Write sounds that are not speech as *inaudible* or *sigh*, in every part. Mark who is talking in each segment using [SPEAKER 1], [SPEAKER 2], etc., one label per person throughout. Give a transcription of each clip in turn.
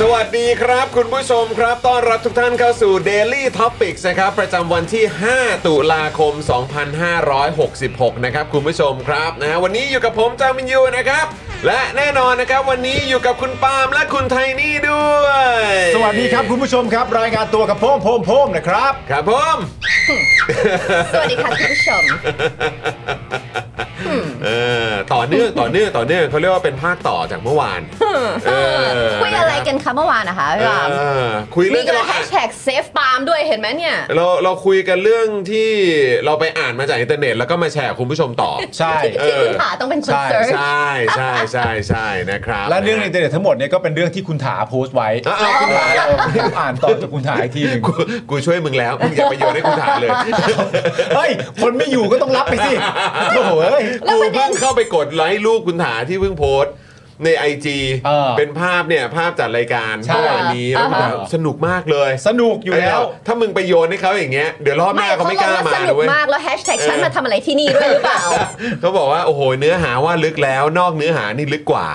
[SPEAKER 1] สวัสดีครับคุณผู้ชมครับต้อนรับทุกท่านเข้าสู่ Daily Topics นะครับ ประจำวันที่ 5 ตุลาคม 2566 นะครับ คุณผู้ชมครับนะฮะวันนี้อยู่กับผมจามินยูนะครับ และแน่นอนนะครับ วันนี้อยู่กับคุณปาล์มและคุณไทนี่ด้วย
[SPEAKER 2] สวัสดีครับคุณผู้ชมครับ รายงานตัวกับโพมโพมโพมนะครับ
[SPEAKER 1] ครับผม
[SPEAKER 3] สวัสดีค่ะคุณผู้ชม
[SPEAKER 1] เออต่อเนื่องต่อเนื่องต่อเนื่องเขาเรียกว่าเป็นภาคต่อจากเมื่อวานเออ
[SPEAKER 3] คุยอะไรกันคะเมื่อวานนะคะพี่ปาล์ม
[SPEAKER 1] เออคุยเรื่อ
[SPEAKER 3] มี
[SPEAKER 1] งที่
[SPEAKER 3] การ
[SPEAKER 1] เรา
[SPEAKER 3] แฮ
[SPEAKER 1] อ่าน
[SPEAKER 3] ชแท็กเซฟปาล์มด้วยเห็นไหมเนี่ย
[SPEAKER 1] เราเราคุยกันเรื่องที่เราไปอ่านมาจากอินเทอร์เน็ต แล้วก็มาแชร์กับคุณผู้ชมต่อ
[SPEAKER 2] ใช่
[SPEAKER 3] ที่คุณถาต้องเป็นคน
[SPEAKER 2] ใช่
[SPEAKER 3] เซิร์ช
[SPEAKER 1] ใช่ใช่ใช่ใช่นะครับ
[SPEAKER 2] และเรื่องในอินเทอร์เน็ตทั้งหมดเนี่ยก็เป็นเรื่องที่คุณถาโพสต์ไว้
[SPEAKER 1] อ่ะเอาคุณถา
[SPEAKER 2] เราอ่านต่อจากคุณถาอีกทีหนึ่ง
[SPEAKER 1] กูกูช่วยมึงแล้วมึงอย่าไปโยนให้คุณถาเลย
[SPEAKER 2] เฮ้ย คนไม่อยู่ก็ต้องรับไปสิโอ้โหเอ้ย
[SPEAKER 1] กูเพิ่งเข้าไปกดไลค์รูปคุณถาที่เพิ่งโพสต์ในไอจี
[SPEAKER 2] เออ
[SPEAKER 1] เป็นภาพเนี่ยภาพจัดรายการ
[SPEAKER 2] ใช่
[SPEAKER 1] เมื่อวานนี้แล้วคุณถาสนุกมากเลย
[SPEAKER 2] สนุกอยู่แล้ว
[SPEAKER 1] เถ้ามึงไปโยนให้เขาอย่างเงี้ยเดี๋ยวรอบหน้าเขาไม่กล้า
[SPEAKER 3] ว่
[SPEAKER 1] มา
[SPEAKER 3] สนุก
[SPEAKER 1] เว้ย
[SPEAKER 3] มากแล้วแฮชแท็ก
[SPEAKER 1] เออ
[SPEAKER 3] ฉันมาทำอะไรที่นี่ด้วยหรือเปล่า
[SPEAKER 1] *laughs* เขาบอกว่าโอ้โหเนื้อหาว่าลึกแล้วนอกเนื้อหานี่ลึกกว่า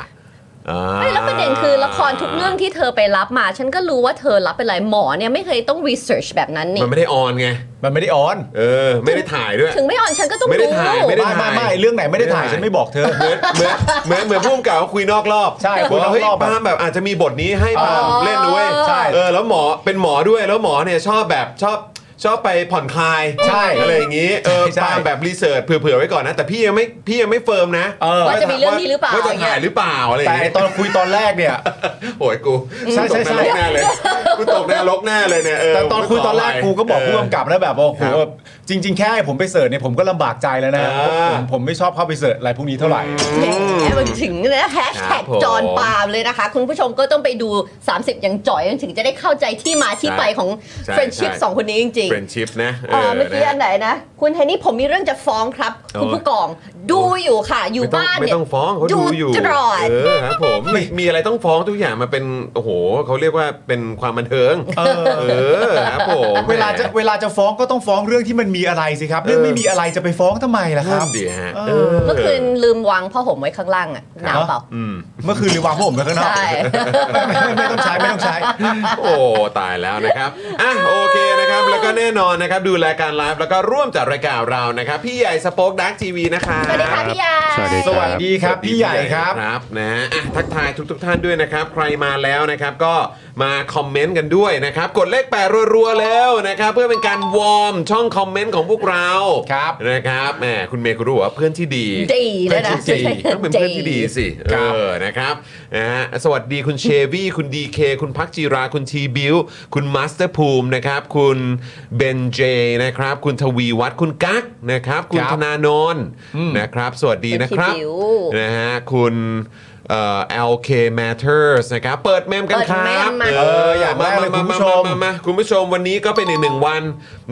[SPEAKER 1] อ่า
[SPEAKER 3] ไม่แล้วประเด็นคือละครทุกเรื่องที่เธอไปรับมา ฉันก็รู้ว่าเธอรับเป็นไรหมอเนี่ยไม่เคยต้องรีเสิร์ชแบบนั้นนี่
[SPEAKER 1] มันไม่ได้ออนไง
[SPEAKER 2] มันไม่ได้ออน
[SPEAKER 1] เออ ไม่ได้ถ่ายด้วย
[SPEAKER 3] ถึงไม่อ่อนฉันก็ต้อง
[SPEAKER 1] ไม่ได้
[SPEAKER 3] รู้
[SPEAKER 1] ถ่ายไม่ได้
[SPEAKER 2] ไม่ไม่ไม่เรื่องไหนไม่ได้ถ่ายฉันไม่บอกเธอ
[SPEAKER 1] เหมือนเหมือนเหมือนเหมือนผู้กำกับเขาคุยนอกรอบ
[SPEAKER 2] ใช่คุยนอ
[SPEAKER 1] ว่า
[SPEAKER 2] กรอบ
[SPEAKER 1] เฮ้ยปาล์มแบบอาจจะมีบทนี้ให้ปาล์มเล่นด้วย
[SPEAKER 2] ใช่
[SPEAKER 1] เออแล้วหมอเป็นหมอด้วยแล้วหมอเนี่ยชอบแบบชอบชอบไปผ่อนคลาย
[SPEAKER 2] ใช่
[SPEAKER 1] อะไรอย่างนี้เออ
[SPEAKER 2] ใช่ใช่
[SPEAKER 1] ปาล์มแบบรีเสิร์ชเผื่อๆไว้ก่อนนะ แต่พี่ยังไม่พี่ยังไม่เฟิร์มนะ
[SPEAKER 2] เออ
[SPEAKER 3] ว่าจะมีเรื่องนี้หรือเปล่า
[SPEAKER 1] ว่าจะถ่ายหรือเปล่าอะไรอย่า
[SPEAKER 2] แต่
[SPEAKER 1] ง
[SPEAKER 2] ไอ้
[SPEAKER 1] นี้
[SPEAKER 2] ตอนคุยตอนแรกเนี่ย
[SPEAKER 1] โอ้ยกู
[SPEAKER 2] ใช่ใช่ใช่
[SPEAKER 1] กูตกนรกแน่เลยกูตกนรกแน่เลยเนี่ยเ
[SPEAKER 2] แต่ตอนคุยตอนแรก
[SPEAKER 1] ไม่ขภัย
[SPEAKER 2] กูก็บอกผู้กำกับแล้วแบบว่าโอ้โห
[SPEAKER 1] ครับ
[SPEAKER 2] แบบจริง ๆ แค่ให้ผมไปเสิร์ชเนี่ยผมก็ลำบากใจแล้วนะ
[SPEAKER 1] อ่า
[SPEAKER 2] ผมผมไม่ชอบเข้าไปเสิร์ชอะไรพวกนี้เท่าไหร่
[SPEAKER 3] แหมมันถึงแล้วแฮชแท็ก
[SPEAKER 1] ครับผม
[SPEAKER 3] จอห์นปาล์มเลยนะคะ คุณผู้ชมก็ต้องไปดู 30 ยังจ่อยจนถึงจะได้เข้าใจที่มาที่
[SPEAKER 1] ใช่
[SPEAKER 3] ไปของ
[SPEAKER 1] ใช่
[SPEAKER 3] เฟรนชิพ
[SPEAKER 1] ใช่
[SPEAKER 3] สองคนนี้จริงๆ
[SPEAKER 1] เฟรนชิพนะ
[SPEAKER 3] เอ่อเมื่อกี้
[SPEAKER 1] นะ
[SPEAKER 3] อันไหนนะ คุณเทนนี่ผมมีเรื่องจะฟ้องครับ
[SPEAKER 1] โอ้ย
[SPEAKER 3] คุณผู้กองดูอยู่ค่ะ อยู่
[SPEAKER 1] ไม่ต้ง
[SPEAKER 3] บ้าน
[SPEAKER 1] ไม่
[SPEAKER 3] เนี่ย
[SPEAKER 1] ต้องฟ้องเขาดูอยู่
[SPEAKER 3] ดูตลอด
[SPEAKER 1] เออครับผมมีมีอะไรต้องฟ้องทุกอย่างมาเป็นโอ้โหเขาเรียกว่าเป็นความบันเทิง
[SPEAKER 2] เออ
[SPEAKER 1] เออครับผม
[SPEAKER 2] เวลาจะเวลาจะฟ้องก็ต้องฟ้องเรื่องที่มันมีอะไรสิครับ เรื่องไม่มีอะไรจะไปฟ้องทำไมล่ะค
[SPEAKER 1] นั่
[SPEAKER 2] รับ
[SPEAKER 1] นดีฮะ
[SPEAKER 2] เออ
[SPEAKER 3] เมื่อคืนลืมวางผ้าห่มไว้ข้างล่างอะหนาวเปล่า
[SPEAKER 1] อืม
[SPEAKER 2] เมื่อคืนลืมวางผ้าห่มไว้ข้างนอก
[SPEAKER 3] ใช่
[SPEAKER 2] ไม่ไม่ไม่ต้องใช้ไม่ต้องใช้
[SPEAKER 1] โอ้ตายแล้วนะครับอ่ะโอเคนะครับแล้วก็แน่นอนนะครับดูรายการไลฟ์แล้วก็ร่วมจัดรายการเรานะครับพี่ใหญ่สป็อคดักทีวีนะคะ
[SPEAKER 3] สวัสดีค่ะพี่ยา
[SPEAKER 4] สวัสดี
[SPEAKER 2] สวัสดีครับพี่ใหญ่ครับ
[SPEAKER 1] ครับนะฮะอ่ะทักทายทุกทท่านด้วยนะครับ ใครมาแล้วนะครับก็มาคอมเมนต์กันด้วยนะครับกดเลขแปดรัวๆแล้วนะครับเพื่อเป็นการวอร์มช่องคอมเมนต์ของพวกเรา
[SPEAKER 2] ครับ
[SPEAKER 1] นะครับแหมคุณเมย์คุณรู้ว่าเพื่อนที่ดี
[SPEAKER 3] ดีเลยนะ
[SPEAKER 1] เพื่อนที่ดีต้องเป็นเพื่อนที่ดีสิ
[SPEAKER 2] ค
[SPEAKER 1] เอ
[SPEAKER 2] รับ
[SPEAKER 1] อนะครับนะฮะสวัสดีคุณเชวี่คุณดีเคคุณพักจีราคุณทีบิวคุณมาสเตอร์ภูมินะครับคุณเบนเจนะครับ คุณทวีวัฒน์คุณกั๊กนะครับ คุณธนาโนนนะครับ สวัสดีนะครับ
[SPEAKER 3] คุณทีบิว
[SPEAKER 1] นะฮะคุณ
[SPEAKER 5] เอ่อ LK Matters นะครับ เปิดเมมกัน
[SPEAKER 3] เปิด
[SPEAKER 5] ครั
[SPEAKER 3] เม
[SPEAKER 5] บ
[SPEAKER 3] มมา
[SPEAKER 5] เอออยาก
[SPEAKER 2] อ
[SPEAKER 5] มา
[SPEAKER 2] ย่างแรกเลย
[SPEAKER 5] มา
[SPEAKER 2] คุณผู้
[SPEAKER 5] มา
[SPEAKER 2] ชม
[SPEAKER 5] มามาคุณผู้ชมวันนี้ก็เป็นอีกหนึ่งวัน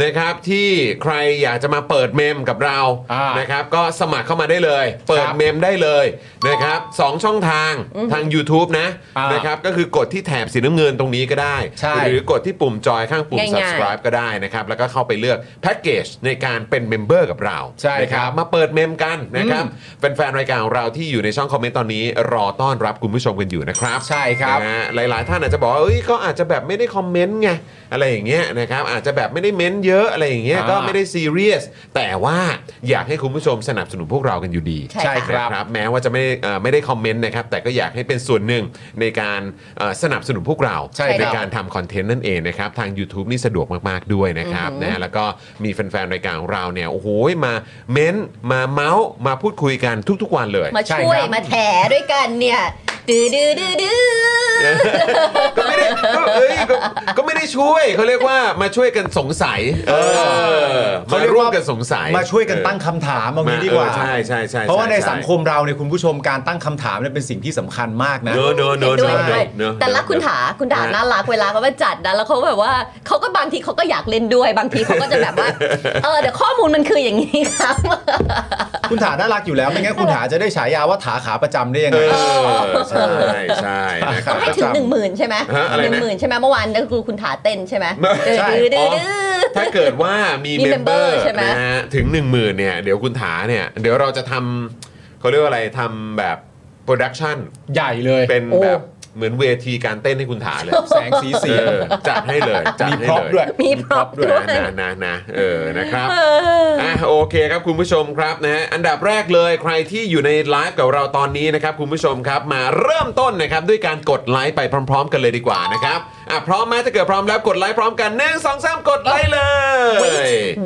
[SPEAKER 5] นะครับที่ใครอยากจะมาเปิดเมมกับเรา
[SPEAKER 2] อ่าน
[SPEAKER 5] นะครับก็สมัครเข้ามาได้เลย เปิดเมมได้เลยนะครับสองช่องทางทาง YouTube นะ
[SPEAKER 2] อ่าน
[SPEAKER 5] นะครับก็คือกดที่แถบสีน้ำเงินตรงนี้ก็ได้
[SPEAKER 2] ใช่
[SPEAKER 5] หรือกดที่ปุ่มจอยข้างปุ่ม
[SPEAKER 3] ง่ายๆ
[SPEAKER 5] subscribe ก็ได้นะครับแล้วก็เข้าไปเลือกแพ็กเกจในการเป็นเมมเบอร์กับเรา
[SPEAKER 2] ใช่ครับ
[SPEAKER 5] นะ มาเปิดเมมกันนะครับแฟนๆรายการของเราที่อยู่ในช่องคอมเมนต์ตอนนี้รอต้อนรับคุณผู้ชมกันอยู่นะครับ
[SPEAKER 2] ใช่ครับ
[SPEAKER 5] นะฮะหลายๆ ท่านอาจจะบอกว่าเอ้ยก็อาจจะแบบไม่ได้คอมเมนต์ไงอะไรอย่างเงี้ยนะครับอาจจะแบบไม่ได้เม้นเยอะอะไรอย่างเงี้ย
[SPEAKER 2] อ่า
[SPEAKER 5] ก็ไม่ได้ซีเรียสแต่ว่าอยากให้คุณผู้ชมสนับสนุนพวกเรากันอยู่ดี
[SPEAKER 3] ใช่ค่ะ
[SPEAKER 2] ใช่ครับ
[SPEAKER 5] นะครับแม้ว่าจะไม่ได้เอ่อไม่ได้คอมเมนต์นะครับแต่ก็อยากให้เป็นส่วนหนึ่งในการเอ่อสนับสนุนพวกเรา
[SPEAKER 2] ใช่ครับ
[SPEAKER 5] การทำคอนเทนต์นั่นเองนะครับทาง YouTube นี่สะดวกมาก ๆ ด้วยนะครับนะฮะแล้วก็มีแฟน ๆ รายการของเราเนี่ยโอ้โหมาเม้นต์มาเมาส์มาพูดคุยกันทุก ๆ วันเลย
[SPEAKER 3] มา
[SPEAKER 2] ใช่
[SPEAKER 3] ช่วย
[SPEAKER 2] ครับ
[SPEAKER 3] มาแถด้วยกันเนี่ยดื้อดื้อดื้อดื้อ
[SPEAKER 5] ก็ไม่ได้ก็เอ้ยก็ก็ไม่ได้ช่วยเขาเรียกว่ามาช่วยกันสงสัยเออมาร่วมกันสงสัย
[SPEAKER 2] มาช่วยกันตั้งคำถามเอางี้ดีกว่า
[SPEAKER 5] เออใช่ใช่ใช่
[SPEAKER 2] เพราะว่าใน
[SPEAKER 5] ช่ช่
[SPEAKER 2] สังคมเราเนี่ยคุณผู้ชมการตั้งคำถามเนี่ยเป็นสิ่งที่สำคัญมากนะ
[SPEAKER 5] เนอะเนอะเนอะ
[SPEAKER 3] เห็นด้วยเห็นด้
[SPEAKER 5] เนอะ
[SPEAKER 3] วย
[SPEAKER 5] เนอะ
[SPEAKER 3] แต่ละคุณถาคุณถา
[SPEAKER 5] นะ
[SPEAKER 3] น่ารักเวลาเขามาจัดนะแล้วเขาแบบว่าเขาก็บางทีเขาก็อยากเล่นด้วยบางทีเขาก็จะแบบว่า เออเดี๋ยวข้อมูลมันคืออย่างนี้ครับ
[SPEAKER 2] คุณถาน่ารักอยู่แล้วไม่งั้นคุณถาจะได้ฉายาว่าถาขาประจำได้ยัง
[SPEAKER 5] เอ
[SPEAKER 2] ไง
[SPEAKER 5] อใช่ใช่นะครับ
[SPEAKER 3] ให้ถึงหนึ่งหมื่นใช่ไหม
[SPEAKER 5] ฮะอะไร
[SPEAKER 3] ห
[SPEAKER 5] นะ
[SPEAKER 3] นึ่งหมื่นใช่ไหมเมื่อวานนั่นคือคุณถาเต้นใช่ไหมดื้อ
[SPEAKER 2] ใช่
[SPEAKER 3] ดื้อดื้อ
[SPEAKER 5] อ๋อ
[SPEAKER 3] ดื้อ
[SPEAKER 5] ถ้าเกิดว่ามี
[SPEAKER 3] มี
[SPEAKER 5] เมมเบอ
[SPEAKER 3] member
[SPEAKER 5] ร์
[SPEAKER 3] ใช่ไหม
[SPEAKER 5] นะฮะถึง 1 0,000เนี่ยเดี๋ยวคุณถาเนี่ย เดี๋ยวเราจะทำเขาเรียกว่าอะไรทำแบบโปรดักชัน
[SPEAKER 2] ใหญ่เลย
[SPEAKER 5] เป็นแบบเหมือนเวทีการเต้นให้คุณถาเลย
[SPEAKER 2] แสงสีเสียง
[SPEAKER 5] เออจัดให้เลยจัด
[SPEAKER 2] มี
[SPEAKER 5] ให้
[SPEAKER 2] พร็อพ
[SPEAKER 5] เลย
[SPEAKER 2] ด้วย
[SPEAKER 3] มีพร็อพ
[SPEAKER 5] นะ
[SPEAKER 3] ด้วย
[SPEAKER 5] นะนะนะเออนะครับ
[SPEAKER 3] เออ
[SPEAKER 5] อ่ะโอเคครับคุณผู้ชมครับนะฮะอันดับแรกเลยใครที่อยู่ในไลฟ์กับเราตอนนี้นะครับคุณผู้ชมครับมาเริ่มต้นนะครับด้วยการกดไลค์ไปพร้อม ๆ กันเลยดีกว่านะครับอ่ะพร้อมไหมถ้าเกิดพร้อมแล้วกดไลค์พร้อมกันหนึ่งสองสามกดไลค์เลย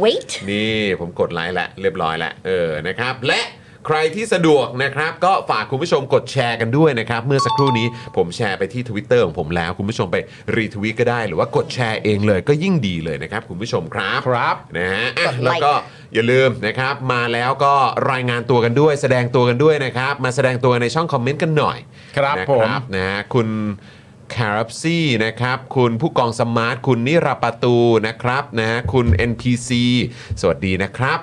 [SPEAKER 3] wait
[SPEAKER 5] นี่ผมกดไลค์และเรียบร้อยแล้วเออนะครับและใครที่สะดวกนะครับ ก็ฝากคุณผู้ชมกดแชร์กันด้วยนะครับ เมื่อสักครู่นี้ผมแชร์ไปที่ Twitter ของผมแล้วคุณผู้ชมไปรีทวีตก็ได้ หรือว่ากดแชร์เองเลยก็ยิ่งดีเลยนะครับคุณผู้ชมครับ
[SPEAKER 2] ครับ
[SPEAKER 5] นะฮะอ่ะ
[SPEAKER 3] กดไลค์
[SPEAKER 5] แล้วก็อย่าลืมนะครับ มาแล้วก็รายงานตัวกันด้วย แสดงตัวกันด้วยนะครับ มาแสดงตัวในช่องคอมเมนต์กันหน่อย
[SPEAKER 2] ครับ
[SPEAKER 5] นะ
[SPEAKER 2] ผม
[SPEAKER 5] นะฮะคุณคารับซี่นะครับ คุณผู้กองสมาร์ท คุณนิรประตูนะครับนะฮะคุณ NPC สวัสดีนะครับ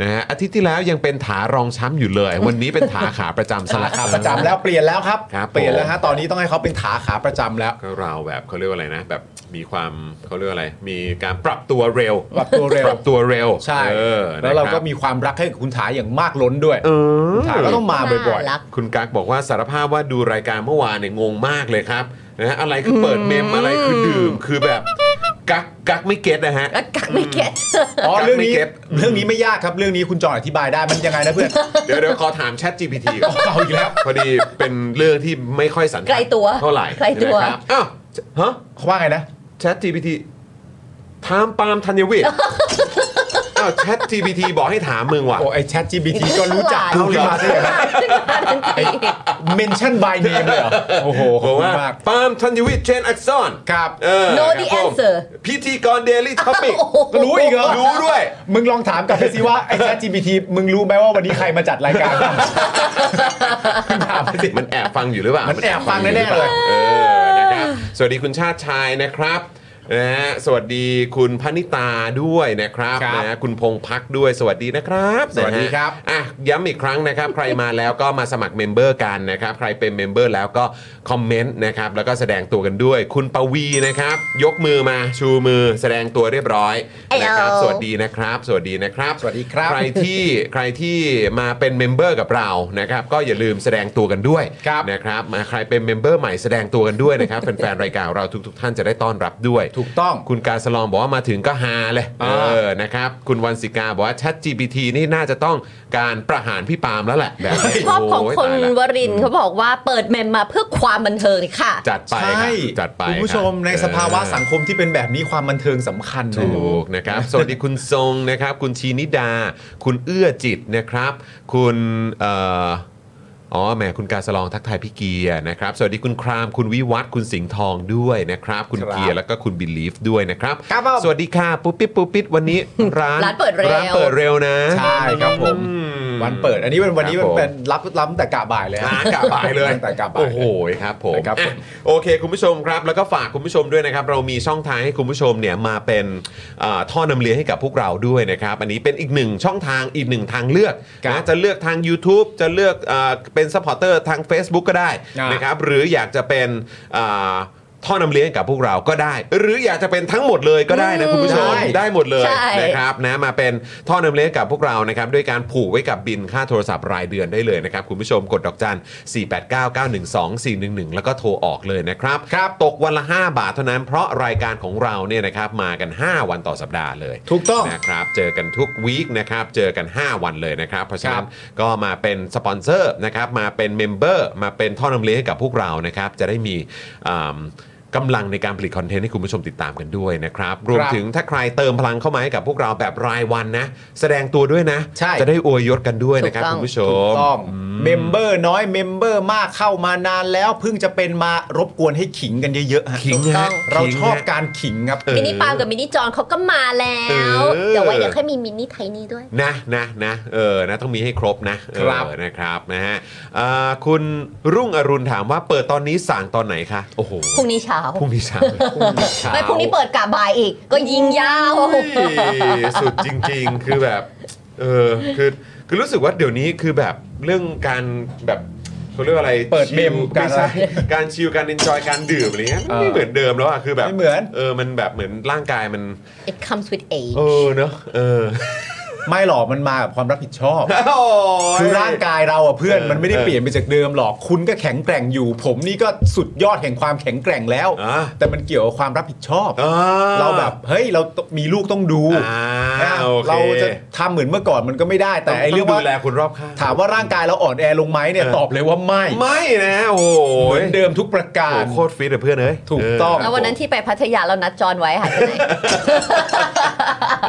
[SPEAKER 5] นะฮะอาทิตย์ที่แล้วยังเป็นถารองช้ำอยู่เลย วันนี้เป็นถาขาประ
[SPEAKER 2] *laughs*
[SPEAKER 5] จำสลัก
[SPEAKER 2] ขาประจำแล้วเปลี่ยนแล้วครับ
[SPEAKER 5] ครับ
[SPEAKER 2] เปลี่ยนแล้วฮะตอนนี้ต้องให้เขาเป็นถาขาประจำแล้ว
[SPEAKER 5] ก็เราแบบเขาเรียกว่าอะไรนะ แบบมีความเขาเรียกว่าอะไร มีการปรับตัวเร็ว
[SPEAKER 2] ปรับตัวเร็ว
[SPEAKER 5] ปรับตัวเร็ว
[SPEAKER 2] ใช่
[SPEAKER 5] เออ
[SPEAKER 2] แล้วเรา
[SPEAKER 5] นะค
[SPEAKER 2] ก็
[SPEAKER 5] บ
[SPEAKER 2] มีความรักให้กับคุณถาอย่างมากล้นด้วยคุณถาก็ต้องมาบ่อย
[SPEAKER 3] น่ารัก
[SPEAKER 5] คุณกั๊กบอกว่าสารภาพว่าดูรายการเมื่อวานเนี่ยงงมากเลยครับนะฮะอะไรคือเปิดเมมอะไรคือดื่มคือแบบ กักกักไม่เก็ตนะฮะ
[SPEAKER 3] แล้วกักไม่เก็ต
[SPEAKER 2] ๆอ๋อ
[SPEAKER 5] กั๊ก
[SPEAKER 2] เรื่องนี้
[SPEAKER 5] ไม่เก็ต
[SPEAKER 2] เรื่องนี้ไม่ยากครับเรื่องนี้คุณจอนอธิบายได้มันยังไงนะเพื่อน
[SPEAKER 5] เดี๋ยวเดี๋ยวขอถาม Chat GPT ก่อน
[SPEAKER 2] เอาอีกแล้ว
[SPEAKER 5] พอดีเป็นเรื่องที่ไม่ค่อยสันทัด
[SPEAKER 3] ไกลตัว
[SPEAKER 5] เท่าไหร่
[SPEAKER 3] ไกลตัว
[SPEAKER 5] นะครับอ้าวฮะ
[SPEAKER 2] เขาว่าไงนะ
[SPEAKER 5] Chat GPT ถามปาล์มธัญวิทย์อ้าว Chat GPT บอกให้ถามมึงว่ะ
[SPEAKER 2] โอ้ไอแชท GPT ก็รู้จัก
[SPEAKER 3] ฉลาด
[SPEAKER 2] ดูขึ้นมาซะอย่างนั้น
[SPEAKER 3] ขึ้นมาทันที
[SPEAKER 2] เมนชั่นบายเนมเลยเหรอโอ้โหข
[SPEAKER 5] บ
[SPEAKER 2] อ
[SPEAKER 5] อ
[SPEAKER 2] คุ
[SPEAKER 5] บ กว่า
[SPEAKER 2] ณมาก
[SPEAKER 5] ปาล์มธัญวิทย์เชนอักษร
[SPEAKER 2] ครับ
[SPEAKER 5] เออ
[SPEAKER 3] โน
[SPEAKER 5] ค
[SPEAKER 3] ดี
[SPEAKER 5] รั
[SPEAKER 3] แอ
[SPEAKER 5] บผ
[SPEAKER 3] น
[SPEAKER 5] ม
[SPEAKER 3] เซอร์
[SPEAKER 5] พิธีกร Daily Topic
[SPEAKER 2] รู้อีกเหรอ
[SPEAKER 5] รู้ด้วย
[SPEAKER 2] มึงลองถามกลับไปสิว่าไอแชท GPT มึงรู้ไหมว่าวันนี้ใครมาจัดรายการ ถามไปสิ
[SPEAKER 5] มันแอบฟังอยู่หรือเปล่า
[SPEAKER 2] มั
[SPEAKER 5] มัน
[SPEAKER 2] แอบฟังแน่ๆเลย
[SPEAKER 5] เออ นะครับ สวัสดีคุณชาติชายนะครับนะฮะสวัสดีคุณพนิตาด้วยนะครับ
[SPEAKER 2] ครับ
[SPEAKER 5] นะฮะคุณพงพักด้วยสวัสดีนะครับ
[SPEAKER 2] สวัสดี
[SPEAKER 5] นะฮะ
[SPEAKER 2] ครับ
[SPEAKER 5] อ่ะย้ำอีกครั้งนะครับ ใครมาแล้วก็มาสมัครเมมเบอร์กันนะครับ ใครเป็นเมมเบอร์แล้วก็คอมเมนต์นะครับ แล้วก็แสดงตัวกันด้วย คุณปวีนะครับ ยกมือมาชูมือแสดงตัวเรียบร้อยนะครับ
[SPEAKER 3] Hello
[SPEAKER 5] สวัสดีนะครับ สวัสดีนะครับ
[SPEAKER 2] สวัสดีครับ
[SPEAKER 5] ใคร ที่ใครที่มาเป็นเมมเบอร์กับเรานะครับก็อย่าลืมแสดงตัวกันด้วย
[SPEAKER 2] ครับ
[SPEAKER 5] นะครับมาใครเป็นเมมเบอร์ใหม่แสดงตัวกันด้วยนะครับ แฟนๆรายการเราทุกๆ ท่านจะได้ต้อนรับด้วย
[SPEAKER 2] ถูกต้อง
[SPEAKER 5] คุณการสลองบอกว่ามาถึงก็ฮาเลย
[SPEAKER 2] อ่า
[SPEAKER 5] เออนะครับคุณวันศิกาบอกว่า Chat GPT นี่น่าจะต้องการประหารพี่ปาล์มแล้วแหละแบบ
[SPEAKER 2] *laughs*
[SPEAKER 5] นี้
[SPEAKER 3] ชอบของ
[SPEAKER 5] โย
[SPEAKER 3] คน
[SPEAKER 5] ตายละ
[SPEAKER 3] วรินทร์เขาบอกว่าเปิดเมมมาเพื่อความบันเทิงค่ะ
[SPEAKER 5] จัดไปค
[SPEAKER 2] ใช่
[SPEAKER 5] รับจัดไป
[SPEAKER 2] คุณผู้ชม
[SPEAKER 5] ครับ
[SPEAKER 2] ในสภาวะ
[SPEAKER 5] เออ
[SPEAKER 2] สังคมที่เป็นแบบนี้ความบันเทิงสำคัญนะ
[SPEAKER 5] ถูกนะครับ สวัสดีคุณทรงนะครับ คุณชีนิดา คุณเอื้อจิตนะครับ คุณเอ่ออ๋อแหมคุณการสลองทักทายพี่เกียร์นะครับ สวัสดีคุณคราม คุณวิวัฒน์คุณสิงห์ทองด้วยนะครับ คุณ
[SPEAKER 2] ครับ
[SPEAKER 5] เกียร์แล้วก็คุณบิลีฟด้วยนะครับ
[SPEAKER 2] ครับผม
[SPEAKER 5] สวัสดีค่ะ ปุ๊บปิ๊บปุ๊บปิ๊บวันนี้ ร้าน
[SPEAKER 3] ร้านเปิดเร็ว
[SPEAKER 5] ร้านเปิดเร็วนะ
[SPEAKER 2] ใช่ครับผม
[SPEAKER 5] อืม ม
[SPEAKER 2] วันเปิด อันนี้เป็นวันนี้
[SPEAKER 5] ครับผม
[SPEAKER 2] เป็นรับล้ำแต่กะบ่ายเลยฮะ
[SPEAKER 5] ร้านกะบ่ายเลย
[SPEAKER 2] แต่กะบ่าย
[SPEAKER 5] โอ้โหครับผม
[SPEAKER 2] นะครับผม
[SPEAKER 5] อ่ะโอเค คุณผู้ชมครับ แล้วก็ฝากคุณผู้ชมด้วยนะครับ เรามีช่องทางให้คุณผู้ชมเนี่ยมาเป็นอ่าท่อนำเลี้ยงให้กับพวกเราด้วยนะครับ อันนี้เป็นอีกหนึ่งช่องทางอีกหนึ่งทางเลือกนะจะเลือกทาง YouTube จะเลือกอาเป็นซัพพอร์เตอร์ทาง Facebook ก็ได้
[SPEAKER 2] อ่าน
[SPEAKER 5] นะครับ หรืออยากจะเป็นอ่าท่อนำเลี้ยงให้กับพวกเราก็ได้ หรืออยากจะเป็นทั้งหมดเลยก็ได้นะคุณผู้ชม ได้หมดเลย
[SPEAKER 3] ใช่
[SPEAKER 5] นะครับนะมาเป็นท่อนำเลี้ยงกับพวกเรานะครับด้วยการผูกไว้กับบินค่าโทรศัพท์รายเดือนได้เลยนะครับ คุณผู้ชมกดดอกจัน 489912411 แล้วก็โทรออกเลยนะครับ
[SPEAKER 2] ครับ
[SPEAKER 5] ตกวันละ 5 บาทเท่านั้นเพราะรายการของเราเนี่ยนะครับมากัน 5 วันต่อสัปดาห์เลย
[SPEAKER 2] ถูกต้อง
[SPEAKER 5] นะครับเจอกันทุกวีคนะครับเจอกัน 5 วันเลยนะครับ เพราะฉะ
[SPEAKER 2] ค
[SPEAKER 5] นั้
[SPEAKER 2] รั
[SPEAKER 5] น
[SPEAKER 2] บ
[SPEAKER 5] ก็มาเป็นสปอนเซอร์นะครับมาเป็นเมมเบอร์มาเป็นท่อนำเลี้ยงให้กับพวกเรานะครับจะได้มีอ่ากำลังในการผลิตคอนเทนต์ให้คุณผู้ชมติดตามกันด้วยนะครับรวมถึง ถ้าใครเติมพลังเข้ามาให้กับพวกเราแบบรายวันนะ แสดงตัวด้วยนะ
[SPEAKER 2] ใช่
[SPEAKER 5] จะได้อวยยศกันด้วยนะครับ
[SPEAKER 3] ถูกต้อ
[SPEAKER 5] คุ
[SPEAKER 3] ง
[SPEAKER 5] ณผู้ช
[SPEAKER 2] ถู
[SPEAKER 5] ม
[SPEAKER 2] กต้องเมมเบอร์น้อยเมมเบอร์มากเข้ามานานแล้วเพิ่งจะเป็นมารบกวนให้ขิงกันเยอะๆฮะ
[SPEAKER 5] ขิง
[SPEAKER 3] ถูกต้
[SPEAKER 5] นะ
[SPEAKER 3] อง
[SPEAKER 2] เราชอบ
[SPEAKER 5] ขิงนะ
[SPEAKER 2] การขิงครับ
[SPEAKER 5] เออ
[SPEAKER 3] มินิปาล์มกับมินิจอนเขาก็มาแล้ว
[SPEAKER 5] เออ
[SPEAKER 3] เดี๋ยวไว้เดี๋ยวค่อยมีมินิไทนี่ด้วย
[SPEAKER 5] นะนะนะเออนะต้องมีให้ครบนะครับ เออนะครับนะฮะอ่าคุณรุ่งอรุณถามว่าเปิดตอนนี้สั่งตอนไหนคะโอ้โห
[SPEAKER 3] พรุ่งนี้เช้า
[SPEAKER 5] พรุ่งนี้เช้า
[SPEAKER 3] ไม่พรุ่งนี้เปิดกะบ่ายอีก ก็ยิงยาว
[SPEAKER 5] อุ้ยสุดจริง ๆ คือแบบเออคือคือรู้สึกว่าเดี๋ยวนี้คือแบบเรื่องการแบบเขาเรียกว่าอะไร
[SPEAKER 2] เปิดเมม
[SPEAKER 5] ชิล
[SPEAKER 2] การ
[SPEAKER 5] ไใช่การชิลการเอนจอยการดื่มอะไรเงี้ยมัน
[SPEAKER 2] เอ
[SPEAKER 5] ไม่
[SPEAKER 2] อ
[SPEAKER 5] เหมือนเดิมแล้วอะคือแบบ
[SPEAKER 2] ไม่เหมือน
[SPEAKER 5] เออมันแบบเหมือนร่างกายมัน
[SPEAKER 3] it comes with age
[SPEAKER 5] เออเนอะเออ
[SPEAKER 2] ไม่หรอกมันมากับความรับผิดชอบ
[SPEAKER 5] โอ้ย
[SPEAKER 2] คือร่างกายเราอ่ะเพื่อน
[SPEAKER 5] เออ
[SPEAKER 2] มันไม่ได้
[SPEAKER 5] เออ
[SPEAKER 2] เปลี่ยนไปจากเดิมหรอกคุณก็แข็งแกร่งอยู่ ผมนี่ก็สุดยอดแห่งความแข็งแกร่งแล้ว
[SPEAKER 5] อ่ะ
[SPEAKER 2] แต่มันเกี่ยวกับความรับผิดชอบ
[SPEAKER 5] อ่
[SPEAKER 2] เราแบบเฮ้ยเราต้องมีลูกต้องดู
[SPEAKER 5] อ่า
[SPEAKER 2] นะ
[SPEAKER 5] โอค
[SPEAKER 2] เราจะทำเหมือนเมื่อก่อนมันก็ไม่ได้ แต่ไอ้เรื่อง
[SPEAKER 5] ต้
[SPEAKER 2] ว่า
[SPEAKER 5] ดูแลคนรอบข้าง
[SPEAKER 2] ถามว่าร่างกายเราอ่อนแอลงไหมเนี่ย
[SPEAKER 5] เออ
[SPEAKER 2] ตอบเลยว่าไม่
[SPEAKER 5] ไม่นะโอ้โห
[SPEAKER 2] เหมือนเดิมทุกประกา
[SPEAKER 5] โอ้
[SPEAKER 2] ร
[SPEAKER 5] โหโคตรฟิตเลยเพื่อนเอ้ย
[SPEAKER 2] ถูกต้อง
[SPEAKER 3] แล้ววันนั้นที่ไปพัทยาเรานัดจอนไว้หายไปไหน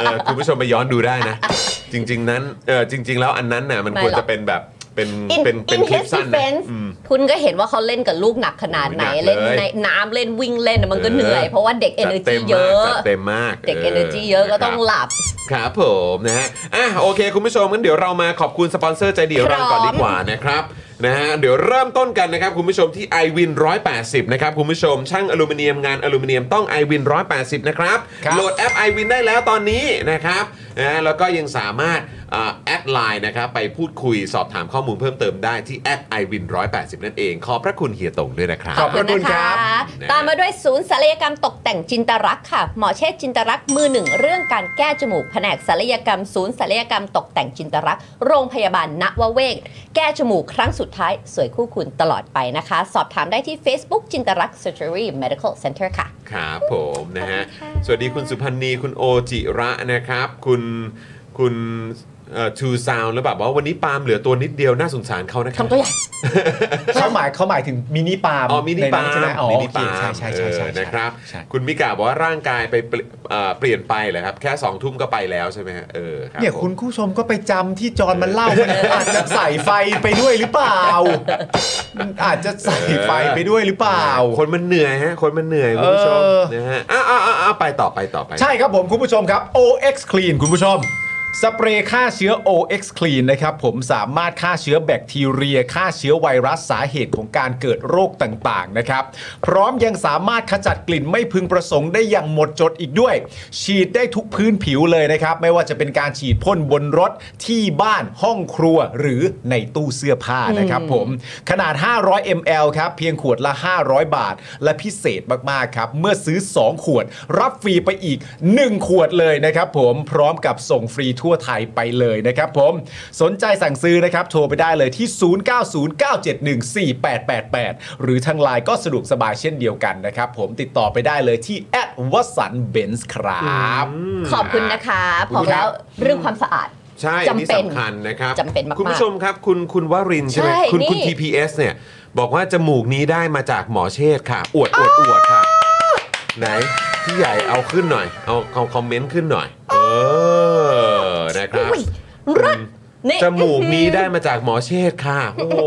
[SPEAKER 5] เออคุณผู้ชมไปย้อนดูได้นะ จริง ๆ นั้นเออจริง ๆ แล้วอันนั้นน่ะมัน
[SPEAKER 3] ไม่
[SPEAKER 5] ควร
[SPEAKER 3] หรอก
[SPEAKER 5] จะเป็นแบบเป็น
[SPEAKER 3] in
[SPEAKER 5] เป็นเป็น
[SPEAKER 3] in
[SPEAKER 5] คลิป
[SPEAKER 3] his
[SPEAKER 5] สั้นนะ
[SPEAKER 3] defense
[SPEAKER 5] อืม
[SPEAKER 3] คุณก็เห็นว่าเขาเล่นกับลูกหนักขนาดไหน
[SPEAKER 5] โอ้ยหนักเลย
[SPEAKER 3] เล่นในน้ำเล่นวิ่งเล่นมันก็
[SPEAKER 5] เออ
[SPEAKER 3] เหนื่อย เพราะว่าเด็ก
[SPEAKER 5] จัด
[SPEAKER 3] energy
[SPEAKER 5] เต็ม
[SPEAKER 3] เย
[SPEAKER 5] มาก
[SPEAKER 3] อะ
[SPEAKER 5] จัดเต็มมาก
[SPEAKER 3] เด็ก energy เยอะก็ต้อง
[SPEAKER 5] ครับ
[SPEAKER 3] หลับ
[SPEAKER 5] ครับผมนะฮะ อ่ะโอเค คุณผู้ชมงั้นเดี๋ยวเรามาขอบคุณสปอนเซอร์ใจเดียวเราก่อนดีกว่านะครับนะฮะเดี๋ยวเริ่มต้นกันนะครับ คุณผู้ชมที่ i w วิน180 นะครับ คุณผู้ชมช่างอลูมิเนียมงานอลูมิเนียมต้อง i w วิน180 นะครับ
[SPEAKER 2] ครับ
[SPEAKER 5] โหลดแอป i w วินได้แล้วตอนนี้นะครับนะฮะแล้วก็ยังสามารถอ่าแอดไลน์นะครับ ไปพูดคุยสอบถามข้อมูลเพิ่มเติมได้ที่แอด i w วิน180 นั่นเอง ขอบพระคุณเฮียตงด้วยนะครับ
[SPEAKER 2] ขอบพระ ณบ
[SPEAKER 3] นะะ
[SPEAKER 5] นะ
[SPEAKER 3] ตามมาด้วยศูนย์ศัลยกรรมตกแต่งจินตรักษณ์ค่ะ หมอเชษจินตรักษณ์มือหนึ่งเรื่องการแก้จมูกแผนกศัลยกรรม ศูนย์ศัลยกรรมตกแต่งจินตรักษณ์โรงพยาบาลนวเวศแก้จมูกครั้งสุดท้าย สวยคู่คุณตลอดไปนะคะ สอบถามได้ที่ Facebook จินตรักษณ์ Surgery Medical Center ค่ะ
[SPEAKER 5] ครับผมนะฮะ สวัสดีคุณสุพันธ์นีคุณโอจิระนะครับ คุณคุณทูซาวแล้วแบบว่าวันนี้ปาล์มเหลือตัวนิดเดียวน่าสงสารเขานะครับ
[SPEAKER 3] ทำตัวใหญ่
[SPEAKER 2] เขาหมายเขาหมายถึงมินิปาล์ม
[SPEAKER 5] อ๋อมินิปาล์ม
[SPEAKER 2] ใช่ไหมอ๋อ
[SPEAKER 5] มิ
[SPEAKER 2] โอ
[SPEAKER 5] นิ
[SPEAKER 2] เค
[SPEAKER 5] ปาล์ม
[SPEAKER 2] ใช่ใช่ใช่ใช่
[SPEAKER 5] เออนะครับ
[SPEAKER 2] ใช่
[SPEAKER 5] คุณมิกาบอกว่าร่างกายไปเปลี่ยนเอ่อเปลี่ยนไปเหรอครับ แค่2องทุ่มก็ไปแล้วใช่ไหมฮะเออรับ
[SPEAKER 2] เนี่ย
[SPEAKER 5] ผม
[SPEAKER 2] คุณผู้ชมก็ไปจำที่จอนมันเล่ามัน
[SPEAKER 5] *laughs*
[SPEAKER 2] อาจจะใส่ไฟไปด้วยหรือเปล่ามันอาจจะใส่ไฟไปด้วยหรือเปล่า
[SPEAKER 5] คนมันเหนื่อยฮะ คนมันเหนื่อยคุณผู้ชม
[SPEAKER 2] เออ
[SPEAKER 5] นะฮะอ้าวอ้าวอ้าวไปต่อไปต่อไป
[SPEAKER 2] ใช่ครับผมคุณผู้ชมครับ OX Clean คุณผู้ชม สเปรย์ฆ่าเชื้อ OX Clean นะครับผมสามารถฆ่าเชื้อแบคทีเรีย ฆ่าเชื้อไวรัสสาเหตุของการเกิดโรคต่างๆนะครับ พร้อมยังสามารถขจัดกลิ่นไม่พึงประสงค์ได้อย่างหมดจดอีกด้วย ฉีดได้ทุกพื้นผิวเลยนะครับ ไม่ว่าจะเป็นการฉีดพ่นบนรถที่บ้านห้องครัวหรือในตู้เสื้อผ้านะครับผมขนาด 500 ml ครับเพียงขวดละ 500 บาท และพิเศษมากๆครับ เมื่อซื้อ 2 ขวด รับฟรีไปอีก 1 ขวดเลยนะครับผมพร้อมกับส่งฟรีทั่วไทยไปเลยนะครับผมสนใจสั่งซื้อนะครับ โทรไปได้เลยที่ 0909714888 หรือทางไลน์ก็สะดวกสบายเช่นเดียวกันนะครับ ผมติดต่อไปได้เลยที่แอดวัสันเบนส์ครับ
[SPEAKER 3] ขอบคุณนะคะพ
[SPEAKER 5] ขอ
[SPEAKER 3] อบ
[SPEAKER 5] คุณครั
[SPEAKER 3] แล้
[SPEAKER 5] บ
[SPEAKER 3] วเรื่องความสะอาด
[SPEAKER 5] ใช่อันนี่
[SPEAKER 3] จำเป็น
[SPEAKER 5] สำคัญนะครับ
[SPEAKER 3] จำเป็นมากๆ
[SPEAKER 5] คุณผู้ชมครับ คุณคุณวรินทร์ใช่ไหม
[SPEAKER 3] ใช่
[SPEAKER 5] คุณ
[SPEAKER 3] นี่
[SPEAKER 5] คุณ TPS เนี่ย บอกว่าจมูกนี้ได้มาจากหมอเชษฐ์ค่ะ อวดอวดอวดค่ะ ไหน พี่ใหญ่เอาขึ้นหน่อย เอาเอาคอมเมนต์ขึ้นหน่อย เออ นะครับ
[SPEAKER 3] อุ้ยรัดนี่
[SPEAKER 5] จมูกนี้ได้มาจากหมอเชษฐ์ค่ะ โอ้โห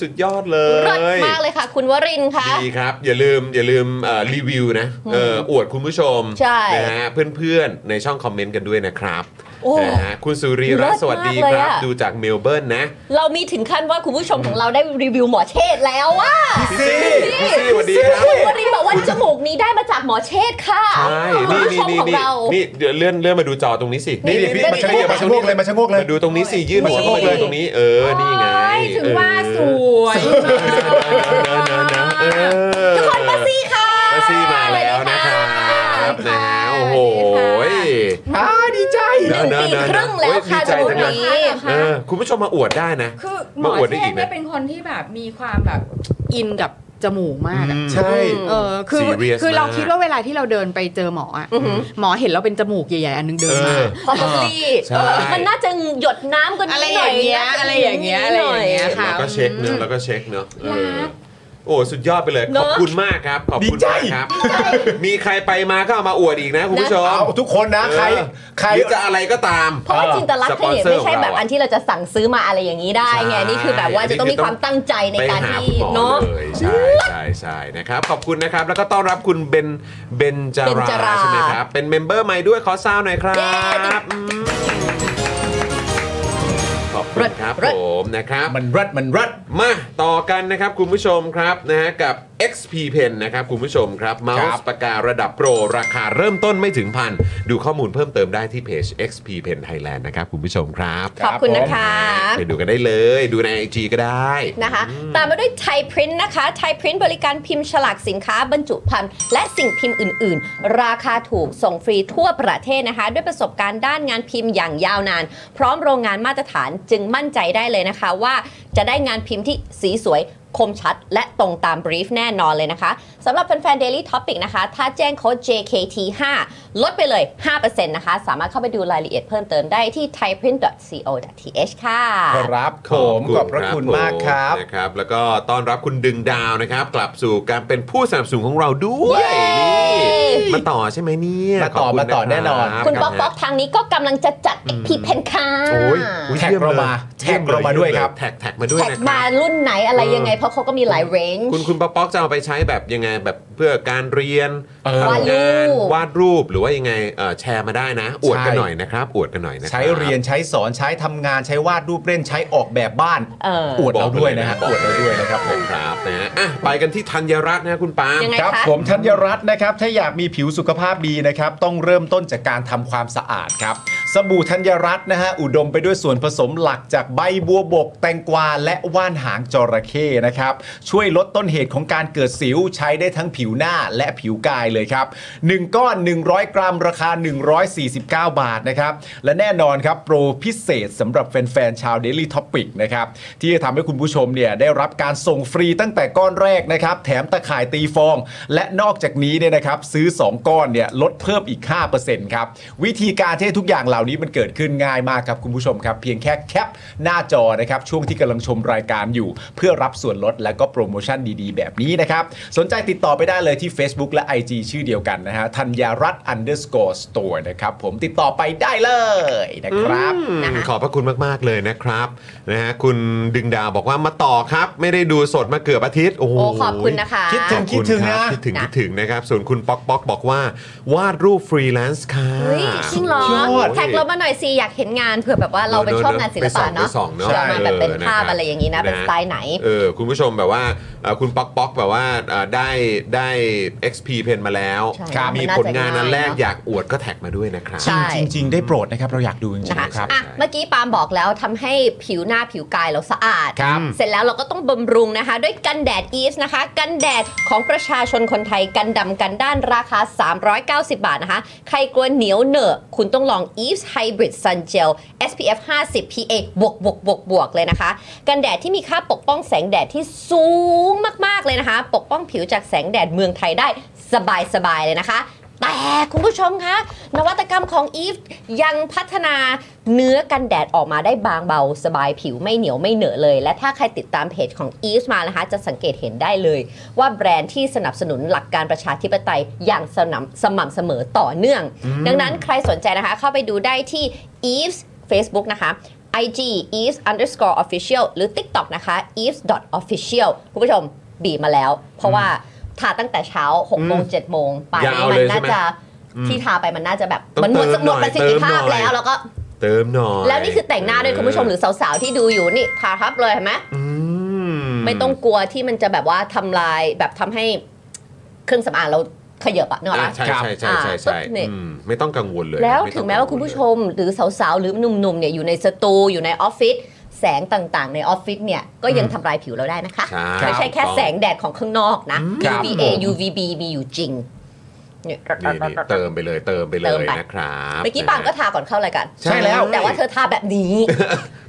[SPEAKER 5] สุดยอดเล
[SPEAKER 3] รัด
[SPEAKER 5] ย
[SPEAKER 3] มากเลยค่ะ คุณวรินทร์ค่ะ
[SPEAKER 5] ดีครับ อย่าลืมอย่าลืมเอ่อรีวิวนะเอออวดคุณผู้ชม
[SPEAKER 3] ใช่
[SPEAKER 5] นะฮะเพื่อนๆ ในช่องคอมเมนต์กันด้วยนะครับ
[SPEAKER 3] โอ้
[SPEAKER 5] นะฮะคุณสุรีรัตน์สวัสดี
[SPEAKER 3] เลิศมาก
[SPEAKER 5] ค
[SPEAKER 3] เลย
[SPEAKER 5] รับ
[SPEAKER 3] อะ
[SPEAKER 5] ดูจากเมลเบิร์นนะ
[SPEAKER 3] เรามีถึงขั้นว่าคุณผู้ชมของเราได้รีวิวหมอเชษฐ์แล้วว่า
[SPEAKER 5] พี่ซี่พี่ซี่สวัสดีครับ
[SPEAKER 3] คุณวรินทร์บอกว่าจมูกนี้ได้มาจากหมอเชษฐ์ค่ะ
[SPEAKER 5] ใช่
[SPEAKER 3] คุณ
[SPEAKER 5] นี่
[SPEAKER 3] ผู้ช
[SPEAKER 5] นี่
[SPEAKER 3] ม
[SPEAKER 5] นี่
[SPEAKER 3] ของ
[SPEAKER 5] นี่
[SPEAKER 3] เรา
[SPEAKER 5] นี่เดี๋ยวเลื่อนเลื่อนมาดูจอตรงนี้สิ
[SPEAKER 3] นี่
[SPEAKER 5] นี่
[SPEAKER 3] นี่
[SPEAKER 5] นี่พี่
[SPEAKER 3] เป็น
[SPEAKER 5] มาชะโงก
[SPEAKER 3] เป็น
[SPEAKER 5] มาชะโงกเล
[SPEAKER 2] มาชะโงกเลย
[SPEAKER 5] ยมาดูตรงนี้สิยื่นมาชะโงกเลยตรงนี้ เออ นี่ไง
[SPEAKER 6] โอ้ยถึงว่า
[SPEAKER 5] เอ
[SPEAKER 6] ส
[SPEAKER 5] อ
[SPEAKER 6] วย
[SPEAKER 5] เนอะเนอะเนอะเออ
[SPEAKER 3] ทุกคนมาซี่ค่ะ
[SPEAKER 5] มาซี่มาแล้วนะครับ
[SPEAKER 6] สวัสดี
[SPEAKER 5] นะ
[SPEAKER 6] ค่ะ
[SPEAKER 5] ฮะโอ้โห
[SPEAKER 6] สวัสดี
[SPEAKER 2] อ่าดีใจ
[SPEAKER 3] หนึ่งปีครึ่งแล้วค่ะ
[SPEAKER 5] เนอะเนอะเน
[SPEAKER 3] จ
[SPEAKER 5] อะ
[SPEAKER 3] มูกนี้
[SPEAKER 5] เออคุณผู้ชมมาอวดได้นะ
[SPEAKER 7] คือหม
[SPEAKER 5] มา
[SPEAKER 7] อ
[SPEAKER 5] อวดได้
[SPEAKER 7] เท
[SPEAKER 5] อี
[SPEAKER 7] พ
[SPEAKER 5] กนะ
[SPEAKER 7] เนี่ยเป็นคนที่แบบมีความแบบอินกับจมูกมากอะ
[SPEAKER 5] อืม
[SPEAKER 2] ใช่
[SPEAKER 7] เออคือ
[SPEAKER 5] Serious
[SPEAKER 7] คือเรา
[SPEAKER 5] มาก
[SPEAKER 7] คิดว่าเวลาที่เราเดินไปเจอหมออะ
[SPEAKER 3] อือหือ
[SPEAKER 7] หมอเห็นเราเป็นจมูกใหญ่ๆอันนึงเดิ
[SPEAKER 5] เอน
[SPEAKER 7] มา
[SPEAKER 5] อ
[SPEAKER 3] พอสลี
[SPEAKER 5] ใช่
[SPEAKER 3] มันน่าจะหยดน้ำกันนิด
[SPEAKER 7] อะไร
[SPEAKER 3] ห
[SPEAKER 7] อ
[SPEAKER 3] น่อย
[SPEAKER 7] ย่างเงี้ย
[SPEAKER 3] น่จ
[SPEAKER 7] อะไรอย่างเงี้ยอะไรอย่างเงี้ยค่ะ
[SPEAKER 5] แล้วก็เช็คเนอะแล้วก็เช็คเนอะเออ
[SPEAKER 7] รัก
[SPEAKER 5] โอ้สุดยอดไปเลย ขอบคุณมากครับ ขอบคุณมากครับ มีใครไปมาก็เอามาอวดอีกนะคุณผู้ชม
[SPEAKER 2] เอาทุกคนนะ ใคร
[SPEAKER 5] เออ
[SPEAKER 2] ใคร
[SPEAKER 5] หรือจะอะไรก็ตาม
[SPEAKER 3] เพราะว่าจินตลักษณ์
[SPEAKER 5] สปอน
[SPEAKER 3] เนี่ย
[SPEAKER 5] เซอ
[SPEAKER 3] ไม่
[SPEAKER 5] ร์ข
[SPEAKER 3] ใช่
[SPEAKER 5] อง
[SPEAKER 3] แบ
[SPEAKER 5] เรา
[SPEAKER 3] บ
[SPEAKER 5] อะ
[SPEAKER 3] อันที่เราจะสั่งซื้อมาอะไรอย่างนี้ได้ไง
[SPEAKER 5] ใช่
[SPEAKER 3] นี่คือแบบว่าจะต้องมีความตั้งใจในการที่
[SPEAKER 5] ไปหคุณหมอ
[SPEAKER 3] เนาะ
[SPEAKER 5] เลยใช่ใช่ใช่นะครับ ขอบคุณนะครับ แล้วก็ต้อนรับคุณเบนเบนจา
[SPEAKER 3] เบน
[SPEAKER 5] รา
[SPEAKER 3] จารา
[SPEAKER 5] ใช่ไหมครับ เป็นเมมเบอร์ใหม่ด้วยขอซาวหน่อยครับอืมขอบคุณครับผมนะครับ
[SPEAKER 2] มันรัด มันรัด
[SPEAKER 5] มาต่อกันนะครับคุณผู้ชมครับนะฮะกับ XP Pen นะครับคุณผู้ชมครับเมา
[SPEAKER 2] ครับ
[SPEAKER 5] ส์ปากการะดับโปร ราคาเริ่มต้นไม่ถึงพัน ดูข้อมูลเพิ่มเติมได้ที่เพจ XP Pen Thailand นะครับคุณผู้ชมครับ
[SPEAKER 3] ขอบคุณ
[SPEAKER 2] ผม
[SPEAKER 3] นะคะ
[SPEAKER 5] ไปดูกันได้เลย ดูใน IG ก็ได้
[SPEAKER 3] นะคะตามมาด้วยไทยพรินต์นะคะไทยพรินต์บริการพิมพ์ฉลากสินค้าบรรจุภัณฑ์และสิ่งพิมพ์อื่น ๆ ราคาถูกส่งฟรีทั่วประเทศนะคะ ด้วยประสบการณ์ด้านงานพิมพ์อย่างยาวนาน พร้อมโรงงานมาตรฐานจึงมั่นใจได้เลยนะคะว่าจะได้งานพิมพ์ที่สีสวยคมชัด และตรงตามบรีฟแน่นอนเลยนะคะสำหรับแฟนๆ Daily Topic นะคะ ถ้าแจ้งโค้ด JKT5 ลดไปเลย 5%นะคะ สามารถเข้าไปดูรายละเอียดเพิ่มเติมได้ที่ thaiprint.co.th ค่ะ
[SPEAKER 2] ครับผมขอบพระคุณมากครับ
[SPEAKER 5] ผมนะครับ แล้วก็ต้อนรับคุณดึงดาวนะครับ กลับสู่การเป็นผู้สนับสนุนของเราด้วยนี่มาต่อใช่ไหมเนี่ย
[SPEAKER 2] มาต่อ
[SPEAKER 5] ขบคุณ
[SPEAKER 2] มาต่อ
[SPEAKER 5] รับ
[SPEAKER 2] แน่นอน
[SPEAKER 3] คุณป๊อก
[SPEAKER 5] รั
[SPEAKER 3] ป๊
[SPEAKER 5] บ
[SPEAKER 3] อกทางนี้ก็กำลังจะจัดพีเพนค่ะ
[SPEAKER 5] โอ้ยอุ๊ย
[SPEAKER 2] แท็กเรามา
[SPEAKER 5] เยี่ยล
[SPEAKER 2] แท็กเรามาด้วยครับ
[SPEAKER 5] แท็กแท็กมาด้วย
[SPEAKER 3] แท็ก
[SPEAKER 5] นะค
[SPEAKER 3] มา
[SPEAKER 5] รับ
[SPEAKER 3] รุ่นไหนอะไร
[SPEAKER 5] เออ
[SPEAKER 3] ยังไง เพราะเขาก็มีหลายเรนจ์
[SPEAKER 5] คุณคุณป๊อกป๊อกจะเอาไปใช้แบบยังไงแบบเพื่อการเรียน
[SPEAKER 2] เออ
[SPEAKER 5] ทำงาน
[SPEAKER 3] วาดรูป
[SPEAKER 5] วาดรูปหรือว่ายังไงเอ่อแชร์มาได้นะ อวดกัน
[SPEAKER 2] ใช่
[SPEAKER 5] หน่อยนะครับ อวดกันหน่อยนะครับ
[SPEAKER 2] ใช้เรียนใช้สอนใช้ทำงานใช้วาดรูปเล่นใช้ออกแบบบ้าน
[SPEAKER 3] เออ
[SPEAKER 2] อวดเราด้วยนะฮะ
[SPEAKER 5] บ
[SPEAKER 2] อว
[SPEAKER 5] อก
[SPEAKER 2] ด
[SPEAKER 5] เล
[SPEAKER 2] เราด้วยนะครับผม
[SPEAKER 5] ครับนะฮะอ่ะไปกันที่ธัญรัตน์นะคุณปาล์ม
[SPEAKER 3] ยังไง
[SPEAKER 2] ครับ
[SPEAKER 3] คะ
[SPEAKER 2] ผมธัญรัตน์นะครับ ถ้าอยากมีผิวสุขภาพดีนะครับ ต้องเริ่มต้นจากการทำความสะอาดครับ สบู่ธัญรัตน์นะฮะ อุดมไปด้วยส่วนผสมหลักจากใบบัวบก แตงกวา และว่านหางจระเข้นะครับ ช่วยลดต้นเหตุของการเกิดสิวใช้ได้ทั้งผิวหน้าและผิวกายเลยครับ 1 ก้อน 100 กรัมราคา 149 บาทนะครับ และแน่นอนครับ โปรพิเศษสำหรับแฟนๆชาว Daily Topic นะครับ ที่จะทำให้คุณผู้ชมเนี่ยได้รับการส่งฟรีตั้งแต่ก้อนแรกนะครับ แถมตะข่ายตีฟอง และนอกจากนี้เนี่ยนะครับ ซื้อ 2 ก้อนเนี่ยลดเพิ่มอีก 5%ครับ วิธีการที่ให้ทุกอย่างเหล่านี้มันเกิดขึ้นง่ายมากครับคุณผู้ชมครับ เพียงแค่แคปหน้าจอนะครับ ช่วงที่กำลังชมรายการอยู่ เพื่อรับส่วนลดและก็โปรโมชั่นดีๆ แบบนี้นะครับ สนใจติดต่อไปได้เลยที่ Facebook และ IG ชื่อเดียวกันนะฮะธัญญารัตน์ underscore store นะครับผมติดต่อไปได้เลยนะครับ
[SPEAKER 5] อืมขอบพระคุณมาก ๆ เลยนะครับนะฮะคุณดึงดาวบอกว่ามาต่อครับ ไม่ได้ดูสดมาเกือบอาทิตย์ โอ้โห
[SPEAKER 3] โอ้ขอบคุณนะคะ
[SPEAKER 2] คิดถึง
[SPEAKER 5] ขอบคุณครับคิดถึง
[SPEAKER 3] นะ
[SPEAKER 5] คิดถึงนะครับ ส่วนคุณป๊อกป๊อกบอกว่า วาดรูปฟรีแลนซ์ค่ะ
[SPEAKER 3] เฮ้ยจริงเหรอ
[SPEAKER 2] สุดยอด
[SPEAKER 3] แท็กเรามาหน่อยสิ อยากเห็นงานเผื่อแบบว่าเราไปชอบงานศิลปะเนาะ
[SPEAKER 5] ไปส่องไปส่องเนอะ
[SPEAKER 3] เผื่อมาแบบเป็น
[SPEAKER 5] เออนะ
[SPEAKER 3] ภาพ
[SPEAKER 5] ครับ
[SPEAKER 3] อะไรอย่างนี้นะ เป็นสไตล์ไหน
[SPEAKER 5] เออคุณผู้ชมแบบว่าเอ่อคุณป๊อกป๊อกแบบว่าเอ่อได้ได้ XP Pen มาแล้ว
[SPEAKER 3] ใช่ครับ
[SPEAKER 5] มี
[SPEAKER 3] มันน่า
[SPEAKER 5] ผ
[SPEAKER 3] จะ
[SPEAKER 5] ลงานนั้น
[SPEAKER 3] ง่าย
[SPEAKER 5] แรก
[SPEAKER 3] เนอะ
[SPEAKER 5] อยากอวดก็แท็กมาด้วยนะครับ
[SPEAKER 3] ใช่
[SPEAKER 2] จริงๆจริงๆได้โปรดนะครับเราอยากดูจริง
[SPEAKER 3] นะคะ
[SPEAKER 2] ๆครับ
[SPEAKER 3] อ่ะเมื่อกี้ปาล์มบอกแล้วทำให้ผิวหน้าผิวกายเราสะอาด
[SPEAKER 2] ครับ
[SPEAKER 3] เสร็จแล้วเราก็ต้องบำรุงนะคะ ด้วยกันแดดอีฟนะคะ กันแดดของประชาชนคนไทยกันดำกันด้านราคา 390 บาทนะคะ ใครกลัวเหนียวเหนอะ คุณต้องลอง Eve's Hybrid Sun Gel SPF 50 PA บวกบวกบวกบวกเลยนะคะ กันแดดที่มีค่าปกป้องแสงแดดที่สูงมากๆเลยนะคะ ปกป้องผิวจากแสงแดดเมืองไทยได้สบายๆเลยนะคะ แต่คุณผู้ชมคะนวัตกรรมของ Eve ยังพัฒนาเนื้อกันแดดออกมาได้บางเบา สบายผิวไม่เหนียวไม่เหนอะเลย และถ้าใครติดตามเพจของ Eve มานะคะ จะสังเกตเห็นได้เลย ว่าแบรนด์ที่สนับสนุนหลักการประชาธิปไตยอย่างสนับสม่ำเสมอต่อเนื่อง ดังนั้นใครสนใจนะคะ เข้าไปดูได้ที่ Eve's Facebook นะคะ IG is underscore official หรือ TikTok นะคะ is dot official คุณผู้ชมบีบมาแล้ว เพราะว่าทาตั้งแต่เช้า6โมง7โมงป่านนี้
[SPEAKER 5] ยาว
[SPEAKER 3] มั
[SPEAKER 5] เลย
[SPEAKER 3] น
[SPEAKER 5] ใช่
[SPEAKER 3] น่า
[SPEAKER 5] ไหม
[SPEAKER 3] จะ
[SPEAKER 5] อืม
[SPEAKER 3] ที่ทาไปมันน่าจะแบบ
[SPEAKER 5] ต้อง
[SPEAKER 3] มันหมด
[SPEAKER 5] เติม
[SPEAKER 3] หมด
[SPEAKER 5] ห
[SPEAKER 3] ป
[SPEAKER 5] น่อย
[SPEAKER 3] ระสิทธิภาพ
[SPEAKER 5] เติมหน่อย
[SPEAKER 3] แล้ว แล้วก็
[SPEAKER 5] เติมหน่อย
[SPEAKER 3] แล้วนี่คือแต่งหน้าด้วยคุณผู้ชมหรือสาวๆที่ดูอยู่นี่ทาทับเลยเห็นไหม
[SPEAKER 5] ม
[SPEAKER 3] ไม่ต้องกลัวที่มันจะแบบว่าทำลายแบบทำให้เครื่องสำอางเราขยับอะเนกออก
[SPEAKER 5] อ่ะ
[SPEAKER 3] ปะ
[SPEAKER 5] ใช่ใช่ใช่ใช่ใช่
[SPEAKER 3] อ่าปุ๊บเนี่ย
[SPEAKER 5] อืมไม่ต้องกังวลเลย
[SPEAKER 3] แล้ว
[SPEAKER 5] ไต้อ
[SPEAKER 3] ถึงแม้ว่าคุณผู้ชมหรือสาวๆ หรือหนุ่มๆเนี่ยอยู่ในสตูอยู่ในออฟฟิศแสงต่างๆ ในออฟฟิศเนี่ยก็ยังทำลายผิวเราได้นะคะ
[SPEAKER 5] ใช่
[SPEAKER 3] ไม่ใช่แค่
[SPEAKER 5] ต้อง
[SPEAKER 3] แสงแดดของข้างนอกนะ
[SPEAKER 2] ครับ
[SPEAKER 3] UVA
[SPEAKER 5] ผม
[SPEAKER 3] UVB มีอยู่จริงเนี่ย
[SPEAKER 5] นี่นี่เติมไปเลยเติมไปเล
[SPEAKER 3] เติม
[SPEAKER 5] ย
[SPEAKER 3] ไป
[SPEAKER 5] นะครับ
[SPEAKER 3] เมื่อกี้ปาล์มก็
[SPEAKER 5] นะฮะ
[SPEAKER 3] ทาก่อนเข้ารายการ
[SPEAKER 5] ใช่แล้ว
[SPEAKER 3] แต่ว่าเธอทาแบบนี้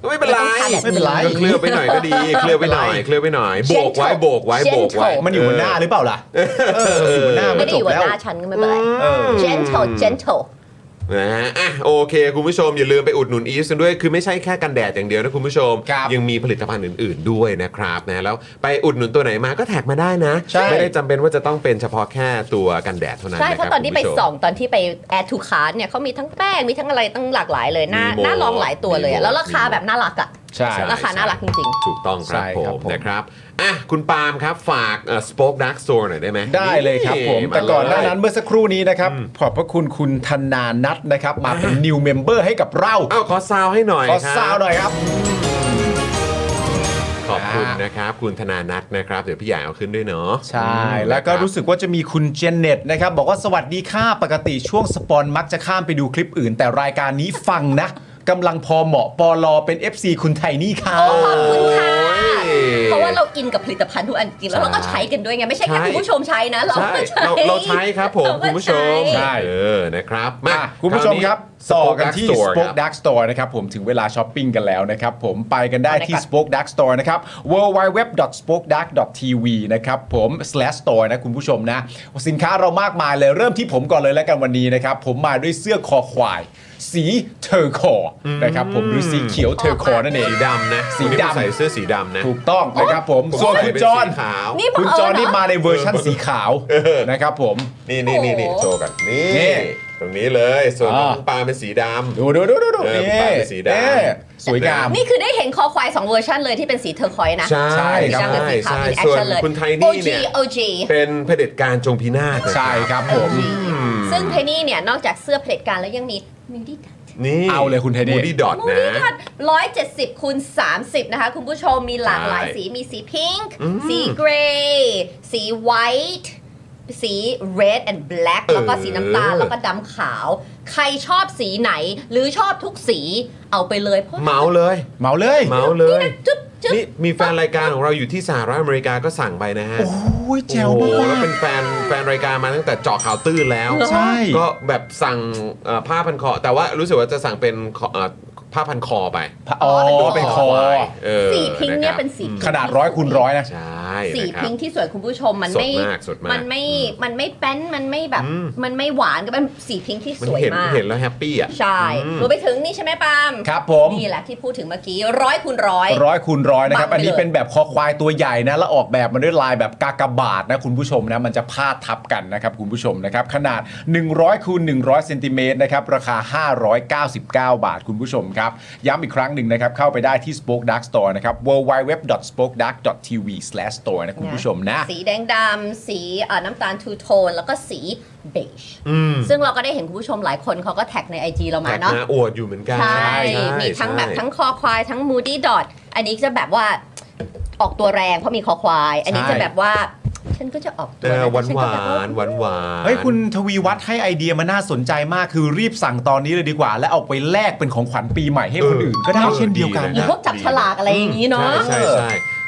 [SPEAKER 5] ไม่เป็นไร
[SPEAKER 3] ไม่เป็นไร
[SPEAKER 5] ก็เคลือบไปหน่อยก็ดีเคลือบไปหน่อยเคลือบไปหน่อยโบกไว้โบกไว้โบกไว้
[SPEAKER 2] มันอยู่บนหน้าหรือเปล่าล่ะเอออยู่บนหน้า
[SPEAKER 3] ไม่ได้อยู่บ
[SPEAKER 2] จ
[SPEAKER 3] น
[SPEAKER 2] แล้ว
[SPEAKER 3] หน้าฉันก็ไม่เป็นไร
[SPEAKER 2] เออ
[SPEAKER 3] gentle gentle
[SPEAKER 5] นะฮะอ่ะโอเค คุณผู้ชมอย่าลืมไปอุดหนุนอีฟกันด้วย คือไม่ใช่แค่กันแดดอย่างเดียวนะคุณผู้ชม
[SPEAKER 2] ครับ
[SPEAKER 5] ยังมีผลิตภัณฑ์อื่น ๆ ด้วยนะครับนะแล้วไปอุดหนุนตัวไหนมาก็แท็กมาได้นะ
[SPEAKER 2] ใช่
[SPEAKER 5] ไม่ได้จำเป็นว่าจะต้องเป็นเฉพาะแค่ตัวกันแดดเท่านั้น
[SPEAKER 3] ใช่เพราะตอนที่ไป
[SPEAKER 5] คบคุณผู้ชม
[SPEAKER 3] ส่องตอนที่ไปแอดทูคาร์เนี่ยเขามีทั้งแป้ง มีทั้งอะไรตั้งหลากหลายเลยหน้า
[SPEAKER 5] มีโบ
[SPEAKER 3] หน้าลองหลายตัวเลย
[SPEAKER 5] มี
[SPEAKER 3] อะ
[SPEAKER 5] โบ
[SPEAKER 3] แล้วราคาแบบน่ารักอะ
[SPEAKER 2] ใช่
[SPEAKER 5] ใช่
[SPEAKER 3] ราคาน่ารักจริง
[SPEAKER 5] ถูกต้องค
[SPEAKER 2] ใช่ค
[SPEAKER 5] รับผ
[SPEAKER 2] รับ
[SPEAKER 5] ม
[SPEAKER 2] ผม
[SPEAKER 5] นะครับอ่ะคุณปาล์มครับฝากสป็อคดักสโตร์หน่อยได้ไหม
[SPEAKER 2] ได้เลยครับผม
[SPEAKER 5] มา
[SPEAKER 2] แต่ก่อนหน้า
[SPEAKER 5] เลย
[SPEAKER 2] นั้นเมื่อสักครู่นี้นะครับ ขอบพระคุณคุณธนานัทนะครับ มาเป็น new member ให้กับเรา
[SPEAKER 5] เอ้าขอซาวให้หน่อย
[SPEAKER 2] ขอ
[SPEAKER 5] ครับ
[SPEAKER 2] ซาวหน่อยครับ
[SPEAKER 5] ขอบคุณนะครับคุณธนานัทนะครับเดี๋ยวพี่ใหญ่เอาขึ้นด้วยเนาะ
[SPEAKER 2] ใช่ แล้วก็
[SPEAKER 5] นะครับ
[SPEAKER 2] รู้สึกว่าจะมีคุณเจเน็ตนะครับ บอกว่าสวัสดีค่ะปกติช่วงสปอนมักจะข้ามไปดูคลิปอื่น แต่รายการนี้ฟังนะกำลังพอเหมาะปอลอเป็น FC คุณไทนี่ค่ะ
[SPEAKER 3] โอ้ขอบคุณค่ะ
[SPEAKER 5] โอ้ย
[SPEAKER 3] ๆ เพราะว่าเราอินกับผลิตภัณฑ์ทุกอันจริงแล้วเราก็ใช้กันด้วยไง ไม่ใช่แค่
[SPEAKER 5] ใช่
[SPEAKER 3] คุณผู้ชมใช้นะ เรา
[SPEAKER 5] ใช่
[SPEAKER 3] ก็ใช้
[SPEAKER 5] เราเราใช้ครับผม
[SPEAKER 3] เราก็
[SPEAKER 5] คุณผู้ชม
[SPEAKER 3] ใช้
[SPEAKER 2] ใช่
[SPEAKER 5] เออนะครับ
[SPEAKER 2] มาคุณผู้ชมครับ
[SPEAKER 5] าว
[SPEAKER 2] ต่อกันที่
[SPEAKER 5] สปอ
[SPEAKER 2] Spoke
[SPEAKER 5] คดัก
[SPEAKER 2] Dark Store นะครับผมถึงเวลาช้อปปิ้งกันแล้วนะครับ ผมไปกันได้ที่ Spoke Dark Store นะครับ www.spokedark.tv นะครับผม slash store นะคุณผู้ชมนะ สินค้าเรามากมายเลยเริ่มที่ผมก่อนเลยแล้วกันวันนี้นะครับ ผมมาด้วยเสื้อคอควาย สีเทอร์คอร์นะครับผมหรือสีเขียวเทอร์คอร์นั่นเอง
[SPEAKER 5] สีดำนะ
[SPEAKER 2] สีดำ
[SPEAKER 5] คุณผู้ชมใส่เสื้อสีดำนะ
[SPEAKER 2] ถูกต้องนะครับผม
[SPEAKER 5] ผม
[SPEAKER 2] ส่วนคุณ
[SPEAKER 5] ใเป็
[SPEAKER 2] จอห์น
[SPEAKER 5] สีขาว
[SPEAKER 3] นี่บั
[SPEAKER 2] คุ
[SPEAKER 3] ง
[SPEAKER 2] ณ
[SPEAKER 3] เอิ
[SPEAKER 2] จอห์
[SPEAKER 3] ญ
[SPEAKER 2] นนี่
[SPEAKER 3] เหรอ
[SPEAKER 2] มาในเวอร์ชั่นสีขาวนะครับผม
[SPEAKER 5] นี่นี่นี่นี่
[SPEAKER 3] โอ้โห
[SPEAKER 5] โชว์กันนี่
[SPEAKER 2] นี่
[SPEAKER 5] ตรงนี้เลยส่วน
[SPEAKER 2] อ่า
[SPEAKER 5] น้องปาล์มเป็นสีด
[SPEAKER 2] ดูดูดูดูดู
[SPEAKER 5] เออ
[SPEAKER 2] นี่
[SPEAKER 5] ปากเป็นสีดำ
[SPEAKER 2] เอ๊ะสวยงาม
[SPEAKER 3] นี่คือได้เห็นคอควายสองเวอร์ชันเลยที่เป็นสีเทอร์คอยส์นะ
[SPEAKER 5] ำใช่
[SPEAKER 2] ใช่
[SPEAKER 3] สีดำ
[SPEAKER 2] ครับ
[SPEAKER 3] กับสีขาวเป็น
[SPEAKER 5] ใช่
[SPEAKER 3] แอค
[SPEAKER 5] ส่วน
[SPEAKER 3] ชั่นเลย
[SPEAKER 5] คุณไท
[SPEAKER 3] โอ
[SPEAKER 5] นี่
[SPEAKER 3] จี
[SPEAKER 5] เนี่ย
[SPEAKER 3] โอจี
[SPEAKER 5] เป็นเผด็จการจงพินาศนะ
[SPEAKER 2] ใช่ครับผม
[SPEAKER 3] ซึ่งไทนี่เนี่ยนอกจากเสื้อผลิตการแล้วยังมีมินดี้ดัต
[SPEAKER 5] นี่
[SPEAKER 2] เอาเลยคุณไทนี่
[SPEAKER 5] มูดี้ดอทนะ
[SPEAKER 3] ร้อยเจ็ดสิบคูณสามสิบนะคะ คุณผู้ชมมีหลากหลาย
[SPEAKER 5] ใช่
[SPEAKER 3] สีมีสีพิงค์
[SPEAKER 5] อืม
[SPEAKER 3] สีเกรย์สีไวท์สี red and black แล้วก็
[SPEAKER 5] เออ
[SPEAKER 3] สีน้ำตาลแล้วก็ดำขาว ใครชอบสีไหนหรือชอบทุกสีเอาไปเลยเพราะ
[SPEAKER 5] เมาเลย
[SPEAKER 2] เมาเลย
[SPEAKER 5] เมาเลย
[SPEAKER 3] จุ๊บจุ๊บ
[SPEAKER 5] นี่มีแฟนรายการของเราอยู่ที่สหรัฐอเมริกาก็สั่งไปนะฮะ
[SPEAKER 2] โอ้ยแจ๋ว
[SPEAKER 5] โอ้โห
[SPEAKER 2] มา
[SPEAKER 5] แล้ว
[SPEAKER 2] ก
[SPEAKER 5] เป็นแฟนแฟนรายการมาตั้งแต่เจาะข่าวตื้นแล้ว
[SPEAKER 2] ใช่
[SPEAKER 5] ก็แบบสั่งเอ่อผ้าพันคอ แต่ว่ารู้สึกว่าจะสั่งเป็นคอเอ่อผ้าพันคอไป
[SPEAKER 2] อ๋อเป็นคอ
[SPEAKER 5] เออ
[SPEAKER 3] สีพิงค์เนี่ย
[SPEAKER 5] ะครับ
[SPEAKER 3] เป็นสีพิงค์
[SPEAKER 2] ขนาดร้อยคูณร้อยนะ
[SPEAKER 5] ใช่
[SPEAKER 3] สี
[SPEAKER 5] นะครับ
[SPEAKER 3] พิงค์ที่สวยคุณผู้ชมมัน
[SPEAKER 5] สด
[SPEAKER 3] ไม่
[SPEAKER 5] มากสดมาก
[SPEAKER 3] มันไม่ มันไม่แป้น มันไม่แบบ
[SPEAKER 5] อืม
[SPEAKER 3] มันไม่หวานก็เป็นสีพิงค์ที่
[SPEAKER 5] มัน
[SPEAKER 3] สวย
[SPEAKER 5] เห็น
[SPEAKER 3] มาก
[SPEAKER 5] เห็นแล้วแฮปปี้อ่ะ
[SPEAKER 3] ใช่
[SPEAKER 5] อืม
[SPEAKER 3] รวมไปถึงนี่ใช่ไหมปาล์ม
[SPEAKER 2] ครับผม
[SPEAKER 3] นี่แหละที่พูดถึงเมื่อกี้ร้อยคูณร้อย
[SPEAKER 2] ร้อยคูณร้อยนะครับ
[SPEAKER 3] บังไปเลย
[SPEAKER 2] อันนี้เป็นแบบคอควายตัวใหญ่นะ แล้วออกแบบมาด้วยลายแบบกากบาทนะคุณผู้ชมนะ มันจะพาดทับกันนะครับคุณผู้ชมนะครับ ขนาด 100คูณ100เซนติเมตรนะครับ ราคา 599 บาทคุณผู้ชมครับ ย้ำอีกครั้งหนึ่งนะครับ เข้าไปได้ที่ Spoke Dark Store นะครับ www.spokedark.tv/store นะคุณผู้ชมนะ
[SPEAKER 3] สีแดงดำสีเอ่อน้ำตาลทูโทน แล้วก็สีเบจ
[SPEAKER 5] อืม
[SPEAKER 3] ซึ่งเราก็ได้เห็นคุณผู้ชมหลายคนเขาก็แท็กใน IG เรามา
[SPEAKER 5] แต่
[SPEAKER 3] เนาะ
[SPEAKER 5] หน้าอวดอยู่เหมือนกัน
[SPEAKER 3] ใช่มีทั้ง
[SPEAKER 5] ใช่
[SPEAKER 3] แบบทั้งคอควายทั้งมูดี้ดอทอันนี้จะแบบว่าออกตัวแรงเพราะมีคอควาย อันนี้
[SPEAKER 2] ใช่
[SPEAKER 3] จะแบบว่า ฉันก็จะออกตัว
[SPEAKER 5] เออหวาน
[SPEAKER 3] ฉั
[SPEAKER 5] ห
[SPEAKER 3] ก็
[SPEAKER 5] วา
[SPEAKER 3] แบบว่าน
[SPEAKER 5] หวานหวาน
[SPEAKER 2] เฮ้ยคุณทวีวัฒน์ให้ไอเดียมันน่าสนใจมากคือรีบสั่งตอนนี้เลยดีกว่า และเอาไปแลกเป็นของขวัญปีใหม่ให้คนอื่นก็ได้เช่นเดียวกัน
[SPEAKER 3] หรือ
[SPEAKER 2] นะ
[SPEAKER 3] พวกจับฉลากอะไรอย่างนี้เนาะ
[SPEAKER 5] ใช่ใช่ใช่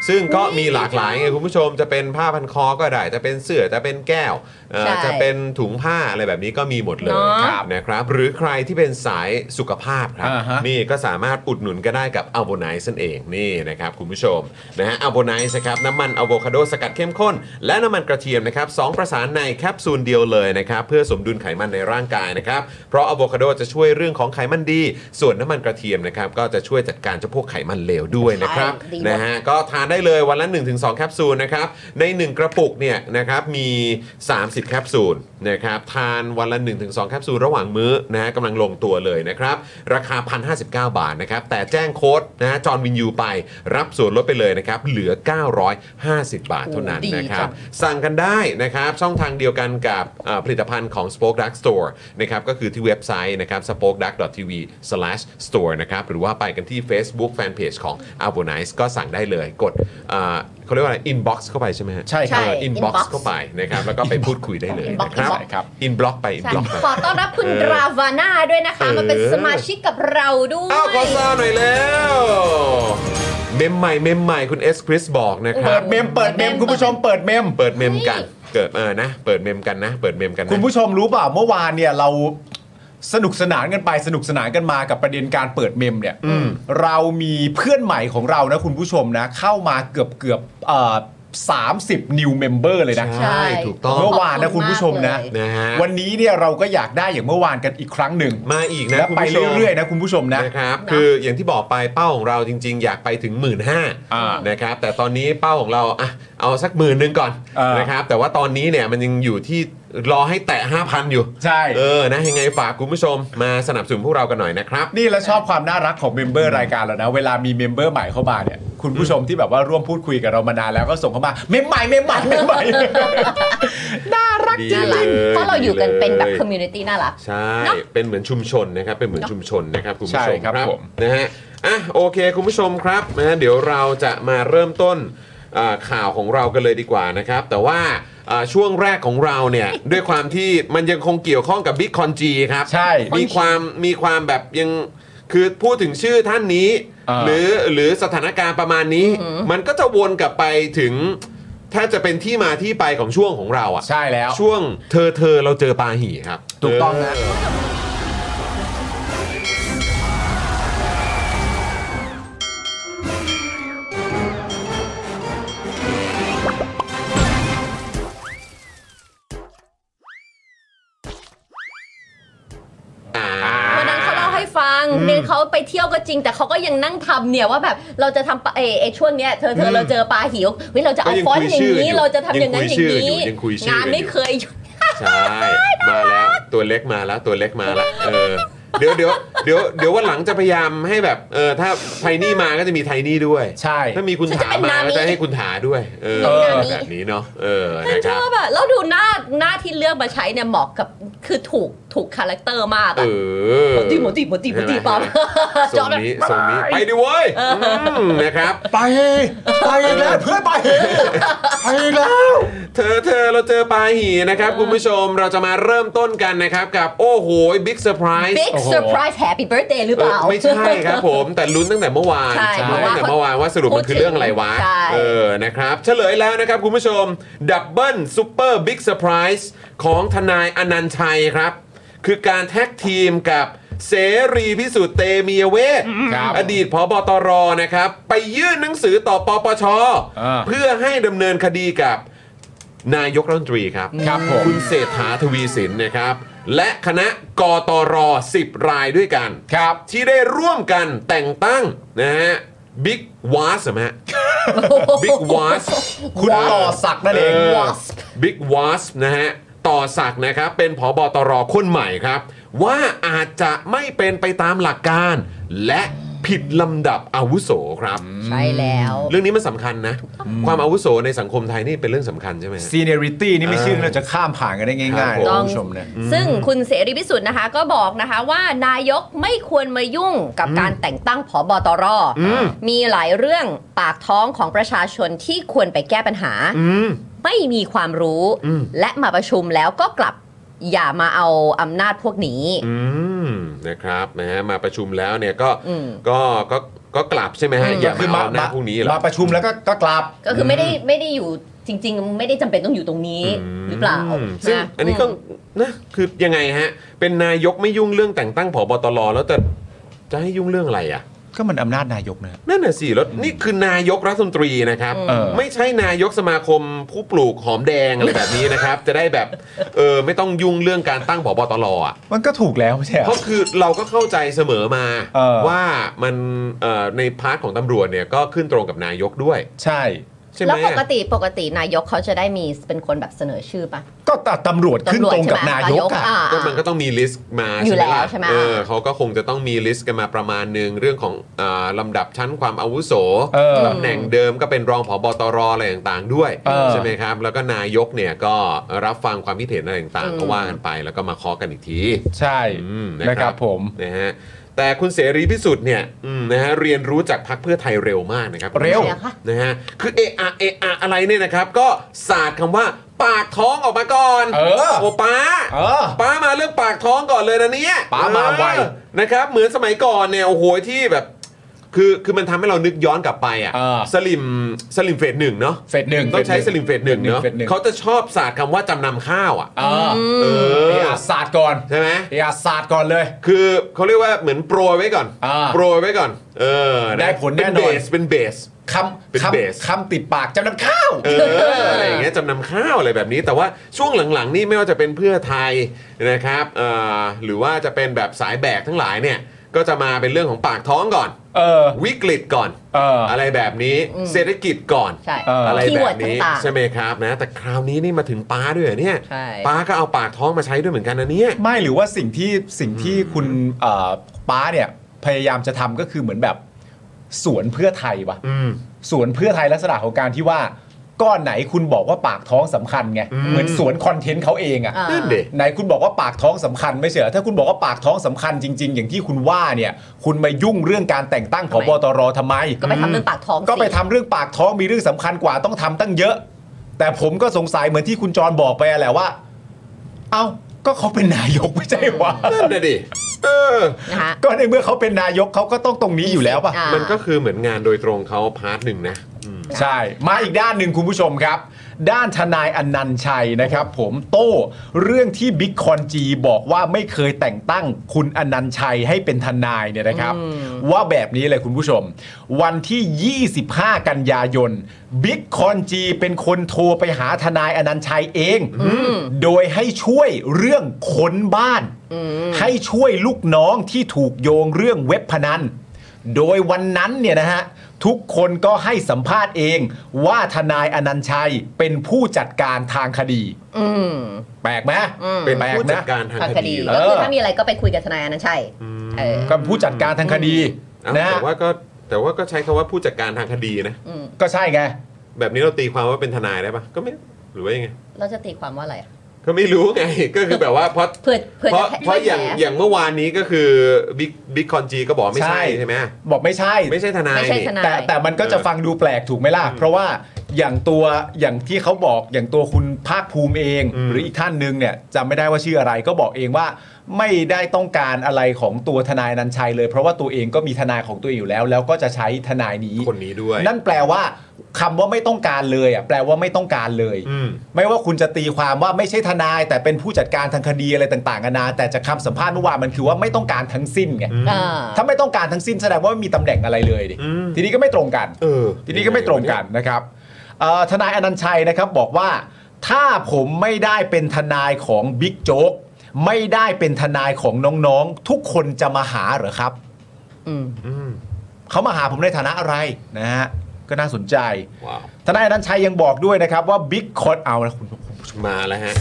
[SPEAKER 5] ซึ่งก็มีหลากหลายไงคุณผู้ชมจะเป็นผ้าพันคอก็ได้จะเป็นเสื้อจะเป็นแก้วเอ่อ
[SPEAKER 3] ใช่
[SPEAKER 5] จะเป็นถุงผ้าอะไรแบบนี้ก็มีหมดเลย
[SPEAKER 3] เนาะ
[SPEAKER 5] ครับนะครับหรือใครที่เป็นสายสุขภาพครับ
[SPEAKER 2] อ่าฮะ
[SPEAKER 5] นี่ก็สามารถอุดหนุนก็ได้กับอ l ลโบไนซ์นั่นเองนี่นะครับคุณผู้ชมนะฮะอัลโบไนซ์ครับน้ำมันอะโวคาโดสกัดเข้มข้น และน้ำมันกระเทียมนะครับสองประสานในแคปซูลเดียวเลยนะครับเพื่อสมดุลไขมันในร่างกายนะครับ เพราะอะโวคาโดจะช่วยเรื่องของไขมันดี ส่วนน้ำมันกระเทียมนะครับก็จะช่วยจัดการเจ้าพวกไขมันเลวด้วยนะครับ
[SPEAKER 3] ใช่ดีมาก
[SPEAKER 5] นะฮะก็ทาน ได้เลยวันละ 1-2 แคปซูลนะครับ ใน 1 กระปุกเนี่ยนะครับมี 30 แคปซูลนะครับทานวันละ 1-2 แคปซูลระหว่างมื้อนะฮะกำลังลงตัวเลยนะครับ ราคา 1,059 บาทนะครับ แต่แจ้งโค้ดนะฮะจอห์นวินยูไปรับส่วนลดไปเลยนะครับ เหลือ 950 บาทเท่านั้น
[SPEAKER 7] โอ้ดี
[SPEAKER 5] นะค
[SPEAKER 7] จั
[SPEAKER 5] รับ
[SPEAKER 7] ง
[SPEAKER 5] สั่งกันได้นะครับ ช่องทางเดียวกันกับเอ่อผลิตภัณฑ์ของ Spoke Dark Store นะครับก็คือที่เว็บไซต์นะครับ spokedark.tv/store นะครับ หรือว่าไปกันที่ Facebook Fanpage ของ a v o n i c e ก็สั่งได้เลยกดเอ่อเขาเรียกว่าอะไร inbox เข้าไปใช่ไหมฮะ
[SPEAKER 2] ใช่ครับ
[SPEAKER 5] เออ inbox
[SPEAKER 3] inbox
[SPEAKER 5] เข้าไปนะครับ แล้วก็ไปพูดคุยได้เลย
[SPEAKER 3] inbox
[SPEAKER 5] นะค
[SPEAKER 3] inbox
[SPEAKER 2] ค
[SPEAKER 5] รับ
[SPEAKER 2] รับ
[SPEAKER 5] inbox ไป
[SPEAKER 3] ใช่
[SPEAKER 5] inbox ไป
[SPEAKER 3] ขอต้อนรับคุณ
[SPEAKER 5] เออ
[SPEAKER 3] ดราวาน่าด้วยนะคะ มาเป็น
[SPEAKER 5] เออ
[SPEAKER 3] สมาชิกกับเราด้วย
[SPEAKER 5] อ้าวขอซาวหน่อยแล้ว เมมใหม่เมมใหม่คุณเอสคริสบอกนะครับ
[SPEAKER 2] เปิดเมมเปิดเมมคุณผู้ชมเปิดเมม
[SPEAKER 5] เปิดเมมกัน
[SPEAKER 3] เฮ้ย
[SPEAKER 5] เกิดเออนะ เปิดเมมกันนะ เปิดเมมกันนะ
[SPEAKER 2] คุณผู้ชมรู้เปล่าเมื่อวานเนี่ยเราสนุกสนานกันไปสนุกสนานกันมากับประเด็นการเปิดเมมเนี่ยเรามีเพื่อนใหม่ของเรานะคุณผู้ชมนะเข้ามาเกือบเกือบสามสิบนิวเมมเบอร์เลยนะ
[SPEAKER 5] ใช่ถูกต้อง
[SPEAKER 2] เมื่อวานนะคุณผู้ชมนะ
[SPEAKER 3] ขอบคุณมากเลย
[SPEAKER 5] นะฮะ
[SPEAKER 2] วันนี้เนี่ยเราก็อยากได้อย่างเมื่อวานกันอีกครั้งหนึ่ง
[SPEAKER 5] มาอีกนะ
[SPEAKER 2] และ
[SPEAKER 5] คุณ
[SPEAKER 2] ไป
[SPEAKER 5] ผู้ชม
[SPEAKER 2] เรื่อยๆนะคุณผู้ชมนะ
[SPEAKER 5] นะครับ คืออย่างที่บอกไปเป้าของเราจริง ๆ อยากไปถึงหมื่นห้า
[SPEAKER 2] อ่า
[SPEAKER 5] นะครับ แต่ตอนนี้เป้าของเราอ่ะเอาสักหมื่นหนึ่งก่อน
[SPEAKER 2] อ่าน
[SPEAKER 5] นะครับ แต่ว่าตอนนี้เนี่ยมันยังอยู่ที่รอให้แตะ 5,000 อยู่
[SPEAKER 2] ใช่
[SPEAKER 5] เออ นะ ยังไงฝากคุณผู้ชมมาสนับสนุนพวกเรากันหน่อยนะครับ
[SPEAKER 2] นี่แล้วชอบความน่ารักของเมมเบอร์รายการแล้วนะ เวลามีเมมเบอร์ใหม่เข้ามาเนี่ย คุณผู้ชมที่แบบว่าร่วมพูดคุยกับเรามานานแล้วก็ส่งเข้ามา เมมใหม่เมมใหม่เมมใหม่ *laughs* น่ารักจริ
[SPEAKER 3] น่าง รัก
[SPEAKER 5] ดีเลย
[SPEAKER 3] เพราะเราอยู่กันเป็นแบบ
[SPEAKER 5] ดีเลย
[SPEAKER 3] คอมมูนิตี้น่ารัก
[SPEAKER 5] ใช่
[SPEAKER 3] เนอะ
[SPEAKER 5] เป็นเหมือนชุมชนนะครับ เป็นเหมือนชุมชนนะครับคุณผู้ชม
[SPEAKER 2] ใช่ครับผม
[SPEAKER 5] นะฮะ อ่ะโอเคคุณผู้ชมครับนะฮะเดี๋ยวเราจะมาเริ่มต้นอ่าข่าวของเรากันเลยดีกว่านะครับ แต่ว่าอ่าช่วงแรกของเรา
[SPEAKER 2] *laughs*
[SPEAKER 5] เนี่ย ด้วยความที่มันยังคงเกี่ยวข้องกับบิ๊กคอนจีครับ
[SPEAKER 2] ใช่
[SPEAKER 5] มีความมีความแบบยังคือพูดถึงชื่อท่านนี้
[SPEAKER 2] อ่า
[SPEAKER 5] หรือหรือสถานการณ์ประมาณนี้ มันก็จะวนกลับไปถึง ถ้าจะเป็นที่มาที่ไปของช่วงของเราอะ
[SPEAKER 2] ใช่แล้ว
[SPEAKER 5] ช่วงเธอเธอเราเจอปาหี่ครับ
[SPEAKER 2] ถูกต้องนะ
[SPEAKER 5] อ่า
[SPEAKER 3] วันนั้นเขาเล่าให้ฟังเนเขาไปเที่ยวก็จริง แต่เขาก็ยังนั่งทำเนี่ยว่าแบบเราจะทำปะเอเอช่วงเนี้ยเธอเธอเราเจอปลาหิวเฮ้ยเราจะเอา
[SPEAKER 5] ก็ยัง
[SPEAKER 3] ฟอนต์อ
[SPEAKER 5] คุย
[SPEAKER 3] ย่า
[SPEAKER 5] ชื่
[SPEAKER 3] ง
[SPEAKER 5] อ
[SPEAKER 3] นี้
[SPEAKER 5] อยู่
[SPEAKER 3] เราจะทำอย่างนั้น
[SPEAKER 5] ยั
[SPEAKER 3] อง
[SPEAKER 5] คุย
[SPEAKER 3] ย่างนี้
[SPEAKER 5] ชื่ออยู่ยังคุยชื่อ
[SPEAKER 3] งานไม่เคย *laughs* หยุด
[SPEAKER 5] ใช่ มาแล้วตัวเล็กมาแล้วตัวเล็กมาแล้วเออเดี๋ยวเดี๋ยวเดี๋ยวเดี๋ยววันหลังจะพยายามให้แบบเออถ้าไทนี่มาก็จะมีไทนี่ด้วย
[SPEAKER 2] ใช่
[SPEAKER 5] ถ้ามีคุณถามาก็จะให้คุณถาด้วย เออ
[SPEAKER 2] เออ
[SPEAKER 5] แบบนี้เนาะเออ
[SPEAKER 3] ฉั
[SPEAKER 5] นะ
[SPEAKER 3] น
[SPEAKER 5] ค
[SPEAKER 3] ช
[SPEAKER 5] รับ
[SPEAKER 3] อบอะแล้วดูหน้าหน้าที่เลือกมาใช้เนี่ยเหมาะกับคือถูกถูกคาแรคเตอร์มาก
[SPEAKER 5] เอ
[SPEAKER 3] อะ
[SPEAKER 5] อ
[SPEAKER 3] หมดตีหมดตีหมดตีหมดตีปั๊ม
[SPEAKER 5] ทรงนี้ทรงนี้ไปดิเว้ยมนะครับ
[SPEAKER 2] ไปไปอีกแล้วเพื่อนไปไปอีกแล้ว
[SPEAKER 5] เธอเธอเราเจอปลาหีนะครับ คุณผู้ชมเราจะมาเริ่มต้นกันนะครับ กับโอ้โหบิ๊กเซอร์ไพรส์
[SPEAKER 3] Big
[SPEAKER 2] โอ้โห
[SPEAKER 3] Surprise Happy Birthday หรือเปล่า
[SPEAKER 5] ไม่ใช่ครับผมแต่ลุ้นตั้งแต่เมื่อวาน
[SPEAKER 3] ใช่
[SPEAKER 5] ลุ้นตั้งแต่เมื่อวานว่าสรุปมันคือเรื่องอะไรวะ
[SPEAKER 3] ใช่
[SPEAKER 5] เออนะครับเฉลยแล้วนะครับคุณผู้ชมดับเบิลซูเปอร์บิ๊กเซอร์ไพรส์ของทนายอนันต์ชัยครับ คือการแท็กทีมกับเสรีพิสุทธิ์เตมียเวท
[SPEAKER 2] ครับ
[SPEAKER 5] อดีตพบตรนะครับ ไปยื่นหนังสือต่อปปช
[SPEAKER 2] อ่า
[SPEAKER 5] เพื่อให้ดำเนินคดีกับ นายกรัฐมนตรีครับ
[SPEAKER 2] ครับผม
[SPEAKER 5] คุณเศรษฐาทวีสินนะครับ และคณะกตร 10 รายด้วยกัน
[SPEAKER 2] ครับ
[SPEAKER 5] ที่ได้ร่วมกันแต่งตั้งนะฮะบิ๊กวาสฮะบิ๊ก
[SPEAKER 3] *laughs*
[SPEAKER 5] วาส
[SPEAKER 2] คุณต่อศักดิ์นั่นเอง
[SPEAKER 5] บิ๊กวอสนะฮะ ต่อศักดิ์นะครับ เป็นผอบอตรคนใหม่ครับ ว่าอาจจะไม่เป็นไปตามหลักการ และผิดลำดับอาวุโสครับ
[SPEAKER 3] ใช่แล้ว
[SPEAKER 5] เรื่องนี้มันสำคัญนะ ความอาวุโสในสังคมไทยนี่เป็นเรื่องสำคัญใช่ไหมฮะ
[SPEAKER 2] seniority นี่ไม่ใชื่อเราจะข้ามผ่านกันได้ง่ายๆ
[SPEAKER 5] ครับผม
[SPEAKER 2] นะคุณผู้ชมนะ
[SPEAKER 3] ซึ่งคุณเสรีพิสุทธิ์นะคะ ก็บอกนะคะว่านายกไม่ควรมายุ่งกับการแต่งตั้งผบตร มีหลายเรื่องปากท้องของประชาชนที่ควรไปแก้ปัญหา
[SPEAKER 5] อืม
[SPEAKER 3] ไม่มีความรู้
[SPEAKER 5] อืม
[SPEAKER 3] และมาประชุมแล้วก็กลับอย่ามาเอาอำนาจพวกนี้
[SPEAKER 5] อืมนะครับนะฮะมาประชุมแล้วเนี่ยก็
[SPEAKER 3] อืม
[SPEAKER 5] ก็ก็ก็กลับใช่ไหมฮะอย่ามาเอาหน้าพวกนี้เหรอ
[SPEAKER 2] มาประชุมแล้วก็ก็กลับ
[SPEAKER 3] ก็คืออไม่ได้ไม่ได้อยู่จริง ๆ ไม่ได้จำเป็นต้องอยู่ตรงนี้หรือเปล่า
[SPEAKER 5] อืมซึ่ง
[SPEAKER 3] ะ
[SPEAKER 5] อันนี้ก็นะคือยังไงฮะ เป็นนายกไม่ยุ่งเรื่องแต่งตั้งผบตรแล้วแต่จะให้ยุ่งเรื่องอะไรอ่ะ
[SPEAKER 2] ก็มันอำนาจนายกนะ
[SPEAKER 5] นั่นน่ะสิแล้วนี่คือนายกรัฐมนตรีนะครับ
[SPEAKER 2] เออ
[SPEAKER 5] ไม่ใช่นายกสมาคมผู้ปลูกหอมแดงอะไรแบบนี้นะครับ *laughs* จะได้แบบเออไม่ต้องยุ่งเรื่องการตั้งผบตรอ่ะ
[SPEAKER 2] มันก็ถูกแล้วไม่ใช่เหรอ
[SPEAKER 5] เพราะคือเราก็เข้าใจเสมอมา
[SPEAKER 2] เออ
[SPEAKER 5] ว่ามันเอ่อในพาร์ทของตำรวจเนี่ยก็ขึ้นตรงกับนายกด้วย
[SPEAKER 2] ใช่
[SPEAKER 5] ใช่ไหม
[SPEAKER 3] แล้วปกติปกตินายกเขาจะได้มีเป็นคนแบบเสนอชื่อปะ
[SPEAKER 2] ก็ตัดตำรวจขึ้น
[SPEAKER 3] ตำวจ
[SPEAKER 2] ตรงกับ
[SPEAKER 3] ใช่ไหม
[SPEAKER 2] นายกอะ
[SPEAKER 3] อ่า
[SPEAKER 5] ก็มันก็ต้องมีลิสต์มา
[SPEAKER 3] อยู่แล้ว
[SPEAKER 5] ล่ะ
[SPEAKER 3] ใช่ไหม
[SPEAKER 5] เออเขาก็คงจะต้องมีลิสต์กันมาประมาณหนึ่งเรื่องของอาลำดับชั้นความอาวุโส
[SPEAKER 2] เออ
[SPEAKER 5] ตำแหน่งเดิมก็เป็นรองผบตรอะไรต่างๆด้วย
[SPEAKER 2] เออ
[SPEAKER 5] ใช่ไหมครับ แล้วก็นายกเนี่ยก็รับฟังความคิดเห็นอะไรต่าง
[SPEAKER 3] อื
[SPEAKER 5] ๆ
[SPEAKER 3] ม
[SPEAKER 5] ก็ว่ากันไปแล้วก็มาเคาะกันอีกที
[SPEAKER 2] ใช่
[SPEAKER 5] อืม
[SPEAKER 2] นะ
[SPEAKER 5] นะ
[SPEAKER 2] ค
[SPEAKER 5] ครั
[SPEAKER 2] รับบ ผม
[SPEAKER 5] นะฮะแต่คุณเสรีพิสุทธิ์เนี่ยอืมนะฮะเรียนรู้จากพักเพื่อไทยเร็วมากนะครับ
[SPEAKER 2] เร็ว
[SPEAKER 3] ใช่ค่ะ
[SPEAKER 5] นะฮะคือเออะเออะอะไรเนี่ยนะครับ ก็ศาสตร์คำว่าปากท้องออกมาก่อน
[SPEAKER 2] เออ
[SPEAKER 5] โอป้า
[SPEAKER 2] เออ
[SPEAKER 5] ป้ามาเรื่องปากท้องก่อนเลยนะเนี่ย
[SPEAKER 2] ป๊ามาไว
[SPEAKER 5] เออนะครับ เหมือนสมัยก่อนเนี่ยโอ้โหที่แบบ คือคือมันทำให้เรานึกย้อนกลับไปอ่ะ
[SPEAKER 2] เออ
[SPEAKER 5] สลิมสลิมเฟสหนึ่งเนาะ
[SPEAKER 2] เฟสหนึ่ง
[SPEAKER 5] ต้องใช้สลิมเฟสหนึ่งเนาะ
[SPEAKER 2] ฟส
[SPEAKER 5] เขาจะชอบศาสตร์คำว่าจำนำข้าวอ่ะ
[SPEAKER 2] เออ
[SPEAKER 5] เอ
[SPEAKER 2] เอ
[SPEAKER 5] อ
[SPEAKER 2] อาศาสตร์ก่อน
[SPEAKER 5] ใช่ไหม
[SPEAKER 2] เออาศาสตร์ก่อนเลย
[SPEAKER 5] คือเขาเรียกว่าเหมือนโปรยไว้ก่อน
[SPEAKER 2] อ่า
[SPEAKER 5] โปรยไว้ก่อน เออนะ
[SPEAKER 2] ได้ผลแน่นอน
[SPEAKER 5] เป็นเบสเป็นเบส
[SPEAKER 2] ค
[SPEAKER 5] เป็น
[SPEAKER 2] ำค
[SPEAKER 5] เบส
[SPEAKER 2] ำคำติดปากจำนำข้าว
[SPEAKER 5] เอออะไรอย่างเงี้ยจำนำข้าวอะไรแบบนี้ แต่ว่าช่วงหลังๆนี่ไม่ว่าจะเป็นเพื่อไทยนะครับเอ่อหรือว่าจะเป็นแบบสายแบกทั้งหลายเนี่ย ก็จะมาเป็นเรื่องของปากท้องก่อน
[SPEAKER 2] เออ
[SPEAKER 5] วิกฤตก่อน
[SPEAKER 2] เอออ
[SPEAKER 5] ไรแบบนี้
[SPEAKER 3] อืม
[SPEAKER 5] เศรษฐกิจก่อน
[SPEAKER 3] ใช่
[SPEAKER 2] เอออ
[SPEAKER 5] อะไร
[SPEAKER 3] คีย์
[SPEAKER 5] แบ
[SPEAKER 3] เวิร์ด
[SPEAKER 5] บนี้
[SPEAKER 3] ต่าง
[SPEAKER 5] ใช่ไหมครับนะแต่คราวนี้นี่มาถึงป้าด้วยเหรอเนี่ย
[SPEAKER 3] ใช่
[SPEAKER 5] ป้าก็เอาปากท้องมาใช้ด้วยเหมือนกันนะเนี่ย
[SPEAKER 2] ไม่หรือว่าสิ่งที่สิ่งที่คุณเอ่อป้าเนี่ยพยายามจะทำก็คือเหมือนแบบสวนเพื่อไทยปะ
[SPEAKER 5] อืม
[SPEAKER 2] สวนเพื่อไทยลักษณะของการที่ว่าก้อนไหนคุณบอกว่าปากท้องสำคัญไง
[SPEAKER 5] อืม
[SPEAKER 2] เหมือนสวนคอนเทนต์เขาเอง
[SPEAKER 3] อ่า
[SPEAKER 2] อะ่ะ
[SPEAKER 5] นั่นเด็
[SPEAKER 2] ไหนคุณบอกว่าปากท้องสำคัญไม่ใช่เหรอถ้าคุณบอกว่าปากท้องสำคัญจริง ๆ อย่างที่คุณว่าเนี่ยคุณมายุ่งเรื่องการแต่งตั้ง
[SPEAKER 3] ทำ
[SPEAKER 2] ผ
[SPEAKER 3] ไม
[SPEAKER 2] บตรทำไม
[SPEAKER 3] ๆ ก็ไปทำเรื่องปากท้องสิ
[SPEAKER 2] ก็ไปทำเรื่องปากท้องมีเรื่องสำคัญกว่าต้องทำตั้งเยอะ แต่ผมก็สงสัยเหมือนที่คุณจรบอกไปอะแหละว่า เอ้าก็เขาเป็นนายกไม่ใช่วะ
[SPEAKER 5] นั่นน่ะดิเออ
[SPEAKER 3] นะคะ
[SPEAKER 2] ก็ในเมื่อเขาเป็นนายกเขาก็ต้องตรงนี้อยู่แล้วป่ะ
[SPEAKER 3] อ่า
[SPEAKER 5] มันก็คือเหมือนงานโดยตรงเขาพาร์ทหนึ่งนะ
[SPEAKER 2] ใช่ มาอีกด้านหนึ่งคุณผู้ชมครับ ด้านทนายอนันต์ชัยนะครับ ผมโต้เรื่องที่บิ๊กคอนจีบอกว่าไม่เคยแต่งตั้งคุณอนันต์ชัยให้เป็นทนายเนี่ยนะครับ ว่าแบบนี้เลยคุณผู้ชม วันที่ 25 กันยายนบิ๊กคอนจีเป็นคนโทรไปหาทนายอนันต์ชัยเอง โดยให้ช่วยเรื่องค้นบ้าน ให้ช่วยลูกน้องที่ถูกโยงเรื่องเว็บพนัน โดยวันนั้นเนี่ยนะฮะ ทุกคนก็ให้สัมภาษณ์เอง ว่าทนายอนันต์ชัยเป็นผู้จัดการทางคดี
[SPEAKER 3] อืม
[SPEAKER 2] แปลกไหม
[SPEAKER 3] อืม
[SPEAKER 5] เป็น
[SPEAKER 2] แปลก
[SPEAKER 5] ผู้จัด
[SPEAKER 2] นะ
[SPEAKER 5] การทาง
[SPEAKER 3] ทาง
[SPEAKER 5] ค
[SPEAKER 3] คดี
[SPEAKER 5] ดีเหรอ
[SPEAKER 3] ก็คือ
[SPEAKER 2] เออ
[SPEAKER 3] ถ้ามีอะไรก็ไปคุยกับทนายอนันต์ชัยเออ
[SPEAKER 2] ก็เป็นผู้จัดการทางคดี
[SPEAKER 5] เอ้า
[SPEAKER 2] นะฮะ
[SPEAKER 5] แต่ว่าก็แต่ว่าก็ใช้คำว่าผู้จัดการทางคดีนะ
[SPEAKER 3] อืม
[SPEAKER 2] ก็ใช่ไง
[SPEAKER 5] แบบนี้เราตีความว่าเป็นทนายได้ปะก็ไม่หรือว่ายังไง
[SPEAKER 3] เราจะตีความว่าอะไรอะ
[SPEAKER 5] ก็ไม่รู้ไง *laughs* ก็คือแบบว่าเพราะ
[SPEAKER 3] เพื่อเพื่อ
[SPEAKER 5] เพ
[SPEAKER 3] จะ
[SPEAKER 5] ราะ
[SPEAKER 3] แค่
[SPEAKER 5] เพราะอย่างอย่างเมื่อวานนี้ก็คือบิ๊กบิ๊กคอนจีก็บอกไม่
[SPEAKER 2] ใช่
[SPEAKER 5] ใช่ใช่ไหม
[SPEAKER 2] บอกไม่ใช่
[SPEAKER 5] ไม่ใช่ทนาย
[SPEAKER 3] ไม่ใช่
[SPEAKER 5] นี่
[SPEAKER 3] ทนาย
[SPEAKER 2] แต่แต่มันก็จะ
[SPEAKER 5] เออ
[SPEAKER 2] ฟังดูแปลกถูกไหมล่ะ เพราะว่าอย่างตัวอย่างที่เขาบอกอย่างตัวคุณภาคภูมิเอง
[SPEAKER 5] อืม
[SPEAKER 2] หรืออีกท่านหนึ่งเนี่ยจำไม่ได้ว่าชื่ออะไรก็บอกเองว่า ไม่ได้ต้องการอะไรของตัวทนายอนันชัยเลย เพราะว่าตัวเองก็มีทนายของตัวเองอยู่แล้ว แล้วก็จะใช้ทนายนี้
[SPEAKER 5] คนนี้ด้วย
[SPEAKER 2] นั่นแปลว่าคำว่าไม่ต้องการเลยอ่ะแปลว่าไม่ต้องการเลย
[SPEAKER 5] อืม
[SPEAKER 2] ไม่ว่าคุณจะตีความว่าไม่ใช่ทนาย แต่เป็นผู้จัดการทางคดีอะไรต่างๆนานาแต่จากคำสัมภาษณ์เมื่อวานมันคือว่าไม่ต้องการทั้งสิ้นไง
[SPEAKER 5] อืม
[SPEAKER 3] อ่า
[SPEAKER 2] ถ้าไม่ต้องการทั้งสิ้นแสดงว่าไม่มีตำแหน่งอะไรเลยดิ
[SPEAKER 5] อืม
[SPEAKER 2] ทีนี้ก็ไม่ตรงกัน
[SPEAKER 5] เออ
[SPEAKER 2] ทีนี้ก็ไม่ตรงกันนะครับเอ่อทนายอนันต์ชัยนะครับบอกว่า ถ้าผมไม่ได้เป็นทนายของบิ๊กโจ๊กไม่ได้เป็นทนายของน้องๆ ทุกคนจะมาหาเหรอครับ
[SPEAKER 3] อืม
[SPEAKER 5] อืม
[SPEAKER 2] เขามาหาผมในฐานะอะไรนะฮะก็น่าสนใจ
[SPEAKER 5] ว้าว
[SPEAKER 2] ทนายอนันต์ชัยยังบอกด้วยนะครับว่าบิ๊กคอนเอาละคุณคุณ
[SPEAKER 5] มาแล้วฮะ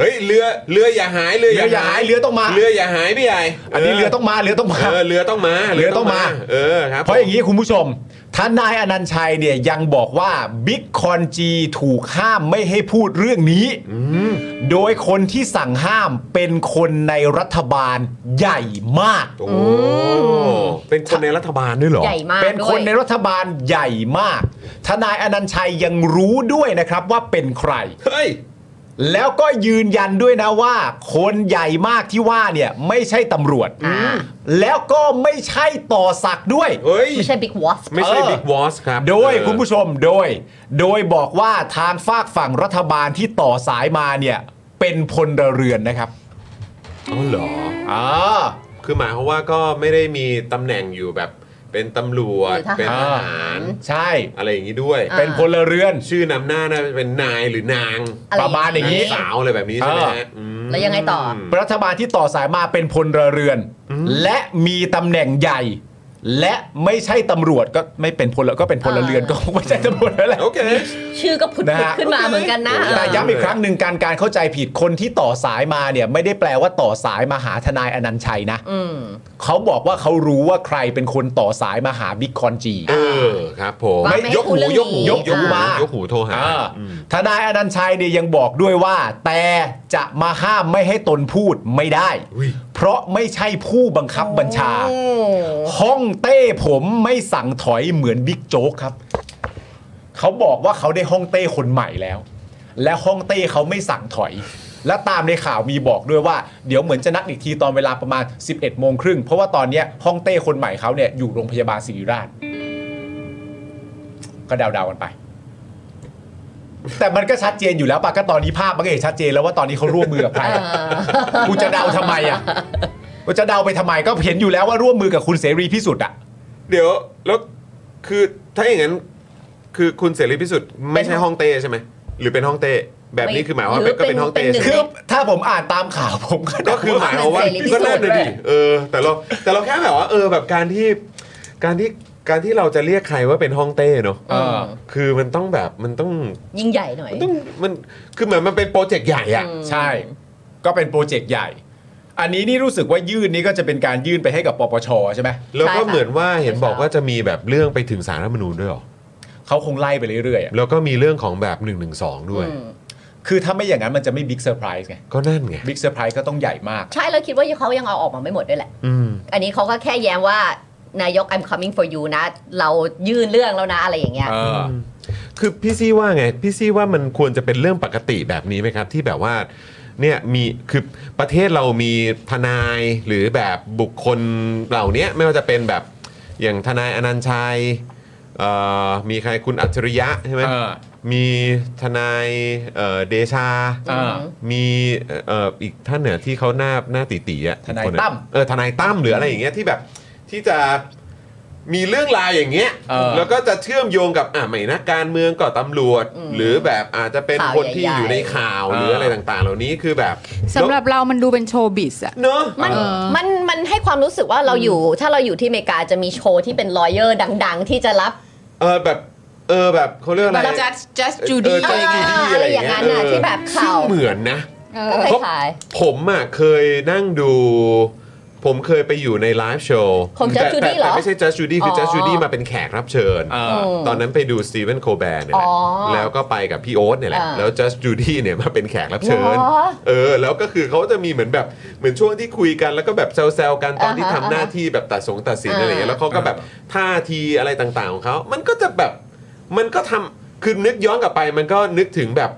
[SPEAKER 5] เฮ้ยเรือเรืออย่าหายเรืออย่า
[SPEAKER 2] เรืออย่าหายเรือต้องมา
[SPEAKER 5] เรืออย่าหายพี่ใหญ่
[SPEAKER 2] อันนี้เรือต้องมาเรือต้องมา
[SPEAKER 5] เออเรือต้องมา
[SPEAKER 2] เรือต้องมา
[SPEAKER 5] เออครับ
[SPEAKER 2] เพราะอย่างนี้คุณผู้ชมทนายอนันต์ชัยเนี่ยยังบอกว่าบิ๊กคอนจีถูกห้ามไม่ให้พูดเรื่องนี้ โดยคนที่สั่งห้ามเป็นคนในรัฐบาลใหญ่มาก
[SPEAKER 5] โอ้ เป็นคนในรัฐบาลด้วยเหรอ
[SPEAKER 3] ใหญ่มาก
[SPEAKER 2] เป็นคนใน
[SPEAKER 3] ด้วย
[SPEAKER 2] รัฐบาลใหญ่มาก ทนายอนันต์ชัยยังรู้ด้วยนะครับว่าเป็นใคร
[SPEAKER 5] เฮ้ย
[SPEAKER 2] แล้วก็ยืนยันด้วยนะว่า คนใหญ่มากที่ว่าเนี่ยไม่ใช่ตำรวจ
[SPEAKER 3] อ่า
[SPEAKER 2] แล้วก็ไม่ใช่ต่อสักดิ์ด้วย
[SPEAKER 5] เฮ้ย
[SPEAKER 3] ไม่ใช่บิ๊กวอส
[SPEAKER 5] ไม่ใช่
[SPEAKER 2] เออ
[SPEAKER 5] บิ๊กวอสครับ
[SPEAKER 2] โดย
[SPEAKER 5] เออ
[SPEAKER 2] คุณผู้ชมโดย โดยบอกว่าทางฝากฝั่งรัฐบาลที่ต่อสายมาเนี่ยเป็นพลเรือนนะครับ
[SPEAKER 5] อ๋อเหรอ
[SPEAKER 2] อ่า
[SPEAKER 5] คือหมายความว่าก็ไม่ได้มีตำแหน่งอยู่แบบเป็นตำรวจ
[SPEAKER 3] หรือทหาร
[SPEAKER 5] เป็นทหาร
[SPEAKER 2] ใช่
[SPEAKER 5] อะไรอย่างนี้ด้วย
[SPEAKER 3] อ่า
[SPEAKER 2] เป็นพลเรือน
[SPEAKER 5] ชื่อนำหน้าน่าจะเป็นนายหรือนาง
[SPEAKER 3] อะไร
[SPEAKER 2] ประมาณ อย่งนี้
[SPEAKER 5] นี้สาวอะไรแบบนี้ใช่ไหมฮะม
[SPEAKER 3] แล้วยังไงต่อ
[SPEAKER 2] รัฐบาลที่ต่อสายมาเป็นพลเรือน และมีตำแหน่งใหญ่ และไม่ใช่ตำรวจก็ไม่เป็นพลก็เป็นพลเรือน
[SPEAKER 3] อ่า
[SPEAKER 2] ก็ไม่ใช่ตำรวจแล้วแหละ
[SPEAKER 5] โอเค
[SPEAKER 3] ชื่อก็ผุด
[SPEAKER 2] นะ
[SPEAKER 3] ๆ
[SPEAKER 2] ฮะ
[SPEAKER 3] ขึ้นมาเหมือนกันนะ
[SPEAKER 5] โอเค
[SPEAKER 2] แต่ย้ำอีกครั้งหนึ่งการการเข้าใจผิดคนที่ต่อสายมาเนี่ยไม่ได้แปลว่าต่อสายมาหาทนายอนันต์ชัยนะ
[SPEAKER 3] อืม
[SPEAKER 2] เขาบอกว่าเขารู้ว่าใครเป็นคนต่อสายมาหาบิ๊กคอนจี
[SPEAKER 5] เออครับผม
[SPEAKER 3] ว่าไม่
[SPEAKER 5] ยกหูยกหู
[SPEAKER 3] ให้
[SPEAKER 5] ย
[SPEAKER 3] พู
[SPEAKER 5] ก
[SPEAKER 3] ด
[SPEAKER 5] หู
[SPEAKER 3] เรื่องนี้
[SPEAKER 5] มา
[SPEAKER 2] อ่าย ย
[SPEAKER 5] กหูโทรหา
[SPEAKER 2] อ่า
[SPEAKER 5] อืม
[SPEAKER 2] ทนายอนันต์ชัยเนี่ยยังบอกด้วยว่า แต่จะมาห้ามไม่ให้ตนพูดไม่ได้
[SPEAKER 5] อุ้ย
[SPEAKER 2] เพราะไม่ใช่ผู้บังคับบัญชา
[SPEAKER 3] โอ้
[SPEAKER 2] ห้องเต้ผมไม่สั่งถอยเหมือนบิ๊กโจ๊กครับ เขาบอกว่าเขาได้ห้องเต้คนใหม่แล้ว และห้องเต้เขาไม่สั่งถอย และตามในข่าวมีบอกด้วยว่า เดี๋ยวเหมือนจะนัดอีกทีตอนเวลาประมาณ 11โมงครึ่งเพราะว่าตอนเนี้ยห้องเต้คนใหม่เขาเนี่ยอยู่โรงพยาบาลศิริราช ก็เดาๆกันไป แต่มันก็ชัดเจนอยู่แล้วปะก็ตอนนี้ภาพมันก็เห็นชัดเจนแล้วว่าตอนนี้เขาร่วมมือกับใคร
[SPEAKER 3] เออ
[SPEAKER 2] กูจะเดาทำไมอ่ะกูจะเดาไปทำไมก็เห็นอยู่แล้วว่าร่วมมือกับคุณเสรีพิสุทธิ์อ่ะ
[SPEAKER 5] เดี๋ยวแล้วคือถ้าอย่างนั้นคือคุณเสรีพิสุทธิ์ไม่ใช่ห้องเต้ใช่ไหมหรือเป็นห้องเต้แบบนี้
[SPEAKER 3] ไม่
[SPEAKER 5] คือหมายว่า
[SPEAKER 3] หรือ
[SPEAKER 5] ก็เป็นห้องเต้
[SPEAKER 3] เป็น
[SPEAKER 5] ใช่ไหม
[SPEAKER 2] คือถ้าผมอ่านตามข่าวผมก็
[SPEAKER 5] ก็คือหมายความว่า
[SPEAKER 3] เป็นเสรีพิสุ
[SPEAKER 5] ก็
[SPEAKER 3] ทธิ์
[SPEAKER 5] น่าจะ
[SPEAKER 3] ด้
[SPEAKER 5] ดี
[SPEAKER 3] วย
[SPEAKER 5] เออ แต่เราแต่เราแค่แบบว่าเออแบบการที่การที่การที่เราจะเรียกใครว่าเป็นห้องเต้เนอะ
[SPEAKER 2] เออ
[SPEAKER 5] คือมันต้องแบบมันต้อง
[SPEAKER 3] ยิ่งใหญ่หน่อย
[SPEAKER 5] มันต้องมันคือเหมือนมันเป็นโปรเจกต์ใหญ่อะ
[SPEAKER 3] อืม
[SPEAKER 2] ใช่ ก็เป็นโปรเจกต์ใหญ่ อันนี้นี่รู้สึกว่ายื่นนี่ก็จะเป็นการยื่นไปให้กับปปชใช่ไหม
[SPEAKER 5] แล้วก็
[SPEAKER 3] ใช่ค่ะ
[SPEAKER 5] เหมือนว่าเห็นบอกว่าจะมีแบบเรื่องไปถึงสารรัฐธรรมนูญด้วยเหรอ
[SPEAKER 2] เขาคงไล่ไปเรื่อยๆอะ
[SPEAKER 5] แล้วก็มีเรื่องของแบบ1นึด้วย
[SPEAKER 3] อืม
[SPEAKER 2] คือถ้าไม่อย่างนั้นมันจะไม่บิ๊กเซอร์ไพรส์ไง
[SPEAKER 5] ก็นั่นไง
[SPEAKER 2] บิ๊กเซอร์ไพรส์ก็ต้องใหญ่มาก
[SPEAKER 3] ใช่เราคิดว่าเขายังเอาออกมาไม่หมดด้วยแหละ
[SPEAKER 5] อืม
[SPEAKER 3] อันนี้เขาก็แค่แย้มว่านายก I'm coming for you นะ เรายื่นเรื่องแล้วนะอะไรอย่างเงี้ย
[SPEAKER 2] เออ
[SPEAKER 5] คือพี่ซี่ว่าไงพี่ซี่ว่ามันควรจะเป็นเรื่องปกติแบบนี้ไหมครับ ที่แบบว่าเนี่ยมีคือประเทศเรามีทนายหรือแบบบุคคลเหล่านี้ไม่ว่าจะเป็นแบบอย่างทนายอนันต์ชัยเอ่อมีใครคุณอัจฉริยะใช่ไหม
[SPEAKER 2] เออ
[SPEAKER 5] มีทนายเอ่อเดชา
[SPEAKER 2] เออ
[SPEAKER 5] มีเอ่ออีกท่านเหนือที่เขาหน้าหน้าตีตีอ่ะ
[SPEAKER 2] ทนาย
[SPEAKER 5] อีกคอะ
[SPEAKER 2] ตั้ม
[SPEAKER 5] เออทนายตั้มหรืออะไรอย่างเงี้ยที่แบบที่จะมีเรื่องราวอย่างเงี้ย
[SPEAKER 2] เออ
[SPEAKER 5] แล้วก็จะเชื่อมโยงกับอ่ะไม่นักการเมืองก็ตำรวจ
[SPEAKER 3] อืม
[SPEAKER 5] หรือแบบอาจจะเป็น
[SPEAKER 3] ข่าว
[SPEAKER 5] คนที่
[SPEAKER 3] ใหญ่ๆ
[SPEAKER 5] อยู่ในข่าวหรืออะไรต่างๆ เหล่านี้คือแบบ
[SPEAKER 7] สำหรับเรามันดูเป็นโชว์บิสอะ
[SPEAKER 5] เนอะ
[SPEAKER 3] มัน
[SPEAKER 7] เออ
[SPEAKER 3] มันมันให้ความรู้สึกว่าเราอยู่ ถ้าเราอยู่ที่อเมริกาจะมีโชว์ที่เป็นลอเยอร์ดัง ๆ ที่จะรับ
[SPEAKER 5] เออแบบเออแบบเขาเรียกอะไร
[SPEAKER 7] just just Judy
[SPEAKER 5] เออ Judge
[SPEAKER 3] เออ
[SPEAKER 5] Judy อะ
[SPEAKER 3] อะไรไรอย่
[SPEAKER 5] อา
[SPEAKER 3] ย่างง
[SPEAKER 5] เงี้
[SPEAKER 3] นั้น
[SPEAKER 5] ย
[SPEAKER 3] น่ะ
[SPEAKER 5] เออ
[SPEAKER 3] ที่แบบ
[SPEAKER 5] ซึ่ง
[SPEAKER 3] ข่าว
[SPEAKER 5] เหมือนนะ
[SPEAKER 7] เอ
[SPEAKER 3] ก็
[SPEAKER 7] อ
[SPEAKER 3] คล้าย
[SPEAKER 5] ผมอ่ะเคยนั่งดู ผมเคยไปอยู่ในไลฟ์โชว์
[SPEAKER 3] ของ
[SPEAKER 5] แต่
[SPEAKER 3] Judge Judy
[SPEAKER 5] แต่
[SPEAKER 3] เหรอ
[SPEAKER 5] แต่ไม่ใช่จัสจูดี้คือ
[SPEAKER 3] อ
[SPEAKER 5] จัสจูดี้มาเป็นแขกรับเชิญ
[SPEAKER 2] เอ
[SPEAKER 3] ๆ
[SPEAKER 2] อ
[SPEAKER 3] อืม
[SPEAKER 5] ตอนนั้นไปดูสตีเวนโคแบนเนี่ยแห
[SPEAKER 3] อ๋
[SPEAKER 5] ละ
[SPEAKER 3] อ
[SPEAKER 5] แล้วก็ไปกับพี่โอ๊ตเนี่ยแหละ
[SPEAKER 3] อ่า
[SPEAKER 5] แล้วจัสจูดี้เนี่ยมาเป็นแขกรับเชิญ
[SPEAKER 3] เหรอ
[SPEAKER 5] เออ แล้วก็คือเขาจะมีเหมือนแบบ เหมือนช่วงที่คุยกันแล้วก็แบบแซวๆกันตอนที่ทำ
[SPEAKER 3] อ่าฮะ
[SPEAKER 5] หน้าที่แบบตัดสงตัดสิน
[SPEAKER 3] อ่า
[SPEAKER 5] อะไรอย่างเงี้ย แล้วเขาก็แบบท่าทีอะไรต่างๆของเขา มันก็จะแบบ มันก็ทำคือนึกย้อนกลับไป มันก็นึกถึงแบบ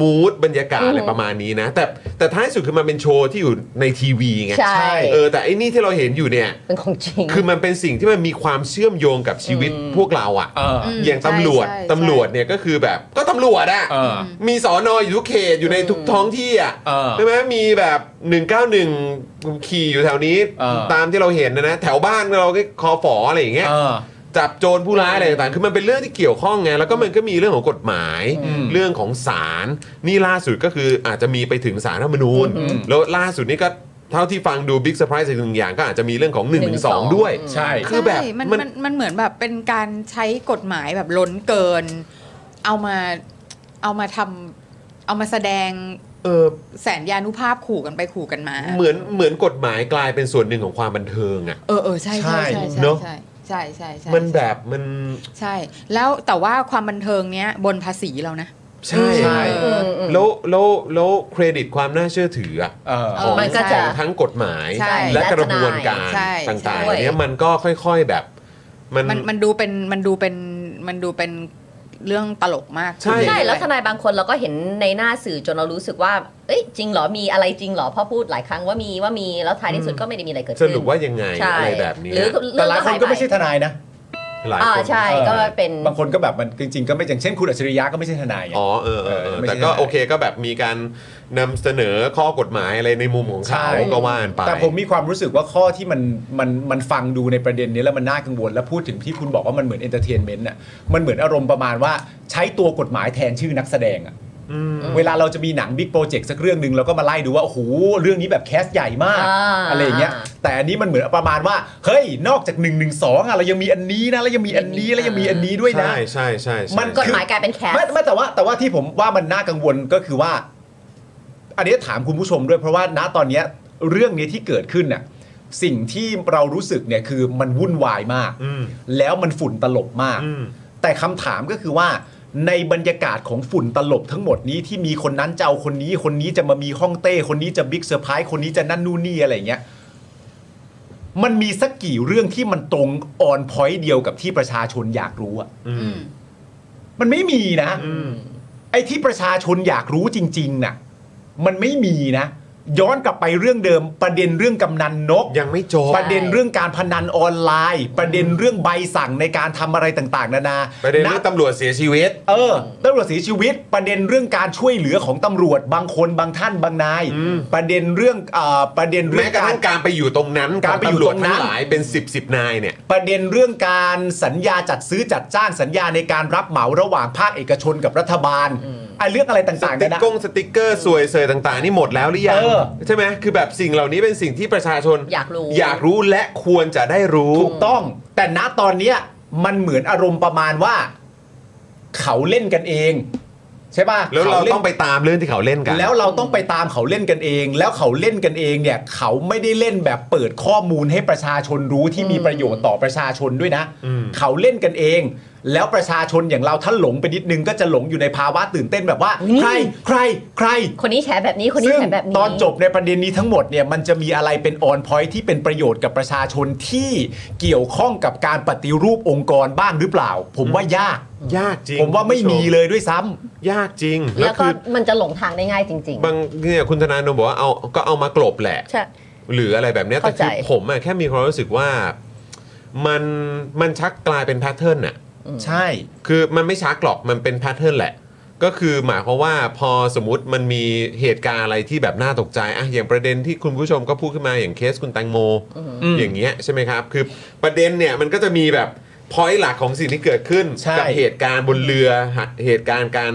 [SPEAKER 5] มูดบรรยากาศอะไรประมาณนี้นะ แต่แต่ท้ายสุดคือมันเป็นโชว์ที่อยู่ในทีวีไง
[SPEAKER 3] ใช่
[SPEAKER 2] ใช่
[SPEAKER 5] เออ แต่ไอ้นี่ที่เราเห็นอยู่เนี่ย
[SPEAKER 3] เป็นของจริง
[SPEAKER 5] คือมันเป็นสิ่งที่มันมีความเชื่อมโยงกับชีวิตพวกเราอะ
[SPEAKER 2] เออ
[SPEAKER 7] อืม
[SPEAKER 5] อย่าง
[SPEAKER 7] ใช่
[SPEAKER 5] ตำรวจ
[SPEAKER 7] ใช่
[SPEAKER 5] ตำรวจเนี่ยก็คือแบบก็ตำรวจอะ
[SPEAKER 2] เออ
[SPEAKER 5] มีสอนอยู่ทุกเขตอยู่ในทุกท้องที่อะ
[SPEAKER 2] เออ
[SPEAKER 5] ใช่ไหมมีแบบ 191 ขี่อยู่แถวนี้
[SPEAKER 2] เออ
[SPEAKER 5] ตามที่เราเห็นนะนะแถวบ้านเราก็คอฝออะไรอย่างเงี้ย
[SPEAKER 2] เออ
[SPEAKER 5] จับโจรผู้ร้ายอะไรต่างๆคือมันเป็นเรื่องที่เกี่ยวข้องไงแล้วก็มันก็มีเรื่องของกฎหมาย
[SPEAKER 2] อืม
[SPEAKER 5] เรื่องของศาลนี่ล่าสุดก็คืออาจจะมีไปถึงศาลรัฐธรรมนูญ
[SPEAKER 2] อืม
[SPEAKER 5] แล้วล่าสุดนี่ก็เท่าที่ฟังดูบิ๊กเซอร์ไพรส์อีกหนึ่งอย่างก็อาจจะมีเรื่องของ1นึ
[SPEAKER 3] 112
[SPEAKER 5] ด้วย
[SPEAKER 2] ใช่
[SPEAKER 5] คือแบบ
[SPEAKER 7] ใช่มัน
[SPEAKER 5] มัน
[SPEAKER 7] มันมันเหมือนแบบเป็นการใช้กฎหมายแบบล้นเกิน เอามาเอามาทำเอามาแสดง
[SPEAKER 5] เออ
[SPEAKER 7] แสนยานุภาพขู่กันไปขู่กันมา
[SPEAKER 5] เหมือนเหมือนกฎหมายกลายเป็นส่วนหนึ่งของความบันเทิงอะ
[SPEAKER 7] เออเออใช่ใช่
[SPEAKER 2] ใช่
[SPEAKER 7] ใช่
[SPEAKER 5] เน
[SPEAKER 7] ใช่
[SPEAKER 5] อะ
[SPEAKER 7] ใช่ใช่ใช่ใช่
[SPEAKER 5] มันแบบมัน
[SPEAKER 7] ใช่ แล้วแต่ว่าความบันเทิงเนี้ยบนภาษีเรานะ
[SPEAKER 5] ใช่
[SPEAKER 2] ใช่
[SPEAKER 7] เออ
[SPEAKER 3] ม
[SPEAKER 5] แล้วแล้วแล้วเครดิตความน่าเชื่อถืออะ
[SPEAKER 2] เออ
[SPEAKER 5] ของ
[SPEAKER 3] มันก็
[SPEAKER 5] ข
[SPEAKER 3] จะ
[SPEAKER 5] องทั้งกฎหมาย
[SPEAKER 7] ใช่
[SPEAKER 5] และกระบวนการ
[SPEAKER 7] ใช่ใช่
[SPEAKER 5] ต่างๆเหล่านี้มันก็ค่อย ๆแบบ มัน
[SPEAKER 7] มันมันดูเป็นมันดูเป็นมันดูเป็นเรื่องตลกมาก
[SPEAKER 5] ใช่
[SPEAKER 3] ใช่แล้วท
[SPEAKER 7] ขนาด
[SPEAKER 3] นายบางคนเราก็เห็นในหน้าสื่อจนเรารู้สึกว่า เอ้ยจริงเหรอมีอะไรจริงเหรอเพ่อพูดหลายครั้งว่ามีว่ามีแล้วท้ายที่สุดก็ไม่ได้มีอะไรเกิด
[SPEAKER 5] ส
[SPEAKER 3] ขึ้น
[SPEAKER 5] รุปว่ายังไง
[SPEAKER 3] ใช่
[SPEAKER 5] อะไรแบบนี้
[SPEAKER 3] หรือ
[SPEAKER 2] แต่
[SPEAKER 3] เรื่อง
[SPEAKER 2] ห
[SPEAKER 3] ก็
[SPEAKER 2] ลายคน
[SPEAKER 3] หาย
[SPEAKER 2] ก็
[SPEAKER 3] ไป
[SPEAKER 2] ไม่ใช่ทนายนะ
[SPEAKER 5] หลาย
[SPEAKER 3] อ่า
[SPEAKER 5] คน
[SPEAKER 3] ใช่ก็เป็น
[SPEAKER 2] บางคนก็แบบมันจริงๆ ก็ไม่อย่างเช่นคุณอัจฉริยะก็ไม่ใช่ทนายไง
[SPEAKER 5] อ๋อเออเออเออ
[SPEAKER 2] ไม่ใช่
[SPEAKER 5] แต่ก็
[SPEAKER 2] ทนาย
[SPEAKER 5] โอเคก็แบบมีการ
[SPEAKER 1] นำเสนอข้อกฎหมายอะไรในมุมของเขาก็ว่ากันไป
[SPEAKER 2] แต่ผมมีความรู้สึกว่าข้อที่มันมันมันฟังดูในประเด็นนี้แล้วมันน่ากังวล และพูดถึงที่คุณบอกว่ามันเหมือนเอนเตอร์เทนเมนต์อ่ะมันเหมือนอารมณ์ประมาณว่าใช้ตัวกฎหมายแทนชื่อนักแสดงอ่ะเวลาเราจะมีหนังบิ๊กโปรเจกต์สักเรื่องหนึ่งเราก็มาไล่ดูว่าโอ้โหเรื่องนี้แบบแคสใหญ่มาก
[SPEAKER 3] อ่า
[SPEAKER 2] อะไรอย่างเงี้ย แต่อันนี้มันเหมือนประมาณว่า เฮ้ยนอกจาก1นึอ่ะเรายังมีอันนี้นะแล้วยังมีอันนี้แล้วยังมีอันนี้ด้วยนะ
[SPEAKER 1] ใช่ใช่ใช่ใช่
[SPEAKER 2] มัน
[SPEAKER 3] กฎหมายกลายเป็นแคส
[SPEAKER 2] ไม่ไม่แต่ว่าแต่ว่าที่ผมว่ามันน่ากังวลก็คือว่า อันนี้ถามคุณผู้ชมด้วยเพราะว่าณตอนเนี้ยเรื่องนี้ที่เกิดขึ้นน่ะสิ่งที่เรารู้สึกเนี่ยคือมันวุ่นวายมาก
[SPEAKER 1] อืม
[SPEAKER 2] แล้วมันฝุ่นตลบมาก
[SPEAKER 1] อืม
[SPEAKER 2] แต่คำถามก็คือว่าในบรรยากาศของฝุ่นตลบทั้งหมดนี้ที่มีคนนั้นจะเอาคนนี้ คนนี้จะมามีห้องเต้ คนนี้จะบิ๊กเซอร์ไพรส์คนนี้จะนั่นนู่นนี่อะไรอย่างเงี้ยมันมีสักกี่เรื่องที่มันตรงออนพอยต์เดียวกับที่ประชาชนอยากรู้อะ
[SPEAKER 1] อืม
[SPEAKER 2] มันไม่มีนะ
[SPEAKER 1] อืม
[SPEAKER 2] ไอ้ที่ประชาชนอยากรู้จริงๆน่ะ มันไม่มีนะ ย้อนกลับไปเรื่องเดิม ประเด็นเรื่องกำนันนก
[SPEAKER 1] ยังไม่จบ
[SPEAKER 2] ประเด็นเรื่องการพนันออนไลน์ ประเด็นเรื่องใบสั่งในการทำอะไรต่างๆ นานา
[SPEAKER 1] ประเด็น
[SPEAKER 2] ณ
[SPEAKER 1] เรื่องตำรวจเสียชีวิต
[SPEAKER 2] เออตำรวจเสียชีวิต ประเด็นเรื่องการช่วยเหลือของตำรวจบางคนบางท่านบางนาย
[SPEAKER 1] อืม
[SPEAKER 2] ประเด็นเรื่องเอ่อประเด็นเรื่
[SPEAKER 1] แม้
[SPEAKER 2] อง
[SPEAKER 1] กระ
[SPEAKER 2] การ
[SPEAKER 1] ทั่งการไปอยู่ตรงนั้น
[SPEAKER 2] การไปอยู่
[SPEAKER 1] ขตำวจ
[SPEAKER 2] ตรงนั้น
[SPEAKER 1] ทั้หลายเป็น 10 10นายเนี่ย
[SPEAKER 2] ประเด็นเรื่องการสัญญาจัดซื้อจัดจ้างสัญญาในการรับเหมาระหว่างภาคเอกชนกับรัฐบาลไอ้เรื่องอะไร
[SPEAKER 1] ส
[SPEAKER 2] ต่างๆ
[SPEAKER 1] ติ๊
[SPEAKER 2] กั
[SPEAKER 1] ก
[SPEAKER 2] นนะ
[SPEAKER 1] กงสติ๊กเกอร์สวยเสยต่าง ๆ นี่หมดแล้วหรือยัง
[SPEAKER 2] เออ
[SPEAKER 1] ใช่ไหมคือแบบสิ่งเหล่านี้เป็นสิ่งที่ประชาชน
[SPEAKER 3] อยากรู้
[SPEAKER 1] อยากรู้และควรจะได้รู้
[SPEAKER 2] ถูกต้อง แต่ณตอนเนี้ยมันเหมือนอารมณ์ประมาณว่า เขาเล่นกันเอง ใช่ป่ะ
[SPEAKER 1] แล้วเรา
[SPEAKER 2] ขล่น
[SPEAKER 1] ต้องไปตามเรื่องที่เขาเล่นกัน
[SPEAKER 2] แล้วเราต้องไปตามเขาเล่นกันเอง แล้วเขาเล่นกันเองเนี่ย เขาไม่ได้เล่นแบบเปิดข้อมูลให้ประชาชนรู้ที่มีประโยชน์ต่อประชาชนด้วยนะ
[SPEAKER 1] อืม
[SPEAKER 2] เขาเล่นกันเอง แล้วประชาชนอย่างเราถ้าหลงไปนิดนึงก็จะหลงอยู่ในภาวะตื่นเต้นแบบว่า
[SPEAKER 3] อืม
[SPEAKER 2] ใครใครใคร
[SPEAKER 3] คนนี้แฉแบบนี้คนนี้
[SPEAKER 2] ซึ่ง
[SPEAKER 3] แฉแบบนี้
[SPEAKER 2] ตอนจบในประเด็นนี้ทั้งหมดเนี่ยมันจะมีอะไรเป็นออนพอยที่เป็นประโยชน์กับประชาชนที่เกี่ยวข้องกับการปฏิรูปองค์กรบ้างหรือเปล่า ผมว่ายาก
[SPEAKER 1] ยากจริง
[SPEAKER 2] ผมว่าไม่มีเลยด้วยซ้ำ
[SPEAKER 1] ยากจริง
[SPEAKER 3] แล้วก็
[SPEAKER 1] คือ
[SPEAKER 3] มันจะหลงทางได้ง่ายจริง
[SPEAKER 1] บางเนี่ยคุณธนาโนมบอกว่าเอาก็เอามากลบแหละ
[SPEAKER 3] ๆ ใช่
[SPEAKER 1] หรืออะไรแบบเนี้ยแต่
[SPEAKER 3] เข้าใจ
[SPEAKER 1] คือผมอะแค่มีความรู้สึกว่ามันมันชักกลายเป็นแพทเทิร์นอะ
[SPEAKER 2] ใช่
[SPEAKER 1] คือมันไม่ชักหรอกมันเป็นแพทเทิร์นแหละ ก็คือหมายความว่าพอสมมติมันมีเหตุการณ์อะไรที่แบบน่าตกใจอะอย่างประเด็นที่คุณผู้ชมก็พูดขึ้นมาอย่างเคสคุณแตงโม
[SPEAKER 2] อืม
[SPEAKER 1] อย่างเงี้ยใช่ไหมครับ คือประเด็นเนี่ยมันก็จะมีแบบพอยต์หลักของสิ่งที่เกิดขึ้น
[SPEAKER 2] ใช่
[SPEAKER 1] กัเหตุการณ์บนเรือหะเหตุการณ์การ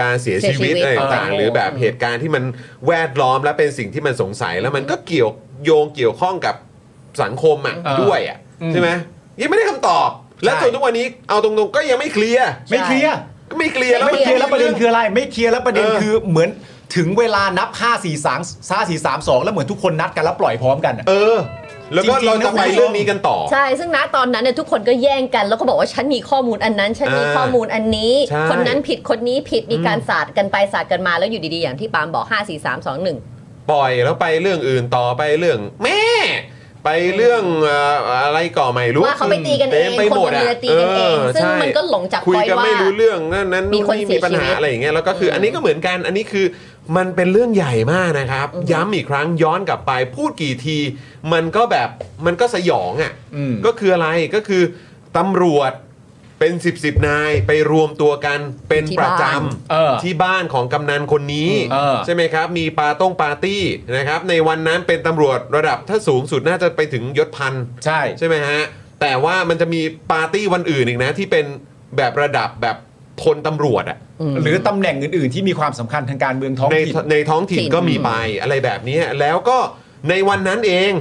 [SPEAKER 1] การเสียชีวิต
[SPEAKER 3] เสียชีวิต
[SPEAKER 1] อะไรต่างๆหรือแบบ เหตุการณ์ที่มันแวดล้อมและเป็นสิ่งที่มันสงสัยแล้วมันก็เกี่ยวโยงเกี่ยวข้องกับสังคมอ่ะ
[SPEAKER 2] เออ
[SPEAKER 1] ด้วยอ่ะ
[SPEAKER 2] อืม
[SPEAKER 1] ใช่ไหมยังไม่ได้คำตอบ และ
[SPEAKER 2] ใช่
[SPEAKER 1] จนทุกวันนี้เอาตรงๆก็ยังไม่เคลียร์
[SPEAKER 2] ไม่เคลียร์
[SPEAKER 1] ก็ไม่เคลียร์แล้ว
[SPEAKER 2] ไม่เคลียร์แล้วประเด็นคือ
[SPEAKER 1] อ
[SPEAKER 2] อะไรไม่เคลียร์แล้วประเด็น
[SPEAKER 1] เออ
[SPEAKER 2] คือเหมือนถึงเวลานับ 5 4 3 5 4 3 2 แล้วเหมือนทุกคนนัดกันแล้วปล่อยพร้อมกันอะ
[SPEAKER 1] เออ แล้วก็
[SPEAKER 2] จริงๆ
[SPEAKER 1] เราจะ
[SPEAKER 2] นะคุณ
[SPEAKER 1] ไป
[SPEAKER 2] ผู้ชม
[SPEAKER 1] เรื่องนี้กันต่อ
[SPEAKER 3] ใช่ ซึ่งณตอนนั้นเนี่ยทุกคนก็แย่งกัน แล้วก็บอกว่าฉันมีข้อมูลอันนั้น ฉันมี
[SPEAKER 1] อ่า
[SPEAKER 3] ข้อมูลอันนี้
[SPEAKER 1] ใช่
[SPEAKER 3] คนนั้นผิดคนนี้ผิดมีการสาดกันไปสาดกันมาแล้วอยู่ดีๆ อย่างที่ปาล์มบอก 5 4 3 2 1
[SPEAKER 1] ปล่อยแล้วไปเรื่องอื่นต่อไปเรื่องแม่ ไปเรื่องเอ่ออะไรก่อไม่รู้
[SPEAKER 3] ว่าเขาไปตีกันเอง
[SPEAKER 1] ต็มไปหมด
[SPEAKER 3] คนบน
[SPEAKER 1] อะ
[SPEAKER 3] เรือตีกันเองซึ่ง
[SPEAKER 1] ใช่
[SPEAKER 3] มันก็หลงจาก
[SPEAKER 1] คุยกัน
[SPEAKER 3] ไว้ว่า
[SPEAKER 1] ไม่รู้เรื่องนั่นนั้น
[SPEAKER 3] มีคน
[SPEAKER 1] นี่
[SPEAKER 3] เสี
[SPEAKER 1] มี
[SPEAKER 3] ย
[SPEAKER 1] ปัญ
[SPEAKER 3] ชี
[SPEAKER 1] หา
[SPEAKER 3] วิต
[SPEAKER 1] อะไรอย่างเงี้ยแล้วก็คืออันนี้ก็เหมือนกันอันนี้คือมันเป็นเรื่องใหญ่มากนะครับ ย้ำอีกครั้งย้อนกลับไป พูดกี่ที มันก็แบบมันก็สยองอ่ะ
[SPEAKER 2] อืม
[SPEAKER 1] ก็คืออะไรก็คือตำรวจเป็นสิบสิบนายไปรวมตัวกันเป็น
[SPEAKER 3] ที่
[SPEAKER 1] ประจ
[SPEAKER 3] บ้าน
[SPEAKER 2] เออ
[SPEAKER 1] ำที่บ้านของกำนันคนนี้
[SPEAKER 2] เออ
[SPEAKER 1] ใช่ไหมครับ มีปาต้งปาร์ตี้นะครับ ในวันนั้นเป็นตำรวจระดับถ้าสูงสุดน่าจะไปถึงยศพัน
[SPEAKER 2] ใช่
[SPEAKER 1] ใช่ไหมฮะ แต่ว่ามันจะมีปาร์ตี้วันอื่นอีกนะ ที่เป็นแบบระดับแบบพลตำรวจอะ
[SPEAKER 2] หรือตำแหน่งอื่น ๆ ที่มีความสำคัญทางการเมืองท้อง
[SPEAKER 1] ใน
[SPEAKER 2] ถิ่น
[SPEAKER 1] ในท้องถิ่น
[SPEAKER 3] ถิ่น
[SPEAKER 1] ก็มีไปอะไรแบบนี้ แล้วก็ในวันนั้นเอง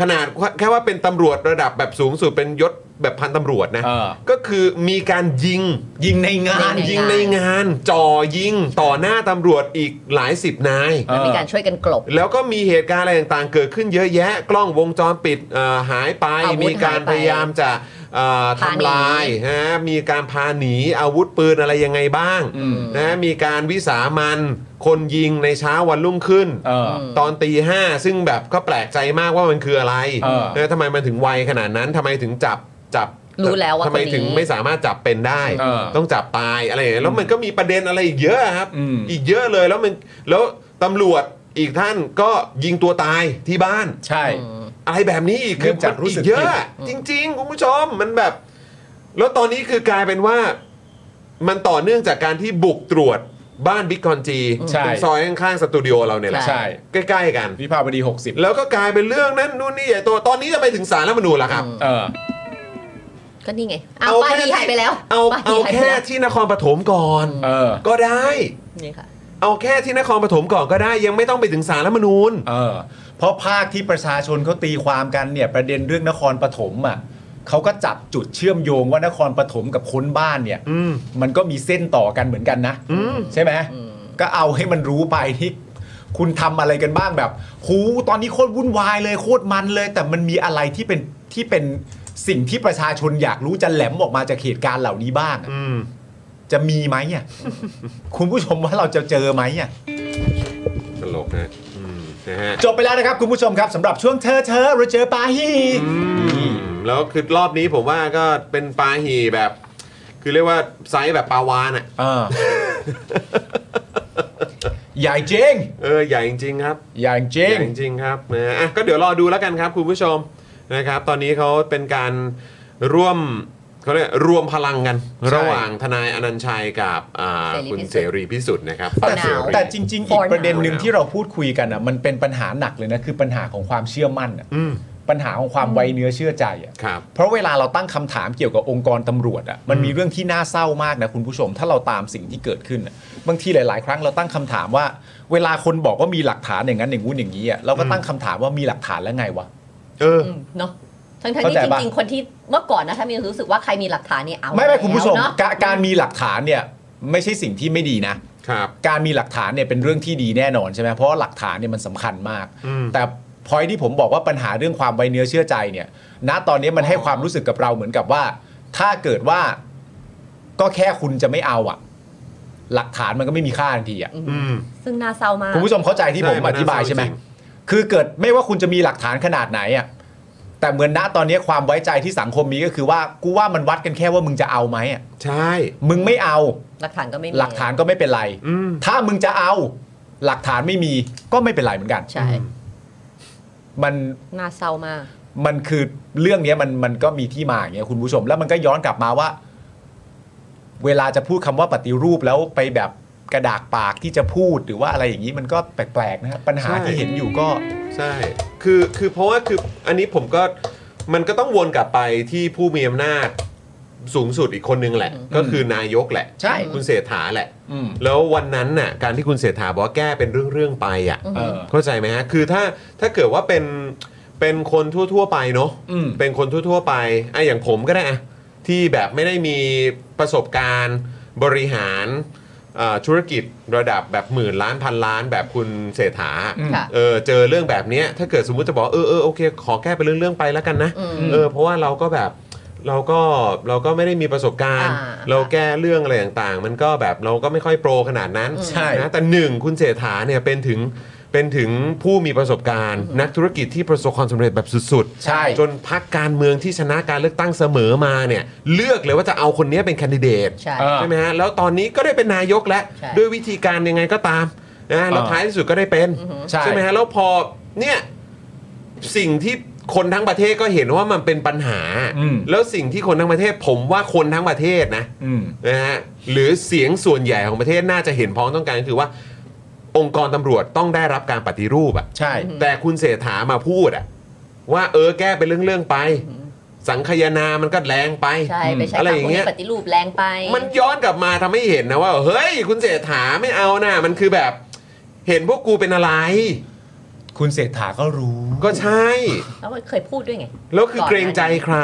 [SPEAKER 1] ขนาดแค่ว่าเป็นตำรวจระดับแบบสูงสุดเป็นยศแบบพันตำรวจนะ
[SPEAKER 2] เออ
[SPEAKER 1] ก็คือมีการยิง
[SPEAKER 2] ยิงในงาน
[SPEAKER 3] ใน
[SPEAKER 1] ยิงในงานจ่อยิงต่อหน้าตำรวจอีกหลายสิบนาย
[SPEAKER 2] เออ
[SPEAKER 3] มีการช่วยกันกลบ
[SPEAKER 1] แล้วก็มีเหตุการณ์อะไรต่างๆ เกิดขึ้นเยอะแยะ กล้องวงจรปิดเอ่อหายไป
[SPEAKER 3] อาวุธ
[SPEAKER 1] มีการ
[SPEAKER 3] หาย
[SPEAKER 1] พ
[SPEAKER 3] ไป
[SPEAKER 1] ยายามจะเอ่อ
[SPEAKER 3] พาหนี
[SPEAKER 1] ทำลายนะฮะมีการพาหนีอาวุธปืนอะไรยังไงบ้าง
[SPEAKER 2] อืม
[SPEAKER 1] นะฮะมีการวิสามันคนยิงในเช้าวันรุ่งขึ้น
[SPEAKER 2] เออ
[SPEAKER 1] ตอนตีห้าซึ่งแบบก็แปลกใจมากว่ามันคืออะไร
[SPEAKER 2] เออ
[SPEAKER 1] นะทำไมมันถึงไวขนาดนั้นทำไมถึงจับจับ
[SPEAKER 3] รู้แล้วว่า
[SPEAKER 1] ทำไม
[SPEAKER 3] คนนี้
[SPEAKER 1] ถึงไม่สามารถจับเป็นได้
[SPEAKER 2] เออ
[SPEAKER 1] ต้องจับตายอะไรอย่างเงี้ยแล้วมันก็มีประเด็นอะไรอีกเยอะครับ
[SPEAKER 2] อืม
[SPEAKER 1] กเยอะเลยแล้วมันแล้วตำรวจอีกท่านก็ยิงตัวตายที่บ้าน
[SPEAKER 2] ใช่
[SPEAKER 1] อะไรแบบนี้อีก
[SPEAKER 2] เนื่
[SPEAKER 1] คือ
[SPEAKER 2] องจาก
[SPEAKER 1] มัน
[SPEAKER 2] รู้สึก
[SPEAKER 1] อีเยอะ
[SPEAKER 2] ผิด
[SPEAKER 1] จริง ๆ คุณผู้ชมมันแบบ แล้วตอนนี้คือกลายเป็นว่า มันต่อเนื่องจากการที่บุกตรวจ บ้านบิ๊กคอนจี
[SPEAKER 2] ใช่
[SPEAKER 1] ตรงซอยข้างๆสตูดิโอเราเนี่ยแหละ
[SPEAKER 2] ใช่
[SPEAKER 1] ใกล้ ๆ กัน
[SPEAKER 2] วิภาวดี 60
[SPEAKER 1] แล้วก็กลายเป็นเรื่องนั้นนู่นนี่ใหญ่โตตอนนี้จะไปถึงศาลรัฐธรรมนูญแล้วครับ
[SPEAKER 2] เออ
[SPEAKER 3] ก็นี่ไงเอาป้ายนี้หายไปแล้ว
[SPEAKER 1] เอา
[SPEAKER 3] ป้ย
[SPEAKER 1] เอา
[SPEAKER 3] นี้หยไป
[SPEAKER 1] แค่
[SPEAKER 3] ล้ว
[SPEAKER 1] ที่นครปฐมก่อน
[SPEAKER 2] เออ
[SPEAKER 1] ก็ได้
[SPEAKER 3] นี่ค่ะ
[SPEAKER 1] เอาแค่ที่นครปฐมก่อนก็ได้ ยังไม่ต้องไปถึงศาลรัฐธรรมนูญ
[SPEAKER 2] เออ เพราะภาคที่ประชาชนเขาตีความกันเนี่ย ประเด็นเรื่องนครปฐมอ่ะเขาก็จับจุดเชื่อมโยงว่านครปฐมกับค้นบ้านเนี่ย
[SPEAKER 1] อืม
[SPEAKER 2] มันก็มีเส้นต่อกันเหมือนกันนะ
[SPEAKER 1] อืม
[SPEAKER 2] ใช่ไหมก็เอาให้มันรู้ไปที่คุณทำอะไรกันบ้างแบบหูตอนนี้โคตรวุ่นวายเลยโคตรมันเลย แต่มันมีอะไรที่เป็นที่เป็นสิ่งที่ประชาชนอยากรู้จะแหลมออกมาจากเหตุการณ์เหล่านี้บ้างอะ
[SPEAKER 1] อืม
[SPEAKER 2] จะมีไหมอ่ะ คุณผู้ชมว่าเราจะเจอไหมอ่ะ
[SPEAKER 1] ตลกฮะอืมนะฮะ
[SPEAKER 2] จบไปแล้วนะครับคุณผู้ชมครับสำหรับช่วงเธอเธอเราเจอปาฮี
[SPEAKER 1] อืมแล้วคือรอบนี้ผมว่าก็เป็นปลาหีแบบ คือเรียกว่าไซส์แบบปลาวานอ่ะ
[SPEAKER 2] อ่ *laughs* า ใหญ่จริง
[SPEAKER 1] เออใหญ่จริงๆครับ
[SPEAKER 2] ใหญ่จริง
[SPEAKER 1] อย่างจริงครับนะอ่ะก็เดี๋ยวรอดูแล้วกันครับคุณผู้ชมนะครับ ตอนนี้เขาเป็นการร่วมเขาเรียกรวมพลังกัน
[SPEAKER 2] ใช่
[SPEAKER 1] ระหว่างทนายอนันต์ชัยกับอ่า
[SPEAKER 3] เสรีพิสุท
[SPEAKER 1] คุ
[SPEAKER 3] ธิ์
[SPEAKER 1] ณเสรีพิสุทธิ์นะครับ
[SPEAKER 3] For
[SPEAKER 2] แต่
[SPEAKER 3] now
[SPEAKER 1] เส
[SPEAKER 2] แต่จริง ๆ อี
[SPEAKER 3] For
[SPEAKER 2] ก
[SPEAKER 3] now
[SPEAKER 2] ประเด็นหนึ่งที่เราพูดคุยกันอ่ะมันเป็นปัญหาหนักเลยนะ คือปัญหาของความเชื่อมั่นอ่ะ
[SPEAKER 1] อืม
[SPEAKER 2] ปัญหาของความไวเนื้อเชื่อใจอ่ะ
[SPEAKER 1] ครับ
[SPEAKER 2] เพราะเวลาเราตั้งคำถามเกี่ยวกับองค์กรตำรวจอ่ะมันมีเรื่องที่น่าเศร้ามากนะคุณผู้ชม ถ้าเราตามสิ่งที่เกิดขึ้นอะบางทีหลาย ๆ ครั้งเราตั้งคำถามว่า เวลาคนบอกว่ามีหลักฐานอย่างนั้นอย่างงู้นอย่างนี้อ่ะเราก็ตั้งคำถามว่ามีหลักฐานแล้วไงวะ
[SPEAKER 1] เออ
[SPEAKER 3] อืมเนาะทั้งๆ
[SPEAKER 2] เข้า
[SPEAKER 3] ที่
[SPEAKER 2] ใจ
[SPEAKER 3] จ
[SPEAKER 2] ปะ
[SPEAKER 3] ริง ๆ คนที่เมื่อก่อนนะถ้ามีรู้สึกว่าใครมีหลักฐานเนี่ยเอา
[SPEAKER 2] ไม่ไม่คุณผู้ชม
[SPEAKER 3] แล้วเนอะ
[SPEAKER 2] กะการมีหลักฐานเนี่ยไม่ใช่สิ่งที่ไม่ดีนะ
[SPEAKER 1] ครับ
[SPEAKER 2] การมีหลักฐานเนี่ยเป็นเรื่องที่ดีแน่นอนใช่ไหมเพราะว่าหลักฐานเนี่ยมันสำคัญมาก
[SPEAKER 1] อืม
[SPEAKER 2] แต่พอยที่ผมบอกว่าปัญหาเรื่องความไวเนื้อเชื่อใจเนี่ยณตอนนี้มันให้ความรู้สึกกับเราเหมือนกับว่า ถ้าเกิดว่าก็แค่คุณจะไม่เอาอะหลักฐานมันก็ไม่มีค่าทันทีอะ
[SPEAKER 1] อืม
[SPEAKER 3] ซึ่งน่าเศร้ามาก
[SPEAKER 2] คุณผู้ชมเข้าใจที่
[SPEAKER 1] ใช่
[SPEAKER 2] ผมอธิบาย
[SPEAKER 1] มันน่าเศร้า
[SPEAKER 2] ใช่ไหม
[SPEAKER 1] จริง
[SPEAKER 2] คือเกิดไม่ว่าคุณจะมีหลักฐานขนาดไหนอะแต่เหมือนณตอนนี้ความไว้ใจที่สังคมมีก็คือว่ากูว่ามันวัดกันแค่ว่ามึงจะเอาไหมอะ
[SPEAKER 1] ใช่
[SPEAKER 2] มึงไม่เอา
[SPEAKER 3] หลักฐานก็ไม่มี
[SPEAKER 2] หลักฐานก็ไม่เป็นไร
[SPEAKER 1] อืม
[SPEAKER 2] ถ้ามึงจะเอาหลักฐานไม่มีก็ไม่เป็นไรเหมือนกัน
[SPEAKER 3] ใช่
[SPEAKER 2] มัน
[SPEAKER 3] น่าเศร้ามาก
[SPEAKER 2] มันคือเรื่องเนี้ยมันมันก็มีที่มาอย่างเงี้ยคุณผู้ชม แล้วมันก็ย้อนกลับมาว่า เวลาจะพูดคำว่าปฏิรูปแล้วไปแบบกระดากปากที่จะพูดหรือว่าอะไรอย่างนี้มันก็แปลกๆนะครับปัญหา
[SPEAKER 1] ใช่
[SPEAKER 2] ที่เห็นอยู่ก็
[SPEAKER 1] ใช่ คือ คือ เพราะว่า คือ อันนี้ผมก็ มันก็ต้องวนกลับไปที่ผู้มีอำนาจสูงสุดอีกคนนึงแหละ ก็คือนายกแหละ
[SPEAKER 2] ใช่
[SPEAKER 1] คุณเศรษฐาแหละ
[SPEAKER 2] อืม
[SPEAKER 1] แล้ววันนั้นน่ะ การที่คุณเศรษฐาบอกว่าแก้เป็นเรื่องๆไปอ่ะ
[SPEAKER 2] เออ
[SPEAKER 1] เข้าใจไหมฮะ คือถ้าถ้าเกิดว่าเป็นเป็นคนทั่ว ๆ ไปเนอะ
[SPEAKER 2] อืม
[SPEAKER 1] เป็นคนทั่ว ๆ ไปไอ้อย่างผมก็ได้อะที่แบบไม่ได้มีประสบการณ์บริหารเอ่อธุรกิจระดับแบบหมื่นล้านพันล้านแบบคุณเศรษฐา
[SPEAKER 2] อืม
[SPEAKER 3] ค่ะ
[SPEAKER 1] เออเจอเรื่องแบบเนี้ยถ้าเกิดสมมุติจะบอกเออเออโอเค ขอแก้เป็นเรื่อง ๆ ไปแล้วกันนะ
[SPEAKER 3] อืม
[SPEAKER 1] เออเพราะว่าเราก็แบบเราก็เราก็ไม่ได้มีประสบการณ์
[SPEAKER 3] อ่า
[SPEAKER 1] เราแก้เรื่องอะไรต่างๆ มันก็แบบเราก็ไม่ค่อยโปรขนาดนั้น
[SPEAKER 2] ใช่
[SPEAKER 1] นะแต่หนึ่งคุณเศรษฐาเนี่ยเป็นถึงเป็นถึงผู้มีประสบการณ์ นักธุรกิจที่ประสบความสำเร็จแบบสุด
[SPEAKER 2] ใช่
[SPEAKER 1] ๆ จนพักการเมืองที่ชนะการเลือกตั้งเสมอมาเนี่ยเลือกเลยว่าจะเอาคนเนี้ยเป็นแคนดิเดต
[SPEAKER 3] ใช่
[SPEAKER 2] เออ
[SPEAKER 1] ใช่ไหมฮะแล้วตอนนี้ก็ได้เป็นนายกแล้ว
[SPEAKER 3] ใช่
[SPEAKER 1] ด้วยวิธีการยังไงก็ตามนะแล้วท้ายที่สุดก็ได้เป็น
[SPEAKER 2] ใช่
[SPEAKER 1] ไหมฮะแล้วพอเนี่ยสิ่งที่คนทั้งประเทศก็เห็นว่ามันเป็นปัญหา
[SPEAKER 2] อืม
[SPEAKER 1] แล้วสิ่งที่คนทั้งประเทศผมว่าคนทั้งประเทศนะ
[SPEAKER 2] อืม
[SPEAKER 1] นะฮะหรือเสียงส่วนใหญ่ของประเทศน่าจะเห็นพ้องต้องการก็คือว่า องค์กรตำรวจต้องได้รับการปฏิรูปอะ
[SPEAKER 2] ใช่
[SPEAKER 1] แต่คุณเศรษฐามาพูดอะว่าเออแก้เป็นเรื่องๆไป สังคายนามันก็แรงไป
[SPEAKER 3] ใช่ไปใช้
[SPEAKER 1] อะไรอย่างเงี้ย
[SPEAKER 3] คำพูดปฏิรูปแรงไป
[SPEAKER 1] มันย้อนกลับมาทำให้เห็นนะว่า เฮ้ย คุณเศรษฐาไม่เอานะมันคือแบบ เห็นพวกกูเป็นอะไร
[SPEAKER 2] คุณเศรษฐาก็รู้
[SPEAKER 1] ก็ใช่
[SPEAKER 3] แล้วมันเคยพูดด้วยไง
[SPEAKER 1] แล้วคือเกรงใจใคร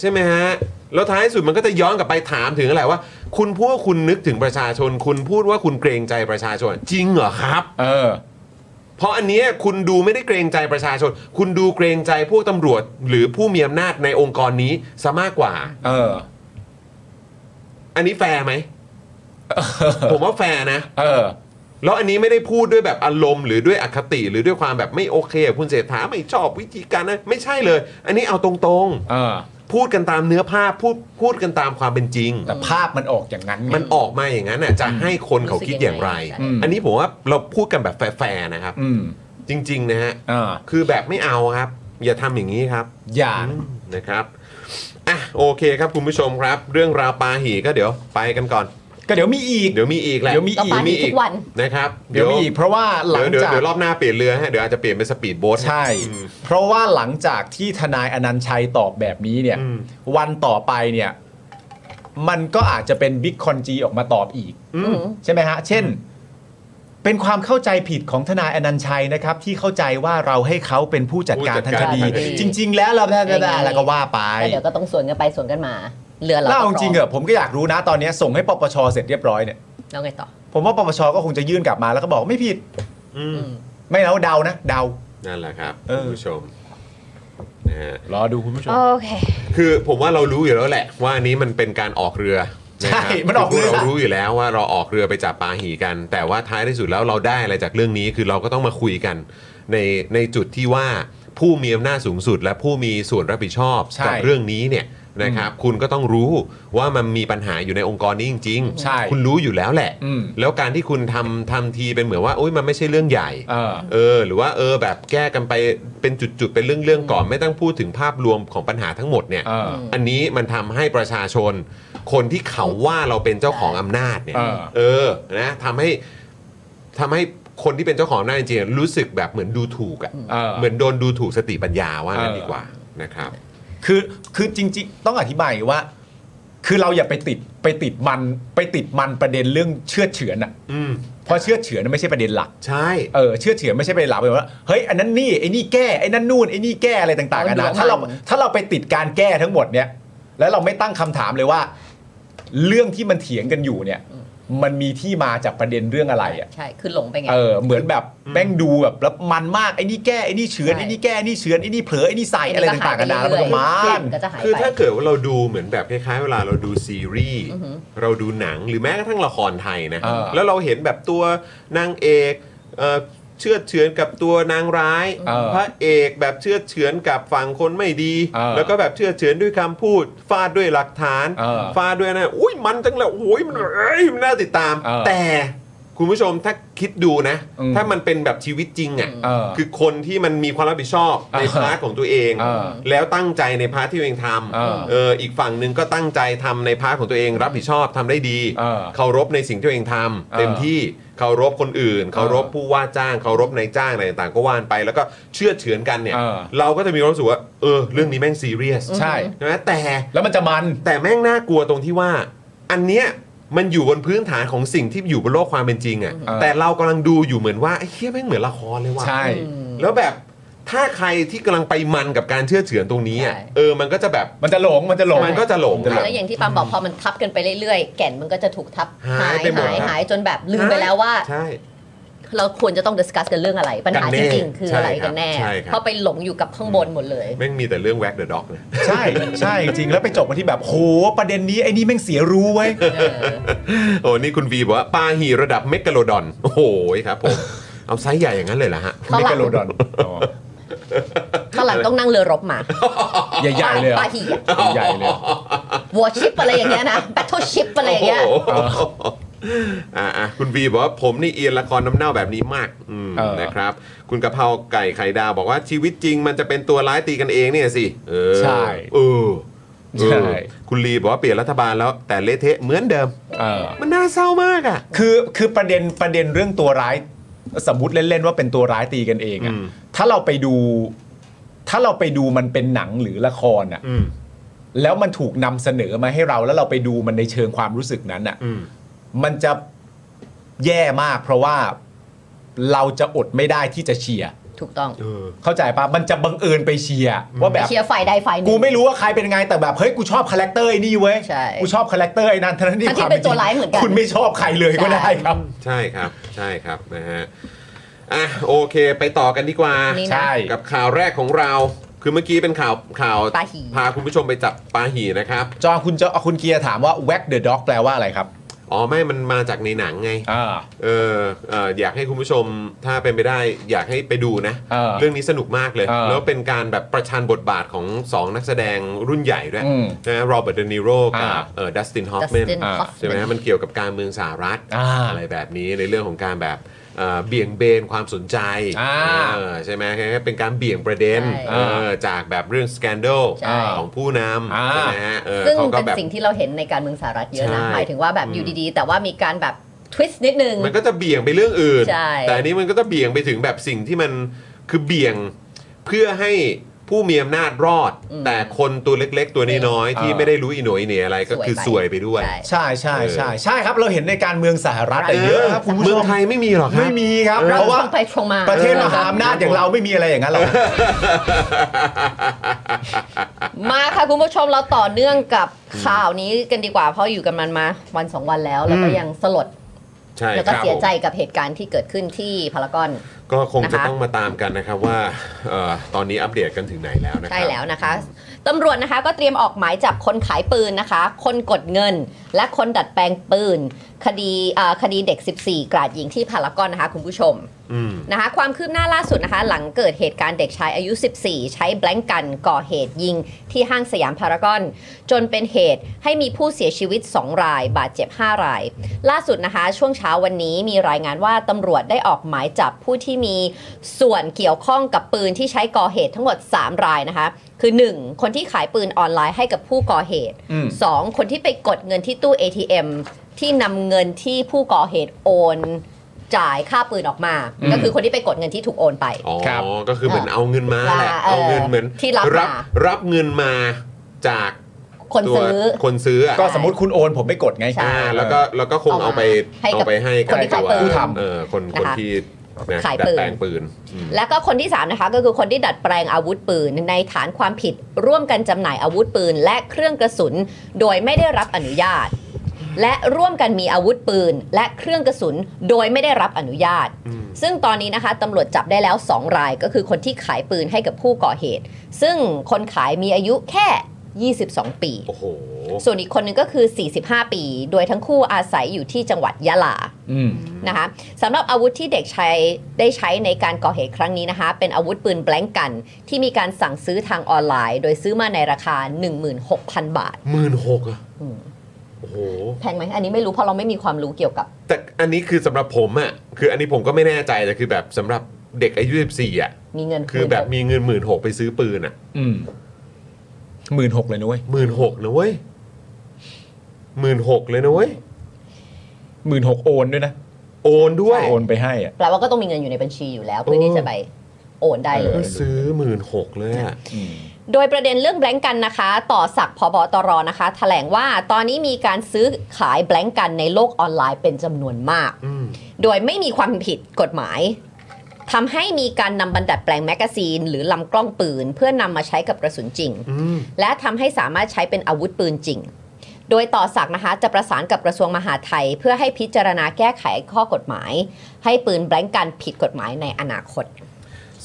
[SPEAKER 1] ใช่ไหมฮะ แล้วท้ายสุดมันก็จะย้อนกลับไปถามถึงอะไรว่า คุณพูดว่าคุณนึกถึงประชาชน คุณพูดว่าคุณเกรงใจประชาชน จริงเหรอครับ
[SPEAKER 2] เออ
[SPEAKER 1] เพราะอันเนี้ยคุณดูไม่ได้เกรงใจประชาชน คุณดูเกรงใจพวกตำรวจ หรือผู้มีอำนาจในองค์กรนี้ซะมากกว่า
[SPEAKER 2] เออ
[SPEAKER 1] อันนี้แฟร์ไหม ผมว่าแฟร์นะ
[SPEAKER 2] เออ
[SPEAKER 1] แล้วอันนี้ไม่ได้พูดด้วยแบบอารมณ์หรือด้วยอคติหรือด้วยความแบบไม่โอเคกับคุณเศรษฐาไม่ชอบวิธีการนะไม่ใช่เลย อันนี้เอาตรง
[SPEAKER 2] เออ
[SPEAKER 1] ๆ พูดกันตามเนื้อผ้าพูดพูดกันตามความเป็นจริง
[SPEAKER 2] แต่ภาพมันออกอย่างนั้นไง
[SPEAKER 1] มันออกมาอย่างนั้นน่ะจะให้คนเขาคิดอย่างไร
[SPEAKER 3] รู้สึกยังไง
[SPEAKER 2] อืม
[SPEAKER 1] อันนี้ผมว่าเราพูดกันแบบแฟร์ๆนะครับ
[SPEAKER 2] อืม
[SPEAKER 1] จริงๆนะฮะ
[SPEAKER 2] เออ
[SPEAKER 1] คือแบบไม่เอาครับ อย่าทำอย่างนี้ครับ
[SPEAKER 2] อย่า
[SPEAKER 1] นะครับ อ่ะโอเคครับคุณผู้ชมครับ เรื่องราวปาหีก็เดี๋ยวไปกันก่อน
[SPEAKER 2] ก็เดี๋ยวมีอีก
[SPEAKER 1] เดี๋ยวมีอีกแหละ
[SPEAKER 2] เดี๋ยวมีอีก
[SPEAKER 1] เดี๋ยวมี
[SPEAKER 3] ต่อไปทุกวัน
[SPEAKER 1] นะครับ
[SPEAKER 2] เดี๋ยวมีอีกเพราะว่าหลั
[SPEAKER 1] เดี๋ยวเดี๋
[SPEAKER 2] ง
[SPEAKER 1] ยว
[SPEAKER 2] จาก
[SPEAKER 1] เดี๋ยวรอบหน้าเปลี่ยนเรือฮะเดี๋ยวอาจจะเปลี่ยนเป็นสปีดโบ๊ท
[SPEAKER 2] ใช่
[SPEAKER 1] อืม
[SPEAKER 2] เพราะว่าหลังจากที่ทนายอนันต์ชัยตอบแบบนี้เนี่ย
[SPEAKER 1] อืม
[SPEAKER 2] วันต่อไปเนี่ย มันก็อาจจะเป็นบิ๊กคอนจีออกมาตอบอีก
[SPEAKER 1] อื
[SPEAKER 3] อื
[SPEAKER 1] ม
[SPEAKER 3] ม
[SPEAKER 2] ใช่ไหมฮะ เช่น เป็นความเข้าใจผิดของทนายอนันต์ชัยนะครับ ที่เข้าใจว่าเราให้เขาเป็นผู้จัดการทางคดี
[SPEAKER 3] ผู้จัดการคดี
[SPEAKER 2] จริง ๆ แล้วเราได้ได้ได้แล้วก็ว่าไป
[SPEAKER 3] แล้วเดี๋ยวก็ต้องสวนกันไปสวนกันมา เรือเรา
[SPEAKER 2] แล้ว
[SPEAKER 3] ก็
[SPEAKER 2] เอาจริงๆเหอะผมก็อยากรู้นะตอนเนี้ยส่งให้ปปชเสร็จเรียบร้อยเนี่ย
[SPEAKER 3] แล้วไงต่อ
[SPEAKER 2] ผมว่าปปชก็คงจะยื่นกลับมาแล้วก็บอกไม่ผิด
[SPEAKER 1] อื
[SPEAKER 3] อ
[SPEAKER 1] ม
[SPEAKER 3] ม
[SPEAKER 2] ไม่แล้วเดานะเดา
[SPEAKER 1] นั่นแหละครับ
[SPEAKER 2] เออ
[SPEAKER 1] คุณผู้ชมนะฮะ
[SPEAKER 2] รอดูคุณผู้ชม
[SPEAKER 3] โอเค
[SPEAKER 1] คือผมว่าเรารู้อยู่แล้วแหละ ว่าอันนี้มันเป็นการออกเรือนะครับ
[SPEAKER 2] ใช่มันออกเรือ
[SPEAKER 1] เรารู้อยู่แล้วว่าเราออกเรือไปจับปลาหีกัน แต่ว่าท้ายที่สุดแล้วเราได้อะไรจากเรื่องนี้ คือเราก็ต้องมาคุยกัน ในในจุดที่ว่าผู้มีอำนาจสูงสุด และผู้มีส่วนรับผิดชอบ
[SPEAKER 2] ใช่
[SPEAKER 1] กับเรื่องนี้เนี่ยนะครับ คุณก็ต้องรู้ว่ามันมีปัญหาอยู่ในองค์กรนี้จริง
[SPEAKER 2] ใช่
[SPEAKER 1] คุณรู้อยู่แล้วแหละ
[SPEAKER 2] อืม
[SPEAKER 1] แล้วการที่คุณทำทำทีเป็นเหมือนว่าโอ๊ยมันไม่ใช่เรื่องใหญ่
[SPEAKER 2] เออ
[SPEAKER 1] เออหรือว่าเออแบบแก้กันไปเป็นจุดๆ เป็นเรื่องๆก่อนไม่ต้องพูดถึงภาพรวมของปัญหาทั้งหมดเนี่ย
[SPEAKER 2] เออ
[SPEAKER 1] นนี้มันทำให้ประชาชน คนที่เขาว่าเราเป็นเจ้าของอำนาจเนี่ย
[SPEAKER 2] เออ
[SPEAKER 1] เออนะทำให้ทำให้คนที่เป็นเจ้าของอำนาจจริงๆรู้สึกแบบเหมือนดูถูกอะ
[SPEAKER 2] เออ
[SPEAKER 1] เหมือนโดนดูถูกสติปัญญาว่านั่น
[SPEAKER 2] เออ
[SPEAKER 1] ดีกว่านะครับ
[SPEAKER 2] คือคือจริง ๆ ต้องอธิบายว่า คือเราอย่าไปติดไปติดมันไปติดมันประเด็นเรื่องเชื่อดเฉือนอ่ะ
[SPEAKER 1] อืม
[SPEAKER 2] เพราะเชื่อดเฉือนนะไม่ใช่ประเด็นหลัก
[SPEAKER 1] ใช่
[SPEAKER 2] เออเชื่อดเฉือนไม่ใช่ประเด็นหลักเป็นว่าเฮ้ยอันนั้นนี่ไอ้นี่แก้ไอ้นั่นนู่นไอ้นี่แก้อะไรต่างๆกั
[SPEAKER 3] เอา
[SPEAKER 2] น
[SPEAKER 3] ดู
[SPEAKER 2] นะ
[SPEAKER 3] เอา
[SPEAKER 2] ถ้าเรา
[SPEAKER 3] มัน
[SPEAKER 2] ถ้าเราไปติดการแก้ทั้งหมดเนี่ย แล้วเราไม่ตั้งคำถามเลยว่า เรื่องที่มันเถียงกันอยู่เนี่ย มันมีที่มาจากประเด็นเรื่องอะไรอ่ะ
[SPEAKER 3] ใช่ คือหลงไปไง
[SPEAKER 2] เออเหมือนแบบแม่งดูแบบแล้วมันมากไอ้นี่แก้ไอ้นี่เฉือน
[SPEAKER 3] ใช่
[SPEAKER 2] ไอ้นี่แก้ไอ้นี่เฉือนไอ้นี่เผลอไอ้นี่ใส่อะไรต่างๆกันานาแล้วมันก็ม
[SPEAKER 3] เรื่
[SPEAKER 2] ั
[SPEAKER 3] อย
[SPEAKER 2] น
[SPEAKER 3] ๆก็จะหาย
[SPEAKER 1] คือ
[SPEAKER 3] ไป
[SPEAKER 1] ถ้าเกิดว่าเราดูเหมือนแบบคล้ายๆ เวลาเราดูซีรีส์
[SPEAKER 3] อือหือ
[SPEAKER 1] เราดูหนังหรือแม้กระทั่งละครไทยนะ
[SPEAKER 2] เออ
[SPEAKER 1] แล้วเราเห็นแบบตัวนางเอกเอ่อเชื่อดเฉือนกับตัวนางร้าย
[SPEAKER 2] เออ
[SPEAKER 1] พระเอกแบบเชื่อดเฉือนกับฝั่งคนไม่ดี
[SPEAKER 2] เออ
[SPEAKER 1] แล้วก็แบบเชื่อดเฉือนด้วยคำพูดฟาดด้วยหลักฐาน
[SPEAKER 2] เออ
[SPEAKER 1] ฟาดด้วยนะอุ้ยมันจังเลยโอ้ยมันเอ้ยมันน่าติดตาม
[SPEAKER 2] เออ
[SPEAKER 1] แต่คุณผู้ชมถ้าคิดดูนะ
[SPEAKER 2] อืม
[SPEAKER 1] ถ้ามันเป็นแบบชีวิตจริงอ่ะ
[SPEAKER 2] เออ
[SPEAKER 1] คือคนที่มันมีความรับผิดชอบใน
[SPEAKER 2] อ่า
[SPEAKER 1] พาร์ทของตัวเอง
[SPEAKER 2] อ่า
[SPEAKER 1] แล้วตั้งใจในพาร์ทที่ตัวเองท
[SPEAKER 2] อ่า
[SPEAKER 1] ำเอออีกฝั่งหนึ่งก็ตั้งใจทำในพาร์ทของตัวเอง รับผิดชอบทำได้ดี
[SPEAKER 2] อ่า
[SPEAKER 1] เคารพในสิ่งที่ตัวเองทำ
[SPEAKER 2] า
[SPEAKER 1] เต็มที่เคารพคนอื่นเคารพ
[SPEAKER 2] อ่า
[SPEAKER 1] ผู้ว่าจ้างเคารพนายจ้างอะไรต่างๆก็ว่านไป แล้วก็เชื่อเฉือนกันเนี่ย
[SPEAKER 2] อ่า
[SPEAKER 1] เราก็จะมีความรู้สึกว่าเออเรื่องนี้แม่งซีเรียส
[SPEAKER 2] ใช่
[SPEAKER 1] ใช่ไหมแต่
[SPEAKER 2] แล้วมันจะมัน
[SPEAKER 1] แต่แม่งน่ากลัวตรงที่ว่า อันเนี้ยมันอยู่บนพื้นฐานของสิ่งที่อยู่บนโลกความเป็นจริงอะ
[SPEAKER 2] อ่า
[SPEAKER 1] แต่เรากำลังดูอยู่เหมือนว่าไอ้เฮี้ยแม่งเหมือนละครเลยว่ะ
[SPEAKER 2] ใช่
[SPEAKER 3] อืม
[SPEAKER 1] แล้วแบบถ้าใครที่กำลังไปมันกับการเชื่อเฉือนตรงนี้อะ
[SPEAKER 3] ใช่
[SPEAKER 1] เออมันก็จะแบบ
[SPEAKER 2] มันจะหลงมันจะหลง
[SPEAKER 1] มันก็จะหลงครับ
[SPEAKER 3] แล้วอย่างที่ปาล์มบอกพอมันทับกันไปเรื่อยๆ แก่นมันก็จะถูกทับ
[SPEAKER 1] หายไปหมด
[SPEAKER 3] หา
[SPEAKER 1] ค
[SPEAKER 3] ย
[SPEAKER 1] รับ
[SPEAKER 3] หายจนแบบลืมไปแล้วว่า
[SPEAKER 1] ใช่
[SPEAKER 3] เราควรจะต้องดิสคัสกันเรื่องอะไร ปัญหาจริงๆ คืออะไร
[SPEAKER 1] ใช่ครับ
[SPEAKER 3] กันแน่
[SPEAKER 1] ใช่ครับ
[SPEAKER 3] เพราะไปหลงอยู่กับข้างบนหมดเลย
[SPEAKER 1] แม่งมีแต่เรื่องแว็กเดอะด็อกนะ
[SPEAKER 2] ใช่ใช่จริงแล้วไปจบมาที่แบบโหประเด็นนี้ไอ้นี่แม่งเสียรู้ไว้ย
[SPEAKER 1] โอ้นี่คุณวีบอกว่าปลาหีระดับเมกะโลดอน โอ้โหครับผม เอาไซส์ใหญ่อย่างนั้นเลยเหรอฮะ
[SPEAKER 3] ข้างหลัง
[SPEAKER 2] Megalodon อ๋อ
[SPEAKER 3] ข้างหลังต้องนั่งเรือรบมา
[SPEAKER 2] ใหญ่ๆเลยเหร
[SPEAKER 3] ปลา
[SPEAKER 2] อ
[SPEAKER 3] หี
[SPEAKER 2] ใหญ่ๆเลยเหรอ
[SPEAKER 3] วอชิปอะไรอย่างเงี้ยนะแบทเทิลชิปอะไรอย่างเงี้ย
[SPEAKER 1] โโหอ่ะอ่ะคุณบีบอกว่าผมนี่เอียนละครน้ำเน่าแบบนี้มากอืม
[SPEAKER 2] เออ
[SPEAKER 1] นะครับ คุณกะเพราไก่ไข่ดาวบอกว่าชีวิตจริงมันจะเป็นตัวร้ายตีกันเองเนี่ยสิเออ
[SPEAKER 2] ใช่
[SPEAKER 1] เออเออ
[SPEAKER 2] ใช่
[SPEAKER 1] คุณลีบอกว่าเปลี่ยนรัฐบาลแล้วแต่เละเทะเหมือนเดิม
[SPEAKER 2] เออ
[SPEAKER 1] มันน่าเศร้ามากอ่ะ
[SPEAKER 2] คือคือประเด็นประเด็นเรื่องตัวร้าย สมมติเล่นๆว่าเป็นตัวร้ายตีกันเองอะ
[SPEAKER 1] อืม
[SPEAKER 2] ถ้าเราไปดู ถ้าเราไปดูมันเป็นหนังหรือละครอะ
[SPEAKER 1] อืม
[SPEAKER 2] แล้วมันถูกนำเสนอมาให้เราแล้วเราไปดูมันในเชิงความรู้สึกนั้นอะ
[SPEAKER 1] อืม
[SPEAKER 2] มันจะแย่มากเพราะว่าเราจะอดไม่ได้ที่จะเชียร์
[SPEAKER 3] ถูกต้อง
[SPEAKER 1] เออ
[SPEAKER 2] เข้าใจปะมันจะบังเอิญไปเชียร์ว่าแบบ
[SPEAKER 3] เชียร์ฝ่ายใดฝ่ายหนึ่ง
[SPEAKER 2] กูไม่รู้ว่าใครเป็นไงแต่แบบเฮ้ยกูชอบคาแรคเตอร์ไอ้นี่เว้ย
[SPEAKER 3] ใช่
[SPEAKER 2] กูชอบคาแรคเตอร์ไอ้นั่นทั้งนั้นที่
[SPEAKER 3] ทั้งที่
[SPEAKER 2] คม
[SPEAKER 3] เป็นตัว
[SPEAKER 2] จง
[SPEAKER 3] ร้ายเหมือนกัน
[SPEAKER 2] คุณไม่ชอบใครเลยก็ได้
[SPEAKER 3] ใช่
[SPEAKER 2] ครับ
[SPEAKER 1] ใช่ครับ ใช่ครับนะฮะ อ่ะโอเค ไปต่อกันดีกว่า
[SPEAKER 3] นี่นะ
[SPEAKER 2] ใช่
[SPEAKER 1] กับข่าวแรกของเรา คือเมื่อกี้เป็นข่าวข่าว
[SPEAKER 3] ปลาหี่
[SPEAKER 1] พาคุณผู้ชมไปจับปลาหีนะครับ
[SPEAKER 2] จอคุณจอคุณเกียร์ถามว่า wag the dog แปลว่าอะไรครับ
[SPEAKER 1] อ๋อไม่มันมาจากในหนังไง
[SPEAKER 2] อ่า
[SPEAKER 1] เออเอออยากให้คุณผู้ชมถ้าเป็นไปได้อยากให้ไปดูนะ
[SPEAKER 2] เออ
[SPEAKER 1] องนี้สนุกมากเลย
[SPEAKER 2] เออ
[SPEAKER 1] แล้วเป็นการแบบประชันบทบาทของ 2 นักแสดงรุ่นใหญ่ด้วย
[SPEAKER 2] อืม
[SPEAKER 1] นะโรเบิร์ตเดนิโรกั
[SPEAKER 2] อ่า
[SPEAKER 1] บเออดัสตินฮอฟแมน
[SPEAKER 3] Dustin
[SPEAKER 2] อ่า
[SPEAKER 3] Hoffman
[SPEAKER 1] ใช่ไหมฮะมันเกี่ยวกับการเมืองสหรัฐ
[SPEAKER 2] อ่า
[SPEAKER 1] ไรแบบนี้ในเรื่องของการแบบ
[SPEAKER 5] เอ่อเบี่ยงเบนความสนใจ
[SPEAKER 2] อ่า
[SPEAKER 5] เออใช่ไหมให้เป็นการเบี่ยงประเด็น
[SPEAKER 3] ใช่
[SPEAKER 5] เออจากแบบเรื่องสแกนโด
[SPEAKER 3] ใช่
[SPEAKER 5] ของผู้น
[SPEAKER 2] อ่า
[SPEAKER 5] ำใช่ไหมฮะเออ
[SPEAKER 3] ซึ่ง
[SPEAKER 5] เขาก็
[SPEAKER 3] เป็น
[SPEAKER 5] แบบ
[SPEAKER 3] สิ่งที่เราเห็นในการเมืองสหรัฐเยอะนะ
[SPEAKER 5] ใช่
[SPEAKER 3] หมายถึงว่าแบบ
[SPEAKER 5] อืม
[SPEAKER 3] อยู่ดีๆ แต่ว่ามีการแบบทวิสต์นิดนึง
[SPEAKER 5] มันก็จะเบี่ยงไปเรื่องอื่น
[SPEAKER 3] ใช่
[SPEAKER 5] แต่อันนี้มันก็จะเบี่ยงไปถึงแบบสิ่งที่มันคือเบี่ยงเพื่อให้ผู้มีอำนาจรอด แต่คนตัวเล็ก ๆ ตัวน้อยๆที่
[SPEAKER 2] เออ
[SPEAKER 5] ไม่ได้รู้อีโหนอยอีเหนอะไรก็คือสวยไปด้วย
[SPEAKER 3] ใช่
[SPEAKER 2] ใช่ใช่ใช่ใช่ครับเราเห็นในการเมืองสหรัฐแต่เยอะครับคุณผู้
[SPEAKER 5] เมื
[SPEAKER 2] ช
[SPEAKER 5] อง
[SPEAKER 2] ม
[SPEAKER 5] ไทยไม่มีหรอกครับ
[SPEAKER 2] ไม่มีครับ
[SPEAKER 3] เรา
[SPEAKER 2] เพราะว่า
[SPEAKER 3] ตรงไปตรงมา
[SPEAKER 2] ประเทศมหาอำนาจอย่างเราไม่มีอะไรอย่างนั้นหรอก
[SPEAKER 3] มาค่ะ คุณผู้ชมเราต่อเนื่องกับข่าวนี้กันดีกว่าเพราะอยู่กันมันมาวันสองวันแล้ว แล้วก็ยังสลด
[SPEAKER 5] ใช่
[SPEAKER 3] แล้ว
[SPEAKER 5] ค
[SPEAKER 3] ก็
[SPEAKER 5] รับ
[SPEAKER 3] เสียใจ
[SPEAKER 5] ผม
[SPEAKER 3] กับเหตุการณ์ที่เกิดขึ้นที่พารากอน
[SPEAKER 5] ก็คงจะ
[SPEAKER 3] นะคะ
[SPEAKER 5] ต้องมาตามกันนะครับว่าเอ่อตอนนี้อัปเดตกันถึงไหนแล้วนะครั
[SPEAKER 3] ใช่แล้วนะคะตำรวจนะคะก็เตรียมออกหมายจับคนขายปืนนะคะ คนกดเงิน และคนดัดแปลงปืน คดีเอ่อคดีเด็ก 14 กราดยิงที่พารากอนนะคะคุณผู้ชม
[SPEAKER 5] อืม
[SPEAKER 3] นะคะความคืบหน้าล่าสุดนะคะ หลังเกิดเหตุการณ์เด็กชายอายุ 14 ใช้แบล็งกันก่อเหตุยิงที่ห้างสยามพารากอน จนเป็นเหตุให้มีผู้เสียชีวิต 2 ราย บาดเจ็บ 5 ราย ล่าสุดนะคะ ช่วงเช้าวันนี้มีรายงานว่าตำรวจได้ออกหมายจับผู้ที่มีส่วนเกี่ยวข้องกับปืนที่ใช้ก่อเหตุทั้งหมด 3 รายนะคะ คือ 1. คนที่ขายปืนออนไลน์ให้กับผู้ก่อเหตุ
[SPEAKER 2] อืม
[SPEAKER 3] 2. คนที่ไปกดเงินที่ตู้ ATM ที่นำเงินที่ผู้ก่อเหตุโอน จ่ายค่าปืนออกมา
[SPEAKER 2] อืม
[SPEAKER 3] ก็คือคนที่ไปกดเงินที่ถูกโอนไป
[SPEAKER 5] อ๋อ
[SPEAKER 2] ครับ
[SPEAKER 5] ก็คือเหมือนเอาเงินมาแหละ
[SPEAKER 3] ว่าเออ
[SPEAKER 5] เอาเงินเหมือน
[SPEAKER 3] ที่รับ
[SPEAKER 5] รับ
[SPEAKER 3] มา
[SPEAKER 5] รับเงินมาจาก
[SPEAKER 3] คน
[SPEAKER 5] ตัว
[SPEAKER 3] ซื้อ
[SPEAKER 5] คนซื้ออะ
[SPEAKER 2] ก็สมมติคุณโอนผมไม่กดไง
[SPEAKER 3] ใช่
[SPEAKER 5] อ่าแล้วก็แล้วก็คงเอา
[SPEAKER 3] เอา
[SPEAKER 5] ไป
[SPEAKER 3] มาให้กับ
[SPEAKER 5] เอาไปให้
[SPEAKER 3] คนที่ขาย
[SPEAKER 5] ตัว
[SPEAKER 3] ปืน
[SPEAKER 5] ผู้ทำเออคนคน
[SPEAKER 3] นะคะ
[SPEAKER 5] ที่นะ
[SPEAKER 3] ขาย
[SPEAKER 5] ดัด
[SPEAKER 3] ปืน
[SPEAKER 5] แปลงปืนอืม
[SPEAKER 3] และก็คนที่ 3 นะคะก็คือคนที่ดัดแปลงอาวุธปืน ในฐานความผิด ร่วมกันจำหน่ายอาวุธปืน และเครื่องกระสุน โดยไม่ได้รับอนุญาต และร่วมกันมีอาวุธปืน และเครื่องกระสุน โดยไม่ได้รับอนุญาต
[SPEAKER 5] อืม
[SPEAKER 3] ซึ่งตอนนี้นะคะตำรวจจับได้แล้ว 2 รายก็คือคนที่ขายปืนให้กับผู้ก่อเหตุ ซึ่งคนขายมีอายุแค่ 22 ปี
[SPEAKER 5] โอ้โห
[SPEAKER 3] ส่วนอีกคนนึงก็คือ 45 ปี โดยทั้งคู่อาศัยอยู่ที่จังหวัดยะลา
[SPEAKER 2] อืม
[SPEAKER 3] นะคะสำหรับอาวุธที่เด็กใช้ได้ใช้ในการก่อเหตุครั้งนี้นะคะ เป็นอาวุธปืนแบล็งกัน ที่มีการสั่งซื้อทางออนไลน์ โดยซื้อมาในราคา 16,000 บาท
[SPEAKER 5] หมื่นหกอ่ะ
[SPEAKER 3] อืม
[SPEAKER 5] โอ้โห
[SPEAKER 3] แพงไหมอันนี้ไม่รู้เพราะเราไม่มีความรู้เกี่ยวกับ
[SPEAKER 5] แต่อันนี้คือสำหรับผมอ่ะ คืออันนี้ผมก็ไม่แน่ใจแต่คือแบบสำหรับเด็กอายุ14อ่ะ
[SPEAKER 3] มีเงิน
[SPEAKER 5] คือแบบมีเงินหมื่นหกไปซื้อปืนอ่ะ
[SPEAKER 2] อืมหมื่นหกเลยนุ้ย
[SPEAKER 5] หมื่นหกนะเว้ยหมื่นหกเลยนะเว้ย
[SPEAKER 2] หมื่นหกโอนด้วยนะ
[SPEAKER 5] โอนด้วย
[SPEAKER 2] โอนไปให้อ่ะ
[SPEAKER 3] แปลว่าก็ต้องมีเงินอยู่ในบัญชีอยู่แล้ว เพื่อที่จะไปโอนได้เล
[SPEAKER 5] เพิ่
[SPEAKER 3] ย
[SPEAKER 5] งซื้อหมื่นหกเลยอ่ะ
[SPEAKER 3] โดยประเด็นเรื่องแบล็งกันนะคะ ต่อสักดิ์พบตรนะคะแถลงว่าตอนนี้มีการซื้อขายแบล็งกันในโลกออนไลน์เป็นจำนวนมาก
[SPEAKER 5] อืม
[SPEAKER 3] โดยไม่มีความผิดกฎหมายทำให้มีการนำบรรดัดแปลงแมกกาซีน หรือลำกล้องปืน เพื่อนำมาใช้กับกระสุนจริง
[SPEAKER 5] อืม
[SPEAKER 3] และทำให้สามารถใช้เป็นอาวุธปืนจริง โดยต่อสักดิ์นะคะจะประสานกับกระทรวงมหาดไทย เพื่อให้พิจารณาแก้ไขข้อกฎหมาย ให้ปืนแบล็งกันผิดกฎหมายในอนาคต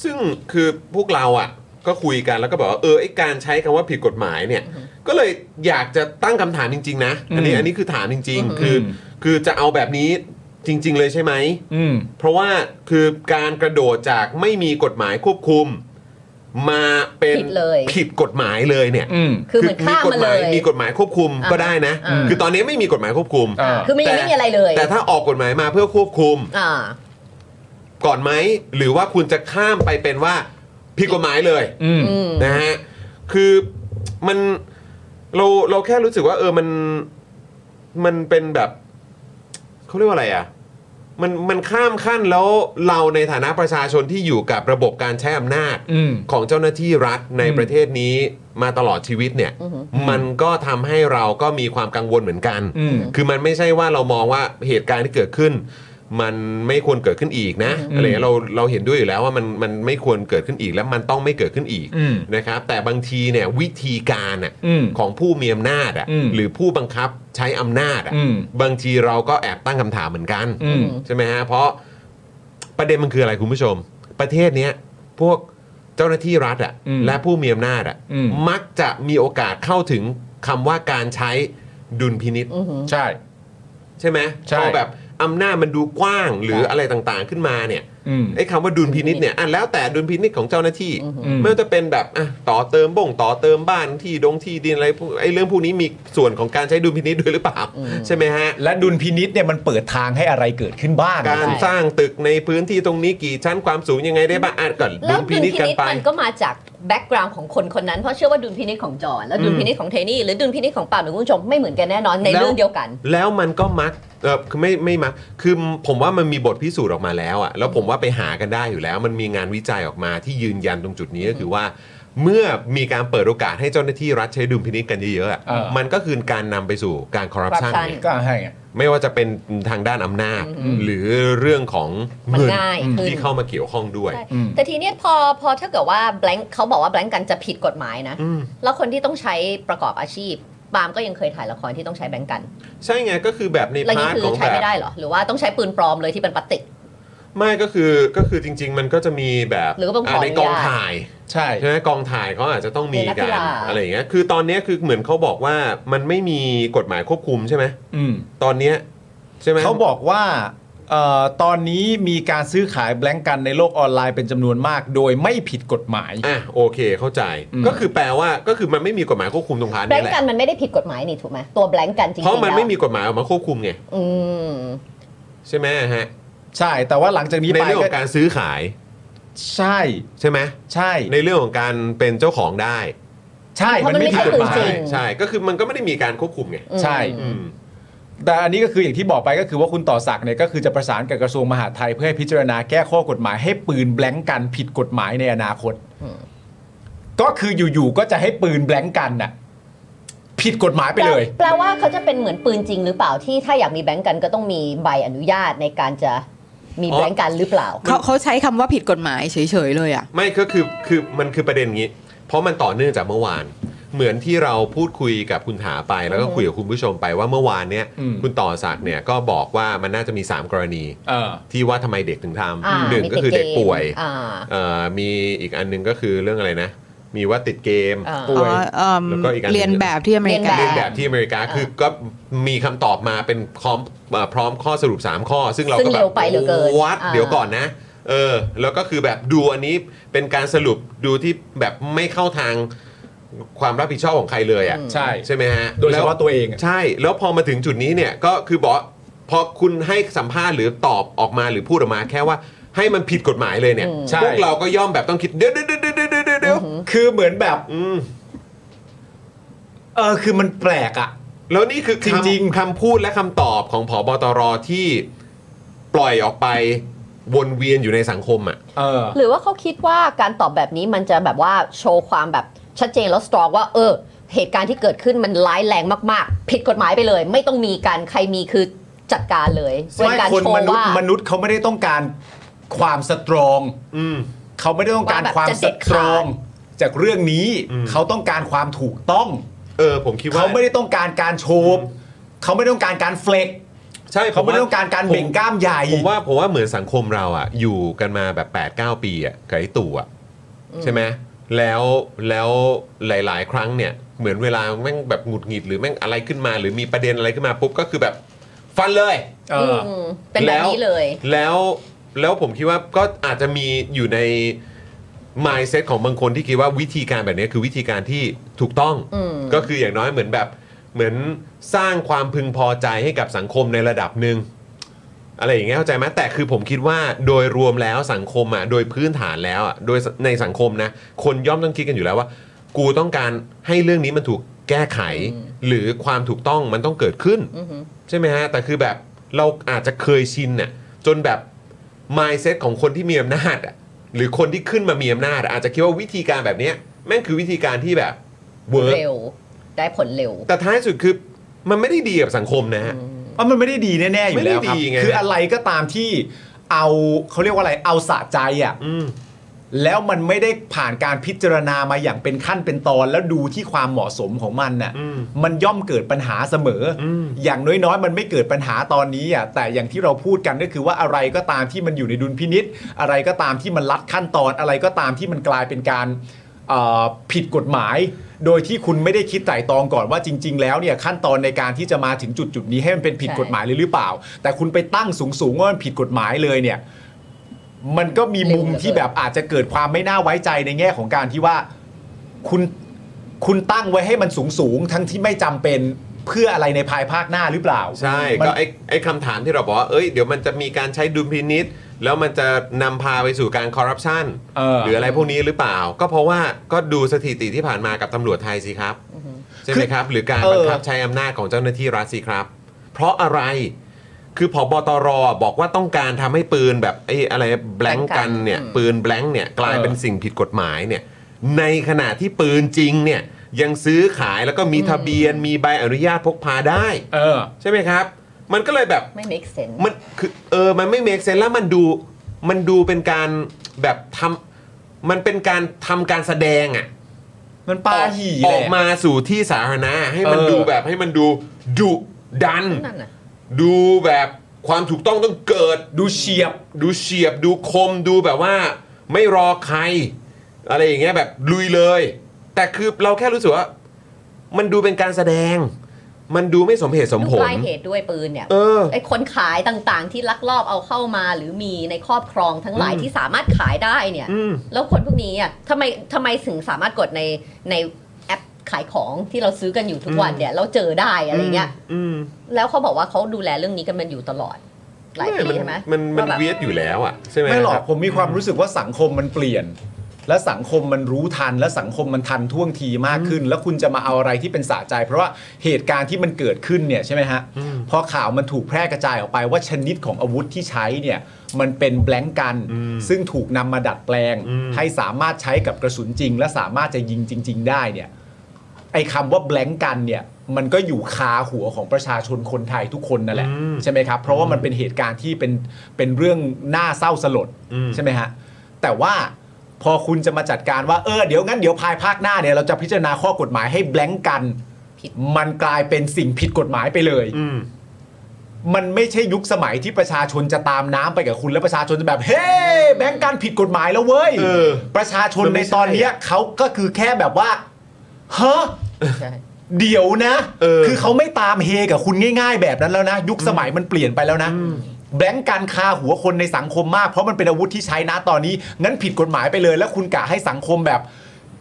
[SPEAKER 5] ซึ่งคือพวกเราอ่ะ ก็คุยกันแล้วก็บอกว่าเออไอการใช้คำว่าผิดกฎหมายเนี่ย ก็เลยอยากจะตั้งคำถามจริง ๆ นะ อันนี้
[SPEAKER 2] อืม
[SPEAKER 5] อันนี้คือถามจริง ๆ คือ คือจะเอาแบบนี้จริง ๆ เลยใช่ไหม
[SPEAKER 2] อืม
[SPEAKER 5] เพราะว่าคือการกระโดดจากไม่มีกฎหมายควบคุม มาเป็น
[SPEAKER 3] ผิดเลย
[SPEAKER 5] ผิดกฎหมายเลยเนี่ย
[SPEAKER 2] อืม
[SPEAKER 3] คือเหมือน
[SPEAKER 5] มี
[SPEAKER 3] ข้าม
[SPEAKER 5] กฎ
[SPEAKER 3] มา
[SPEAKER 5] ห
[SPEAKER 3] เล
[SPEAKER 5] มาย
[SPEAKER 3] ย
[SPEAKER 5] มีกฎหมายควบคุม
[SPEAKER 3] อ่า
[SPEAKER 5] ก็ได้นะ
[SPEAKER 3] อ่า
[SPEAKER 5] คือตอนนี้ไม่มีกฎหมายควบคุม
[SPEAKER 2] อ่า
[SPEAKER 3] คือมันยังไม่มีอะไรเลย
[SPEAKER 5] แต่ถ้าออกกฎหมายมาเพื่อควบคุม
[SPEAKER 3] อ่า
[SPEAKER 5] ก่อนไหมหรือว่าคุณจะข้ามไปเป็นว่าผิดกฎหมายเลย
[SPEAKER 2] อืม
[SPEAKER 3] อืม
[SPEAKER 5] นะฮะคือมันเราเราแค่รู้สึกว่า เออมันมันเป็นแบบเขาเรียกว่าอะไรอ่ะมันมันข้ามขั้นแล้วเราในฐานะประชาชนที่อยู่กับระบบการใช้อำนาจ
[SPEAKER 2] อืม
[SPEAKER 5] ของเจ้าหน้าที่รัฐใน
[SPEAKER 2] อืม
[SPEAKER 5] ประเทศนี้มาตลอดชีวิตเนี่ย
[SPEAKER 3] อือหือ
[SPEAKER 5] มันก็ทำให้เราก็มีความกังวลเหมือนกัน
[SPEAKER 2] อืม
[SPEAKER 5] คือมันไม่ใช่ว่าเรามองว่าเหตุการณ์ที่เกิดขึ้น มันไม่ควรเกิดขึ้นอีกนะ
[SPEAKER 2] อืม
[SPEAKER 5] อะไรเงี้ยเราเราเห็นด้วยอยู่แล้วว่ามันมันไม่ควรเกิดขึ้นอีกและมันต้องไม่เกิดขึ้นอีก
[SPEAKER 2] อืม
[SPEAKER 5] นะครับ แต่บางทีเนี่ยวิธีการอะ
[SPEAKER 2] อืม
[SPEAKER 5] ของผู้มีอำนาจอะ
[SPEAKER 2] อืม
[SPEAKER 5] หรือผู้บังคับใช้อำนาจอะ
[SPEAKER 2] อืม
[SPEAKER 5] บางทีเราก็แอบตั้งคำถามเหมือนกัน
[SPEAKER 2] อืม
[SPEAKER 5] ใช่ไหมฮะ เพราะประเด็นมันคืออะไรคุณผู้ชม ประเทศเนี้ยพวกเจ้าหน้าที่รัฐอะ
[SPEAKER 2] อืม
[SPEAKER 5] และผู้มีอำนาจอะ
[SPEAKER 2] อืม
[SPEAKER 5] มักจะมีโอกาสเข้าถึงคำว่าการใช้ดุลพินิษ
[SPEAKER 3] อือหือ
[SPEAKER 2] ใช่
[SPEAKER 5] ใช่ไหม
[SPEAKER 2] ใช่
[SPEAKER 5] เอาแบบ
[SPEAKER 1] อำนาจมันดูกว้างหรืออะไรต่างๆขึ้นมาเนี่ย
[SPEAKER 2] อืม
[SPEAKER 1] ไอ้คำว่าดุลพินิษเนี่ยอ่ะแล้วแต่ดุลพินิษของเจ้าหน้าที่
[SPEAKER 2] อืม
[SPEAKER 1] ไม่ว่าจะเป็นแบบอ่ะต่อเติมบ่งต่อเติมบ้านที่ดงที่ดินอะไรพวกไอ้เรื่องพวกนี้มีส่วนของการใช้ดุลพินิษด้วยหรือเปล่า ใช่ไหมฮะ
[SPEAKER 2] และดุลพินิษเนี่ยมันเปิดทางให้อะไรเกิดขึ้นบ้าง
[SPEAKER 1] การ
[SPEAKER 2] นะ
[SPEAKER 1] สร้างตึกในพื้นที่ตรงนี้กี่ชั้นความสูงยังไงได้บ้างอ่านก่อน
[SPEAKER 3] แล้ว
[SPEAKER 1] จ
[SPEAKER 3] ดุลพินิษมันก็มาจากแบ็กกราวน์ของคนคนนั้นเพราะเชื่อว่าดุลพินิษของจอห์นและดุลพินิษของเทนี่หรือดุลพินิษของปาล์มหรือคุณผู้ชมไม่เหมือนกันแน่นอนในเรื่องเดียวกัน
[SPEAKER 1] แล้วมันก็มักเออคือไม่ไม่มักคือผมว่ามันมีบทพิสูจน์ออกมาแล้วอะแล้วผมว่าไปหากันได้อยู่แล้ว มันมีงานวิจัยออกมาที่ยืนยันตรงจุดนี้ก็คือว่า เมื่อมีการเปิดโอกาสให้เจ้าหน้าที่รัฐใช้ดุลพินิจกันเยอะๆอะ
[SPEAKER 2] ามั
[SPEAKER 1] มันก็คือการนำไปสู่การคอร์รัปชัน
[SPEAKER 3] corruption
[SPEAKER 2] ก็ให้อะ
[SPEAKER 1] ไม่ว่าจะเป็นทางด้านอำนาจ
[SPEAKER 2] อืม
[SPEAKER 1] หรือเรื่องของ
[SPEAKER 3] มัน
[SPEAKER 1] เงิน
[SPEAKER 3] ง่ายขึ้น
[SPEAKER 1] ที่เข้ามาเกี่ยวข้องด้วย
[SPEAKER 3] ใช่
[SPEAKER 2] อืม
[SPEAKER 3] แต่ทีเนี้ยพอพอถ้าเกิดว่า blank เขาบอกว่า blank กันจะผิดกฎหมายนะ
[SPEAKER 1] อืม
[SPEAKER 3] แล้วคนที่ต้องใช้ประกอบอาชีพปาล์มก็ยังเคยถ่ายละครที่ต้องใช้แบงก์กัน
[SPEAKER 1] ใช่ไงก็คือแบบใน
[SPEAKER 3] แล้ว
[SPEAKER 1] พาร์ท
[SPEAKER 3] นี่คือ
[SPEAKER 1] ของ
[SPEAKER 3] ใช้
[SPEAKER 1] แบบ
[SPEAKER 3] ไม่ได้เหรอ หรือว่าต้องใช้ปืนปลอมเลยที่เป็นพลาสติก
[SPEAKER 1] ไม่ก็คือก็คือจริง ๆ มันก็จะมีแบบ
[SPEAKER 3] หรือก็ต้องขอ
[SPEAKER 1] ใน
[SPEAKER 3] อนุญาต
[SPEAKER 1] กองถ่าย
[SPEAKER 2] ใช่
[SPEAKER 1] ใช่ไหมกองถ่ายเขาอาจจะต้องมี
[SPEAKER 3] เป็นนัก
[SPEAKER 1] กั
[SPEAKER 3] กี
[SPEAKER 1] น
[SPEAKER 3] ฬา
[SPEAKER 1] อะไรอย่างเงี้ยคือตอนเนี้ยคือเหมือนเขาบอกว่ามันไม่มีกฎหมายควบคุมใช่ไหม
[SPEAKER 2] อืม
[SPEAKER 1] ตอนเนี้ยใช่ไหม
[SPEAKER 2] เขาบอกว่าเอ่อตอนนี้มีการซื้อขายแบล็งกันในโลกออนไลน์เป็นจำนวนมาก โดยไม่ผิดกฎหมาย
[SPEAKER 1] อ่ะโอเคเข้าใจ
[SPEAKER 2] อืม
[SPEAKER 1] ก็คือแปลว่าก็คือมันไม่มีกฎหมายควบคุมตรงพาร์ท
[SPEAKER 3] แบง
[SPEAKER 1] นี้แห
[SPEAKER 3] ก์
[SPEAKER 1] ละ
[SPEAKER 3] กันมันไม่ได้ผิดกฎหมายนี่ถูกไหมตัว blank กันจริงๆ
[SPEAKER 1] เพราะมันไม่มี
[SPEAKER 3] แล้ว
[SPEAKER 1] กฎหมายออกมาควบคุมไง
[SPEAKER 3] อืม
[SPEAKER 1] ใช่ไหมฮะ
[SPEAKER 2] ใช่ แต่ว่าหลังจากนี้
[SPEAKER 1] ใน
[SPEAKER 2] ไป
[SPEAKER 1] เรื่องข
[SPEAKER 2] ก็
[SPEAKER 1] องการซื้อขาย
[SPEAKER 2] ใช่
[SPEAKER 1] ใช่ไหม
[SPEAKER 2] ใช่
[SPEAKER 1] ในเรื่องของการเป็นเจ้าของได้
[SPEAKER 2] ใช่
[SPEAKER 3] เพ
[SPEAKER 2] มั
[SPEAKER 3] ราะ
[SPEAKER 2] น
[SPEAKER 3] มัน
[SPEAKER 2] ไม่
[SPEAKER 3] ไม่
[SPEAKER 2] ผิ
[SPEAKER 3] ใช่
[SPEAKER 2] ดกฎหมา
[SPEAKER 3] ปืนจริง
[SPEAKER 2] ย
[SPEAKER 1] ใช่ใช่ก็คือมันก็ไม่ได้มีการควบคุมไง
[SPEAKER 3] อืม
[SPEAKER 2] ใช่
[SPEAKER 1] อืม
[SPEAKER 2] แต่อันนี้ก็คืออย่างที่บอกไปก็คือว่าคุณต่อศักดิ์เนี่ยก็คือจะประสานกับกระทรวงมหาดไทยเพื่อให้พิจารณาแก้ข้อกฎหมายให้ปืนแบล็งกันผิดกฎหมายในอนาคต
[SPEAKER 3] อืม
[SPEAKER 2] ก็คืออยู่ๆก็จะให้ปืนแบล็งกันน่ะผิดกฎหมายไปเลย
[SPEAKER 3] แปลว่าเขาจะเป็นเหมือนปืนจริงหรือเปล่าที่ถ้าอยากมีแบงก์กันก็ต้องมีใบอนุญาตในการจะมี
[SPEAKER 1] อ๋อ
[SPEAKER 3] แบงก์กันหรือเปล่า
[SPEAKER 7] เขาเขาใช้คำว่าผิดกฎหมายเฉยๆเลยอ่ะ
[SPEAKER 1] ไม่ก็คือคือมันคือประเด็นงี้ เพราะมันต่อเนื่องจากเมื่อวาน เหมือนที่เราพูดคุยกับคุณถาไปแล้วก็คุยกับคุณผู้ชมไปว่าเมื่อวานเนี้ย
[SPEAKER 2] อืม
[SPEAKER 1] คุณต่อศักดิ์เนี่ยก็บอกว่ามันน่าจะมี 3 กรณี
[SPEAKER 2] เออ
[SPEAKER 1] ที่ว่าทำไมเด็กถึงท
[SPEAKER 3] อ่า
[SPEAKER 1] ำหนึ่ง
[SPEAKER 3] มี
[SPEAKER 1] ก็
[SPEAKER 3] ติด
[SPEAKER 1] คือเด็ก
[SPEAKER 3] เกม
[SPEAKER 1] ป่วย
[SPEAKER 3] อ่า
[SPEAKER 1] เอ่อมีอีกอันหนึงก็คือเรื่องอะไรนะ มีว่าติดเกม
[SPEAKER 3] อ่า
[SPEAKER 1] ป่วย
[SPEAKER 7] อ๋อเอิ่ม
[SPEAKER 1] แล้วก็อีกอันหนึ่ง
[SPEAKER 7] เรียนแบบที่อเมริกา
[SPEAKER 3] เรี
[SPEAKER 1] เรีย
[SPEAKER 3] น
[SPEAKER 1] นแบบที่อเมริกาคือก็มีคำตอบมาเป็นพร้อมเอ่อพร้อมข้อสรุป 3 ข้อ ซึ่งเรา
[SPEAKER 3] ซึ่
[SPEAKER 1] ก็
[SPEAKER 3] ง
[SPEAKER 1] แบ
[SPEAKER 3] เร็
[SPEAKER 1] บ
[SPEAKER 3] วไปเหลือเกิน
[SPEAKER 1] วัด
[SPEAKER 3] อ่า
[SPEAKER 1] เดี๋ยวก่อนนะ เออ แล้วก็คือแบบดูอันนี้เป็นการสรุปดูที่แบบไม่เข้าทางความรับผิดชอบของใครเลยอ่ะ
[SPEAKER 2] ใช่
[SPEAKER 1] ใช่ไหมฮะ
[SPEAKER 2] โดยเฉพาะตัวเองอะ
[SPEAKER 1] ใช่ แล้วพอมาถึงจุดนี้เนี่ยก็คือบอกพอคุณให้สัมภาษณ์หรือตอบออกมาหรือพูดออกมาแค่ว่าให้มันผิดกฎหมายเลยเนี่ย
[SPEAKER 2] ใช่
[SPEAKER 1] พวกเราก็ย่อมแบบต้องคิดเดี๋ยวเดี๋ยวเดี๋ยวเดี๋ยวเดี๋ยวเดี๋ยว
[SPEAKER 2] คือเหมือนแบบ
[SPEAKER 1] อืม
[SPEAKER 2] เออคือมันแปลกอ่ะ
[SPEAKER 1] แล้วนี่คือคำ
[SPEAKER 2] จริงๆ
[SPEAKER 1] คำพูดและคำตอบของผอบตรที่ปล่อยออกไปวนเวียนอยู่ในสังคมอ่ะ
[SPEAKER 2] เออ
[SPEAKER 3] หรือว่าเขาคิดว่าการตอบแบบนี้มันจะแบบว่าโชว์ความแบบชัดเจนแล้วสตรองว่า เออ เหตุการณ์ที่เกิดขึ้นมันร้ายแรงมากๆ ผิดกฎหมายไปเลย ไม่ต้องมีการใครมีคือจัดการเลยเป็น
[SPEAKER 2] ไม่
[SPEAKER 3] การ
[SPEAKER 2] คน
[SPEAKER 3] โชว์
[SPEAKER 2] มนุษ
[SPEAKER 3] ว่า
[SPEAKER 2] ย์มนุษย์เขาไม่ได้ต้องการความสตรอง
[SPEAKER 1] อืม
[SPEAKER 2] เขาไม่ได้ต้องการ
[SPEAKER 3] ว่าแบบ
[SPEAKER 2] ความ
[SPEAKER 3] จะ
[SPEAKER 2] ส
[SPEAKER 3] เด็ดขาด
[SPEAKER 2] ตรอง จากเรื่องนี้
[SPEAKER 1] อืม
[SPEAKER 2] เขาต้องการความถูกต้อง
[SPEAKER 1] เออ ผมคิดว่า
[SPEAKER 2] เขาไม่ได้ต้องการการโชบเขาไม่ได้ต้องการการเฟลก
[SPEAKER 1] ใช่
[SPEAKER 2] เขาไม่ได้
[SPEAKER 1] ผว่
[SPEAKER 2] ต้องการการเบ่งกล้ามใหญ่
[SPEAKER 1] ผมว่าผมว่าเหมือนสังคมเราอ่ะ อยู่กันมาแบบ 8 9 ปีอ่ะกับไอ้ตู่อ่ะ ใช่ไหมแล้วแล้วหลาย ๆ ครั้งเนี่ย เหมือนเวลาแม่งแบบหงุดหงิดหรือแม่งอะไรขึ้นมา หรือมีประเด็นอะไรขึ้นมาปุ๊บก็คือแบบฟันเลย
[SPEAKER 2] เอออ
[SPEAKER 3] มเป็นแบบนี้เลย
[SPEAKER 1] แล้วแล้วผมคิดว่าก็อาจจะมีอยู่ใน mindset ของบางคนที่คิดว่าวิธีการแบบนี้คือวิธีการที่ถูกต้อง
[SPEAKER 3] อืม
[SPEAKER 1] ก็คืออย่างน้อยเหมือนแบบเหมือนสร้างความพึงพอใจให้กับสังคมในระดับหนึ่งอะไรอย่างเงี้ยเข้าใจไหมแต่คือผมคิดว่าโดยรวมแล้วสังคมอ่ะโดยพื้นฐานแล้วอ่ะโดยในสังคมนะ คนย่อมต้องคิดกันอยู่แล้วว่า กูต้องการให้เรื่องนี้มันถูกแก้ไข หรือความถูกต้องมันต้องเกิดขึ้น
[SPEAKER 3] อือหือ
[SPEAKER 1] ใช่ไหมฮะ แต่คือแบบเราอาจจะเคยชินน่ะจนแบบ mindset ของคนที่มีอำนาจอ่ะหรือคนที่ขึ้นมามีอำนาจอะอาจจะคิดว่าวิธีการแบบเนี้ยแม่งคือวิธีการที่แบบเวิร์ก
[SPEAKER 3] เร็ว ได้ผลเร็ว
[SPEAKER 1] แต่ท้ายสุดคือมันไม่ได้ดีกับสังคมนะฮะ
[SPEAKER 2] เพราะมันไม่ได้ดีแน่ๆอยู่แล้วครับ
[SPEAKER 1] ไม่ได้ดีไง
[SPEAKER 2] คืออะไรก็ตามที่เอาเขาเรียกว่าอะไรเอาสะใจอ่ะ
[SPEAKER 1] อืม
[SPEAKER 2] แล้วมันไม่ได้ผ่านการพิจารณามาอย่างเป็นขั้นเป็นตอน แล้วดูที่ความเหมาะสมของมันน่ะ
[SPEAKER 1] อืม
[SPEAKER 2] มันย่อมเกิดปัญหาเสมออ
[SPEAKER 1] ม
[SPEAKER 2] อย่างน้อยๆ มันไม่เกิดปัญหาตอนนี้อ่ะแต่อย่างที่เราพูดกันก็คือว่าอะไรก็ตามที่มันอยู่ในดุลพินิษอะไรก็ตามที่มันลัดขั้นตอนอะไรก็ตามที่มันกลายเป็นการเอ่อผิดกฎหมาย โดยที่คุณไม่ได้คิดไตร่ตรองก่อนว่าจริง ๆ แล้วเนี่ยขั้นตอนในการที่จะมาถึงจุดจุดๆนี้ให้มันเป็นผิด
[SPEAKER 3] ใช่
[SPEAKER 2] กฎหมายเลยหรือเปล่า แต่คุณไปตั้งสูงๆว่ามันผิดกฎหมายเลยเนี่ย มันก็มีมุมที่แบบอาจจะเกิดความไม่น่าไว้ใจในแง่ของการที่ว่าคุณคุณตั้งไว้ให้มันสูงสูงๆทั้งที่ไม่จำเป็นเพื่ออะไรในภายภาคหน้าหรือเปล่า
[SPEAKER 5] ใช่
[SPEAKER 2] มัน
[SPEAKER 5] ก็ไอ้ไอ้คำถามที่เราบอกว่าเอ้ยเดี๋ยวมันจะมีการใช้ดุลพินิษแล้วมันจะนำพาไปสู่การคอร์รัปชัน
[SPEAKER 2] เออ
[SPEAKER 5] หรืออะไรพวกนี้หรือเปล่า ก็เพราะว่าก็ดูสถิติที่ผ่านมากับตำรวจไทยสิครับ ใช่ไหมครับ หรือการบังคับใช้อำนาจของเจ้าหน้าที่รัฐสิครับ เพราะอะไรคือผบตรบอกว่าต้องการทำให้ปืนแบบไอ้อะไรแบล็งกันเนี่ย
[SPEAKER 3] อืม
[SPEAKER 5] ปืนแบล็งเนี่ยกลายเป็นสิ่งผิดกฎหมายเนี่ยในขณะที่ปืนจริงเนี่ยยังซื้อขายแล้วก็มีทะเบียนมีใบอนุญาตพกพาได้
[SPEAKER 2] เออ
[SPEAKER 5] ใช่ไหมครับ มันก็เลยแบบ
[SPEAKER 3] ไม่ make sense
[SPEAKER 5] มันคือเออ มันไม่เมคเซนแล้วมันดู มันดูเป็นการแบบทำมันเป็นการทำการแสดงอะ
[SPEAKER 2] มันปาหี่
[SPEAKER 5] อ
[SPEAKER 2] แห
[SPEAKER 5] อก
[SPEAKER 2] ละ
[SPEAKER 5] มาสู่ที่สาธารณะให้มัน
[SPEAKER 2] เออ
[SPEAKER 5] ดูแบบให้มันดูดุดัน
[SPEAKER 3] นั่นน่ะ
[SPEAKER 5] ดูแบบความถูกต้องต้องเกิด
[SPEAKER 2] ดูเฉียบ
[SPEAKER 5] ดูเฉียบดูคมดูแบบว่าไม่รอใคร อะไรอย่างเงี้ยแบบลุยเลย แต่คือเราแค่รู้สึกว่า มันดูเป็นการแสดง มันดูไม่สมเหตุสม
[SPEAKER 3] ลู
[SPEAKER 5] ผ
[SPEAKER 3] ก
[SPEAKER 5] ล
[SPEAKER 3] ไล่เหตุด้วยปืนเนี่ย
[SPEAKER 5] เออ
[SPEAKER 3] ไอ้คนขายต่างๆ ที่ลักลอบเอาเข้ามาหรือมีในครอบครองทั้งหลาย
[SPEAKER 5] อืม
[SPEAKER 3] ที่สามารถขายได้เนี่ย
[SPEAKER 5] อืม
[SPEAKER 3] แล้วคนพวกนี้อ่ะทำไมทำไมถึงสามารถกดในในแอปขายของที่เราซื้อกันอยู่ทุกวันเนี่ยเราเจอได้อะไรเงี้ย
[SPEAKER 5] อืม
[SPEAKER 3] แล้วเขาบอกว่าเขาดูแลเรื่องนี้กันมันอยู่ตลอด หลายปีใช่ไหม
[SPEAKER 5] มันมั
[SPEAKER 3] ว่า
[SPEAKER 5] น
[SPEAKER 3] แบบ
[SPEAKER 5] เวียดอยู่แล้วอ่ะใช่ไหม
[SPEAKER 2] ไม่หรอ
[SPEAKER 5] ค
[SPEAKER 2] ก
[SPEAKER 5] บ
[SPEAKER 2] ผมมีความรู้สึกว่าสังคมมันเปลี่ยน และสังคมมันรู้ทัน และสังคมมันทันท่วงทีมากขึ้น แล้วคุณจะมาเอาอะไรที่เป็นสะใจ เพราะว่าเหตุการณ์ที่มันเกิดขึ้นเนี่ยใช่ไหมฮะ
[SPEAKER 5] อืม
[SPEAKER 2] พอข่าวมันถูกแพร่กระจายออกไปว่าชนิดของอาวุธที่ใช้เนี่ยมันเป็นแบล็งกัน
[SPEAKER 5] อืม
[SPEAKER 2] ซึ่งถูกนำมาดัดแปลง
[SPEAKER 5] อืม
[SPEAKER 2] ให้สามารถใช้กับกระสุนจริง และสามารถจะยิงจริง ๆ ได้เนี่ย ไอ้คำว่าแบล็งกันเนี่ยมันก็อยู่คาหัวของประชาชนคนไทยทุกคนนั่นแหละ
[SPEAKER 5] อืม
[SPEAKER 2] ใช่ไหมครับ เพราะว่ามันเป็นเหตุการณ์ที่เป็นเป็นเรื่องน่าเศร้าสลด
[SPEAKER 5] อืม
[SPEAKER 2] ใช่ไหมฮะแต่ว่าพอคุณจะมาจัดการว่าเออเดี๋ยวงั้นเดี๋ยวภายภาคหน้าเนี่ยเราจะพิจารณาข้อกฎหมายให้แบล็งกัน
[SPEAKER 3] ผิด
[SPEAKER 2] มันกลายเป็นสิ่งผิดกฎหมายไปเลย
[SPEAKER 5] อืม
[SPEAKER 2] มันไม่ใช่ยุคสมัยที่ประชาชนจะตามน้ำไปกับคุณและประชาชนจะแบบ เฮ้แบงก์การผิดกฎหมายแล้วเว้ย
[SPEAKER 5] เออ
[SPEAKER 2] ประชาชน
[SPEAKER 5] มัน
[SPEAKER 2] ใน
[SPEAKER 5] ไม่ใช่
[SPEAKER 2] ตอนเนี้ยเขาก็คือแค่แบบว่าฮะ
[SPEAKER 3] ใช่
[SPEAKER 2] เดี๋ยวนะ
[SPEAKER 5] เออ
[SPEAKER 2] คือเขาไม่ตามเฮกับคุณง่าย ๆ แบบนั้นแล้วนะ ยุคสมัยมันเปลี่ยนไปแล้วนะ แบงก์การคาหัวคนในสังคมมาก เพราะมันเป็นอาวุธที่ใช้นะตอนนี้ งั้นผิดกฎหมายไปเลย แล้วคุณกะให้สังคมแบบ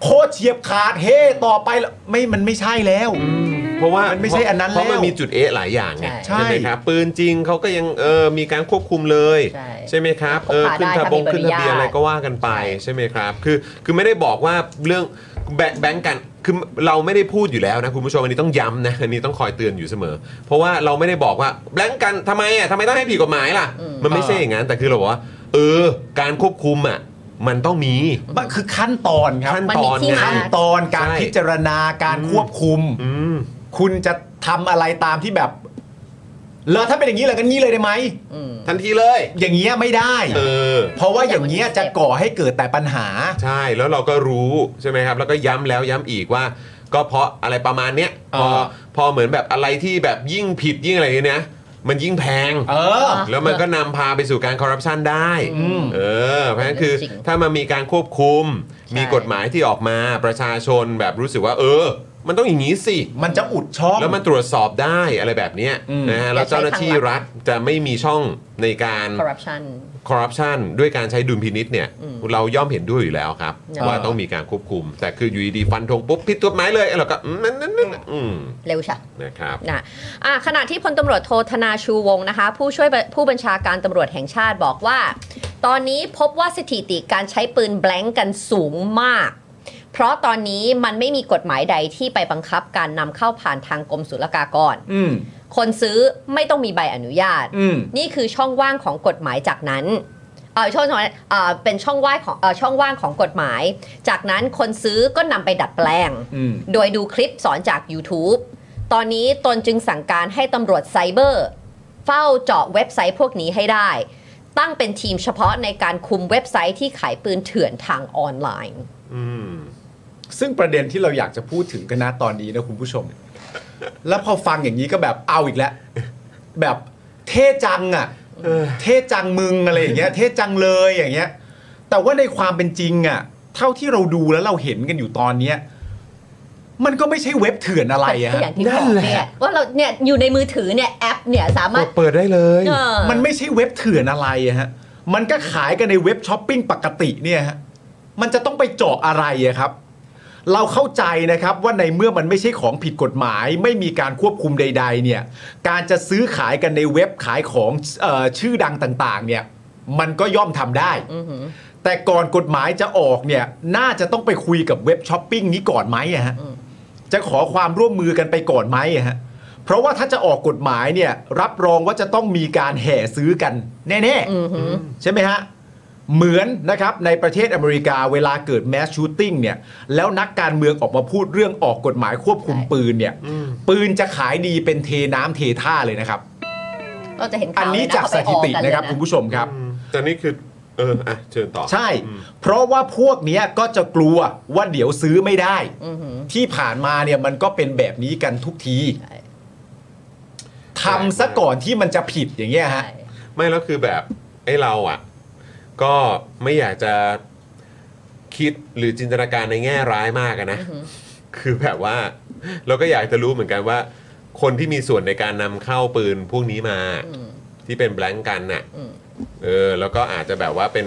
[SPEAKER 2] โคตรเฉียบขาดเฮต่อไปแล้วไม่มันไม่ใช่แล้ว
[SPEAKER 5] เพราะว่า
[SPEAKER 2] มันไม่ใช่อันนั้น
[SPEAKER 5] เพราะมัน
[SPEAKER 2] แล้ว
[SPEAKER 5] มีจุดเอะหลายอย่างไง
[SPEAKER 3] ใช่
[SPEAKER 5] ไหมครับปืนจริงเขาก็ยังเออมีการควบคุมเลย
[SPEAKER 3] ใช่
[SPEAKER 5] ใช่ไหมครับ
[SPEAKER 3] พกพา
[SPEAKER 5] เออขึ้น
[SPEAKER 3] ได้
[SPEAKER 5] ทะบง
[SPEAKER 3] ถ้ามี
[SPEAKER 5] ขึ้นทะเบี
[SPEAKER 3] ใบอนุญา
[SPEAKER 5] ยน
[SPEAKER 3] ต
[SPEAKER 5] อะไรก็ว่ากันไปใช่ไหมครับ คือคือไม่ได้บอกว่าเรื่องแบแบงก์กันคือเราไม่ได้พูดอยู่แล้วนะคุณผู้ชมอันนี้ต้องย้ำนะอันนี้ต้องคอยเตือนอยู่เสมอ เพราะว่าเราไม่ได้บอกว่าแบงก์กันทำไมอ่ะทำไมต้องให้ผิดกฎหมายล่ะ
[SPEAKER 3] อืม
[SPEAKER 5] มันไม่ใช่อย่างนั้นแต่คือเราบอกว่าเออการควบคุมอ่ะมันต้องมี
[SPEAKER 2] มันคือขั้นตอนครับ
[SPEAKER 5] ขั้น
[SPEAKER 3] มัน
[SPEAKER 5] ต
[SPEAKER 3] มี
[SPEAKER 5] อน
[SPEAKER 3] ที่
[SPEAKER 5] ไง
[SPEAKER 3] มา
[SPEAKER 2] ขั้นตอนการ
[SPEAKER 5] ใช่
[SPEAKER 2] พิจารณาการควบคุม
[SPEAKER 5] อืม
[SPEAKER 2] คุณจะทำอะไรตามที่แบบแล้วถ้าเป็นอย่างนี้แล้วกันงี้เลยได้ไหม
[SPEAKER 3] อืม
[SPEAKER 5] ทันทีเลย
[SPEAKER 2] อย่างเงี้ยไม่ได้
[SPEAKER 5] เออ
[SPEAKER 2] เพราะว่าอย่างเงี้ยจะก่อให้เกิดแต่ปัญหา
[SPEAKER 5] ใช่แล้วเราก็รู้ใช่ไหมครับ แล้วก็ย้ำแล้วย้ำอีกว่า ก็เพราะอะไรประมาณเนี้ยพอ
[SPEAKER 2] เออ
[SPEAKER 5] พอเหมือนแบบอะไรที่แบบยิ่งผิดยิ่งอะไรเนี่ยนะมันยิ่งแพง
[SPEAKER 2] เออ
[SPEAKER 5] แล้วมันก็นำพาไปสู่การคอร์รัปชันได้
[SPEAKER 2] อืม
[SPEAKER 5] เออเพราะฉะนั้นคือ
[SPEAKER 3] จริง
[SPEAKER 5] ถ้ามันมีการควบคุม
[SPEAKER 3] ใช่
[SPEAKER 5] มีกฎหมายที่ออกมาประชาชนแบบรู้สึกว่า เออ มันต้องอย่างนี้สิ
[SPEAKER 2] มันจะอุดช่อง
[SPEAKER 5] แล้วมันตรวจสอบได้อะไรแบบเนี้ย
[SPEAKER 2] อืม
[SPEAKER 5] นะฮะแล้วเจ้าหน้าที่รัฐจะไม่มีช่องในการ
[SPEAKER 3] corruption
[SPEAKER 5] คอร์รัปชันด้วยการใช้ดุลพินิษเนี่ย
[SPEAKER 3] อืม
[SPEAKER 5] เราย่อมเห็นด้วยอยู่แล้วครับ
[SPEAKER 3] เนอะ
[SPEAKER 5] ว่าต้องมีการควบคุม แต่คืออยู่ดีๆฟันธงปุ๊บผิดกฎหมายเลยเราก็อืมนั่นนั่นนั่นอืม
[SPEAKER 3] เร็วใช่
[SPEAKER 5] นะครับ
[SPEAKER 3] นะอ่ะขณะที่พลตำรวจโทธนาชูวงศ์นะคะ ผู้ช่วยผู้บัญชาการตำรวจแห่งชาติบอกว่า ตอนนี้พบว่าสถิติการใช้ปืนแบล็งก์กันสูงมาก เพราะตอนนี้มันไม่มีกฎหมายใดที่ไปบังคับการนำเข้าผ่านทางกรมศุลกากร
[SPEAKER 2] อืม
[SPEAKER 3] คนซื้อไม่ต้องมีใบอนุญาต
[SPEAKER 2] อืม
[SPEAKER 3] นี่คือช่องว่างของกฎหมายจากนั้น เออช่องว่างเออเป็นช่องว่างของเออช่องว่างของกฎหมาย จากนั้นคนซื้อก็นำไปดัดแปลง
[SPEAKER 2] อืม
[SPEAKER 3] โดยดูคลิปสอนจาก YouTube ตอนนี้ตนจึงสั่งการให้ตำรวจไซเบอร์ เฝ้าเจาะเว็บไซต์พวกนี้ให้ได้ ตั้งเป็นทีมเฉพาะในการคุมเว็บไซต์ที่ขายปืนเถื่อนทางออนไลน์
[SPEAKER 5] อืม
[SPEAKER 2] ซึ่งประเด็นที่เราอยากจะพูดถึงกันนะตอนนี้นะคุณผู้ชม แล้วพอฟังอย่างนี้ก็แบบเอาอีกแล้ว แบบเท่จังอ่ะ เท่จังมึงอะไรอย่างเงี้ย เท่จังเลยอย่างเงี้ย แต่ว่าในความเป็นจริงอ่ะ เท่าที่เราดูแล้วเราเห็นกันอยู่ตอนเนี้ย มันก็ไม่ใช่เว็บเถื่อนอะไรอะ
[SPEAKER 3] ก็อ
[SPEAKER 2] ฮะ
[SPEAKER 3] ย่างที่บอกเนี่ยว่าเราเนี่ยอยู่ในมือถือเนี่ยแอปเนี่ยสามารถ
[SPEAKER 1] เปิดได้เลย
[SPEAKER 3] เออ
[SPEAKER 2] มันไม่ใช่เว็บเถื่อนอะไรอะฮะมันก็ขายกันในเว็บช้อปปิ้งปกติเนี่ยฮะมันจะต้องไปเจาะอะไรอะครับ เราเข้าใจนะครับว่าในเมื่อมันไม่ใช่ของผิดกฎหมาย ไม่มีการควบคุมใด ๆ เนี่ยการจะซื้อขายกันในเว็บขายของเออชื่อดังต่างๆ เนี่ยมันก็ย่อมทำได้
[SPEAKER 3] อือหือ
[SPEAKER 2] แต่ก่อนกฎหมายจะออกเนี่ย น่าจะต้องไปคุยกับเว็บช้อปปิ้งนี้ก่อนไหมอะฮะ
[SPEAKER 3] อืม
[SPEAKER 2] จะขอความร่วมมือกันไปก่อนไหมอะฮะเพราะว่าถ้าจะออกกฎหมายเนี่ย รับรองว่าจะต้องมีการแห่ซื้อกันแน่
[SPEAKER 3] อือหือ
[SPEAKER 2] ๆ ใช่ไหมฮะ เหมือนนะครับในประเทศอเมริกาเวลาเกิดแมสชูตติ้งเนี่ย แล้วนักการเมืองออกมาพูดเรื่องออกกฎหมายควบคุม
[SPEAKER 3] ใช่
[SPEAKER 2] ปืนเนี่ย ปืนจะขายดีเป็นเทน้ำเทท่าเลยนะครับ
[SPEAKER 3] ก็จะเห็นข่าว
[SPEAKER 2] อันนี้
[SPEAKER 3] เลยะ
[SPEAKER 2] จากสถิติ
[SPEAKER 3] เขาไปออกกั
[SPEAKER 2] นะครับ
[SPEAKER 3] เลย
[SPEAKER 2] คุณผู้ชมครับ
[SPEAKER 1] แต่นี่คือ เออ อ่ะ เชิญต่อ
[SPEAKER 2] ใช่ เพราะว่าพวกเนี้ยก็จะกลัวว่าเดี๋ยวซื้อไม่ได้
[SPEAKER 3] อือหือ
[SPEAKER 2] ที่ผ่านมาเนี่ยมันก็เป็นแบบนี้กันทุกที
[SPEAKER 3] ใช่
[SPEAKER 2] ทำซะก่อนที่มันจะผิดอย่างเงี้ยฮะ
[SPEAKER 3] ใช่
[SPEAKER 1] ไม่แล้วคือแบบไอ้เราอ่ะ ก็ไม่อยากจะคิดหรือจินตนาการในแง่ร้ายมากอะนะ คือแบบว่า เราก็อยากจะรู้เหมือนกันว่า คนที่มีส่วนในการนำเข้าปืนพวกนี้มา
[SPEAKER 3] อืม
[SPEAKER 1] ที่เป็นแบล็งกันน่ะ
[SPEAKER 3] อืม
[SPEAKER 1] เออ แล้วก็อาจจะแบบว่าเป็น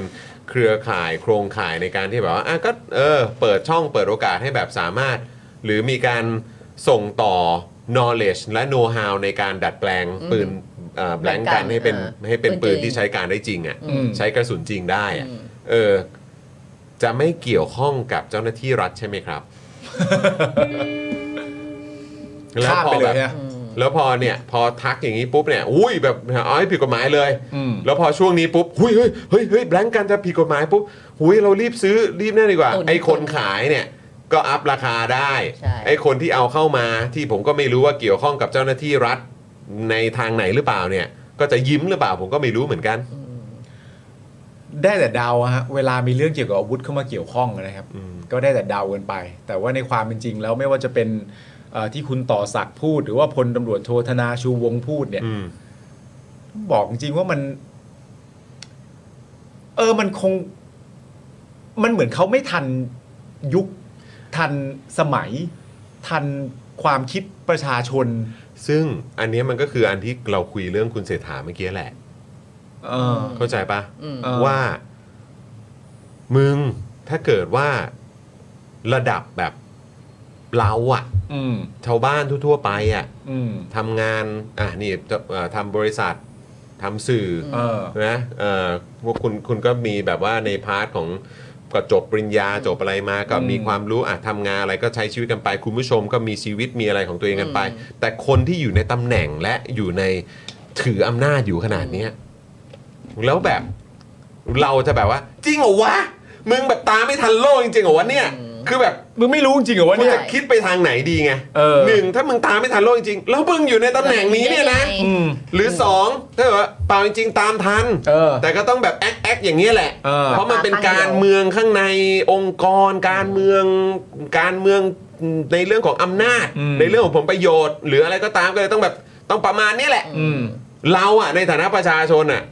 [SPEAKER 1] เครือข่ายโครงข่ายในการที่แบบว่าอ่ะก็เออ เปิดช่องเปิดโอกาสให้แบบสามารถ หรือมีการส่งต่อ knowledge และ know-how ในการดัดแปลงปืนแบล็งกันให้เป็น
[SPEAKER 3] เออ
[SPEAKER 1] ให้เป็น
[SPEAKER 3] ปื
[SPEAKER 1] ปืน
[SPEAKER 3] นจริง
[SPEAKER 1] ที่ใช้การได้จริงอ่ะ
[SPEAKER 2] อืม
[SPEAKER 1] ใช้กระสุนจริงได้อะ
[SPEAKER 3] อืม
[SPEAKER 1] เออ จะไม่เกี่ยวข้องกับเจ้าหน้าที่รัฐใช่ไหมครับ แล้ว
[SPEAKER 2] ข้าม
[SPEAKER 1] พอ
[SPEAKER 2] ไปเล
[SPEAKER 1] แบ
[SPEAKER 2] ย
[SPEAKER 1] บ
[SPEAKER 2] ฮะ
[SPEAKER 1] แล้วพอเนี่ย พอทักอย่างนี้ปุ๊บเนี่ย อุ้ยแบบเอาให้ผิดกฎหมายเลย
[SPEAKER 2] อืม
[SPEAKER 1] แล้วพอช่วงนี้ปุ๊บหุ้ยเฮ้ยเฮ้ยเฮ้ยแบงก์กันจะผิดกฎหมายปุ๊บหุยเรารีบซื้อรีบแน่ดีกว่า
[SPEAKER 3] ตุน
[SPEAKER 1] ไอ้คนขายเนี่ย ก็อัพราคาได้
[SPEAKER 3] ใช่
[SPEAKER 1] ไอ้คนที่เอาเข้ามาที่ผมก็ไม่รู้ว่าเกี่ยวข้องกับเจ้าหน้าที่รัฐในทางไหนหรือเปล่าเนี่ย ก็จะยิ้มหรือเปล่าผมก็ไม่รู้เหมือนกัน
[SPEAKER 2] ได้แต่เดาอะฮะเวลามีเรื่องเกี่ยวกับอาวุธเข้ามาเกี่ยวข้องนะครับ
[SPEAKER 1] อืม
[SPEAKER 2] ก็ได้แต่เดากันไป แต่ว่าในความเป็นจริงแล้วไม่ว่าจะเป็นเอ่อที่คุณต่อศักดิ์พูด หรือว่าพลตำรวจโทธนาชูวงศ์พูดเนี่ย
[SPEAKER 1] อืม
[SPEAKER 2] บอกจริงๆว่ามัน เออมันคง มันเหมือนเขาไม่ทันยุคทันสมัย ทันความคิดประชาชน
[SPEAKER 1] ซึ่งอันเนี้ยมันก็คืออันที่เราคุยเรื่องคุณเศรษฐาเมื่อกี้แหละ
[SPEAKER 2] เออ
[SPEAKER 1] เข้าใจปะ
[SPEAKER 3] อืม
[SPEAKER 2] เออ
[SPEAKER 1] ว่า มึงถ้าเกิดว่าระดับแบบเราอะ
[SPEAKER 2] อืม
[SPEAKER 1] ชาวบ้านทั่วๆไปอะ
[SPEAKER 2] อืม
[SPEAKER 1] ทำงาน อ่ะนี่จะเอ่อทำบริษัททำสื่อ
[SPEAKER 2] เออ
[SPEAKER 1] นะเอ่อพวกคุณคุณก็มีแบบว่าในพาร์ทของก็จบปริญญาจบอะไรมาก็
[SPEAKER 2] อืม
[SPEAKER 1] มีความรู้อ่ะทำงานอะไรก็ใช้ชีวิตกันไป คุณผู้ชมก็มีชีวิตมีอะไรของตัวเองกันไป แต่คนที่อยู่ในตำแหน่งและอยู่ในถืออำนาจอยู่ขนาดเนี้ย แล้วแบบเราจะแบบว่า จริงเหรอวะ มึงแบบตามไม่ทันโลกจริงๆเหรอวะเนี่ย
[SPEAKER 3] อืม
[SPEAKER 1] คือแบบ
[SPEAKER 2] มึงไม่รู้จริงเหรอวะ
[SPEAKER 1] มึง
[SPEAKER 2] เนี่ย
[SPEAKER 1] จะคิดไปทางไหนดีไง
[SPEAKER 2] เออ
[SPEAKER 1] หนึ่งถ้ามึงตามไม่ทันโลกจริงๆแล้วมึงอยู่ในตำแหน่งนี้เนี่ยนะ
[SPEAKER 3] ได้ไง
[SPEAKER 2] อืม
[SPEAKER 1] หรือสองถ้าแบบว่าเปล่าจริงๆตามทัน
[SPEAKER 2] เออ
[SPEAKER 1] แต่ก็ต้องแบบแอ๊กแอ๊กอย่างนี้ยแหละ
[SPEAKER 2] เออ
[SPEAKER 1] เพราะมันเป็น
[SPEAKER 3] ตามข้างเดียว
[SPEAKER 1] การเมืองข้างในองค์กร การเมือง การเมืองในเรื่องของอำนาจ
[SPEAKER 2] อืม
[SPEAKER 1] ในเรื่องของผลประโยชน์ หรืออะไรก็ตามก็เลยต้องแบบต้องประมาณนี้แหละ
[SPEAKER 2] อืม
[SPEAKER 1] เราอะในฐานะประชาชนอะ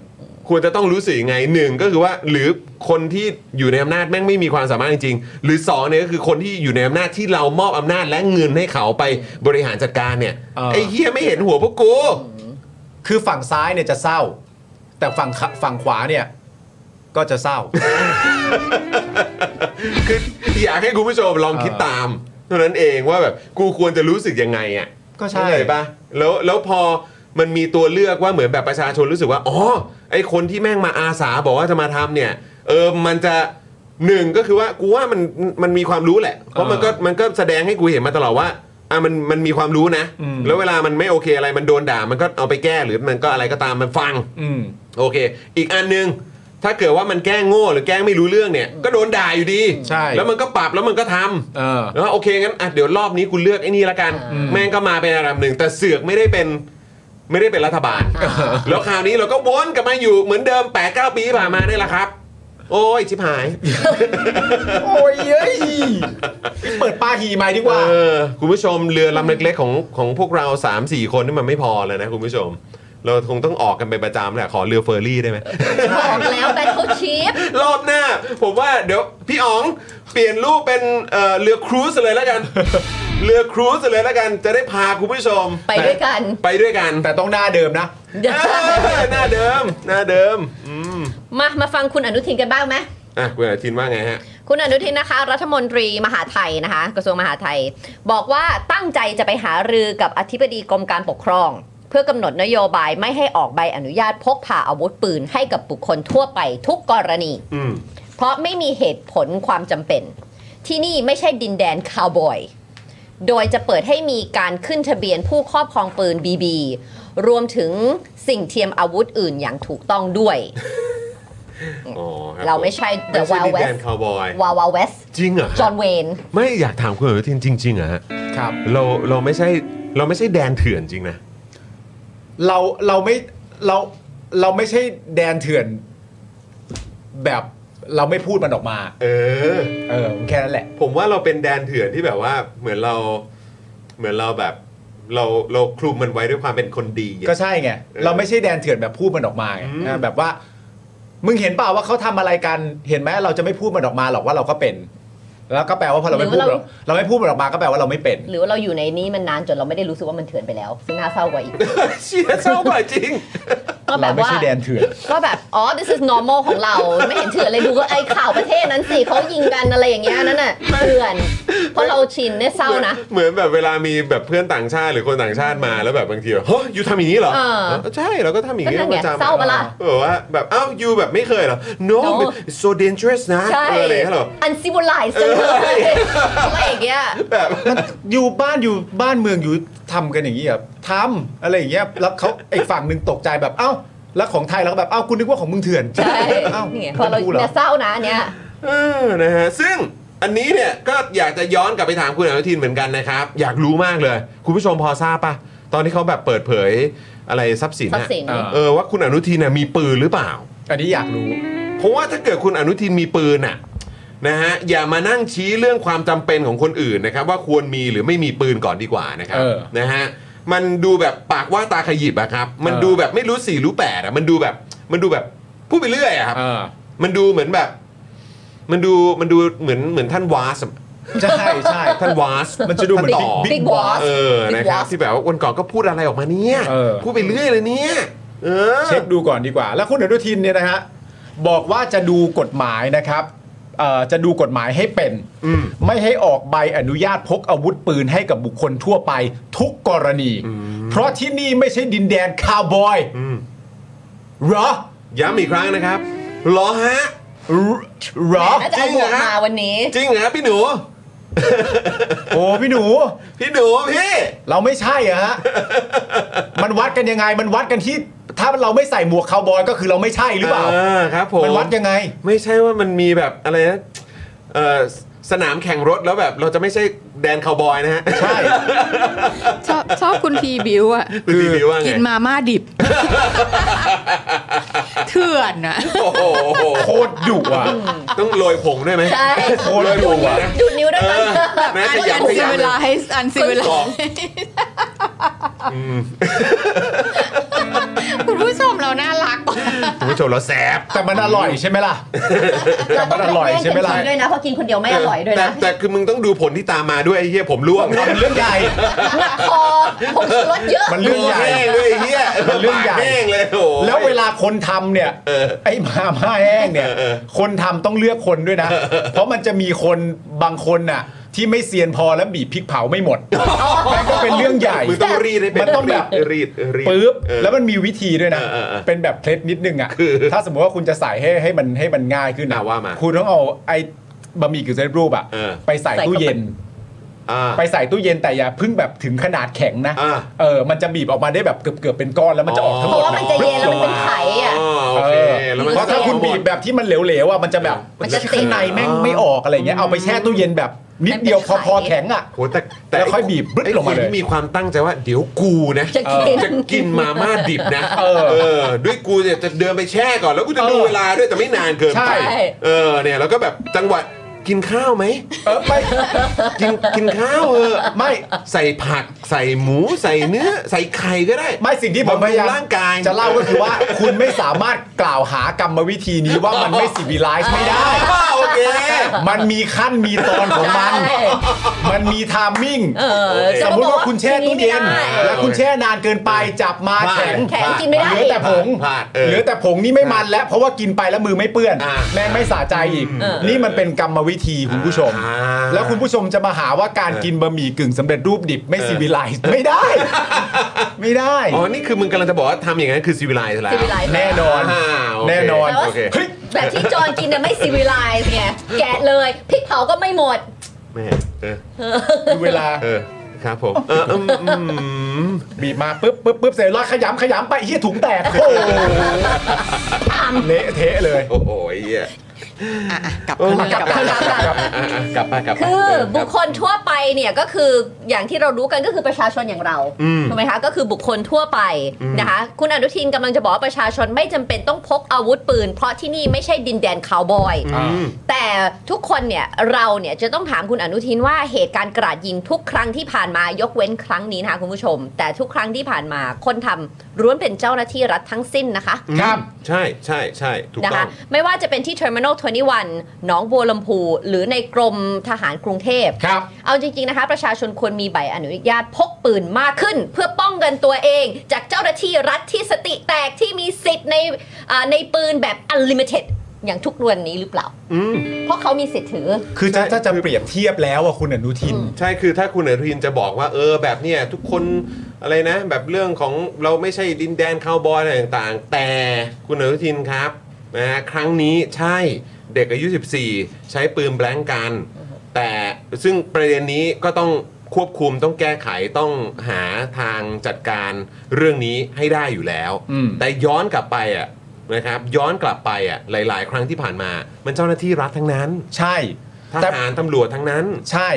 [SPEAKER 1] ควรจะต้องรู้สึกยังไงหนึ่งก็คือว่าหรือคนที่อยู่ในอำนาจแม่งไม่มีความสามารถจริงๆหรือสองเนี่ยก็คือคนที่อยู่ในอำนาจที่เรามอบอำนาจและเงินให้เขาไปบริหารจัดการเนี่ย
[SPEAKER 2] เออ
[SPEAKER 1] ไอ้เฮียไม่เห็นหัวพวกกู
[SPEAKER 2] คือฝั่งซ้ายเนี่ยจะเศร้า แต่ฝั่งขฝั่งขวาเนี่ย ก็จะเศร้า
[SPEAKER 1] คืออยากให้คุณผู้ชมลองคิดตามเท่านั้นเองว่าแบบกูควรจะรู้สึกยังไงอะ
[SPEAKER 2] ก็
[SPEAKER 1] ใช่
[SPEAKER 2] ใช่
[SPEAKER 1] ปะแล้วแล้วพอมันมีตัวเลือกว่าเหมือนแบบประชาชนรู้สึกว่าอ๋อไอคนที่แม่งมาอาสาบอกว่าจะมาทำเนี่ยเออมันจะหนึ่งก็คือว่ากูว่ามันมันมีความรู้แหละเพราะมันก็มันก็แสดงให้กูเห็นมาตลอดว่าอ่ะมันมันมีความรู้นะ
[SPEAKER 2] อืม
[SPEAKER 1] แล้วเวลามันไม่โอเคอะไรมันโดนด่ามันก็เอาไปแก้หรือมันก็อะไรก็ตามมันฟัง
[SPEAKER 2] อืม
[SPEAKER 1] โอเค อีกอันหนึง ถ้าเกิดว่ามันแกล้งโง่หรือแกล้งไม่รู้เรื่องเนี่ย ก็โดนด่าอยู่ดี
[SPEAKER 2] ใช่
[SPEAKER 1] แล้วมันก็ปรับแล้วมันก็ทำ
[SPEAKER 2] เออ
[SPEAKER 1] แล้วโอเคงั้นอ่ะเดี๋ยวรอบนี้คุณเลือกไอ้นี่ละกัน
[SPEAKER 2] อืม
[SPEAKER 1] แม่งก็มาเป็นอันดับหนึ่ง แต่เสือกไม่ได้เป็นไม่ได้เป็นรัฐบาล
[SPEAKER 3] อ่า
[SPEAKER 1] แล้วคราวนี้เราก็วนกลับมาอยู่เหมือนเดิม8ปดเก้าปีที่ผ่านมาเนี่ยแหละครับ โอ้ยชิบหาย
[SPEAKER 2] โอ้ยเอ้ยเปิดปาหีใหม่ดีกว่า
[SPEAKER 1] เออคุณผู้ชมเรือลำเล็กๆของของพวกเรา 3 4 คนนี่มันไม่พอแล้วนะคุณผู้ชม เราคงต้องออกกันเป็นประจำแหละขอเรือเฟอร์รี่ได้ไหม
[SPEAKER 3] บอกแล้วแบทเทิลชีฟ
[SPEAKER 1] รอบหน้า ผมว่าเดี๋ยวพี่อ๋องเปลี่ยนรูปเป็นเอ่อเรือครูซเลยแล้วกัน
[SPEAKER 5] เรือครูซเลยแล้วกันจะได้พาคุณผู้ชม
[SPEAKER 3] ไปด้วยกัน
[SPEAKER 5] ไปด้วยกัน
[SPEAKER 2] แต่ต้องหน้าเดิมนะ
[SPEAKER 3] เดี๋ยว
[SPEAKER 5] เอ้ยหน้าเดิม หน้าเดิมอืม
[SPEAKER 3] มามาฟังคุณอนุทินกันบ้างไหม
[SPEAKER 5] อ่ะคุณอาทินว่าไงฮะ
[SPEAKER 3] คุณอนุทินนะคะ รัฐมนตรีมหาดไทยนะคะ กระทรวงมหาดไทย บอกว่าตั้งใจจะไปหารือกับอธิบดีกรมการปกครอง เพื่อกำหนดนโยบายไม่ให้ออกใบอนุญาตพกพาอาวุธปืนให้กับบุคคลทั่วไปทุกกรณี
[SPEAKER 5] อืม
[SPEAKER 3] เพราะไม่มีเหตุผลความจำเป็น ที่นี่ไม่ใช่ดินแดนคาวบอย โดยจะเปิดให้มีการขึ้นทะเบียนผู้ครอบครองปืน BB รวมถึงสิ่งเทียมอาวุธอื่นอย่างถูกต้องด้วย
[SPEAKER 5] อ๋อคบ
[SPEAKER 3] เราไม่ใช่ The
[SPEAKER 5] ไม่ใช่
[SPEAKER 3] Wild
[SPEAKER 5] ดินแดน
[SPEAKER 3] West
[SPEAKER 5] คาวบอย
[SPEAKER 3] Wild Wild West
[SPEAKER 5] จริงเหรอฮะ
[SPEAKER 3] จอห์นเวน
[SPEAKER 5] ไม่อยากถามคุณอนุทินจริงๆเหรอฮะ
[SPEAKER 2] ครับ
[SPEAKER 5] เราเราไม่ใช่เราไม่ใช่แดนเถื่อนจริงนะ
[SPEAKER 2] เราเราไม่เราเราไม่ใช่แดนเถื่อน แบบเราไม่พูดมันออกมา
[SPEAKER 5] เออ
[SPEAKER 2] เออแค่นั้นแหละ
[SPEAKER 5] ผมว่าเราเป็นแดนเถื่อนที่แบบว่าเหมือนเราเหมือนเราแบบเราเราคลุมมันไว้ด้วยความเป็นคนดีอะ
[SPEAKER 2] ก็ใช่ไง
[SPEAKER 5] เออ
[SPEAKER 2] เราไม่ใช่แดนเถื่อนแบบพูดมันออกมาไง
[SPEAKER 5] อืม
[SPEAKER 2] อ่าแบบว่า มึงเห็นเปล่าว่าเขาทำอะไรกันเห็นไหมเราจะไม่พูดมันออกมาหรอกว่าเราก็เป็น แล้วก็แปลว่าพอเราไม่พูด
[SPEAKER 3] หรือว่าเรา
[SPEAKER 2] เราไม่พูดมันออกมาก็แปลว่าเราไม่เป็น
[SPEAKER 3] หรือว่าเราอยู่ในนี้มันนานจนเราไม่ได้รู้สึกว่ามันเถื่อนไปแล้ว ซึ่งน่าเศร้ากว่าอีก
[SPEAKER 5] *laughs* เชี่ยเศร้ากว่าจริง
[SPEAKER 3] ก็แบ
[SPEAKER 2] เรา
[SPEAKER 3] บ
[SPEAKER 2] ไม่
[SPEAKER 3] ว่า
[SPEAKER 2] ใช่แดนเถื่อน
[SPEAKER 3] ก็แบบอ๋อ this is normal ของเรา ไม่เห็นเถื่อนเลยดูก็ไอข่าวประเทศนั้นสิเขายิงกันอะไรอย่างเงี้ยนั่นน่ะเถื่อนเพราะเราชินเนี่ยเศร้านะ
[SPEAKER 5] เหมือนแบบเวลามีแบบเพื่อนต่างชาติหรือคนต่างชาติมาแล้วแบบบางทีแบบเฮ้ยยูทำอย่างนี้เหรอ
[SPEAKER 3] เออ
[SPEAKER 5] เออใช่เราก็ทำอย่างนี้
[SPEAKER 3] ก็นั่นไง
[SPEAKER 5] ประจำ
[SPEAKER 3] เศร้าปะล่ะ
[SPEAKER 5] เออว่าแบบอ้าวยูแบบไม่เคยเหรอ no,
[SPEAKER 3] No
[SPEAKER 5] it's so dangerous นะ
[SPEAKER 3] ใช่
[SPEAKER 5] เอออะไรอย่างเงี้ยเหรอ
[SPEAKER 3] อันซิบูไลซ์เลยอะไรอย่างเงี้ย
[SPEAKER 5] แบบ
[SPEAKER 2] อยู่บ้านอยู่บ้านเมืองอยู่ทำกันอย่างนี้แบบทำอะไรอย่างเงี้ยแล้วเขาไอ้ฝั่งหนึ่งตกใจแบบเอ้า แล้วของไทยเราก็แบบเอ้ากูนึกว่าของมึงเถื่อน
[SPEAKER 3] ใช่
[SPEAKER 2] เอ้า
[SPEAKER 3] เนี่ยพอเรา
[SPEAKER 2] ไม่พูดหร
[SPEAKER 3] เนี่
[SPEAKER 2] อย
[SPEAKER 3] เศร้านะอันเนี้ย
[SPEAKER 5] เออนะฮะซึ่งอันนี้เนี่ยก็อยากจะย้อนกลับไปถามคุณอนุทินเหมือนกันนะครับ อยากรู้มากเลย คุณผู้ชมพอทราบปะตอนที่เขาแบบเปิดเผยอะไรทรัพย์สินอะ
[SPEAKER 3] ทรัพย์สิน
[SPEAKER 5] เออว่าคุณอนุทินน่ะมีปืนหรือเปล่า
[SPEAKER 2] อันนี้อยากรู้
[SPEAKER 5] เพราะว่าถ้าเกิดคุณอนุทินมีปืนน่ะนะฮะอย่ามานั่งชี้เรื่องความจำเป็นของคนอื่นนะครับ ว่าควรมีหรือไม่มีปืนก่อนดีกว่านะครับ
[SPEAKER 2] เออ
[SPEAKER 5] นะฮะมันดูแบบปากว่าตาขยิบอะครับ มัน
[SPEAKER 2] เออ
[SPEAKER 5] ดูแบบไม่รู้สี่รู้แปดอะมันดูแบบมันดูแบบพูดไปเรื่อยอะครับ
[SPEAKER 2] เออ
[SPEAKER 5] มันดูเหมือนแบบ มันดูมันดูเหมือนเหมือนท่านวาสอะ
[SPEAKER 2] ใช่ใช่
[SPEAKER 5] ท่านวาส
[SPEAKER 2] มันจะดูเหมือน
[SPEAKER 5] ต่อ
[SPEAKER 3] Big- Big Boss
[SPEAKER 5] เออนะครับ
[SPEAKER 3] Wasp
[SPEAKER 5] ที่แบบว่าวันก่อนก็พูดอะไรออกมาเนี่ย
[SPEAKER 2] เออ
[SPEAKER 5] พูดไปเรื่อยเลยเนี่ยเออ
[SPEAKER 2] เช็คดูก่อนดีกว่า แล้วคุณอนุทินเนี่ยนะฮะบอกว่าจะดูกฎหมายนะครับเอ่อจะดูกฎหมายให้เป็น
[SPEAKER 5] อืม
[SPEAKER 2] ไม่ให้ออกใบอนุญาตพกอาวุธปืนให้กับบุคคลทั่วไปทุกกรณี เพราะที่นี่ไม่ใช่ดินแดนคาวบอย
[SPEAKER 5] อืม
[SPEAKER 2] เหรอ
[SPEAKER 5] ย้ำอีกครั้งนะครับเหรอฮะ
[SPEAKER 2] เหรอ
[SPEAKER 3] น่าจะเอาหมวกมาวันนี้
[SPEAKER 5] จริงเหรอพี่หนู
[SPEAKER 2] โอ้พี่หนู
[SPEAKER 5] พี่หนูพี่
[SPEAKER 2] เราไม่ใช่อะฮะ มันวัดกันยังไง มันวัดกันที่ ถ้าเราไม่ใส่หมวกคาวบอยก็คือเราไม่ใช่หรือเปล่า
[SPEAKER 5] ครับผม
[SPEAKER 2] มันวัดยังไง
[SPEAKER 5] ไม่ใช่ว่ามันมีแบบอะไรนะเอ่อสนามแข่งรถแล้วแบบเราจะไม่ใช่แดนคาวบอยนะฮะ
[SPEAKER 2] ใช่
[SPEAKER 7] ชอบชอบคุณพีบิวอ่ะ
[SPEAKER 5] คุณดีบิวว่าไง
[SPEAKER 7] กินมาม่าดิบ เถื่อนนะ
[SPEAKER 5] โอ้โห
[SPEAKER 2] โคตรดุอ่ะ
[SPEAKER 5] ต้องโรยผงด้วยไหม
[SPEAKER 3] ใช่
[SPEAKER 5] โรยผงอ่ะ
[SPEAKER 3] ดูดนิ้วได้
[SPEAKER 5] เอ
[SPEAKER 3] ไหม
[SPEAKER 5] อนะขยั
[SPEAKER 7] อั
[SPEAKER 5] บ
[SPEAKER 7] น
[SPEAKER 5] ข
[SPEAKER 7] ซี
[SPEAKER 5] ยับ
[SPEAKER 7] เวลาให้อันซีเวลาคุณผู้ชมเราน่ารักกว่า
[SPEAKER 5] คุณผู้ชมเราแสบ
[SPEAKER 2] แต่มันอร่อยใช่ไหมล่ะ
[SPEAKER 3] เราต้อง
[SPEAKER 2] มันอร่อยใช่ไหมล่ะ
[SPEAKER 3] แย่งกันกินด้วยนะเพราะกินคนเดียวไม่อร่อยด้วย
[SPEAKER 5] แต่
[SPEAKER 3] นะ
[SPEAKER 5] แต่แต่คือมึงต้องดูผลที่ตามมาด้วยไอ้เหี้ยผม
[SPEAKER 2] *laughs*
[SPEAKER 5] ร่วง
[SPEAKER 2] มันเป็นเรื่องใหญ่
[SPEAKER 3] หนักคอผมชูรสเยอะ
[SPEAKER 2] มันเรื่องใหญ่
[SPEAKER 5] แห้งด้วยไอ้เหี้ย
[SPEAKER 2] มันเรื่องใหญ่
[SPEAKER 5] ปากแห้งเลยโอ้โห
[SPEAKER 2] แล้วเวลาคนทำเนี่ย
[SPEAKER 5] เออ
[SPEAKER 2] ไอ้มาม่าแห้งเนี่ย
[SPEAKER 5] เออเออ
[SPEAKER 2] คนทำต้องเลือกคนด้วยนะ เพราะมันจะมีคนบางคนน่ะ ที่ไม่เซียนพอแล้วบีบพริกเผาไม่หมดมันก็เป็นเรื่องใหญ่
[SPEAKER 5] มึงต้องรีดให้เป็น
[SPEAKER 2] มันต้องแบบ
[SPEAKER 5] รีดรีด
[SPEAKER 2] ปึ๊บ
[SPEAKER 5] เออ
[SPEAKER 2] แล้วมันมีวิธีด้วยนะ
[SPEAKER 5] เออเออเออ
[SPEAKER 2] เป็นแบบเคล็ดนิดนึงอ่ะ
[SPEAKER 5] คือ
[SPEAKER 2] ถ้าสมมติว่าคุณจะใส่ให้ให้มันให้มันง่ายขึ้นนะ
[SPEAKER 5] อ่ะว่ามา
[SPEAKER 2] คุณต้องเอาไอ้บะหมี่กึ่งสำเร็จรูปอ่ะ
[SPEAKER 5] เออ
[SPEAKER 2] ไปใส่ตู้เย็น
[SPEAKER 5] อ่า
[SPEAKER 2] ไปใส่ตู้เย็นแต่อย่าเพึ่งแบบถึงขนาดแข็งนะ
[SPEAKER 5] อ่า
[SPEAKER 2] เออมันจะบีบออกมาได้แบบเกือบเกือบๆเป็นก้อนแล้วมันจะออกทั้ง
[SPEAKER 3] เพ
[SPEAKER 2] หม
[SPEAKER 3] ราะ
[SPEAKER 2] ด
[SPEAKER 3] ว่ามันจะเย็นแล้วมันเป็นไข่อ่ะ
[SPEAKER 5] อ๋อ
[SPEAKER 2] เอ
[SPEAKER 5] โอเค
[SPEAKER 2] อ
[SPEAKER 5] แล้วมัน
[SPEAKER 2] เพราะถ้าคุณบีบแบบที่มันเหลวๆอ่ะมันจะแบบ
[SPEAKER 3] มันจะติด
[SPEAKER 2] ข้างในแม่งไม่ออกอะไรเงี้ยเอาไปแช่ตู้เย็นแบบนิดเดียวพอพอๆแข็งอ่ะ
[SPEAKER 5] โหแต่
[SPEAKER 2] แล้วค่อยบีบบึ้ด
[SPEAKER 5] ไอ้
[SPEAKER 2] ลงมาเลย
[SPEAKER 5] คนที่มีความตั้งใจว่าเดี๋ยวกูนะ
[SPEAKER 3] จะกิน
[SPEAKER 5] จะกินมาม่าดิบนะ
[SPEAKER 2] เออ
[SPEAKER 5] ด้วยกูเนี่ยจะเดินไปแช่ก่อนแล้วกูจะดู
[SPEAKER 2] เออ
[SPEAKER 5] เวลาด้วยแต่ไม่นานเกิน
[SPEAKER 2] ใช่
[SPEAKER 5] ไปเออเนี่ยแล้วก็แบบจังหวะกินข้าวไหม
[SPEAKER 2] เออไม่
[SPEAKER 5] กินกินข้าวเออ
[SPEAKER 2] ไม่
[SPEAKER 5] ใส่ผักใส่หมูใส่เนื้อ ใส่ไข่ก็ได้
[SPEAKER 2] ไม่สิ่งที่ผมพยายาม
[SPEAKER 5] บำรุงร่างกาย
[SPEAKER 2] จะเล่าก็คือว่า คุณไม่สามารถกล่าวหากรรมวิธีนี้ว่ามันไม่สิวิไลซ์ไม่ได้
[SPEAKER 5] อ้าวโอ
[SPEAKER 1] เค
[SPEAKER 2] มันมีขั้นมีตอนของมัน
[SPEAKER 3] ใช่
[SPEAKER 2] มันมีไทามมิ่ง
[SPEAKER 3] เออ
[SPEAKER 2] สมมติว่าคุณแช่ตู้เย็น
[SPEAKER 3] ไม่ได้
[SPEAKER 2] แล้วคุณแช่นานเกินไปจับมา
[SPEAKER 1] ใช่
[SPEAKER 2] แข็ง
[SPEAKER 3] แข็งกินไม่ได้
[SPEAKER 2] เหลือแต่ผง
[SPEAKER 1] พลาดเออ
[SPEAKER 2] เหลือแต่ผงนี่ไม่มันแล้ว เพราะว่ากินไปแล้วมือไม่เปื้อน
[SPEAKER 1] อ่า
[SPEAKER 2] แม่งไม่สะใจอีก
[SPEAKER 3] เออ
[SPEAKER 2] นี่มันเป็นกรรมวิธีคุณผู้ชม
[SPEAKER 1] อ่า
[SPEAKER 2] แล้วคุณผู้ชมจะมาหาว่าการกินบะหมี่กึ่งสำเร็จรูปดิบไม่
[SPEAKER 1] เออ
[SPEAKER 2] ซีวิไลซ์ไม่ได้ ไม่ได้
[SPEAKER 1] อ๋อ นี่คือมึงกำลังจะบอกว่าทำอย่างนั้นคือซีวิไลซ์แล้ว
[SPEAKER 3] ซีวิไลซ์
[SPEAKER 2] แน่นอน
[SPEAKER 1] อ่าโเค
[SPEAKER 2] แน่นอน
[SPEAKER 3] แต่ว่า
[SPEAKER 1] โเค
[SPEAKER 2] เฮ้ย
[SPEAKER 3] แบบที่จอนกินเนี่ยไม่ซีวิไลซ์ไงแกะเลยพริกเผาก็ไม่หมด
[SPEAKER 1] แม่เออ
[SPEAKER 2] ดูเวลา
[SPEAKER 1] เออครับผมเอออืมอืมอืม
[SPEAKER 2] บีบมาปุ๊บปุ๊บปุ๊บเสร็จแล้วขยำขยำไปเฮียถุงแตกโอ้โหเละเทะเลย
[SPEAKER 1] โอ้โหไอ้เหี้ย
[SPEAKER 7] อ่ะอ่ะกลับ
[SPEAKER 1] เออ
[SPEAKER 7] มาก ก
[SPEAKER 2] ลั
[SPEAKER 7] ลั
[SPEAKER 2] บบ มา
[SPEAKER 7] มาก
[SPEAKER 1] ลับมาอ่ะอ่ะกลับมากลับมา
[SPEAKER 3] คือ
[SPEAKER 1] เรับ
[SPEAKER 3] บุคคลทั่วไปเนี่ยก็คืออย่างที่เรารู้กันก็คือประชาชนอย่างเรา
[SPEAKER 1] อืม
[SPEAKER 3] ถูกไหมคะก็คือบุคคลทั่วไปนะคะ คุณอนุทินกำลังจะบอกว่าประชาชนไม่จำเป็นต้องพกอาวุธปืน เพราะที่นี่ไม่ใช่ดินแดนคาวบอย
[SPEAKER 1] ม
[SPEAKER 3] แต่ทุกคนเนี่ยเราเนี่ยจะต้องถามคุณอนุทินว่าเหตุการณ์กราดยิงทุกครั้งที่ผ่านมายกเว้นครั้งนี้นะคะคุณผู้ชม แต่ทุกครั้งที่ผ่านมาคนทำร้วนเป็นเจ้าหน้าที่รัฐทั้งสิ้นนะคะ
[SPEAKER 2] ครับ
[SPEAKER 1] ใช่ใช่ใช่ถูก
[SPEAKER 3] นะ
[SPEAKER 1] ต้อ
[SPEAKER 3] คะ
[SPEAKER 1] ง
[SPEAKER 3] ไม่ว่าจะเป็นที่ Terminal 21 หนองบัวลำพู หรือในกรมทหารกรุงเทพ
[SPEAKER 2] ครับ
[SPEAKER 3] เอาจริง ๆ นะคะ ประชาชนควรมีใบอนุญาตพกปืนมากขึ้น เพื่อป้องกันตัวเอง จากเจ้าหน้าที่รัฐที่สติแตกที่มีสิทธิ์ในอ่าในปืนแบบ unlimited อย่างทุกวันนี้หรือเปล่า
[SPEAKER 1] อืม
[SPEAKER 3] เพราะเขามีสิทธิ์ถือ
[SPEAKER 2] คือจะถ้าจะเปรียบเทียบแล้วอะคุณอนุทิน
[SPEAKER 1] ใช่ คือถ้าคุณอนุทินจะบอกว่าเออแบบเนี้ยทุกคนอะไรนะ แบบเรื่องของเราไม่ใช่ดินแดนคาวบอยอะไรต่างๆ แต่คุณอนุทินครับนะฮะครั้งนี้ใช่เด็กอายุ 14 ใช้ปืนแบล็งกัน แต่ซึ่งประเด็นนี้ก็ต้องควบคุมต้องแก้ไขต้องหาทางจัดการเรื่องนี้ให้ได้อยู่แล้ว
[SPEAKER 2] อืม
[SPEAKER 1] แต่ย้อนกลับไปอ่ะนะครับย้อนกลับไปอ่ะหลาย ๆ ครั้งที่ผ่านมา มันเจ้าหน้าที่รัฐทั้งนั้น
[SPEAKER 2] ใช่
[SPEAKER 1] ท
[SPEAKER 2] แต่
[SPEAKER 1] หารตำรวจทั้งนั้น
[SPEAKER 2] ใช่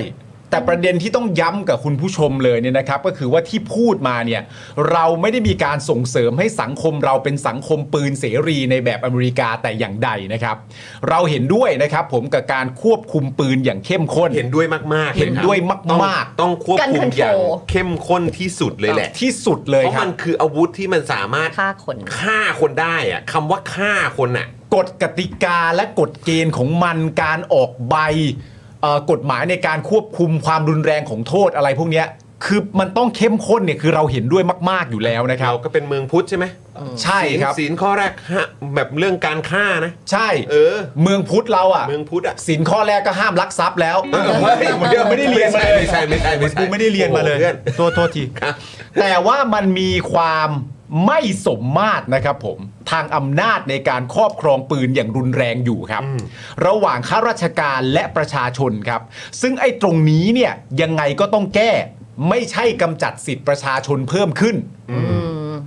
[SPEAKER 2] แต่ประเด็นที่ต้องย้ำกับคุณผู้ชมเลยเนี่ยนะครับ ก็คือว่าที่พูดมาเนี่ย เราไม่ได้มีการส่งเสริมให้สังคมเราเป็นสังคมปืนเสรีในแบบอเมริกาแต่อย่างใดนะครับ เราเห็นด้วยนะครับผมกับการควบคุมปืนอย่างเข้มข้น
[SPEAKER 1] เห็นด้วยมากๆ
[SPEAKER 2] เห็นด้วยมากๆ
[SPEAKER 1] ต้องต้องควบคุมอย่าง
[SPEAKER 3] Gun control
[SPEAKER 1] เข้มข้นที่สุดเลยแหละ
[SPEAKER 2] ที่สุดเลย
[SPEAKER 1] เพราะ
[SPEAKER 2] ครั
[SPEAKER 1] มั
[SPEAKER 2] บ
[SPEAKER 1] นคืออาวุธที่มันสามารถ
[SPEAKER 3] ฆ่าคน
[SPEAKER 1] ฆ่าคนได้อะคำว่าฆ่าคนอะ
[SPEAKER 2] กฎกติกาและกฎเกณฑ์ของมันการออกใบเอ่อกฎหมายในการควบคุมความรุนแรงของโทษอะไรพวกเนี้ยคือมันต้องเข้มข้นเนี่ยคือเราเห็นด้วยมาก ๆอยู่แล้วนะครับ
[SPEAKER 1] เราก็เป็นเมืองพุทธใช่ไหม
[SPEAKER 2] ใช่ครับ
[SPEAKER 1] ศีลศีลข้อแรกฮะแบบเรื่องการฆ่านะ
[SPEAKER 2] ใช่
[SPEAKER 1] เออ
[SPEAKER 2] เมืองพุทธเราอ่ะ
[SPEAKER 1] เมืองพุทธอะ
[SPEAKER 2] สินข้อแรกก็ห้ามลักทรัพย์แล้ว
[SPEAKER 1] เออเฮ้ย
[SPEAKER 2] เดี๋ยวไม่ได้เรียนมาเลย
[SPEAKER 1] ไม่ใช่ไม่ใช่ไม่ใช่
[SPEAKER 2] กูไม่ได้เรียนมาเลย
[SPEAKER 1] โอ้โหพื่อน
[SPEAKER 2] โทษโทษที
[SPEAKER 1] ครับ
[SPEAKER 2] แต่ว่ามันมีความไม่สมมาตรนะครับผม ทางอำนาจในการครอบครองปืนอย่างรุนแรงอยู่ครับ ระหว่างข้าราชการและประชาชนครับ ซึ่งไอ้ตรงนี้เนี่ยยังไงก็ต้องแก้ ไม่ใช่กำจัดสิทธิประชาชนเพิ่มขึ้น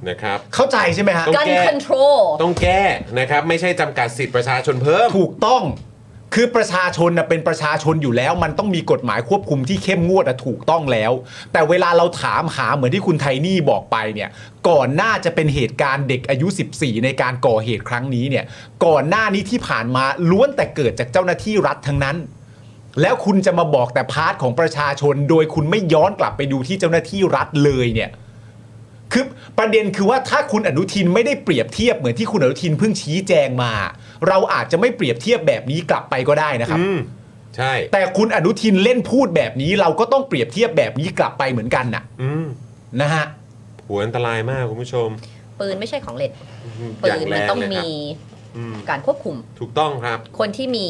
[SPEAKER 1] นะครับ
[SPEAKER 2] เข้าใจใช่ไหมฮะ
[SPEAKER 1] ต้อง
[SPEAKER 3] gun
[SPEAKER 1] แก้
[SPEAKER 3] control
[SPEAKER 1] ต้องแก้นะครับ ไม่ใช่จำกัดสิทธิประชาชนเพิ่ม
[SPEAKER 2] ถูกต้องคือประชาชนนะเป็นประชาชนอยู่แล้ว มันต้องมีกฎหมายควบคุมที่เข้มงวดนะถูกต้องแล้ว แต่เวลาเราถามหาเหมือนที่คุณไทนี่บอกไปเนี่ย ก่อนหน้าจะเป็นเหตุการณ์เด็กอายุ 14 ในการก่อเหตุครั้งนี้เนี่ย ก่อนหน้านี้ที่ผ่านมาล้วนแต่เกิดจากเจ้าหน้าที่รัฐทั้งนั้น แล้วคุณจะมาบอกแต่พาร์ทของประชาชน โดยคุณไม่ย้อนกลับไปดูที่เจ้าหน้าที่รัฐเลยเนี่ย คือประเด็นคือว่าถ้าคุณอนุทินไม่ได้เปรียบเทียบเหมือนที่คุณอนุทินเพิ่งชี้แจงมา เราอาจจะไม่เปรียบเทียบแบบนี้กลับไปก็ได้นะครับ
[SPEAKER 1] อืม ใช่
[SPEAKER 2] แต่คุณอนุทินเล่นพูดแบบนี้ เราก็ต้องเปรียบเทียบแบบนี้กลับไปเหมือนกันน่ะ
[SPEAKER 1] อืม
[SPEAKER 2] นะฮะ
[SPEAKER 1] หัวอันตรายมากคุณผู้ชม
[SPEAKER 3] ปืนไม่ใช่ของเล่น
[SPEAKER 1] อ
[SPEAKER 3] ปื
[SPEAKER 1] ย่านงแร
[SPEAKER 3] มัน
[SPEAKER 1] ง
[SPEAKER 3] ต้อง
[SPEAKER 1] เลยครั
[SPEAKER 3] มี
[SPEAKER 1] บอืม
[SPEAKER 3] การควบคุม
[SPEAKER 1] ถูกต้องครับ
[SPEAKER 3] คนที่มี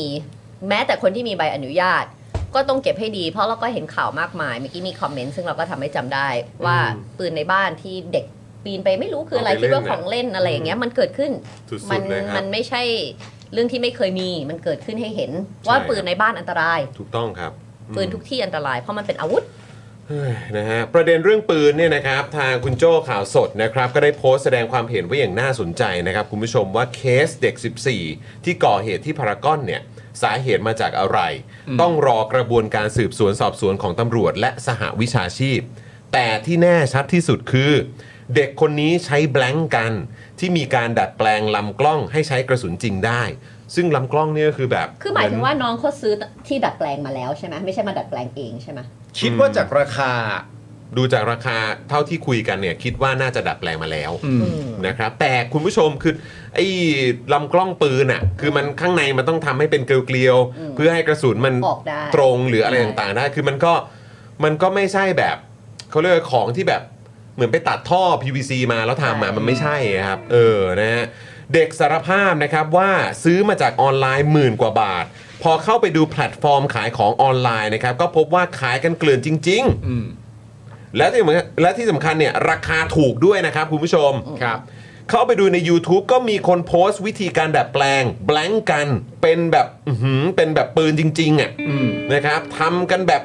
[SPEAKER 3] แม้แต่คนที่มีใบอนุญาต ก็ต้องเก็บให้ดี เพราะเราก็เห็นข่าวมากมายเมื่อกี้มีคอมเมนต์ซึ่งเราก็ทำให้จำได้ว่า
[SPEAKER 1] อืม
[SPEAKER 3] ปืนในบ้านที่เด็กปีนไปไม่รู้คืออะไร
[SPEAKER 1] เอาไป
[SPEAKER 3] คิดว่า
[SPEAKER 1] เล่น
[SPEAKER 3] ข
[SPEAKER 1] น่ะ
[SPEAKER 3] องเล่นอะไรอย่างเงี้ยมันเกิดขึ้น
[SPEAKER 1] สุดๆ
[SPEAKER 3] มั
[SPEAKER 1] เลยครับ
[SPEAKER 3] มันไม่ใช่เรื่องที่ไม่เคยมีมันเกิดขึ้นให้เห็น ว่า
[SPEAKER 1] ใช่ครับ
[SPEAKER 3] ปืนในบ้านอันตราย
[SPEAKER 1] ถูกต้องครับอืม
[SPEAKER 3] ปืนทุกที่อันตรายเพราะมันเป็นอาวุธ
[SPEAKER 1] เฮ้ยนะฮะประเด็นเรื่องปืนเนี่ยนะครับทางคุณโจ้ข่าวสดนะครับก็ได้โพสต์แสดงความเห็นไว้อย่างน่าสนใจนะครับ คุณผู้ชมว่าเคสเด็ก 14 ที่ก่อเหตุที่พารากอนเนี่ยสาเหตุมาจากอะไร ต้องรอกระบวนการสืบสวนสอบสวนของตำรวจและสหวิชาชีพ แต่ที่แน่ชัดที่สุดคือ เด็กคนนี้ใช้แบล็งกัน ที่มีการดัดแปลงลำกล้องให้ใช้กระสุนจริงได้ ซึ่งลำกล้องเนี่ยก็คือแบบ
[SPEAKER 3] คือหมายถึงว่าน้องเขาซื้อที่ดัดแปลงมาแล้วใช่ไหมไม่ใช่มาดัดแปลงเองใช่ไหม
[SPEAKER 2] คิดว่าจากราคา
[SPEAKER 5] ดูจากราคาเท่าที่คุยกันเนี่ยคิดว่าน่าจะดัดแปลงมาแล้ว
[SPEAKER 2] อืม
[SPEAKER 5] นะครับแต่คุณผู้ชมคือไอ้ลำกล้องปืนอ่ะคือมันข้างในมันต้องทำให้เป็นเกลียว
[SPEAKER 3] อืม
[SPEAKER 5] ๆเพื่อให้กระสุนมัน
[SPEAKER 3] ออกได้
[SPEAKER 5] ตรงหรืออะไรต่างๆได้คือมันก็มันก็ไม่ใช่แบบเขาเรียกว่าของที่แบบเหมือนไปตัดท่อ PVC มาแล้วทำอ่ะมันไม่ใช่ครับเออนะฮะเด็กสารภาพนะครับว่าซื้อมาจากออนไลน์หมื่นกว่าบาท พอเข้าไปดูแพลตฟอร์มขายของออนไลน์นะครับก็พบว่าขายกันเกลื่อนจริง ๆ
[SPEAKER 2] อืม
[SPEAKER 5] และที่สำคัญและที่สำคัญเนี่ยราคาถูกด้วยนะครับคุณผู้ชม
[SPEAKER 2] ครับ
[SPEAKER 5] เข้าไปดูใน YouTube ก็มีคนโพสต์วิธีการดัดแปลง แบล็งกัน เป็นแบบอื้อหือเป็นแบบปืนจริงๆอ่ะ
[SPEAKER 2] อืม
[SPEAKER 5] นะครับทำกันแบบ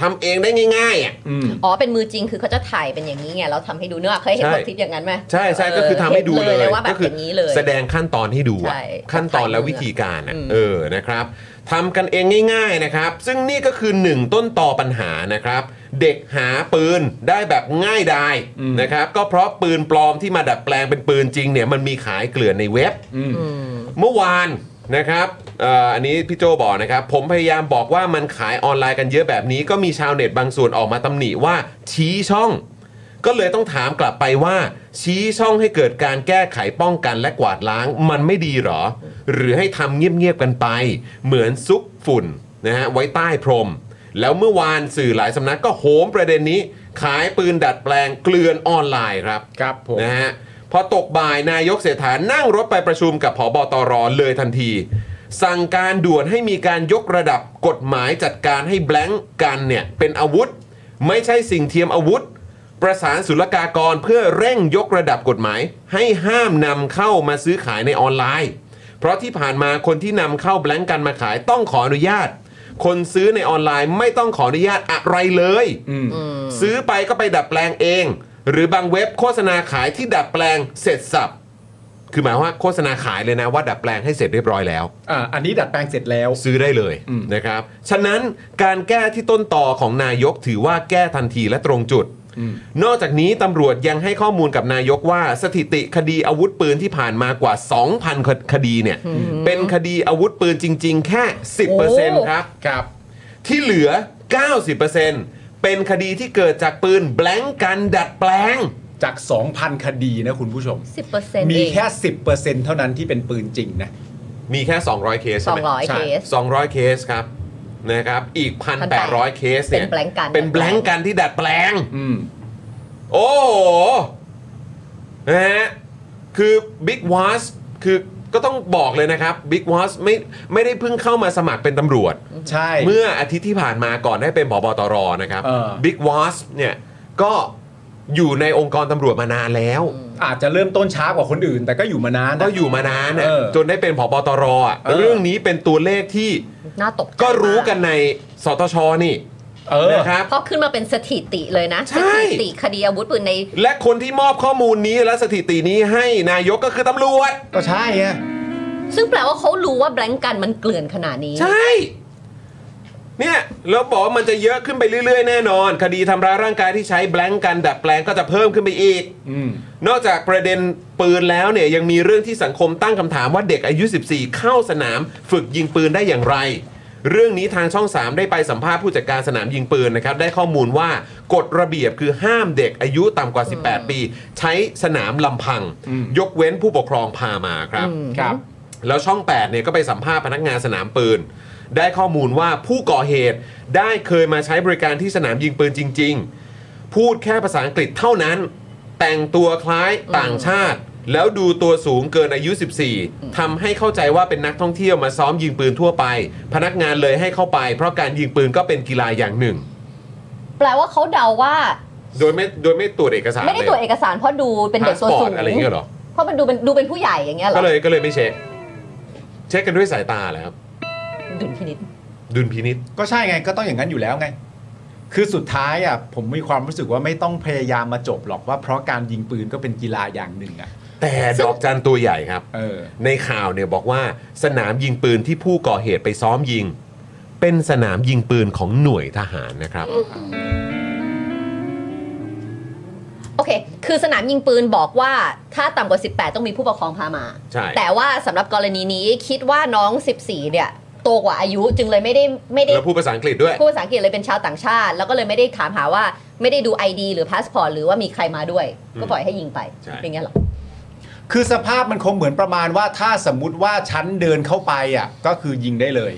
[SPEAKER 5] ทำเองได้ง่ายๆอ่ะ
[SPEAKER 2] อืม
[SPEAKER 3] อ๋อ เป็นมือจริงคือเขาจะถ่ายเป็นอย่างนี้ไงเราทำให้ดูเนื้อะเคยเห็น
[SPEAKER 5] ใช่
[SPEAKER 3] บทคลิปอย่างนั้นไหม
[SPEAKER 5] ใช่ใช่
[SPEAKER 3] เออ
[SPEAKER 5] ก็คือทำให้ดูเลย
[SPEAKER 3] ว่าแบ
[SPEAKER 5] ก็
[SPEAKER 3] บ
[SPEAKER 5] คื
[SPEAKER 3] อย่างนี้เลย
[SPEAKER 5] แสดงขั้นตอนให้ดูอะ
[SPEAKER 3] ใช่
[SPEAKER 5] ขั้นตอนและวิธีการอะ
[SPEAKER 3] อืม
[SPEAKER 5] เออนะครับทำกันเองง่ายๆนะครับ ซึ่งนี่ก็คือหนึ่งต้นต่อปัญหานะครับ เด็กหาปืนได้แบบง่ายดาย
[SPEAKER 2] อืม
[SPEAKER 5] นะครับ ก็เพราะปืนปลอมที่มาดัดแปลงเป็นปืนจริงเนี่ยมันมีขายเกลื่อนในเว็บ
[SPEAKER 2] อืม
[SPEAKER 3] อืม
[SPEAKER 5] เมื่อวานนะครับเอ่ออันนี้พี่โจบอกนะครับ ผมพยายามบอกว่ามันขายออนไลน์กันเยอะแบบนี้ ก็มีชาวเน็ตบางส่วนออกมาตำหนิว่าชี้ช่อง ก็เลยต้องถามกลับไปว่า ชี้ช่องให้เกิดการแก้ไขป้องกันและกวาดล้างมันไม่ดีหรอ หรือให้ทำเงียบๆกันไป เหมือนซุกฝุ่นนะฮะไว้ใต้พรม แล้วเมื่อวานสื่อหลายสำนักก็โหมประเด็นนี้ ขายปืนดัดแปลงเกลือนออนไลน์ครับ
[SPEAKER 2] ครับผม
[SPEAKER 5] นะฮะพอตกบ่ายนายกเศรษฐานั่งรถไปประชุมกับผบตรเลยทันที สั่งการด่วนให้มีการยกระดับกฎหมายจัดการให้แบล็งกันเนี่ยเป็นอาวุธ ไม่ใช่สิ่งเทียมอาวุธ ประสานศุลกากรเพื่อเร่งยกระดับกฎหมาย ให้ห้ามนำเข้ามาซื้อขายในออนไลน์ เพราะที่ผ่านมาคนที่นำเข้าแบล็งกันมาขายต้องขออนุญาต คนซื้อในออนไลน์ไม่ต้องขออนุญาตอะไรเลย
[SPEAKER 2] อืม
[SPEAKER 5] ซื้อไปก็ไปดัดแปลงเอง หรือบางเว็บโฆษณาขายที่ดัดแปลงเสร็จสับ คือหมายว่าโฆษณาขายเลยนะว่าดัดแปลงให้เสร็จเรียบร้อยแล้ว
[SPEAKER 2] อ่า อันนี้ดัดแปลงเสร็จแล้ว
[SPEAKER 5] ซื้อได้เลย
[SPEAKER 2] อืม
[SPEAKER 5] นะครับ ฉะนั้นการแก้ที่ต้นต่อของนายกถือว่าแก้ทันทีและตรงจุด
[SPEAKER 2] อืม
[SPEAKER 5] นอกจากนี้ตำรวจยังให้ข้อมูลกับนายกว่าสถิติคดีอาวุธปืนที่ผ่านมากว่า 2,000 คคดีเนี่ย เป็นคดีอาวุธปืนจริง ๆ แค่ 10%ครับ
[SPEAKER 2] ครับ
[SPEAKER 5] ที่เหลือ 90%เป็นคดีที่เกิดจากปืนแบล็งกันดัดแปลง
[SPEAKER 2] จาก 2,000 คดีนะคุณผู้ชม
[SPEAKER 3] สิบเปอร์เซ็นต์
[SPEAKER 2] มี
[SPEAKER 3] เอง
[SPEAKER 2] แค่ 10%เท่านั้นที่เป็นปืนจริงนะ
[SPEAKER 5] มีแค่ 200 เคส
[SPEAKER 3] ส
[SPEAKER 5] ใช่
[SPEAKER 3] อง
[SPEAKER 5] ไหม
[SPEAKER 3] ร้อย
[SPEAKER 2] ใช่
[SPEAKER 3] เคส
[SPEAKER 5] 200 เคสครับนะครับ อีก 1,800 เคสเนี่ย
[SPEAKER 3] เป็นแบล็งกัน
[SPEAKER 5] เป็นแบล็งกันที่ดัดแปลง
[SPEAKER 2] อืม
[SPEAKER 5] โอ้โหนะฮะคือบิ๊กว s สคือก็ต้องบอกเลยนะครับบิ๊กว s สไม่ไม่ได้เพิ่งเข้ามาสมัครเป็นตำรวจ
[SPEAKER 2] ใช่
[SPEAKER 5] เมื่ออาทิตย์ที่ผ่านมาก่อนได้เป็นผบตรนะครับ
[SPEAKER 2] เออ
[SPEAKER 5] บิ๊กว s สเนี่ยก็อยู่ในองค์กรตำรวจมานานแล้ว
[SPEAKER 2] อาจจะเริ่มต้นช้ากว่าคนอื่น แต่ก็อยู่มานานนะ
[SPEAKER 5] ก็อยู่มานานน่ะ
[SPEAKER 2] เออ
[SPEAKER 5] จนได้เป็นผบตรอ่ะ
[SPEAKER 2] เออ
[SPEAKER 5] เรื่องนี้เป็นตัวเลขที่
[SPEAKER 3] น่าตกใจ
[SPEAKER 5] ก็รู้กัน
[SPEAKER 3] มา
[SPEAKER 5] ในสตชนี่
[SPEAKER 2] เออ
[SPEAKER 5] นะครับ
[SPEAKER 3] เพราะขึ้นมาเป็นสถิติเลยนะ
[SPEAKER 5] ใช่
[SPEAKER 3] สถิติคดีอาวุธปืนใน
[SPEAKER 5] และคนที่มอบข้อมูลนี้และสถิตินี้ให้นายกก็คือตำรวจ
[SPEAKER 2] ก็ใช่ไง
[SPEAKER 3] ซึ่งแปลว่าเขารู้ว่าแบล็งกันมันเกลื่อนขนาดนี้
[SPEAKER 5] ใช่ เนี่ยแล้วบอกว่ามันจะเยอะขึ้นไปเรื่อย ๆ แน่นอน คดีทำร้ายร่างกายที่ใช้แบล็งกันดัดแปลงก็จะเพิ่มขึ้นไปอีก
[SPEAKER 2] อืม
[SPEAKER 5] นอกจากประเด็นปืนแล้วเนี่ยยังมีเรื่องที่สังคมตั้งคำถามว่าเด็กอายุ 14 เข้าสนามฝึกยิงปืนได้อย่างไร เรื่องนี้ทางช่อง 3 ได้ไปสัมภาษณ์ผู้จัดการสนามยิงปืนนะครับ ได้ข้อมูลว่ากฎระเบียบคือห้ามเด็กอายุต่ำกว่า 18 ปี ใช้สนามลำพัง
[SPEAKER 2] อืม
[SPEAKER 5] ยกเว้นผู้ปกครองพามาครับ
[SPEAKER 3] อืม
[SPEAKER 2] ครับ
[SPEAKER 5] แล้วช่อง 8 เนี่ยก็ไปสัมภาษณ์พนักงานสนามปืน ได้ข้อมูลว่าผู้ก่อเหตุได้เคยมาใช้บริการที่สนามยิงปืนจริง ๆ พูดแค่ภาษาอังกฤษเท่านั้น แต่งตัวคล้ายต่างชาติ แล้วดูตัวสูงเกินอายุ 14 ทำให้เข้าใจว่าเป็นนักท่องเที่ยวมาซ้อมยิงปืนทั่วไป พนักงานเลยให้เข้าไป เพราะการยิงปืนก็เป็นกีฬาอย่างหนึ่ง
[SPEAKER 3] แปลว่าเขาเดาว่า
[SPEAKER 5] โดยไม่โดยไม่ตรวจเอกสาร
[SPEAKER 3] ไม่ได้ตรวจเอกสารเพราะดูเป็นเด็กตัวสูง
[SPEAKER 5] พาสปอร์ตอะไรอย่างเงี้ยเหรอ
[SPEAKER 3] เพราะมันดูเป็นดูเป็นผู้ใหญ่อย่างเงี้ยเหร
[SPEAKER 5] ก็
[SPEAKER 3] อ
[SPEAKER 5] เลยก็เลยไม่เช็ค เช็คกันด้วยสายตาแหละครับ
[SPEAKER 3] ดุลพินิษ
[SPEAKER 5] ดุลพินิษ
[SPEAKER 2] ก็ใช่ไง ก็ต้องอย่างนั้นอยู่แล้วไง คือสุดท้ายอ่ะ ผมมีความรู้สึกว่าไม่ต้องพยายามมาจบหรอกว่าเพราะการยิงปืนก็เป็นกีฬาอย่างหนึ่งอ่ะ
[SPEAKER 5] แต่ดอกจันตัวใหญ่ครับ
[SPEAKER 2] เออ
[SPEAKER 5] ในข่าวเนี่ยบอกว่าสนามยิงปืนที่ผู้ก่อเหตุไปซ้อมยิง เป็นสนามยิงปืนของหน่วยทหารนะครับ
[SPEAKER 3] โอเค คือสนามยิงปืนบอกว่าถ้าต่ำกว่า 18 ต้องมีผู้ปกครองพามา
[SPEAKER 5] ใช่
[SPEAKER 3] แต่ว่าสำหรับกรณีนี้คิดว่าน้อง 14 เนี่ย โตกว่าอายุจึงเลยไม่ได้ไม่ได้
[SPEAKER 1] แล้วพูดภาษาอังกฤษด้วย
[SPEAKER 3] พูดภาษาอังกฤษเลยเป็นชาวต่างชาติ แล้วก็เลยไม่ได้ถามหาว่าไม่ได้ดู ID หรือพาสปอร์ตหรือว่ามีใครมาด้วย ก็ปล่อยให้ยิงไป
[SPEAKER 1] ใช่
[SPEAKER 3] อย่างเงี้ยเหรอ
[SPEAKER 2] คือสภาพมันคงเหมือนประมาณว่าถ้าสมมุติว่าฉันเดินเข้าไปอ่ะก็คือยิงได้เลย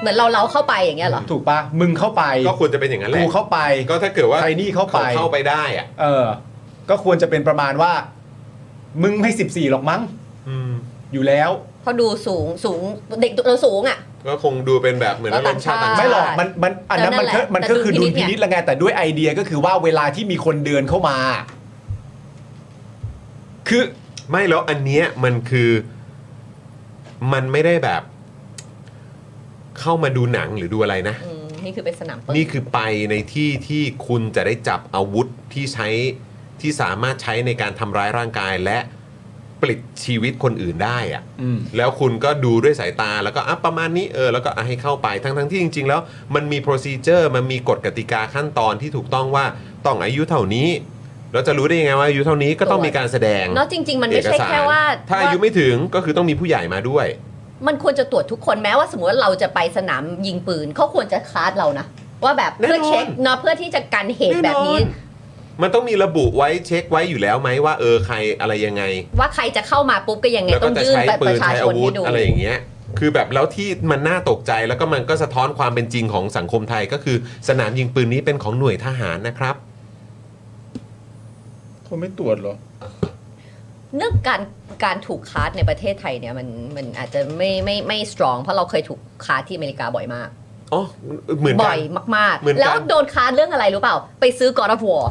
[SPEAKER 3] เหมือนเราเราเข้าไปอย่างเงี้ยเหรอ
[SPEAKER 2] ถูกปะมึงเข้าไป
[SPEAKER 1] ก็ควรจะเป็นอย่างนั้นแห
[SPEAKER 2] กู
[SPEAKER 1] ละ
[SPEAKER 2] เข้าไป
[SPEAKER 1] ก็ถ้าเกิดว่า
[SPEAKER 2] ใครนี่เข้าไป
[SPEAKER 1] เข้าไปได้อะ
[SPEAKER 2] เออ ก็ควรจะเป็นประมาณว่า มึงไม่สิบสี่หรอกมั้ง
[SPEAKER 1] อืม
[SPEAKER 2] อยู่แล้ว
[SPEAKER 3] เขาะดูสูงสูงเด็กเราสูงอ่ะ
[SPEAKER 1] ก็คงดูเป็นแบบเหมือนอารมณ์ชาติต่างชาติ
[SPEAKER 2] ไม่หรอกมันมันอันนั้น
[SPEAKER 3] นั่
[SPEAKER 2] มัน
[SPEAKER 3] นแห
[SPEAKER 2] ก็
[SPEAKER 3] ละ
[SPEAKER 2] มันก็
[SPEAKER 3] แต่
[SPEAKER 2] คือ
[SPEAKER 3] ดุ
[SPEAKER 2] ดุ
[SPEAKER 3] ล
[SPEAKER 2] ล
[SPEAKER 3] พิ
[SPEAKER 2] พิ
[SPEAKER 3] นิจ
[SPEAKER 2] นิจละไงแต่ด้วยไอเดียก็คือว่าเวลาที่มีคนเดินเข้ามา คือ
[SPEAKER 1] ไม่แล้วอันเนี้ยมันคือมันไม่ได้แบบ เข้ามาดูหนังหรือดูอะไรนะ
[SPEAKER 3] อืมนี่คือเป็นสนามเปิด
[SPEAKER 1] นี่คือไปในที่ที่คุณจะได้จับอาวุธที่ใช้ที่สามารถใช้ในการทำร้ายร่างกายและปลิดชีวิตคนอื่นได้อะ
[SPEAKER 2] อืม
[SPEAKER 1] แล้วคุณก็ดูด้วยสายตาแล้วก็อ่ะประมาณนี้เออแล้วก็อ่ะให้เข้าไปทั้งทั้งที่จริง ๆ แล้ว มันมี procedure มันมีกฎกติกาขั้นตอนที่ถูกต้องว่าต้องอายุเท่านี้เราจะรู้ได้ยังไงว่าอายุเท่านี้ก็ต้องมีการแสดง
[SPEAKER 3] เนาะจริง ๆ มันไม่ใช่
[SPEAKER 1] เอกสร
[SPEAKER 3] แค่ว่า
[SPEAKER 1] ถ้าอายุไม่ถึงก็คือต้องมีผู้ใหญ่มาด้วย
[SPEAKER 3] มันควรจะตรวจทุกคนแม้ว่าสมมติว่าเราจะไปสนามยิงปืนเขาควรจะคาดเรานะ ว่าแบบเพื่อ
[SPEAKER 1] แน่นอน
[SPEAKER 3] เช็คเนาะเพื่อที่จะกันเหตุแบบนี้
[SPEAKER 1] มันต้องมีระบุไว้เช็คไว้อยู่แล้วไหมว่าเออใครอะไรยังไง
[SPEAKER 3] ว่าใครจะเข้ามาปุ๊บก็ยังไง
[SPEAKER 1] แล้ว
[SPEAKER 3] ต้
[SPEAKER 1] ก็
[SPEAKER 3] อง
[SPEAKER 1] จะ
[SPEAKER 3] ยื่น
[SPEAKER 1] ใช้
[SPEAKER 3] บัตร
[SPEAKER 1] ปื
[SPEAKER 3] ประ
[SPEAKER 1] น
[SPEAKER 3] ชา
[SPEAKER 1] ใช้
[SPEAKER 3] ช
[SPEAKER 1] อาน วุธ
[SPEAKER 3] ให้ดู
[SPEAKER 1] อะไรอย่างเงี้ย คือแบบแล้วที่มันน่าตกใจแล้วก็มันก็สะท้อนความเป็นจริงของสังคมไทยก็คือสนามยิงปืนนี้เป็นของหน่วยทหารนะครับ
[SPEAKER 2] คนไม่ตรวจหรอ
[SPEAKER 3] เรื่องการการถูกคาดในประเทศไทยเนี่ยมันมันอาจจะไม่ไม่ไม่สตรองเพราะเราเคยถูกคาดที่อเมริกาบ่อยมาก
[SPEAKER 1] อ๋อ เหมือน
[SPEAKER 3] บ่
[SPEAKER 1] กั
[SPEAKER 3] อน ยมาก
[SPEAKER 1] เหมือนกัน
[SPEAKER 3] ๆแล้วโดนคาดเรื่องอะไรรู้เปล่า ไปซื้อ God of War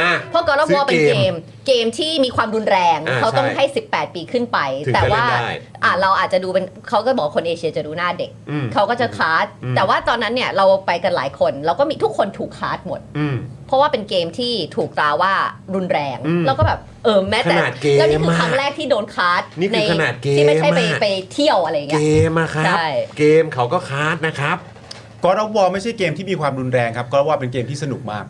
[SPEAKER 1] อ่ะ
[SPEAKER 3] เพราะ God of
[SPEAKER 1] ซื้อ
[SPEAKER 3] War เป็นเกม เกมที่มีความรุนแรง
[SPEAKER 1] อ่า
[SPEAKER 3] เขาต้อง
[SPEAKER 1] ใช่
[SPEAKER 3] ให้ 18 ปีขึ้นไป
[SPEAKER 1] ถึง
[SPEAKER 3] แต่
[SPEAKER 1] จะเล่น
[SPEAKER 3] ว่า
[SPEAKER 1] ได้
[SPEAKER 3] อ่ะเราอาจจะดูเป็นเขาก็บอกคนเอเชียจะดูหน้าเด็ก
[SPEAKER 1] อืม
[SPEAKER 3] เขาก็จะคาด
[SPEAKER 1] อืม
[SPEAKER 3] แต่ว่าตอนนั้นเนี่ยเราไปกันหลายคน เราก็มีทุกคนถูกคาดหมด
[SPEAKER 1] อืม
[SPEAKER 3] เพราะว่าเป็นเกมที่ถูกตราว่ารุนแรง
[SPEAKER 1] อืม
[SPEAKER 3] แล้วก็แบบเออแม้แต่
[SPEAKER 1] ขนาดเกม
[SPEAKER 3] แล้วนี่คือครั้ง
[SPEAKER 1] อะ
[SPEAKER 3] แรกที่โดนคาด
[SPEAKER 1] นี่คือขนาดเกม
[SPEAKER 3] ที่ไม่ใช่ไป
[SPEAKER 1] อะ
[SPEAKER 3] ไปเที่ยวอะไรอย่าง
[SPEAKER 1] เก
[SPEAKER 3] เงี้ย
[SPEAKER 1] มอะครับ
[SPEAKER 3] ใช่
[SPEAKER 1] เกมเขาก็คาดนะครับ
[SPEAKER 2] ก็รับวอไม่ใช่เกมที่มีความรุนแรงครับ ก็ว่าเป็นเกมที่สนุกมาก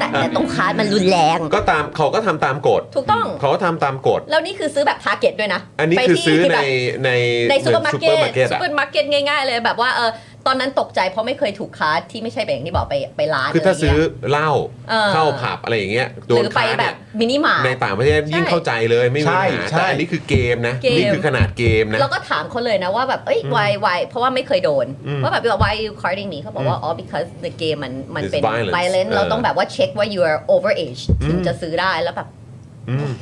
[SPEAKER 3] แต่แต่ต้องคาดมันรุนแรง
[SPEAKER 1] ก็ตามเขาก็ทำตามกฎ
[SPEAKER 3] ถูกต้อง
[SPEAKER 1] เขาก็ทำตามกฎ
[SPEAKER 3] แล้วนี่คือซื้อแบบทาร์เก็ตด้วยนะ
[SPEAKER 1] อันนี้
[SPEAKER 3] ไป
[SPEAKER 1] คือ
[SPEAKER 3] ที่
[SPEAKER 1] ซื้อ
[SPEAKER 3] ที่
[SPEAKER 1] ใน
[SPEAKER 3] แบบ
[SPEAKER 1] ใน
[SPEAKER 3] ในซูเปอร์มาร์เก็ต
[SPEAKER 1] หอนซู
[SPEAKER 3] ซู
[SPEAKER 1] เป
[SPEAKER 3] เป
[SPEAKER 1] อ
[SPEAKER 3] อ
[SPEAKER 1] ร์มาร์เก็ตอะ
[SPEAKER 3] ร์มาร์เก็ตง่ายๆเลยแบบว่าเออตอนนั้นตกใจเพราะไม่เคยถูกค้าที่ไม่ใช่แบบอย่างที่บอกไปไปร้านะไร
[SPEAKER 1] คือถ้าซื้อ
[SPEAKER 3] เงี้ย
[SPEAKER 1] เหล้า
[SPEAKER 3] เออ
[SPEAKER 1] เข้าผับอะไรอย่างเงี้ยโด
[SPEAKER 3] ห
[SPEAKER 1] น
[SPEAKER 3] รือไป
[SPEAKER 1] ค้า
[SPEAKER 3] แบ
[SPEAKER 1] เนี่
[SPEAKER 3] บ
[SPEAKER 1] ย
[SPEAKER 3] มินิมาร์
[SPEAKER 1] ใน
[SPEAKER 3] ท
[SPEAKER 1] ต่างประเทศยิ่งเข้าใจเลยไม่มีปัญหา
[SPEAKER 2] ใช่ใช่
[SPEAKER 1] แต่อันนี้คือเกมนะ
[SPEAKER 3] เกม
[SPEAKER 1] นี่คือขนาดเกมนะ
[SPEAKER 3] เราก็ถามเขาเลยนะว่าแบบเอ้ย
[SPEAKER 1] อืม
[SPEAKER 3] why why เพราะว่าไม่เคยโดน
[SPEAKER 1] อืม
[SPEAKER 3] ว่าแบบ why you carding me เขาบอกว่าอ๋อ because the game มันมัน
[SPEAKER 1] It's
[SPEAKER 3] เป็น
[SPEAKER 1] violence
[SPEAKER 3] violent
[SPEAKER 1] เออ
[SPEAKER 3] เราต้องแบบว่าเช็คว่า you are over age
[SPEAKER 1] อืม
[SPEAKER 3] ถึงจะซื้อได้แล้วแบบ
[SPEAKER 1] อืม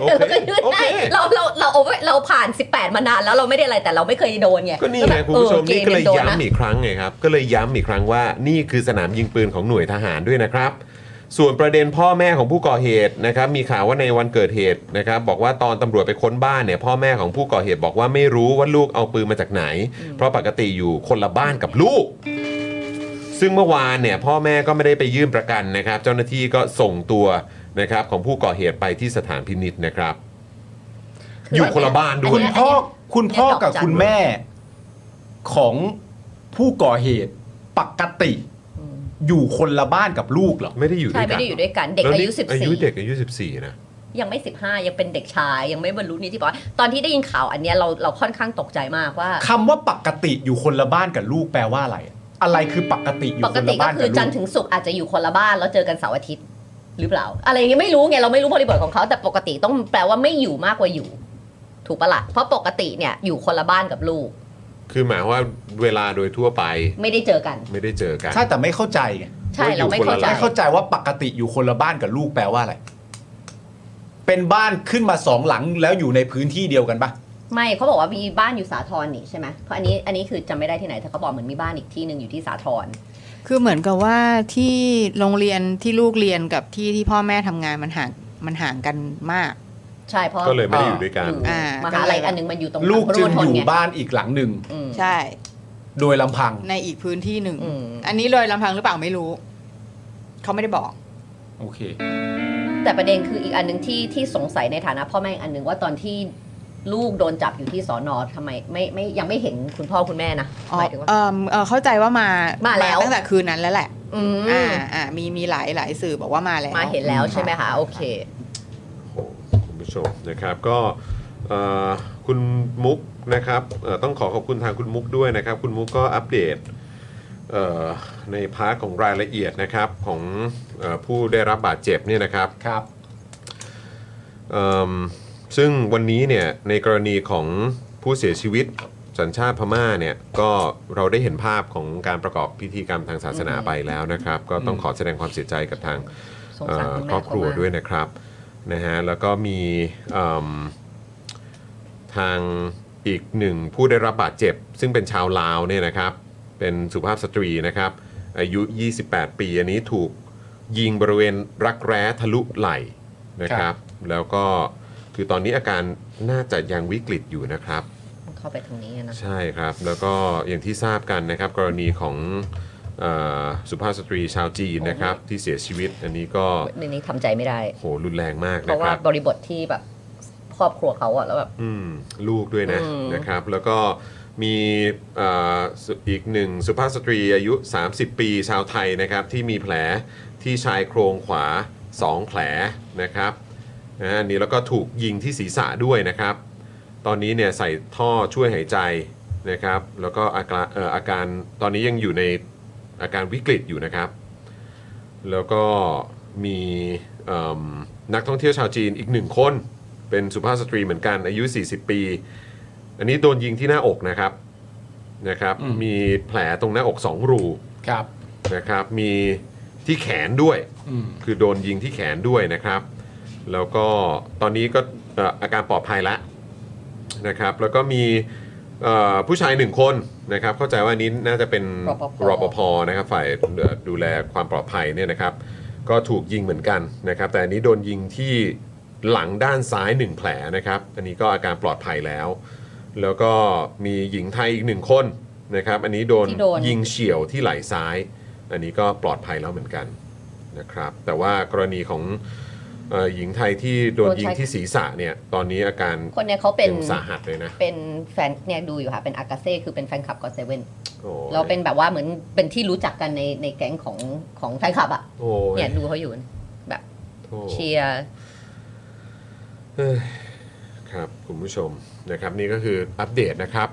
[SPEAKER 1] โอ
[SPEAKER 3] เรา
[SPEAKER 1] เค
[SPEAKER 3] ก็ยืด
[SPEAKER 1] โอ
[SPEAKER 3] ได้
[SPEAKER 1] เค
[SPEAKER 3] เราเราเรา over เราผ่าน 18 มานานแล้วเราไม่ได้อะไรแต่เราไม่เคยโดนไง
[SPEAKER 1] ก็นี่ไงคุณผู้ชมนี่ก็เลยย้ำอีกครั้งไงครับก็เลยย้ำอีกครั้งว่านี่คือสนามยิงปืนของหน่วยทหารด้วยนะครับ ส่วนประเด็นพ่อแม่ของผู้ก่อเหตุนะครับมีข่าวว่าในวันเกิดเหตุนะครับบอกว่าตอนตำรวจไปค้นบ้านเนี่ยพ่อแม่ของผู้ก่อเหตุบอกว่าไม่รู้ว่าลูกเอาปืนมาจากไหน เพราะปกติอยู่คนละบ้านกับลูก ซึ่งเมื่อวานเนี่ยพ่อแม่ก็ไม่ได้ไปยื่นประกันนะครับ เจ้าหน้าที่ก็ส่งตัวนะครับของผู้ก่อเหตุไปที่สถานพินิษนะครับ อยู่คนละบ้านด้
[SPEAKER 2] คุ
[SPEAKER 1] วย
[SPEAKER 2] ณพ่อคุณพ่อกับคุณแม่ของผู้ก่อเหตุปกติ อยู่คนละบ้านกับลูกเหรอ
[SPEAKER 1] ไม่ได้อยู่ด้
[SPEAKER 3] ใช่
[SPEAKER 1] วยกั
[SPEAKER 3] ไม่
[SPEAKER 1] น
[SPEAKER 3] ได้อยู่ด้วยกันเด็ก
[SPEAKER 1] แล้ว
[SPEAKER 3] อา
[SPEAKER 1] นี่
[SPEAKER 3] ยุ14
[SPEAKER 1] อายุเด็กอายุ 14 นะ
[SPEAKER 3] ยังไม่ 15 ยังเป็นเด็กชายยังไม่บรรลุนิติภาวะตอนที่ได้ยินข่าวอันเนี้ยเราเราค่อนข้างตกใจมากว่า
[SPEAKER 2] คำว่าปกติอยู่คนละบ้านกับลูกแปลว่าอะไร อะไรคือปกติอยู่
[SPEAKER 3] ป
[SPEAKER 2] ค
[SPEAKER 3] ก
[SPEAKER 2] น
[SPEAKER 3] ติ
[SPEAKER 2] ละ
[SPEAKER 3] ก็
[SPEAKER 2] บ้าน
[SPEAKER 3] คื
[SPEAKER 2] กั
[SPEAKER 3] อบ
[SPEAKER 2] ลู
[SPEAKER 3] จันท
[SPEAKER 2] ก
[SPEAKER 3] ร์ถึงศุกร์อาจจะอยู่คนละบ้านแล้วเจอกันเสาร์อาทิตย์หรือเปล่า อะไรอย่างเงี้ยไม่รู้ไงเราไม่รู้บริบทของเขาแต่ปกติต้องแปลว่าไม่อยู่มากกว่าอยู่ ถูกปะละ่ะเพราะปกติเนี่ยอยู่คนละบ้านกับลูก
[SPEAKER 1] คือหมายว่าเวลาโดยทั่วไป
[SPEAKER 3] ไม่ได้เจอกัน
[SPEAKER 1] ไม่ได้เจอกัน
[SPEAKER 2] ใช่แต่ไม่เข้าใจไง
[SPEAKER 3] ใช่เราไม่เข้าใจ
[SPEAKER 2] ไม่เข้าใจว่าปกติอยู่คนละบ้านกับลูกแปลว่าอะไร เป็นบ้านขึ้นมาสองหลังแล้วอยู่ในพื้นที่เดียวกันปะ
[SPEAKER 3] ไม่เขาบอกว่ามีบ้านอยู่สาทรนี่ใช่ไหมเพราะอันนี้อันนี้คือจำไม่ได้ที่ไหนแต่เขาบอกเหมือนมีบ้านอีกที่หนึ่งอยู่ที่สาทร
[SPEAKER 7] คือเหมือนกับว่าที่โรงเรียนที่ลูกเรียนกับที่ที่พ่อแม่ทำงานมันห่างมันห่างกันมาก
[SPEAKER 3] ใช่เพราะ
[SPEAKER 1] ก็เลยไม่ได้อยู่ด้วยกัน
[SPEAKER 3] อยู่
[SPEAKER 7] อ่ามม
[SPEAKER 3] หาลัยอันหนึงมันอยู่ตรง
[SPEAKER 2] ลูกจึง
[SPEAKER 3] ป
[SPEAKER 2] อ
[SPEAKER 3] ทุม
[SPEAKER 2] ยู่
[SPEAKER 3] ไ
[SPEAKER 2] บ้านอีกหลังหนึ่ง
[SPEAKER 3] อืม
[SPEAKER 7] ใช่
[SPEAKER 2] โดยลำพัง
[SPEAKER 7] ในอีกพื้นที่หนึ่ง
[SPEAKER 3] อืม
[SPEAKER 7] นนี้เลยลำพังหรือเปล่าไม่รู้ เขาไม่ได้บอก
[SPEAKER 2] โอเค
[SPEAKER 3] แต่ประเด็นคืออีกอันหนึ่งที่ที่สงสัยในฐานะพ่อแม่อีกอันหนึ่งว่าตอนที่ลูกโดนจับอยู่ที่สอนอทำไมไม่ไม่ยังไม่เห็นคุณพ่อคุณแม่นะ
[SPEAKER 7] อ๋อ
[SPEAKER 3] หมายถึงว่า
[SPEAKER 7] เอิ่มเอ่อเข้าใจว่ามา
[SPEAKER 3] มา
[SPEAKER 7] มา
[SPEAKER 3] แล้ว
[SPEAKER 7] ตั้งแต่คืนนั้นแล้วแหละ
[SPEAKER 3] อืม
[SPEAKER 7] อ่าอ่ามีมีหลายหลายสื่อบอกว่ามาแล้ว
[SPEAKER 3] มาเห็นแล้วใช่ไหมคะ โอเค
[SPEAKER 1] คุณผู้ชมนะครับก็
[SPEAKER 5] เอ่อคุณมุกนะครับเอ่อต้องขอขอบคุณทางคุณมุกด้วยนะครับ คุณมุกก็อัปเดตเอ่อในพาร์ทของรายละเอียดนะครับของเออผู้ได้รับบาดเจ็บเนี่ยนะครับ
[SPEAKER 2] ครับ
[SPEAKER 5] เอิ่มซึ่งวันนี้เนี่ยในกรณีของผู้เสียชีวิตสัญชาติพม่าเนี่ยก็เราได้เห็นภาพของการประกอบพิธีกรรมทางศาสนาไปแล้วนะครับ ก็ต้องขอแสดงความเสียใจกับทาง
[SPEAKER 3] สง
[SPEAKER 5] เอ่
[SPEAKER 3] สาร
[SPEAKER 5] อ
[SPEAKER 3] คุณ
[SPEAKER 5] ค
[SPEAKER 3] แม่
[SPEAKER 5] รอบครัว
[SPEAKER 3] เขามาก
[SPEAKER 5] ด้วยนะครับนะฮะแล้วก็มีเอิ่มทางอีกหนึ่งผู้ได้รับบาดเจ็บ ซึ่งเป็นชาวลาวเนี่ยนะครับเป็นสุภาพสตรีนะครับอายุ 28 ปีอันนี้ถูกยิงบริเวณรักแร้ทะลุไหล่ นะครับแล้วก็คือตอนนี้อาการน่าจะยังวิกฤตอยู่นะครับ
[SPEAKER 3] มันเข้าไปทางนี้อะนะ
[SPEAKER 5] ใช่ครับแล้วก็อย่างที่ทราบกันนะครับ กรณีของเออสุภาพสตรีชาวจีนนะครับที่เสียชีวิตอันนี้ก็
[SPEAKER 3] ในนี้ทำใจไม่ได้
[SPEAKER 5] โหรุนแรงมาก
[SPEAKER 3] เพ
[SPEAKER 5] นะ
[SPEAKER 3] ราะ
[SPEAKER 5] ค
[SPEAKER 3] ว่า
[SPEAKER 5] รับบ
[SPEAKER 3] ริบทที่แบบครอบครัวเขาอะแล้วแบบ
[SPEAKER 5] อืมลูกด้วยนะ
[SPEAKER 3] อืม
[SPEAKER 5] นะครับ แล้วก็มีเอ่อสุอีกหนึ่งสุภาพสตรีอายุ 30 ปีชาวไทยนะครับที่มีแผลที่ชายโครงขวา 2 แผลนะครับนะอันนี้แล้วก็ถูกยิงที่ศีรษะด้วยนะครับ ตอนนี้เนี่ยใส่ท่อช่วยหายใจนะครับ แล้วก็อาการเอ่ออาการตอนนี้ยังอยู่ในอาการวิกฤตอยู่นะครับ แล้วก็มีเอิ่มนักท่องเที่ยวชาวจีนอีกหนึ่งคน เป็นสุภาพสตรีเหมือนกันอายุ 40 ปี อันนี้โดนยิงที่หน้าอกนะครับนะครับ
[SPEAKER 2] อืม
[SPEAKER 5] มีแผลตรงหน้าอกสองรู
[SPEAKER 2] ครับ
[SPEAKER 5] นะครับ มีที่แขนด้วย
[SPEAKER 2] อืม
[SPEAKER 5] คือโดนยิงที่แขนด้วยนะครับ แล้วก็ตอนนี้ก็เอ่ออาการปลอดภัยแล้วนะครับ แล้วก็มีเอ่อผู้ชายหนึ่งคนนะครับ เข้าใจว่านี้น่าจะเป็น
[SPEAKER 3] รปภ
[SPEAKER 5] รปภนะครับ ฝ่ายเอ่อดูแลความปลอดภัยเนี่ยนะครับ ก็ถูกยิงเหมือนกันนะครับ แต่อันนี้โดนยิงที่หลังด้านซ้ายหนึ่งแผลนะครับ อันนี้ก็อาการปลอดภัยแล้ว แล้วก็มีหญิงไทยอีกหนึ่งคนนะครับ อันนี้โดน
[SPEAKER 3] ที่โดน
[SPEAKER 5] ยิงเฉียวที่ไหล่ซ้าย อันนี้ก็ปลอดภัยแล้วเหมือนกันนะครับ แต่ว่ากรณีของเอ่อหญิงไทยที่โดนยิงที่ศีรษะเนี่ย ตอนนี้อาการ
[SPEAKER 3] คนเนี้ยเขาเป็น
[SPEAKER 5] ยังสาหัสเลยนะ
[SPEAKER 3] เป็นแฟนเนี่ยดูอยู่ค่ะ เป็นอากาเซ่คือเป็นแฟนคลับก็เซเว่น
[SPEAKER 5] โอ้ย
[SPEAKER 3] เราเป็นแบบว่าเหมือนเป็นที่รู้จักกันในในแก๊งของของแฟนคลับอะ
[SPEAKER 5] โอ้ย
[SPEAKER 3] เนี่ยดูเขาอยู่แบบ
[SPEAKER 5] โอ้
[SPEAKER 3] เชียร์
[SPEAKER 5] ครับคุณผู้ชมนะครับ นี่ก็คืออัปเดตนะครับ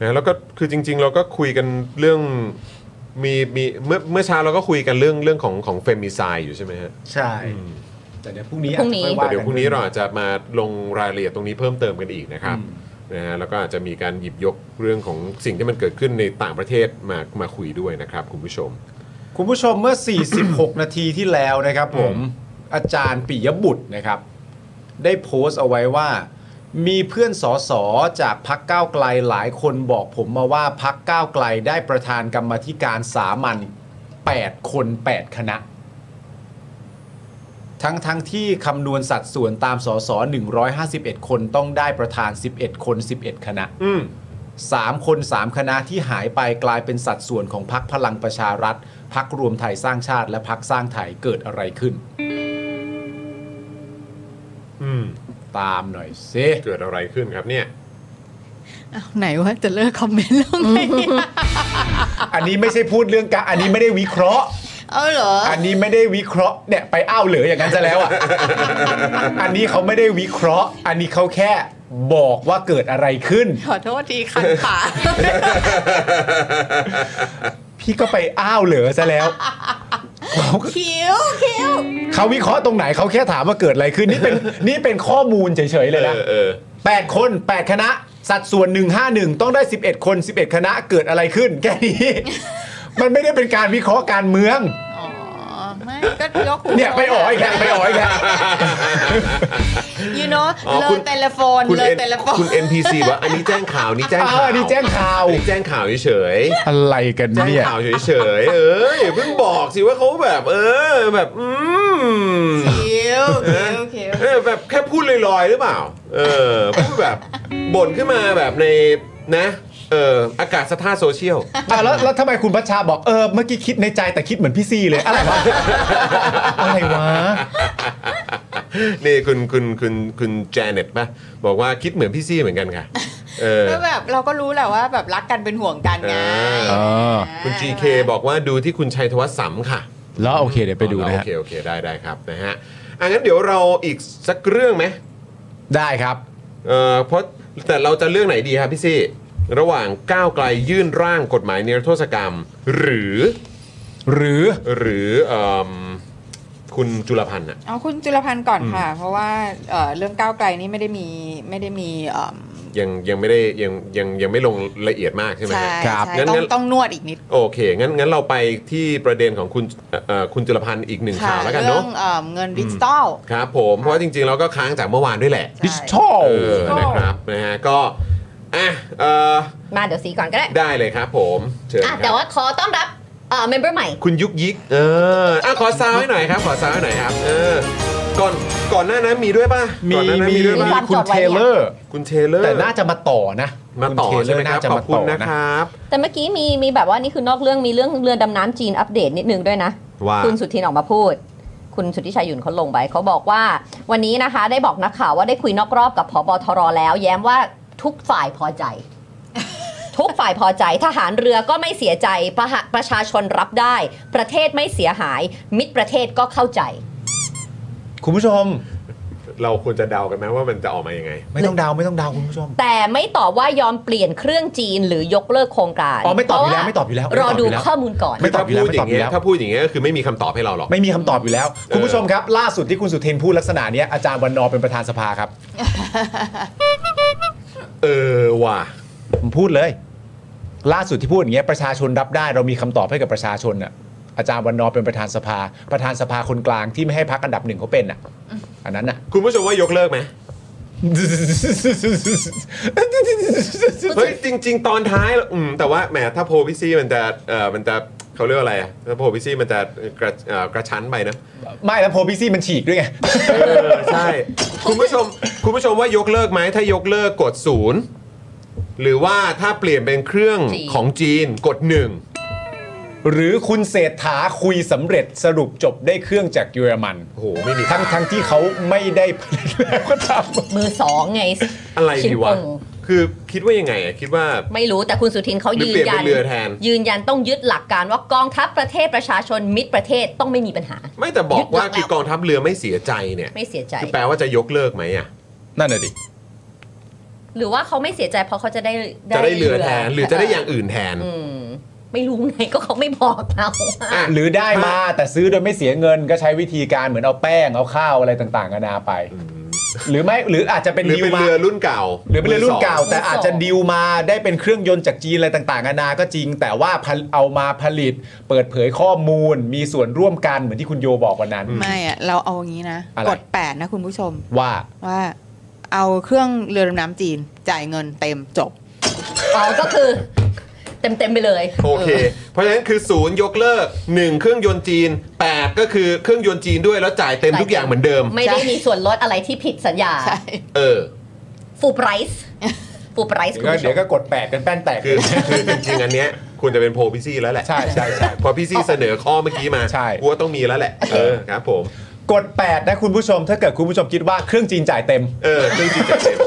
[SPEAKER 5] นะแล้วก็คือจริง ๆ เราก็คุยกันเรื่องมีมีเมื่อเมื่อเช้าเราก็คุยกันเรื่องเรื่องของของเฟมิไซอยู่ใช่ไหมฮะ
[SPEAKER 2] ใช่ แต่เดี๋ยวพรุ่งนี้
[SPEAKER 3] พรุ่งนี้
[SPEAKER 2] อาจจะค่อ
[SPEAKER 5] แต่
[SPEAKER 2] ว่า
[SPEAKER 5] เดี๋ยว
[SPEAKER 2] กั
[SPEAKER 5] พรุ่งนี้เราอาจจะมาลงรายละเอียดตรงนี้เพิ่มเติมกันอีกนะครับ
[SPEAKER 2] อืม
[SPEAKER 5] นะฮะแล้วก็อาจจะมีการหยิบยกเรื่องของสิ่งที่มันเกิดขึ้นในต่างประเทศมามาคุยด้วยนะครับ คุณผู้ชม
[SPEAKER 2] คุณผู้ชมเมื่อ 46 นาทีที่แล้วนะครับผม อาจารย์ปิยบุตรนะครับ ได้โพสต์เอาไว้ว่า มีเพื่อนสอสอจากพักก้าวไกลหลายคนบอกผมมาว่าพักก้าวไกลได้ประธานกรรมาธิการสามัญ8 คน 8 คณะ ทั้งทั้งที่คำนวณสัดส่วนตามสอสอ151 คนต้องได้ประธาน 11 คน 11 คณะ
[SPEAKER 5] อืม
[SPEAKER 2] สามคนสามคณะที่หายไปกลายเป็นสัดส่วนของพักพลังประชารัฐพักรวมไทยสร้างชาติและพักสร้างไทยเกิดอะไรขึ้น
[SPEAKER 5] อืม
[SPEAKER 2] ตามหน่อยสิ
[SPEAKER 5] เกิดอะไรขึ้นครับเนี่ย
[SPEAKER 7] อ้าวไหนว่าจะเลิกคอมเมนต์เรื่องไหน
[SPEAKER 2] อันนี้ไม่ใช่พูดเรื่องการอันนี้ไม่ได้วิเคราะห์
[SPEAKER 7] *laughs* เอาเหรอ
[SPEAKER 2] อันนี้ไม่ได้วิเคราะห์เนี่ยไปอ้าวเหลืออย่างนั้นซะแล้วอ่ะ อันนี้เขาไม่ได้วิเคราะห์ อันนี้เขาแค่บอกว่าเกิดอะไรขึ้น
[SPEAKER 7] ขอโทษทีคันขา
[SPEAKER 2] พี่ก็ไปอ้าวเหลือซะแล้ว
[SPEAKER 7] คิ้วคิ้ว
[SPEAKER 2] เขาวิเคราะห์ตรงไหนเขาแค่ถามว่าเกิดอะไรขึ้นนี่เป็นนี่เป็นข้อมูลเฉยๆเลย
[SPEAKER 5] เอ
[SPEAKER 2] นะ
[SPEAKER 5] อเออ
[SPEAKER 2] 8 คน 8 คณะ สัดส่วน 151 ต้องได้ 11 คน 11 คณะเกิดอะไรขึ้น *laughs* แค่นี้ มันไม่ได้เป็นการวิเคราะห์การเมือง
[SPEAKER 7] อ๋อ ไม่ก็ยกหู
[SPEAKER 2] เนี่ยไปอ๋ออีกแล้วไปอ๋ออีกแล้ว
[SPEAKER 7] ยูโน่
[SPEAKER 5] อ๋อ
[SPEAKER 7] เลิ
[SPEAKER 5] คุณ
[SPEAKER 7] กเทเลโฟน
[SPEAKER 5] คุณ
[SPEAKER 7] เลิก
[SPEAKER 5] เอ็น
[SPEAKER 7] เทเลโฟน
[SPEAKER 5] คุณ NPC บอกว่าอันนี้แจ้ง
[SPEAKER 2] *laughs*
[SPEAKER 5] ข่าวนี่แจ้ง
[SPEAKER 2] อ้าว
[SPEAKER 5] ข่าว
[SPEAKER 2] อันนี้แจ้งข่าว
[SPEAKER 5] อันนี้แจ้งข่าวเฉย
[SPEAKER 2] อะไรกัน
[SPEAKER 5] ๆแจ้ง
[SPEAKER 2] เนี่ย
[SPEAKER 5] ข่าวเฉยๆเอออย่าเพิ่งบอกสิว่าเขาแบบ เออ แบบ อืม
[SPEAKER 7] คิ้วคิ้วคิ้ว
[SPEAKER 5] เออแบบแค่พูดลอยๆหรือเปล่า เออพูดแบบบ่นขึ้นมาแบบในนะ เอออากาศสภาพโซเชียล
[SPEAKER 2] อ่ะแล้วแล้วทำไมคุณพัชชาบอกเออเมื่อกี้คิดในใจแต่คิดเหมือนพี่ซีเลยอะไรวะ อะไรวะ
[SPEAKER 5] นี่คุณคุณคุณคุณแจเน็ตป่ะ บอกว่าคิดเหมือนพี่ซี่เหมือนกันค่ะ เออ
[SPEAKER 7] ก็แบบเราก็รู้แหละว่าแบบรักกันเป็นห่วงกันไง
[SPEAKER 5] เอ
[SPEAKER 2] อ
[SPEAKER 5] คุณ GK บอกว่าดูที่คุณชัยธวัฒน์สัมค่ะ
[SPEAKER 2] แล้วโอเคเดี๋ยวไปดูนะ
[SPEAKER 5] โอ
[SPEAKER 2] ฮะ
[SPEAKER 5] เคโอเคได้ได้ครับนะฮะอ่ะงั้นเดี๋ยวเราอีกสักเรื่องไหม
[SPEAKER 2] ได้ครับ
[SPEAKER 5] เออเพราะแต่เราจะเลือกไหนดีครับพี่ซี่ระหว่างก้าวไกลยื่นร่างกฎหมายนิรโทษกรรม หรือ
[SPEAKER 2] หรือ
[SPEAKER 5] หรือเอิ่มคุณจุลพันธ์อ่ะ
[SPEAKER 7] เอาคุณจุลพันธ์ก่อนค่ะ เพราะว่าเอ่อเรื่องก้าวไกลนี่ไม่ได้มีไม่ได้มีเอิ่ม
[SPEAKER 5] ยังยังไม่ได้ยังยังยังไม่ลงละเอียดมากใช่ไหม
[SPEAKER 7] ใช่
[SPEAKER 5] ฮะ
[SPEAKER 2] ครับ
[SPEAKER 7] ใช่
[SPEAKER 5] งั้น
[SPEAKER 7] ต้อง
[SPEAKER 5] งั้น
[SPEAKER 7] ต้องนวดอีกนิด
[SPEAKER 5] โอเค งั้นงั้นเราไปที่ประเด็นของคุณเอ่อเอ่อคุณจุลพันธ์อีกหนึ่งข่าวแล้วกัน
[SPEAKER 7] เรื่
[SPEAKER 5] เนาะ
[SPEAKER 7] องเอิ่มเงินดิจิตอล
[SPEAKER 5] ครับผม เพราะว่าจริงๆเราก็ค้างจากเมื่อวานด้วยแหละ
[SPEAKER 7] ใช่
[SPEAKER 2] ดิจิทัล
[SPEAKER 5] เออนะครับนะฮะก็อ่ะเอ่อ
[SPEAKER 3] มาเดี๋ยวสีก่อนก็ได้
[SPEAKER 5] ได้เลยครับผมเชิญค
[SPEAKER 3] อ่ะ
[SPEAKER 5] รับ
[SPEAKER 3] แต่ว่าขอต้อนรับเอ่อเมมเบอร์ใหม่
[SPEAKER 5] คุณยุกยิกเอออ่ะขอซาวให้หน่อยครับขอซาวให้หน่อยครับเออก่อนก่อนหน้านั้นมีด้วยป่ะ
[SPEAKER 2] มี
[SPEAKER 5] ก่อนหน้านั้น
[SPEAKER 2] มี
[SPEAKER 5] มีด้วย
[SPEAKER 2] มี
[SPEAKER 5] ป่ะ
[SPEAKER 3] ความ
[SPEAKER 2] คุ
[SPEAKER 3] จ
[SPEAKER 2] ณ
[SPEAKER 3] ดไว้
[SPEAKER 2] เท
[SPEAKER 3] เนี่ย
[SPEAKER 2] เลอร์
[SPEAKER 5] คุณเทเลอร์
[SPEAKER 2] แต่น่าจะมาต่อนะ
[SPEAKER 5] มาต่อ
[SPEAKER 2] คุณเท
[SPEAKER 5] ใช่ไห
[SPEAKER 2] เลอร์
[SPEAKER 5] มครั
[SPEAKER 2] น่า
[SPEAKER 5] บ
[SPEAKER 2] จะ
[SPEAKER 5] ขอ
[SPEAKER 2] มา
[SPEAKER 5] บคุ
[SPEAKER 2] ต่
[SPEAKER 5] ณ
[SPEAKER 2] อ
[SPEAKER 5] นะ
[SPEAKER 2] นะ
[SPEAKER 5] ครับ
[SPEAKER 3] แต่เมื่อกี้มีมีแบบว่านี่คือนอกเรื่องมีเรื่องเรือดำน้ำจีนอัปเดตนิดนึงด้วยนะ
[SPEAKER 5] ว่า
[SPEAKER 3] คุณสุทินออกมาพูด คุณสุทธิชัยหยุ่นเขาลงไปเขาบอกว่า วันนี้นะคะได้บอกนักข่าวว่าได้คุยนอกรอบกับผบทรแล้ว แย้มว่าทุกฝ่ายพอใจ *laughs* ทุกฝ่ายพอใจทหารเรือก็ไม่เสียใจประหะประชาชนรับได้ ประเทศไม่เสียหาย มิตรประเทศก็เข้าใจ
[SPEAKER 2] คุณผู้ชม
[SPEAKER 5] เราควรจะเดากันไหมว่ามันจะออกมายังไง
[SPEAKER 2] ไม่ต้องเดาไม่ต้องเดาคุณผู้ชม
[SPEAKER 3] แต่ไม่ตอบว่ายอมเปลี่ยนเครื่องจีนหรือยกเลิกโครงการ
[SPEAKER 2] อ๋อไม่ตอบอยู่แล้ว
[SPEAKER 3] เพาะา
[SPEAKER 2] ไม่ตอบอยู่แล้วไม่
[SPEAKER 3] รอ
[SPEAKER 2] ตอบอ
[SPEAKER 3] ดู
[SPEAKER 2] ยู่แล้ว
[SPEAKER 3] ข้อมูลก่อน
[SPEAKER 2] ไม่ตอบอยู่แล้ว
[SPEAKER 5] ถ้าพูดอย่างเงี้
[SPEAKER 2] ไม่ตอบอยู่
[SPEAKER 5] ย
[SPEAKER 2] แล้ว
[SPEAKER 5] ถ้าพูดอย่างเงี้ยก็คือไม่มีคำตอบให้เราหรอก
[SPEAKER 2] ไม่มีคำตอบอยู่แล้ว คุณผู้ชมครับ ล่าสุดที่คุณสุเทนพูดลักษณะเนี้ยอาจารย์วันนอร์เป็นประธานสภาครับ
[SPEAKER 5] เออว่ะ
[SPEAKER 2] ผมพูดเลย ล่าสุดที่พูดอย่างเงี้ยประชาชนรับได้เรามีคำตอบให้กับประชาชนน่ะอาจารย์วันนอร์เป็นประธานสภา ประธานสภาคนกลางที่ไม่ให้พักอันดับหนึ่งเขาเป็นอ่ะ อันนั้นน่ะ
[SPEAKER 5] คุณผู้ชมว่ายกเลิกไหมเฮ้ยจริง ๆ ตอนท้ายอืมแต่ว่าแหมถ้าโพลพิซี่มันจะเออมันจะเขาเรียกว่าอะไรอะถ้าโพลพิซี่มันจะกระเอ่อกระชั้นไปนะ
[SPEAKER 2] ไม่แล้วโพลพิซี่มันฉีกด้วยไง
[SPEAKER 5] เออใช่ คุณผู้ชมคุณผู้ชมว่ายกเลิกไหมถ้ายกเลิกกดศูนย์หรือว่าถ้าเปลี่ยนเป็นเครื่อง
[SPEAKER 3] จีน
[SPEAKER 5] ของจีนกดหนึ่ง
[SPEAKER 2] หรือคุณเศรษฐาคุยสำเร็จสรุปจบได้เครื่องจากเยอรมัน
[SPEAKER 5] โอ้โหไม่มี
[SPEAKER 2] ทั้งทั้งที่เขาไม่ได้ *laughs* ผลิตแล้วก็ทำ
[SPEAKER 3] มือสองไง
[SPEAKER 5] อะไรดีวะ
[SPEAKER 3] ชินปง
[SPEAKER 5] คือคิดว่ายังไงอะคิดว่า
[SPEAKER 3] ไม่รู้แต่คุณสุทินเขา
[SPEAKER 5] หรือ
[SPEAKER 3] ยื
[SPEAKER 5] เปลี่
[SPEAKER 3] น
[SPEAKER 5] ยน
[SPEAKER 3] ยั
[SPEAKER 5] เป็นนเรือแทน
[SPEAKER 3] ยืนยันต้องยึดหลักการว่ากองทัพประเทศประชาชนมิตรประเทศต้องไม่มีปัญหา
[SPEAKER 5] ไม่แต่บอกว่า
[SPEAKER 3] ยึดหลักแล้ว
[SPEAKER 5] คือกองทัพเรือไม่เสียใจเนี่ย
[SPEAKER 3] ไม่เสียใจ
[SPEAKER 5] คือแปลว่าจะยกเลิกไหมอ่ะ
[SPEAKER 2] นั่นน่ะดิ
[SPEAKER 3] หรือว่าเขาไม่เสียใจเพราะเขาจะได้
[SPEAKER 5] จะได้เรือแทนหรือจะได้อย่างอื่นแทน
[SPEAKER 3] อืมไม่รู้ไงก็เขาไม่บอกเราอะ
[SPEAKER 5] อ่ะ
[SPEAKER 2] หรือได้มาแต่ซื้อโดยไม่เสียเงินก็ใช้วิธีการเหมือนเอาแป้งเอาข้าวอะไรต่างๆนานาไป หรือไม่หรืออาจจะเป็น
[SPEAKER 5] หรือ
[SPEAKER 2] ดีล
[SPEAKER 5] เป็น
[SPEAKER 2] มา
[SPEAKER 5] เรือรุ่นเก่า
[SPEAKER 2] หรือเป็นเรือรุ่นเก่า
[SPEAKER 5] มือส
[SPEAKER 2] แต่อาจจะดีลมาได้เป็นเครื่องยนต์จากจีนอะไรต่างๆนานาก็จริง แต่ว่าพะเอามาผลิต เปิดเผยข้อมูล มีส่วนร่วมกันเหมือนที่คุณโยบอกวันนั้น
[SPEAKER 7] ไม่อะเราเอาอย่างนี้นะ
[SPEAKER 2] อะไร
[SPEAKER 7] กด 8 นะคุณผู้ชม
[SPEAKER 2] ว่า
[SPEAKER 7] ว่าเอาเครื่องเรือดำน้ำจีน จ่ายเงินเต็มจบ
[SPEAKER 3] อ๋อก็คือเต็มเต็มๆไปเลย
[SPEAKER 5] งโอเค เพราะฉะนั้นคือศูนย์ยกเลิกหนึ่งเครื่องยนต์จีนแปดก็คือเครื่องยนต์จีนด้วยแล้วจ่ายเต็มทุกอย่างเหมือนเดิม
[SPEAKER 3] ไม่ได้มีส่วนลดอะไรที่ผิดสัญญา
[SPEAKER 7] ใช่
[SPEAKER 5] เออ
[SPEAKER 3] ฟูลไพรส์ฟูลไพรส์
[SPEAKER 2] เดี๋ย
[SPEAKER 3] คุณ
[SPEAKER 2] วก็
[SPEAKER 3] ผู้ช
[SPEAKER 2] เดี๋ย
[SPEAKER 3] ม
[SPEAKER 2] วก็กดแปดกันแป้นแตก
[SPEAKER 5] คือคือจริงๆอันเนี้ยควรจะเป็นโพลพี่ซี่แล้วแหละ
[SPEAKER 2] ใช่ใช่ใช่
[SPEAKER 5] พอพี่ซี่เสนอข้อเมื่อกี้มา
[SPEAKER 2] ใช่
[SPEAKER 5] กูว่าต้องมีแล้วแหละเออครับผม
[SPEAKER 2] กดแปดนะคุณผู้ชม ถ้าเกิดคุณผู้ชมคิดว่าเครื่องจีนจ่ายเต็ม
[SPEAKER 5] เออเครื่องจีนจ่ายเต็ม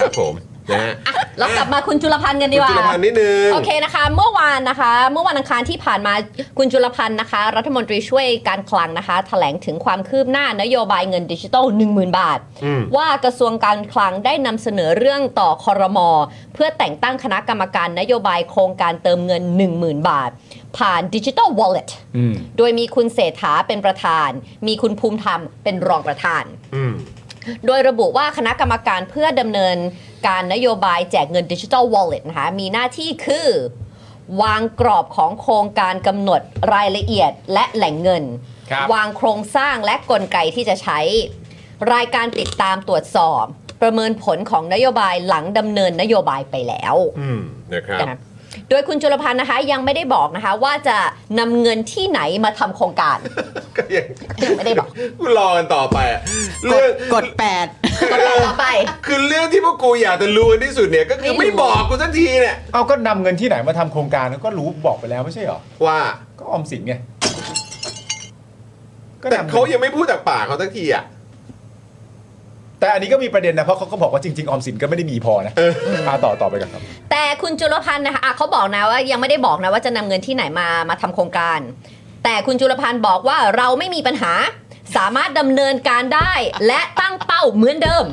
[SPEAKER 5] ครับผมนะฮะ
[SPEAKER 3] แล้วกลับมาคุณจุลพันธ์กัน
[SPEAKER 5] คุ
[SPEAKER 3] ดี
[SPEAKER 5] ณ
[SPEAKER 3] กว่า
[SPEAKER 5] จุลพันธ์นิดนึง
[SPEAKER 3] โอเคนะคะ เมื่อวานนะคะ เมื่อวันอังคารที่ผ่านมาคุณจุลพันธ์นะคะ รัฐมนตรีช่วยการคลังนะคะ แถลงถึงความคืบหน้านโยบายเงินดิจิตอล10,000 บาท
[SPEAKER 5] อืม
[SPEAKER 3] ว่ากระทรวงการคลังได้นำเสนอเรื่องต่อคอรมอเพื่อแต่งตั้งคณะกรรมการนโยบายโครงการเติมเงิน 10,000 บาท ผ่านดิจิ t a ลวอลเล็ต
[SPEAKER 2] อืม
[SPEAKER 3] โดยมีคุณเศรษฐาเป็นประธาน มีคุณภูมิธรรมเป็นรองประธาน
[SPEAKER 5] อืม
[SPEAKER 3] โดยระบุว่าคณะกรรมการเพื่อดำเนินการนโยบายแจกเงินดิจิทัลวอลเล็ตนะคะมีหน้าที่คือ วางกรอบของโครงการกำหนดรายละเอียดและแหล่งเงิน
[SPEAKER 2] ครับ
[SPEAKER 3] วางโครงสร้างและกลไกที่จะใช้ รายการติดตามตรวจสอบ ประเมินผลของนโยบายหลังดำเนินนโยบายไปแล้ว
[SPEAKER 5] อืมนะครับ
[SPEAKER 3] นะโดยคุณจุลพันธ์นะคะยังไม่ได้บอกนะคะว่าจะนำเงินที่ไหนมาทำโครงการ
[SPEAKER 5] ก็ยัง
[SPEAKER 3] ยังไม่ได้
[SPEAKER 5] *laughs*
[SPEAKER 3] บอก
[SPEAKER 5] กูรอกันต่อไปอะ
[SPEAKER 7] ก
[SPEAKER 5] เรื่อง
[SPEAKER 7] ดกด
[SPEAKER 3] ก็แบบต่อไป
[SPEAKER 5] คือเรื่องที่พวกกูอยากจะรู้กันที่สุดเนี่ยก็คือ
[SPEAKER 3] ไม่
[SPEAKER 5] ไม่
[SPEAKER 3] รู้
[SPEAKER 5] บอกกูสักทีเนี่ย
[SPEAKER 2] เอาก็นำเงินที่ไหนมาทำโครงการก็รู้บอกไปแล้วไม่ใช่เหรอ
[SPEAKER 5] ว่า
[SPEAKER 2] ก็ออมสินไงก็
[SPEAKER 5] แต่
[SPEAKER 2] นำ
[SPEAKER 5] เขายังไม่พูดจากปากเขาสักทีอ่ะ
[SPEAKER 2] แต่อันนี้ก็มีประเด็นนะ เพราะเขาก็บอกว่าจริง ๆ ออมสินก็ไม่ได้มีพอนะ
[SPEAKER 5] เออ
[SPEAKER 2] พาต่อต่อไปกันครับ
[SPEAKER 3] แต่คุณจุลพันธ์นะคะอ่ะเขาบอกนะว่ายังไม่ได้บอกนะว่าจะนำเงินที่ไหนมามาทำโครงการ แต่คุณจุลพันธ์บอกว่าเราไม่มีปัญหา สามารถดำเนินการได้ และตั้งเป้าเหมือนเดิม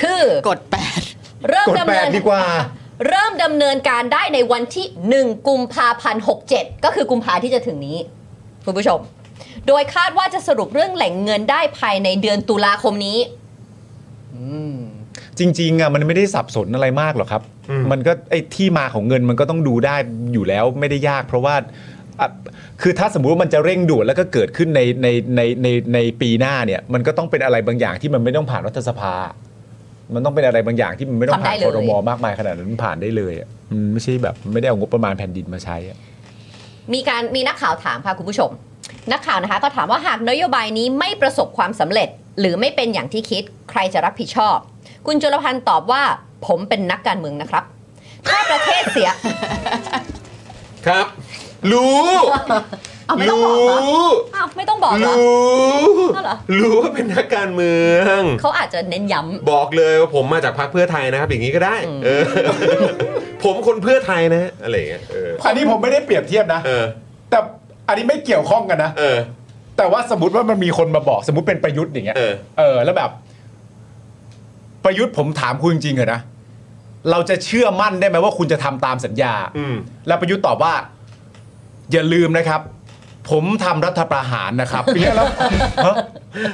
[SPEAKER 3] คือ
[SPEAKER 7] กดแปด
[SPEAKER 3] เริ่ม
[SPEAKER 2] กด
[SPEAKER 3] ดำ
[SPEAKER 2] แป
[SPEAKER 3] เนิ
[SPEAKER 2] ด
[SPEAKER 3] น
[SPEAKER 2] ดีกว่า
[SPEAKER 3] เริ่มดำเนินการได้ในวันที่ 1 กุมภาพันธ์67 ก็คือกุมภาที่จะถึงนี้ คุณผู้ชม โดยคาดว่าจะสรุปเรื่องแหล่งเงินได้ภายในเดือนตุลาคมนี้
[SPEAKER 2] จริงๆอ่ะมันไม่ได้สับสนอะไรมากหรอกครับ
[SPEAKER 5] อืม
[SPEAKER 2] มันก็ไอ้ที่มาของเงินมันก็ต้องดูได้อยู่แล้วไม่ได้ยาก เพราะว่าอ่ะคือถ้าสมมติว่ามันจะเร่งด่วนแล้วก็เกิดขึ้นในในในในในปีหน้าเนี่ย มันก็ต้องเป็นอะไรบางอย่างที่มันไม่ต้องผ่านรัฐสภา มันต้องเป็นอะไรบางอย่างที่มันไม่ต้องผ่าน
[SPEAKER 3] ทำได้เล
[SPEAKER 2] ค
[SPEAKER 3] ย
[SPEAKER 2] รมมากมายขนาดนั้นมันผ่านได้เลยอ่ะมันไม่ใช่แบบไม่ได้เอางบประมาณแผ่นดินมาใช้อ่ะ
[SPEAKER 3] มีการมีนักข่าวถามค่ะคุณผู้ชม นักข่าวนะคะก็ถามว่าหากนโยบายนี้ไม่ประสบความสำเร็จ หรือไม่เป็นอย่างที่คิดใครจะรับผิดชอบ คุณจุลพันธ์ตอบว่าผมเป็นนักการเมืองนะครับ ถ้าประเทศเสีย
[SPEAKER 5] ครับ รู้
[SPEAKER 3] เอาไม่ต้อง
[SPEAKER 5] รู
[SPEAKER 3] บอกเหรอ้ อ้าวไม่ต้องบอกเหรอ
[SPEAKER 5] รู้
[SPEAKER 3] เอาเหรอ
[SPEAKER 5] รู้ว่าเป็นนักการเมือง
[SPEAKER 3] เขาอาจจะเน้นย้ำ
[SPEAKER 5] บอกเลยว่าผมมาจากพรรคเพื่อไทยนะครับ อย่างนี้ก็ได้เอ *laughs* อผมคนเพื่อไทยนะ อะไรอย่างเงี้ยเออ
[SPEAKER 2] อันนี้ผมไม่ได้เปรียบเทียบนะ
[SPEAKER 5] เออ
[SPEAKER 2] แต่อันนี้ไม่เกี่ยวข้องกันนะ
[SPEAKER 5] เออ
[SPEAKER 2] แต่ว่าสมมติว่ามันมีคนมาบอกสมมติเป็นประยุทธ์อย่างเงี้ย
[SPEAKER 5] เออ
[SPEAKER 2] เออ แล้วแบบ ประยุทธ์ผมถามคุณจริงๆเหรอะนะเราจะเชื่อมั่นได้ไหมว่าคุณจะทำตามสัญญา
[SPEAKER 5] อืม
[SPEAKER 2] แล้วประยุทธ์ตอบว่า อย่าลืมนะครับ ผมทำรัฐประหาร
[SPEAKER 5] *laughs*
[SPEAKER 2] นะครับเนี่ยแล้วฮะ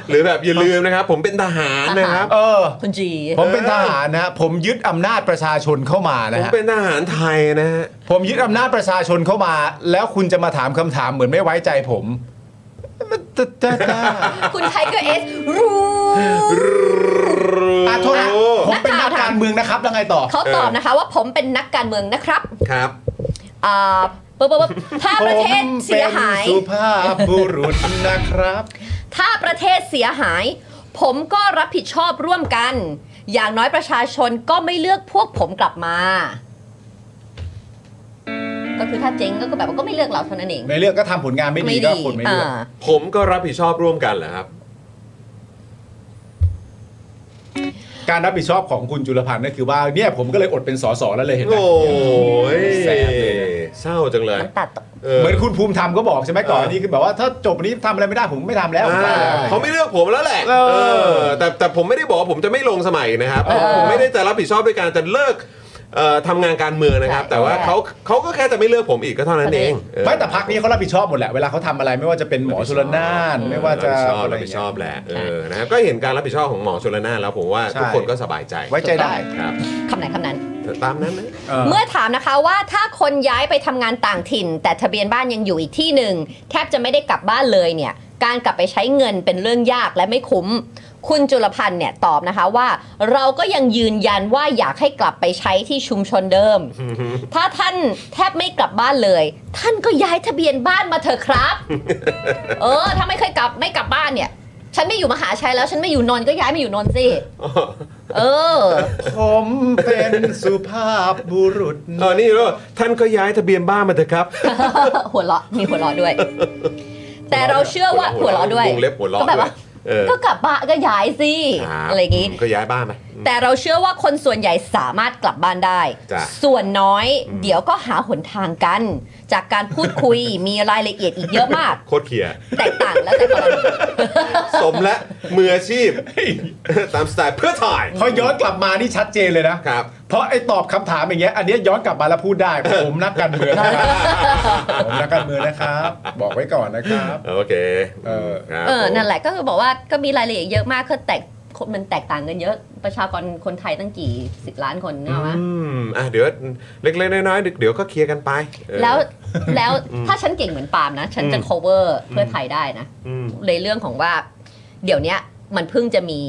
[SPEAKER 5] หรือแบบอย่าลืมนะครับ ผมเป็นทหารนะครับ
[SPEAKER 2] เออ
[SPEAKER 3] คุณจี
[SPEAKER 2] ผมเป็นทหารนะฮะผมยึดอำนาจประชาชนเข้ามานะ
[SPEAKER 5] ผม
[SPEAKER 2] ฮะ
[SPEAKER 5] เป็นทหารไทยนะฮะ
[SPEAKER 2] ผมยึดอำนาจประชาชนเข้ามา แล้วคุณจะมาถามคำถามเหมือนไม่ไว้ใจ
[SPEAKER 5] *laughs*
[SPEAKER 2] ผมมันจะจะจะ
[SPEAKER 3] คุณไทเกอร์เอสรู้
[SPEAKER 2] อ่ะโทษนะ
[SPEAKER 5] โอ้
[SPEAKER 2] ผมเป็นนักการเมืองนะครับแล้วไงต่อ
[SPEAKER 3] เขาตอบนะคะว่าผมเป็นนักการเมืองนะครับ
[SPEAKER 5] ครับ
[SPEAKER 3] อ่าปึ๊บปึ๊บปึ๊บถ้า
[SPEAKER 2] ผม
[SPEAKER 3] ประเทศเสียหาย
[SPEAKER 2] ป็นสุภาพบุรุษนะครับ
[SPEAKER 3] ถ้าประเทศเสียหาย ผมก็รับผิดชอบร่วมกัน อย่างน้อยประชาชนก็ไม่เลือกพวกผมกลับมา ก็คือถ้าเจ๊งก็คือแบบว่าก็ไม่เลือกเราเท่านั้นเอง
[SPEAKER 2] ในเรื่องก็ทำผลงานไม่ดีก็คนไม่เลือก
[SPEAKER 3] อ่า
[SPEAKER 5] ผมก็รับผิดชอบร่วมกันเหรอครับ
[SPEAKER 2] การรับผิดชอบของคุณจุลพันธ์ก็คือว่าเนี่ยผมก็เลยอดเป็นสสแล้วเลยเห็นไหม
[SPEAKER 5] โอ้ย
[SPEAKER 2] แสบเลยอะ
[SPEAKER 5] เศร้าจังเลย
[SPEAKER 3] น้ำตัดตก
[SPEAKER 5] เออ
[SPEAKER 2] เหมือนคุณภูมิธรรมก็บอกใช่ไหมก่อนอันนี้คือแบบว่าถ้าจบอันนี้ทำอะไรไม่ได้ผมไม่ทำแล้วผม
[SPEAKER 5] อ่า
[SPEAKER 2] ไม่ทำแล้ว
[SPEAKER 5] เขาไม่เลือกผมแล้วแหละ
[SPEAKER 2] เออ
[SPEAKER 5] เออแต่แต่ผมไม่ได้บอกว่าผมจะไม่ลงสมัยนะครับ *laughs* ผมไม่ได้จะรับผิดชอบด้วยการจะเลิกเอ่อทำงานการเมืองนะครับ แต่ว่าเขาเขาก็แค่จะไม่เลือกผมอีกก็เท่านั้นเองเออ
[SPEAKER 2] ไม่แต่พักนี้เขารับผิดชอบหมดแหละเวลาเขาทำอะไรไม่ว่าจะเป็นหมอชลนานไม่ว่าจะ
[SPEAKER 5] รับผิดชอบรับผิดชอบแหละเออนะครับก็เห็นการรับผิดชอบของหมอชลนานแล้วผมว่าทุกคนก็สบายใจ
[SPEAKER 2] ไว้ใจได้
[SPEAKER 5] ครับ
[SPEAKER 3] คำไหนคำนั้น
[SPEAKER 5] ตามนั้นนะ
[SPEAKER 3] เมื่อถามนะคะว่าถ้าคนย้ายไปทำงานต่างถิ่น แต่ทะเบียนบ้านยังอยู่อีกที่หนึ่งแทบจะไม่ได้กลับบ้านเลยเนี่ย การกลับไปใช้เงินเป็นเรื่องยากและไม่คุ้ม คุณจุลพันธ์เนี่ยตอบนะคะว่า เราก็ยังยืนยันว่าอยากให้กลับไปใช้ที่ชุมชนเดิม *laughs* ถ้าท่านแทบไม่กลับบ้านเลย ท่านก็ย้ายทะเบียนบ้านมาเถอะครับ *laughs* เออ ถ้าไม่เคยกลับไม่กลับบ้านเนี่ย ฉันไม่อยู่มหาชัยแล้วฉันไม่อยู่นนท์ก็ย้ายมาอยู่นนท์สิเออ
[SPEAKER 2] ผมเป็นสุภาพบุรุษ
[SPEAKER 5] เออนี่แล้วท่านก็ย้ายทะเบียนบ้านมาเถอะครับ *laughs*
[SPEAKER 3] *laughs* หัวเราะมีหัวเราะด้วย แต่เราเชื่อว่าหัวเราะด้วย
[SPEAKER 5] วงเล็บหัวเราะ
[SPEAKER 3] ก็แบบว่า
[SPEAKER 5] เออ
[SPEAKER 3] ก็กลับบ้านก็ย้ายสิ
[SPEAKER 5] ครับ
[SPEAKER 3] อะไรอย่างงี้
[SPEAKER 5] ก็ย้ายบ้านไป
[SPEAKER 3] แต่เราเชื่อว่าคนส่วนใหญ่สามารถกลับบ้านได้
[SPEAKER 5] จ้ะ
[SPEAKER 3] ส่วนน้อย เดี๋ยวก็หาหนทางกัน จากการพูดคุย *laughs* มีรายละเอียดอีกเยอะมาก
[SPEAKER 5] โคตรเขีย
[SPEAKER 3] แตกต่างแล้วแต่กรณี
[SPEAKER 5] สมและมืออาชีพ ตามสไตล์เพื่อถ่าย
[SPEAKER 2] พอย้อนกลับมานี่ชัดเจนเลยนะ
[SPEAKER 5] ครับ
[SPEAKER 2] เพราะไอ้ตอบคำถามอย่างเงี้ย อันเนี้ยย้อนกลับมาแล้วพูดได้ ผมนักการเมืองนะครับผมนักการเมืองนะครับ บอกไว้ก่อนนะครับ
[SPEAKER 5] โอเค
[SPEAKER 2] เออ
[SPEAKER 5] ครับ
[SPEAKER 3] เออนั่น
[SPEAKER 5] ผม
[SPEAKER 3] แหละก็คือบอกว่าก็มีรายละเอียดเยอะมากก็แตกมันแตกต่างกันเยอะประชากรคนไทยตั้งกี่สิบล้านคนเนกออกปะ
[SPEAKER 5] อืมอ่ะเดี๋ยวเล็กๆน้อยๆเดี๋ยวก็เคลียร์กันไปเออ
[SPEAKER 3] แล้วแล้วถ้าฉันเก่งเหมือนปาล์มนะ ฉันจะ
[SPEAKER 5] อืม
[SPEAKER 3] cover เพื่อไทยได้นะ
[SPEAKER 5] อืม
[SPEAKER 3] ในเรื่องของว่า เดี๋ยวเนี้ยมันเพิ่งจะมี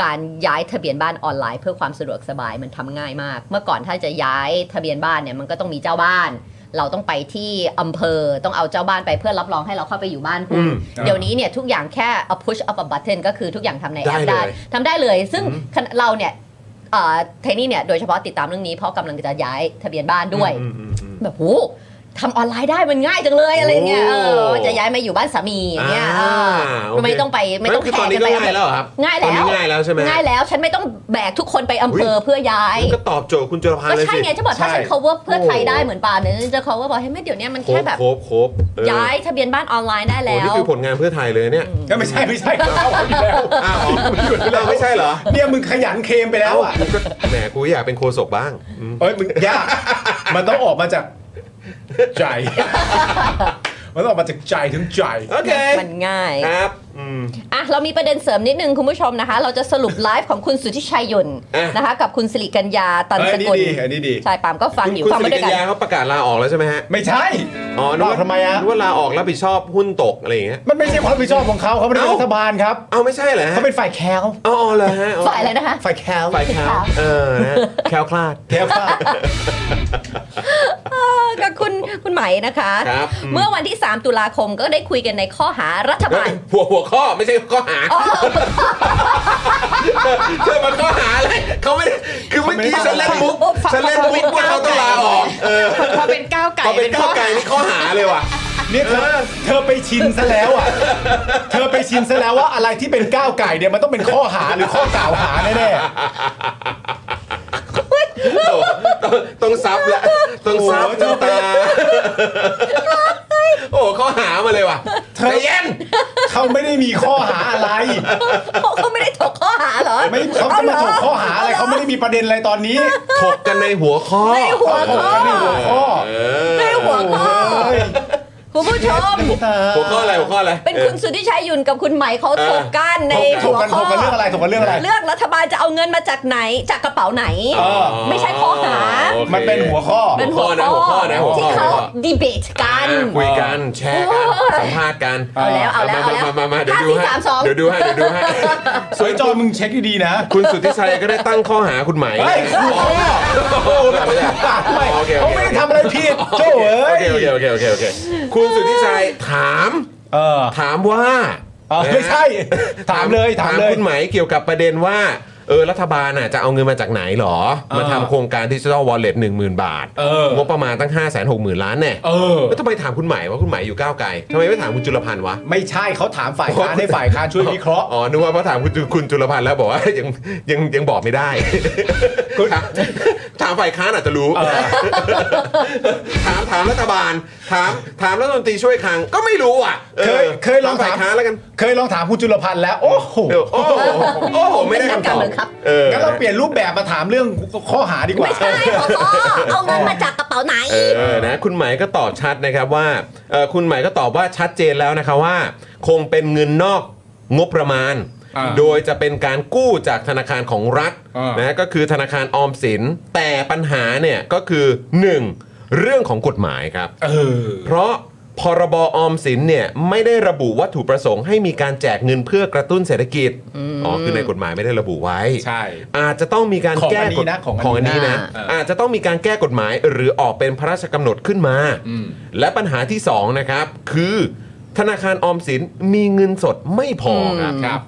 [SPEAKER 3] การย้ายทะเบียนบ้านออนไลน์ เพื่อความสะดวกสบายมันทำง่ายมาก เมื่อก่อนถ้าจะย้ายทะเบียนบ้านเนี่ยมันก็ต้องมีเจ้าบ้าน เราต้องไปที่อำเภอต้องเอาเจ้าบ้านไปเพื่อรับรองให้เราเข้าไปอยู่บ้านคุ
[SPEAKER 5] อื
[SPEAKER 3] ณ
[SPEAKER 5] ม
[SPEAKER 3] เดี๋ยวนี้เนี่ยทุกอย่างแค่ a push up a button ก็คือทุกอย่างทำในแอปได้
[SPEAKER 5] ได้เลย
[SPEAKER 3] ทำได้เลย ซึ่ง
[SPEAKER 5] อืม
[SPEAKER 3] ขณะเราเนี่ยเอ่อเทนี่เนี่ยโดยเฉพาะติดตามเรื่องนี้เพราะกำลังจะย้ายทะเบียนบ้านด้วย
[SPEAKER 5] อืมอืมอืม
[SPEAKER 3] แบบโห ทำออนไลน์ได้มันง่ายจังเลยอะไรเงี้ยเอ
[SPEAKER 5] โอ้
[SPEAKER 3] อจะย้ายมาอยู่บ้านสามีอย่างเงี้ย
[SPEAKER 5] อ่า
[SPEAKER 3] เออไม่
[SPEAKER 5] โอเค
[SPEAKER 3] ต้องไปไม่ต้อง
[SPEAKER 5] ไม่คือ
[SPEAKER 3] แค
[SPEAKER 5] ตอน
[SPEAKER 3] ร์
[SPEAKER 5] นี้
[SPEAKER 3] กันไป
[SPEAKER 5] ก็ง่ายแล้วเหรอครับ
[SPEAKER 3] ง่ายแล้ว
[SPEAKER 5] ตอนนี้ง่ายแล้วใช่ไหม
[SPEAKER 3] ง่ายแล้วฉันไม่ต้องแบกทุกคนไปอำเภอเพื่อย้าย
[SPEAKER 5] มันก็ตอบโจทย์คุณจุลพัน
[SPEAKER 3] ก็
[SPEAKER 5] ธ์เลย
[SPEAKER 3] ใช่
[SPEAKER 5] สิ
[SPEAKER 3] ไงฉันบอกถ้าฉัน
[SPEAKER 2] ใช่
[SPEAKER 3] cover เพื่อไทยได้เหมือนปาล์มเนี่ยฉันจะ cover บอกให้ไม่เดี๋ยวเนี้ยมัน
[SPEAKER 5] โค
[SPEAKER 3] แค่
[SPEAKER 5] บ
[SPEAKER 3] แบบ
[SPEAKER 5] โคบโคบเออ
[SPEAKER 3] ย้ายทะเบียนบ้านออนไลน์ได้
[SPEAKER 5] โอ้
[SPEAKER 3] แล้
[SPEAKER 5] นี่
[SPEAKER 3] ว
[SPEAKER 5] คือผลงานเพื่อไทยเลยเนี่ย
[SPEAKER 2] ก็ไม่ใช่ไม่ใช่เอาอีกแล้ว
[SPEAKER 5] อ้าวเราไม่ใช่เหรอ
[SPEAKER 2] เนี่ยมึงขยันเคลมไปแล้วอ่ะ
[SPEAKER 5] กูก็แหมกูอยากเป็นโคศกบ้างอืม
[SPEAKER 2] เอ้ยมึงยากมันต้องออกมาจากใจ มันต้องออกมาจากใจถึงใจ
[SPEAKER 5] โอเค
[SPEAKER 3] มันง่าย
[SPEAKER 5] ครับอืม
[SPEAKER 3] อ่ะ เรามีประเด็นเสริมนิดนึงคุณผู้ชมนะคะ เราจะสรุปไลฟ์ของคุณสุทธิชัยยนต์
[SPEAKER 5] อ่ะ
[SPEAKER 3] นะคะ กับคุณสิริกัญญาตันสกุล
[SPEAKER 2] เอ้ยอันนี้ดีอันนี้ดี
[SPEAKER 3] ใช่ปาล์มก็ฟังอยู่
[SPEAKER 5] คุณ
[SPEAKER 3] ฟัง
[SPEAKER 5] สิ
[SPEAKER 3] มา
[SPEAKER 5] ริ
[SPEAKER 3] ด้วย
[SPEAKER 5] กั
[SPEAKER 3] กั
[SPEAKER 5] ญ
[SPEAKER 3] น
[SPEAKER 5] ญาเขาประกาศลาออกแล้วใช่ไหมฮะ
[SPEAKER 2] ไม่ใช่
[SPEAKER 5] อ๋อนึกว่า
[SPEAKER 2] อ้าวทำไมอะ
[SPEAKER 5] นึกว่าลาออกรับผิดชอบหุ้นตกอะไรอย่างเงี้ย
[SPEAKER 2] มันไม่ใช่ความรับผิดชอบของเขาเขาไม่ได้เป็น
[SPEAKER 5] เอ้า
[SPEAKER 2] รัฐบาลครับ
[SPEAKER 5] เอาไม่ใช่เหรอฮะ
[SPEAKER 2] เขาเป็นฝ่ายแคล
[SPEAKER 5] อ๋ออ๋อเหรอฮะ
[SPEAKER 3] ฝ่ายอะไรนะคะ
[SPEAKER 2] ฝ่ายแคล
[SPEAKER 5] ฝ่ายแคลเออนะฮะแคลคลาด
[SPEAKER 2] แคลฝ่าย
[SPEAKER 3] กับคุณคุณไหมนะคะ
[SPEAKER 5] ครับอืม
[SPEAKER 3] เมื่อวันที่ 3 ตุลาคมก็ได้คุยกันในข้อหารัฐ
[SPEAKER 5] เฮ้ *laughs*
[SPEAKER 3] บาล
[SPEAKER 5] ยหัวหัวข้อไม่ใช่ข้อหาเธอมาข้อหาอะไรเขาไม่ได้คือเมื่อกี้ฉันเล่นมุกฉันเล่นมุกว่าเขาต้องลาออกเออ
[SPEAKER 7] พอเป็นก้าวไก่
[SPEAKER 5] พอเป็นข้อไก่นี่ข้อหาเลยว่ะ
[SPEAKER 2] เนี่ยเธอเธอไปชินซะแล้วอ่ะ เธอไปชินซะแล้วว่าอะไรที่เป็นก้าวไก่เนี่ยมันต้องเป็นข้อหาหรือข้อกล่าวหาแน่
[SPEAKER 5] โอ้ต้องต้องซับละต้องซับต้องตา โอ้ข้อหามาเลยว่ะใจเย็น
[SPEAKER 2] ๆเขาไม่ได้มีข้อหาอะไร
[SPEAKER 3] เขาไม่ได้ถกข้อหาเหรอ
[SPEAKER 2] ไม่เขาจะมาถกข้อหาอะไรเขาไม่ได้มีประเด็นอะไรตอนนี้
[SPEAKER 5] ถกกันในหัวข้อ
[SPEAKER 3] ในหัวข้อ
[SPEAKER 2] ไม่หัวข้อ
[SPEAKER 3] ในหัวข้อ
[SPEAKER 2] เฮ้ย
[SPEAKER 3] คุณผู้ชม
[SPEAKER 5] หัวข้ออะไรหัวข้ออะไร
[SPEAKER 3] เป็นคุณสุทธิชัยยุนกับคุณไหมเขา
[SPEAKER 5] เออ
[SPEAKER 3] ถกกันใน
[SPEAKER 2] ถ
[SPEAKER 3] หั
[SPEAKER 2] ก
[SPEAKER 3] ว
[SPEAKER 2] กัน
[SPEAKER 3] ข้
[SPEAKER 2] ถ
[SPEAKER 3] อก
[SPEAKER 2] กันเรื่องอะไรถกกันเรื่องอะไร
[SPEAKER 3] เลือกรัฐบาลจะเอาเงินมาจากไหนจากกระเป๋าไหน
[SPEAKER 2] เออ
[SPEAKER 3] ไม่ใช่ข้อหา
[SPEAKER 5] โอค
[SPEAKER 2] มันเป็นหัวข้อ
[SPEAKER 3] เป็น
[SPEAKER 5] หั
[SPEAKER 3] หั
[SPEAKER 5] ว
[SPEAKER 3] ว
[SPEAKER 5] ข้อนะหัวข้
[SPEAKER 3] ข้
[SPEAKER 5] อ
[SPEAKER 3] อ
[SPEAKER 5] นะหัวข้อ
[SPEAKER 3] ที่เขา
[SPEAKER 5] หัวข้อ
[SPEAKER 3] ดีเบตกัน
[SPEAKER 5] อ่าคุยกันแชร์กัน
[SPEAKER 3] โอ้ย
[SPEAKER 5] สัมภาษณ์กัน
[SPEAKER 3] เอาแล้วเอาแล้ว
[SPEAKER 5] มม
[SPEAKER 3] เอาแล้ว
[SPEAKER 5] มามาเดี๋ยว
[SPEAKER 3] ห้า
[SPEAKER 5] ดู
[SPEAKER 3] สี่
[SPEAKER 5] ให้
[SPEAKER 3] สามสอง
[SPEAKER 5] เดี๋ยวดูให้เดี๋ยวดูให้
[SPEAKER 2] สวยจอมึงเช็คดีๆนะ
[SPEAKER 5] คุณสุทธิชัยก็ได้ตั้งข้อหาคุณไหม
[SPEAKER 2] เฮ้ยหัวข้อ
[SPEAKER 5] โอ้ไม่ได้
[SPEAKER 2] ไม่
[SPEAKER 5] โอเคโอ
[SPEAKER 2] เขา
[SPEAKER 5] เค
[SPEAKER 2] ไม่ได้ทำอะไรผิดโจ้เอ้
[SPEAKER 5] โอย เคโอเคโอเคโอเคโอเคคุณสุทธิชัยถาม
[SPEAKER 2] เออ
[SPEAKER 5] ถามว่า
[SPEAKER 2] เออไม่ใช่ถามเลยถามเลย
[SPEAKER 5] คุณไหมเกี่ยวกับประเด็นว่าเออรัฐบาลน่ะจะเอาเงินมาจากไหนหรอ
[SPEAKER 2] เออ
[SPEAKER 5] มาทำโครงการดิจิทัลวอลเล็ตหนึ่งหมื่นบาท
[SPEAKER 2] เออ
[SPEAKER 5] งบประมาณตั้ง 5 6 0 0 0 0 ล้านเนี่ย
[SPEAKER 2] เออ
[SPEAKER 5] แล้วทำไมถามคุณไหมว่าคุณไหมอยู่ก้าวไกลทำไมไม่ถามคุณจุลพันธ์วะ
[SPEAKER 2] ไม่ใช่เขาถามฝ่ายค้านให้ฝ่ายค้านช่วยวิเคราะห์
[SPEAKER 5] อ๋อนึกว่าพอถามคุณจุคุณจุลพันธ์แล้วบอกว่า *laughs* ยังยังยังบอกไม่ได้
[SPEAKER 2] *laughs* คุณ
[SPEAKER 5] ถามถามฝ่ายค้านอาจจะรู้
[SPEAKER 2] เออ
[SPEAKER 5] *laughs* ถามถามรัฐบาล ถามถามรัฐมนตรีช่วยคลังก็ไม่รู้อ่ะออ
[SPEAKER 2] เคยเคยลองถา
[SPEAKER 5] ฝ่าย
[SPEAKER 2] ม
[SPEAKER 5] ค้านแล้วกัน
[SPEAKER 2] เคยลองถามคุณจุลพันธ์แล้ว โอ้โห
[SPEAKER 5] เออโอ้โหโอ้โหไม่ได้คำตอบ
[SPEAKER 3] เป็นนักการเมืองครับ
[SPEAKER 5] ออ
[SPEAKER 2] งั้นเราเปลี่ยนรูปแบบมาถามเรื่องข้อหาดีกว่า
[SPEAKER 3] ไม่ใช่หัวข้อเอาเงินมาจากกระเป๋าไหน
[SPEAKER 5] เออ นะ คุณหมายก็ตอบชัดนะครับว่าเอ่อคุณหมายก็ตอบว่าชัดเจนแล้วนะคะว่า คงเป็นเงินนอกงบประมาณ
[SPEAKER 2] อ่า
[SPEAKER 5] โดยจะเป็นการกู้จากธนาคารของรัฐ
[SPEAKER 2] อ่าน
[SPEAKER 5] นะก็คือธนาคารออมสิน แต่ปัญหาเนี่ยก็คือ 1. เรื่องของกฎหมายครับ
[SPEAKER 2] เออ
[SPEAKER 5] เพราะพรบออมสินเนี่ยไม่ได้ระบุวัตถุประสงค์ให้มีการแจกเงินเพื่อกระตุ้นเศรษฐกิจอ๋อคือในกฎหมายไม่ได้ระบุไว้
[SPEAKER 2] ใช่
[SPEAKER 5] อาจจะต้องมีการ
[SPEAKER 2] ของ
[SPEAKER 5] แก้
[SPEAKER 2] อันนี้
[SPEAKER 5] กฎ
[SPEAKER 2] นะของอันนี้
[SPEAKER 5] ของอันนี้นะ
[SPEAKER 2] อ่า
[SPEAKER 5] อาจจะต้องมีการแก้กฎหมายหรือออกเป็นพระราชกำหนดขึ้นมา
[SPEAKER 2] อืม
[SPEAKER 5] และปัญหาที่สองนะครับ คือธนาคารออมสินมีเงินสดไม่พอครับ
[SPEAKER 2] อืมครับ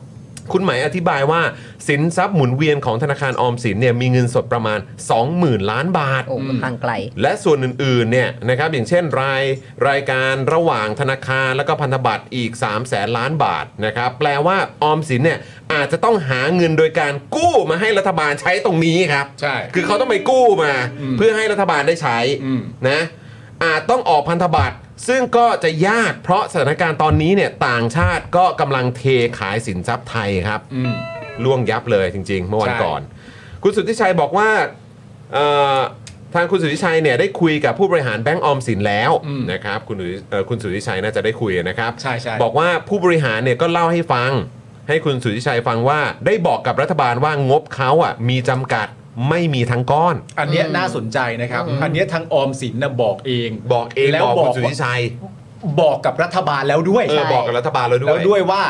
[SPEAKER 5] คุณหมายอธิบายว่า สินทรัพย์หมุนเวียนของธนาคารออมสินเนี่ยมีเงินสดประมาณ 20,000 ล้านบาท
[SPEAKER 3] โอ้มันทางไกล
[SPEAKER 5] และส่วนอื่นๆเนี่ยนะครับอย่างเช่นรายรายการระหว่างธนาคารแล้วก็พันธบัตรอีก 3 0 0แสนล้านบาทนะครับแปลว่าออมสินเนี่ยอาจจะต้องหาเงินโดยการกู้มาให้รัฐบาลใช้ตรงนี้ครับ
[SPEAKER 2] ใช่
[SPEAKER 5] คือเขาต้องไปกู้มา
[SPEAKER 2] อืม
[SPEAKER 5] เพื่อให้รัฐบาลได้ใช้
[SPEAKER 2] อืม
[SPEAKER 5] นะอาจต้องออกพันธบัตรซึ่งก็จะยากเพราะสถานการณ์ตอนนี้เนี่ยต่างชาติก็กำลังเทขายสินทรัพย์ไทยครับ
[SPEAKER 2] อืม
[SPEAKER 5] ล่วงยับเลยจริง ๆ เมื่อวัน
[SPEAKER 2] ใช่
[SPEAKER 5] ก่อน คุณสุทธิชัยบอกว่าเอ่อทางคุณสุทธิชัยเนี่ยได้คุยกับผู้บริหารแบงก์ออมสินแล้วนะครับคุณสุทธิเอ่อคุณสุทธิชัยน่าจะได้คุยนะครับ
[SPEAKER 2] ใช่ใช่
[SPEAKER 5] บอกว่าผู้บริหารเนี่ยก็เล่าให้ฟัง ให้คุณสุทธิชัยฟังว่าได้บอกกับรัฐบาลว่างบเขาอ่ะมีจำกัดไม่มีทั้งก้อน
[SPEAKER 2] อันเนี้ยน่าสนใจนะครับ อันเนี้ยทางออมสินนะบอกเอง
[SPEAKER 5] บอกเอง
[SPEAKER 2] แล้ว
[SPEAKER 5] บอก
[SPEAKER 2] บอก
[SPEAKER 5] คุณสุทธิชัย
[SPEAKER 2] บอกกับรัฐบาลแล้วด้วย
[SPEAKER 5] เออ
[SPEAKER 3] ใช่
[SPEAKER 5] บอกกับรัฐบาลแล้วด้
[SPEAKER 2] แล้ว วย ด้วยว่า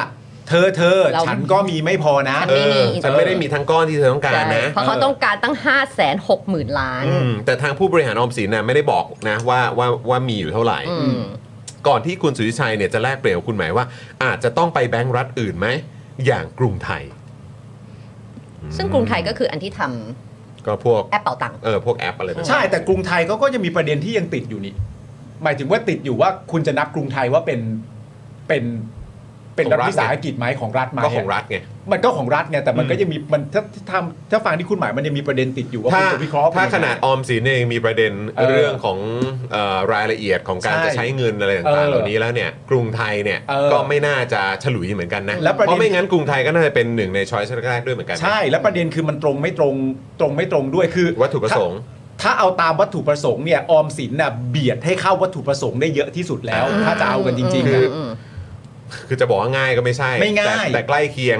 [SPEAKER 2] เธอเธอ
[SPEAKER 3] เรา
[SPEAKER 2] ฉันก็มีไม่พอนะ
[SPEAKER 3] ฉัน
[SPEAKER 5] เอ
[SPEAKER 3] ไม่
[SPEAKER 5] อ
[SPEAKER 3] มี
[SPEAKER 5] ฉันไม่ได้มีทั้งก้อนที่เธอต้องการ
[SPEAKER 3] ใช่
[SPEAKER 5] นะ
[SPEAKER 3] เพราะเขาต้องการตั้ง 5 6 0 0 0 0 ล้าน
[SPEAKER 5] อืมแต่ทางผู้บริหารออมสินน่ะไม่ได้บอกนะว่าว่าว่ามีอยู่เท่าไหร่
[SPEAKER 3] อืม
[SPEAKER 5] ก่อนที่คุณสุทธิชัยเนี่ยจะแลกเปลี่ยนกับคุณหมายว่า อาจจะต้องไปแบงก์รัฐอื่นไหม อย่างกรุงไทย
[SPEAKER 3] ซึ่งกรุงไทยก็คืออันที่ทำ
[SPEAKER 5] ก็พวก
[SPEAKER 3] แอปเป่าตังค์
[SPEAKER 5] เออพวกแอปอะไรแบบนี้
[SPEAKER 2] ใช่แต่กรุงไทยเขาก็ยังมีประเด็นที่ยังติดอยู่นี่ หมายถึงว่าติดอยู่ว่าคุณจะนับกรุงไทยว่าเป็นเป็นเป็น
[SPEAKER 5] ของ
[SPEAKER 2] รัฐ
[SPEAKER 5] รัฐ
[SPEAKER 2] วิสาหกิจไหมของรัฐไหม
[SPEAKER 5] ก็ของรัฐไง
[SPEAKER 2] มันก็ของรัฐไงแต่มันก็
[SPEAKER 5] อืม
[SPEAKER 2] ยังมีมันถ้าถ้าถ้าถ้าฟังที่คุณหมายมันยังมีประเด็นติดอยู่ว่าคุณ
[SPEAKER 5] ถ้า
[SPEAKER 2] จะวิเคราะห์เป็น
[SPEAKER 5] ถ้า
[SPEAKER 2] ยังไง
[SPEAKER 5] ขนาดออมสินเองมีประเด็น
[SPEAKER 2] เออ
[SPEAKER 5] เรื่องของเอ่อรายละเอียดของการ
[SPEAKER 2] ใช่
[SPEAKER 5] จะใช้เงินอะไร
[SPEAKER 2] เอ
[SPEAKER 5] ต่างๆ
[SPEAKER 2] อ
[SPEAKER 5] เหล่านี้แล้วเนี่ยกรุงไทยเนี่ย
[SPEAKER 2] เออ
[SPEAKER 5] ก็ไม่น่าจะฉลุยเหมือนกันนะ
[SPEAKER 2] แล้วประเด็น
[SPEAKER 5] เพราะไม่งั้นกรุงไทยก็น่าจะเป็นหนึ่งในช้อยส์แรกๆด้วยเหมือนกันนะ
[SPEAKER 2] ใช่แล้วประเด็นคือมันตรงไม่ตรงตรงไม่ตรงด้วยคือ
[SPEAKER 5] วัตถุประสงค์
[SPEAKER 2] ถ้าเอาตามวัตถุประสงค์เนี่ยออมสินน่ะเบียดให้เข้าวัตถุประสงค์ได้เยอะที่สุดแล้ว
[SPEAKER 5] อ่า
[SPEAKER 2] ถ้าจะเอากันจริง
[SPEAKER 3] อืม
[SPEAKER 2] ๆนะ
[SPEAKER 3] มม
[SPEAKER 5] คือจะบอกว่าง่ายก็ไม่ใช่
[SPEAKER 2] ไม่ง่าย
[SPEAKER 5] แต่แต่ใกล้เคียง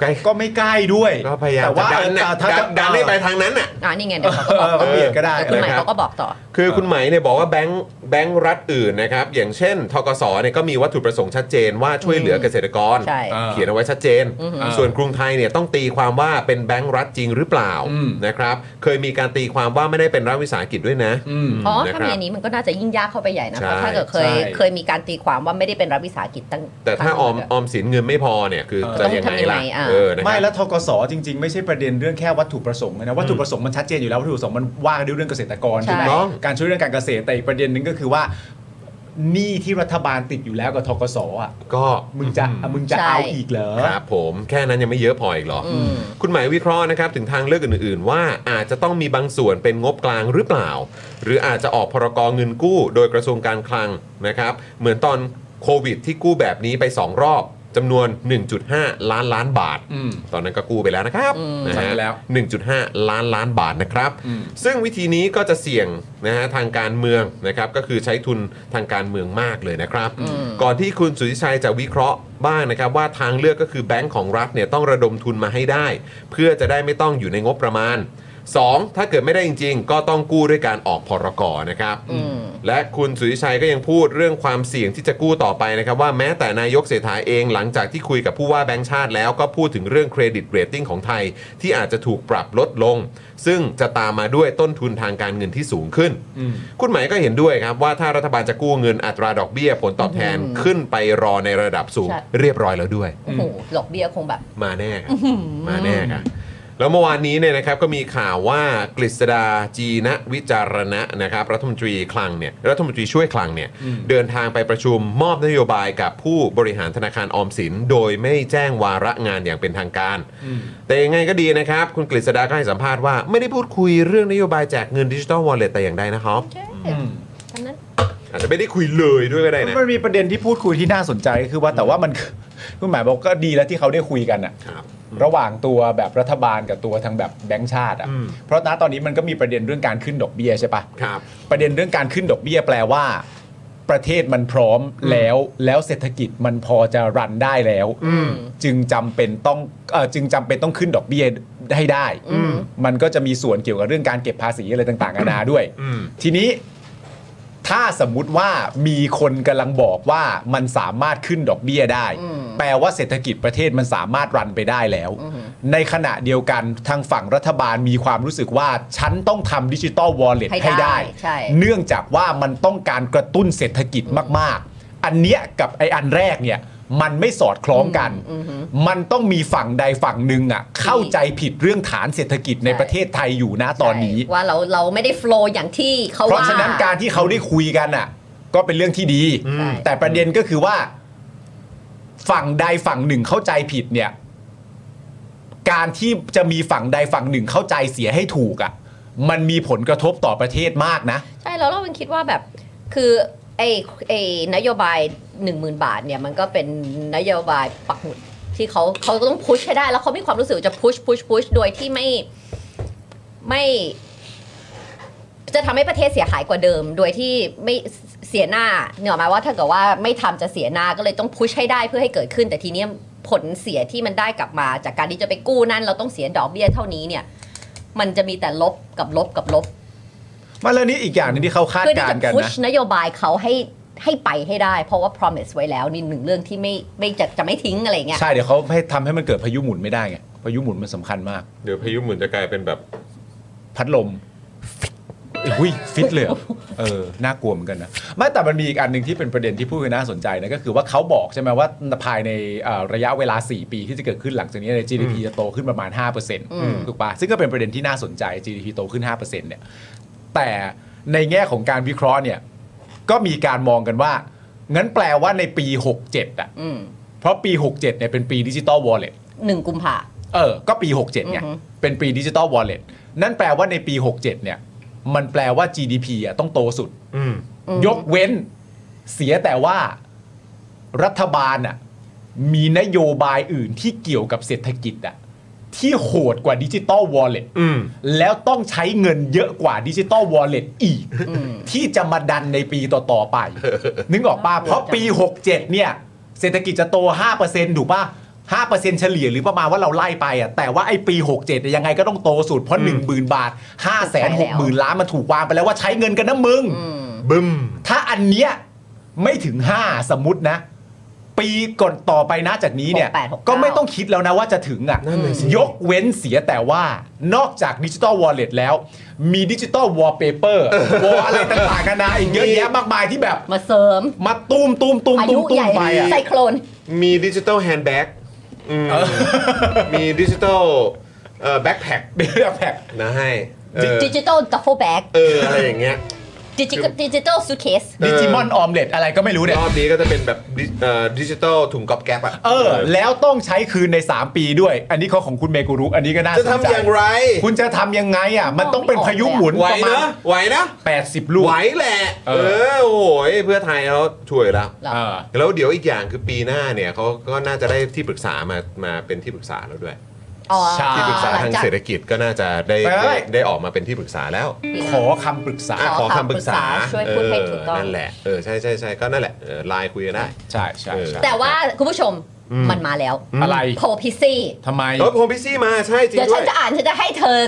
[SPEAKER 5] ใกล้
[SPEAKER 2] ก็ไม่ใกล้ด้วย
[SPEAKER 5] ก็พยายาม
[SPEAKER 2] แต่ว่า
[SPEAKER 5] จะดันน่ะ
[SPEAKER 2] เออถ้า
[SPEAKER 5] ดั
[SPEAKER 2] จะ
[SPEAKER 5] นดันให้ไปทางนั้นน่ะ
[SPEAKER 3] อ่านี่ไงเดี๋ยวเขาก็
[SPEAKER 2] เอ
[SPEAKER 3] บอก
[SPEAKER 2] อก็เบียดก็ได้
[SPEAKER 3] แต่
[SPEAKER 2] อะ
[SPEAKER 3] คุณ
[SPEAKER 2] ไร
[SPEAKER 3] หมาย
[SPEAKER 5] นะครับ
[SPEAKER 3] เขาก็บอกต่อ
[SPEAKER 5] คือคุณไหมเนี่ยบอกว่าแบงค์แบงค์รัฐอื่นนะครับอย่างเช่นทกสเนี่ยก็มีวัตถุประสงค์ชัดเจนว่าช่วยเหลือเกษตรกร
[SPEAKER 3] ใช่
[SPEAKER 2] ออ
[SPEAKER 5] เขียนเอาไว้ชัดเจน
[SPEAKER 3] อือหือ
[SPEAKER 5] ส่วนกรุงไทยเนี่ยต้องตีความว่าเป็นแบงค์รัฐจริงหรือเปล่า
[SPEAKER 2] อืม
[SPEAKER 5] นะครับ เคยมีการตีความว่าไม่ได้เป็นรัฐวิสาหกิจด้วยนะ
[SPEAKER 2] อืม
[SPEAKER 3] อ๋อ
[SPEAKER 5] นะครับ
[SPEAKER 3] ถ้ามีอันนี้มันก็น่าจะยิ่งยากเข้าไปใหญ่นะ
[SPEAKER 5] ใช่
[SPEAKER 3] เพราะถ้าเกิดเคย
[SPEAKER 2] ใช่
[SPEAKER 3] เคยมีการตีความว่าไม่ได้เป็นรัฐวิสาหกิจตั้ง
[SPEAKER 5] แต่ถ้าออม
[SPEAKER 3] ตั้ง
[SPEAKER 5] ออมสินเงินไม่พอเนี่ยคือ
[SPEAKER 2] เออ
[SPEAKER 5] จะยัง
[SPEAKER 3] ต้อง
[SPEAKER 5] ไงล่ะ
[SPEAKER 3] ทำยังไงอ่ะ
[SPEAKER 5] เออนะครับ
[SPEAKER 2] ไม่แล้วทกสจริง ๆ ไม่ใช่ประเด็นเรื่องแค่วัตถุประสงค์นะวัตถุประสงค์มันชัดเจนอยู่แล้ววัตถุประสงค์มันว่ากันด้วยเรื่องเกษตรกร
[SPEAKER 3] ใช่
[SPEAKER 2] ใช่ไหม
[SPEAKER 5] ถูกต้อง
[SPEAKER 2] การช่วยเรื่องการเกษตรแต่อีกประเด็นหนึงก็คือว่าหนี้ที่รัฐบาลติดอยู่แล้วกับทกสอ่ะ
[SPEAKER 5] ก็
[SPEAKER 2] มึงจะมึงจะ
[SPEAKER 3] ใช่
[SPEAKER 2] เอาอีกเหรอ
[SPEAKER 5] ครับผมแค่นั้นยังไม่เยอะพออีกเหรออ
[SPEAKER 3] อืม
[SPEAKER 5] คุณหมายวิเคราะห์นะครับถึงทางเลือกอื่น ๆ ว่าอาจจะต้องมีบางส่วนเป็นงบกลางหรือเปล่า หรืออาจจะออกพรกรเงินกู้ โดยกระทรวงการคลังนะครับ เหมือนตอนโควิดที่กู้แบบนี้ไปสองรอบจำนวน 1.5 ล้านล้านบาท
[SPEAKER 2] อืม
[SPEAKER 5] ตอนนั้นก็กู้ไปแล้วนะครับ
[SPEAKER 3] อืม
[SPEAKER 5] นะ
[SPEAKER 2] สั่ง
[SPEAKER 5] ฮะ
[SPEAKER 2] ไปแล้ว
[SPEAKER 5] 1.5 ล้านล้านบาทนะครับ
[SPEAKER 2] อืม
[SPEAKER 5] ซึ่งวิธีนี้ก็จะเสี่ยงนะฮะทางการเมืองนะครับ ก็คือใช้ทุนทางการเมืองมากเลยนะครับ
[SPEAKER 3] อืม
[SPEAKER 5] ก่อนที่คุณสุทธิชัยจะวิเคราะห์บ้างนะครับ ว่าทางเลือกก็คือแบงก์ของรัฐเนี่ยต้องระดมทุนมาให้ได้ เพื่อจะได้ไม่ต้องอยู่ในงบประมาณสองถ้าเกิดไม่ได้จริง ๆ ก็ต้องกู้ด้วยการออกพรกรนะครับ
[SPEAKER 3] อืม
[SPEAKER 5] และคุณสุริชัยก็ยังพูดเรื่องความเสี่ยงที่จะกู้ต่อไปนะครับ ว่าแม้แต่นายกเศรษฐาเองหลังจากที่คุยกับผู้ว่าแบงค์ชาติแล้วก็พูดถึงเรื่องเครดิตเรตติ้งของไทย ที่อาจจะถูกปรับลดลง ซึ่งจะตามมาด้วยต้นทุนทางการเงินที่สูงขึ้น
[SPEAKER 2] อืม
[SPEAKER 5] คุณหมายก็เห็นด้วยครับว่าถ้ารัฐบาลจะกู้เงินอัตราดอกเบี้ย ผลตอบแทน
[SPEAKER 3] อืม
[SPEAKER 5] ขึ้นไปรอในระดับสูง
[SPEAKER 3] ใช่
[SPEAKER 5] เรียบร้อยแล้วด้วย
[SPEAKER 3] โอ้โหดอกเบี้ยคงแบบ
[SPEAKER 5] มาแน่ครับมาแน่ครับแล้วเมื่อวานนี้เนี่ยนะครับก็มีข่าวว่ากฤษดาจีนวิจารณะนะครับรัฐมนตรีคลังเนี่ยรัฐมนตรีช่วยคลังเนี่ย
[SPEAKER 2] อืม
[SPEAKER 5] เดินทางไปประชุมมอบนโยบายกับผู้บริหารธนาคารออมสิน โดยไม่แจ้งวาระงานอย่างเป็นทางการ
[SPEAKER 2] อืม
[SPEAKER 5] แต่ยังไงก็ดีนะครับ คุณกฤษดาก็ให้สัมภาษณ์ว่าไม่ได้พูดคุยเรื่องนโยบายแจกเงินดิจิ t a ลวอลเล็ตแต่อย่างใดนะครับ
[SPEAKER 3] ใช่
[SPEAKER 2] อืม
[SPEAKER 3] ทั้งนั้น
[SPEAKER 5] อาจจะไม่ได้คุยเลยด้วยก็ได้นะ
[SPEAKER 2] มันมีประเด็นที่พูดคุยที่น่าสนใจก็คือว่าแต่ว่ามัน คุณหมายบอกก็ดีแล้วที่เขาได้คุยกันอะ
[SPEAKER 5] ครับ
[SPEAKER 2] ระหว่างตัวแบบรัฐบาลกับตัวทางแบบแบงก์ชาติอะ
[SPEAKER 5] อืม
[SPEAKER 2] เพราะณตอนนี้มันก็มีประเด็นเรื่องการขึ้นดอกเบี้ยใช่ปะ
[SPEAKER 5] ครับ
[SPEAKER 2] ประเด็นเรื่องการขึ้นดอกเบี้ยแปลว่า ประเทศมันพร้อมแล้วแล้วเศรษฐกิจมันพอจะรันได้แล้ว
[SPEAKER 5] อืม
[SPEAKER 2] จึงจำเป็นต้องเออจึงจำเป็นต้องขึ้นดอกเบี้ยให้ได้
[SPEAKER 3] อืม
[SPEAKER 2] มันก็จะมีส่วนเกี่ยวกับเรื่องการเก็บภาษีอะไรต่างๆนานาด้วย
[SPEAKER 5] อืม
[SPEAKER 2] ทีนี้ถ้าสมมุติว่ามีคนกำลังบอกว่ามันสามารถขึ้นดอกเบี้ยได้
[SPEAKER 3] อืม
[SPEAKER 2] แปลว่าเศรษฐกิจประเทศมันสามารถรันไปได้แล้ว
[SPEAKER 3] อือหือ
[SPEAKER 2] ในขณะเดียวกันทางฝั่งรัฐบาลมีความรู้สึกว่า ฉันต้องทำดิจิตอลวอลเล็ตให้ได้
[SPEAKER 3] ใช่
[SPEAKER 2] เนื่องจากว่ามันต้องการกระตุ้นเศรษฐกิจมาก ๆ อันเนี้ยกับไออันแรกเนี่ย มันไม่สอดคล้องกัน
[SPEAKER 3] อือหือ
[SPEAKER 2] มันต้องมีฝั่งใดฝั่งหนึ่งอ่ะเข้าใจผิดเรื่องฐานเศรษฐกิจใน
[SPEAKER 3] ใช่
[SPEAKER 2] ประเทศไทยอยู่นะตอนนี้
[SPEAKER 3] ใช่ว่าเราเราไม่ได้โฟลว์อย่างที่เขา
[SPEAKER 2] เพราะ
[SPEAKER 3] ว่า
[SPEAKER 2] ฉะนั้นการที่เขาได้คุยกันอ่ะ ก็เป็นเรื่องที่ดี
[SPEAKER 3] ใช่
[SPEAKER 2] แต่ประเด็นก็คือว่า ฝั่งใดฝั่งหนึ่งเข้าใจผิดเนี่ย การที่จะมีฝั่งใดฝั่งหนึ่งเข้าใจเสียให้ถูกอ่ะ มันมีผลกระทบต่อประเทศมากนะ
[SPEAKER 3] ใช่แล้วเรามันคิดว่าแบบคือไอ้ไอ้นโยบาย 10,000 บาทเนี่ยมันก็เป็นนโยบายปักหมุดที่เขาเขาต้องพุชให้ได้แล้วเขามีความรู้สึกจะพุชพุชพุชโดยที่ไม่ไม่ จะทำให้ประเทศเสียหายกว่าเดิม โดยที่ไม่เสียหน้าเนี่ยหมายว่าถ้าเกิดว่าไม่ทำจะเสียหน้าก็เลยต้องพุชให้ได้เพื่อให้เกิดขึ้น แต่ทีเนี้ยผลเสียที่มันได้กลับมา จากการที่จะไปกู้นั่น เราต้องเสียดอกเบี้ยเท่านี้เนี่ย มันจะมีแต่ลบกับลบกับลบ
[SPEAKER 2] มาแล้วนี่อีกอย่างหนึงที่เขาคาด
[SPEAKER 3] เพื่อที่
[SPEAKER 2] การ
[SPEAKER 3] จะ
[SPEAKER 2] ณ์กัน
[SPEAKER 3] พุช
[SPEAKER 2] นะ
[SPEAKER 3] นโยบายเขาให้ให้ไปให้ได้ เพราะว่า promise ไว้แล้วนี่หนึ่งเรื่องที่ไม่ไม่จะจะไม่ทิ้งอะไรเงี้ย
[SPEAKER 2] ใช่เดี๋ยวเขาให้ทำให้มันเกิดพายุหมุนไม่ได้ไงพายุหมุนมันสำคัญมาก
[SPEAKER 5] เดี๋ยวพายุหมุนจะกลายเป็นแบบ
[SPEAKER 2] พัดลมอุ้ยฟิตเลยเหรอเออ น่ากลัวเหมือนกันนะไม่แต่มันมีอีกอันหนึ่งที่เป็นประเด็นที่พูดกันน่าสนใจนะก็คือว่าเขาบอกใช่ไหมว่าภายในเอ่อระยะเวลา 4 ปีที่จะเกิดขึ้นหลังจากนี้ใน GDP จะโตขึ้นประมาณ 5%ถูกปะซึ่งก็เป็นประเด็นที่น่าสนใจ GDP โตขึ้น 5%เนี่ย แต่ในแง่ของการวิเคราะห์เนี่ย ก็มีการมองกันว่า งั้นแปลว่าในปี 67อ่ะ
[SPEAKER 3] อืม
[SPEAKER 2] เพราะปี 67เนี่ยเป็นปีดิจิตอลวอลเล็ต
[SPEAKER 3] หนึ่งกุมภา
[SPEAKER 2] เออก็ปี 67เนี่ย
[SPEAKER 3] อือหือ
[SPEAKER 2] เป็นปีดิจิตอลวอลเล็ตนั่นแปลว่าในปี 67เนี่ยมันแปลว่า GDP อ่ะต้องโตสุด
[SPEAKER 5] อืม
[SPEAKER 3] อืม
[SPEAKER 2] ยกเว้นเสียแต่ว่ารัฐบาลน่ะมีนโยบายอื่นที่เกี่ยวกับเศรษฐกิจอะที่โหดกว่าดิจิตอลวอลเล็ต
[SPEAKER 5] อืม
[SPEAKER 2] แล้วต้องใช้เงินเยอะกว่าดิจิตอลวอลเล็ตอีก
[SPEAKER 3] อืม
[SPEAKER 2] ที่จะมาดันในปีต่อ ๆ ไป นึกออกป่ะเพราะปี 67 เนี่ย เศรษฐกิจจะโต 5%ถูกป่ะ 5%เฉลี่ยหรือประมาณว่าเราไล่ไปอ่ะแต่ว่าไอ้ปี 67เนี่ยยังไงก็ต้องโตสุดเพราะ 10,000 บาท 5 6 0 0 0 0 ล้านมันถูกวางไปแล้วว่าใช้เงินกันนะมึง
[SPEAKER 3] อืม
[SPEAKER 5] บึ้ม
[SPEAKER 2] ถ้าอันเนี้ยไม่ถึง 5 สมมตินะ ปีก่อนต่อไปนะจากนี้เนี่ย
[SPEAKER 3] หกแปดหกเก้า
[SPEAKER 2] ก็ไม่ต้องคิดแล้วนะว่าจะถึงอ่ะ
[SPEAKER 5] นั่นเลยสิ
[SPEAKER 2] ยกเว้นเสียแต่ว่านอกจากดิจิตอลวอลเล็ตแล้ว มีดิจิตอลวอลเปเปอ
[SPEAKER 5] *laughs*
[SPEAKER 2] ร์วอลอะไรต่างๆกันานาอีกเยอะแยะมากมายที่แบบ
[SPEAKER 3] มาเสริม
[SPEAKER 2] มาตุ้มตุ้มตุ้ม
[SPEAKER 3] อา
[SPEAKER 2] ตุ้
[SPEAKER 3] ยุ
[SPEAKER 2] มตุ้
[SPEAKER 3] ใหญ่
[SPEAKER 2] มไปอ่ะ
[SPEAKER 3] ไซโคลน
[SPEAKER 5] มีดิจิตอลแฮนด์แบ็กมีดิจิตอลแบ็คแพ็ค
[SPEAKER 2] เบียร์แพ็ค
[SPEAKER 5] นะให้เออ
[SPEAKER 3] ดิจิตอลดัฟเฟิลแบ็ก
[SPEAKER 5] เอออะไรอย่างเงี้ย
[SPEAKER 3] ดิจิดิจิตอลซูเคส
[SPEAKER 2] ดิจิมอนออมเล็ตอะไรก็ไม่รู้เนี่ย
[SPEAKER 5] รอบนี้ก็จะเป็นแบบดิจิตอลถุงกอบแก๊บอะ
[SPEAKER 2] เออ แล้วต้องใช้คืนใน 3 ปีด้วย อันนี้เขาของคุณเมกุรุอันนี้ก็น่าสน
[SPEAKER 5] จะ
[SPEAKER 2] ใจ
[SPEAKER 5] ทำอย่างไร
[SPEAKER 2] คุณจะทำยังไงอ่ะ มันต้องเป็นพายุหมุน
[SPEAKER 5] ไหว
[SPEAKER 2] ประมา
[SPEAKER 5] นะ
[SPEAKER 2] ณ
[SPEAKER 5] ไหวนะ
[SPEAKER 2] 80 ลูก
[SPEAKER 5] ไหวแหละ
[SPEAKER 2] เอ
[SPEAKER 5] เอ
[SPEAKER 2] อ
[SPEAKER 5] อ โอ้โหเพื่อไทยเขาช่วยแล้ว
[SPEAKER 2] เออ
[SPEAKER 5] แล้วเดี๋ยวอีกอย่างคือปีหน้าเนี่ยเขาก็น่าจะได้ที่ปรึกษามามาเป็นที่ปรึกษาแล้วด้วย
[SPEAKER 3] อ๋อ
[SPEAKER 2] ใช่
[SPEAKER 5] ที่ปรึกษา
[SPEAKER 3] หลั
[SPEAKER 5] ทาง
[SPEAKER 3] จ
[SPEAKER 5] เศรษฐกิจก็น่าจะได้
[SPEAKER 2] ไปไป
[SPEAKER 5] ได้ได้ออกมาเป็นที่ปรึกษาแล้ว
[SPEAKER 2] ขอคำปรึกษา
[SPEAKER 5] อ่ะขอคำปรึกษา
[SPEAKER 3] ช่วยพูดให้ถูกต้อง
[SPEAKER 5] เนั่นแหละเออใช่ใช่ใช่ก็นั่นแหละเออไลน์คุยกันได้
[SPEAKER 2] ใช่ใช่ใช่
[SPEAKER 3] แต่ว่าคุณผู้ชม
[SPEAKER 5] อืม
[SPEAKER 3] มันมาแล้ว
[SPEAKER 2] อะไร
[SPEAKER 3] โพพิซี่
[SPEAKER 2] ทำไม
[SPEAKER 5] เออผมพี่ซี่มาใช่จริง
[SPEAKER 3] เดี๋ยว
[SPEAKER 5] ด้
[SPEAKER 3] ฉั
[SPEAKER 5] วน ย
[SPEAKER 3] จะอ่านฉันจะให้เธอ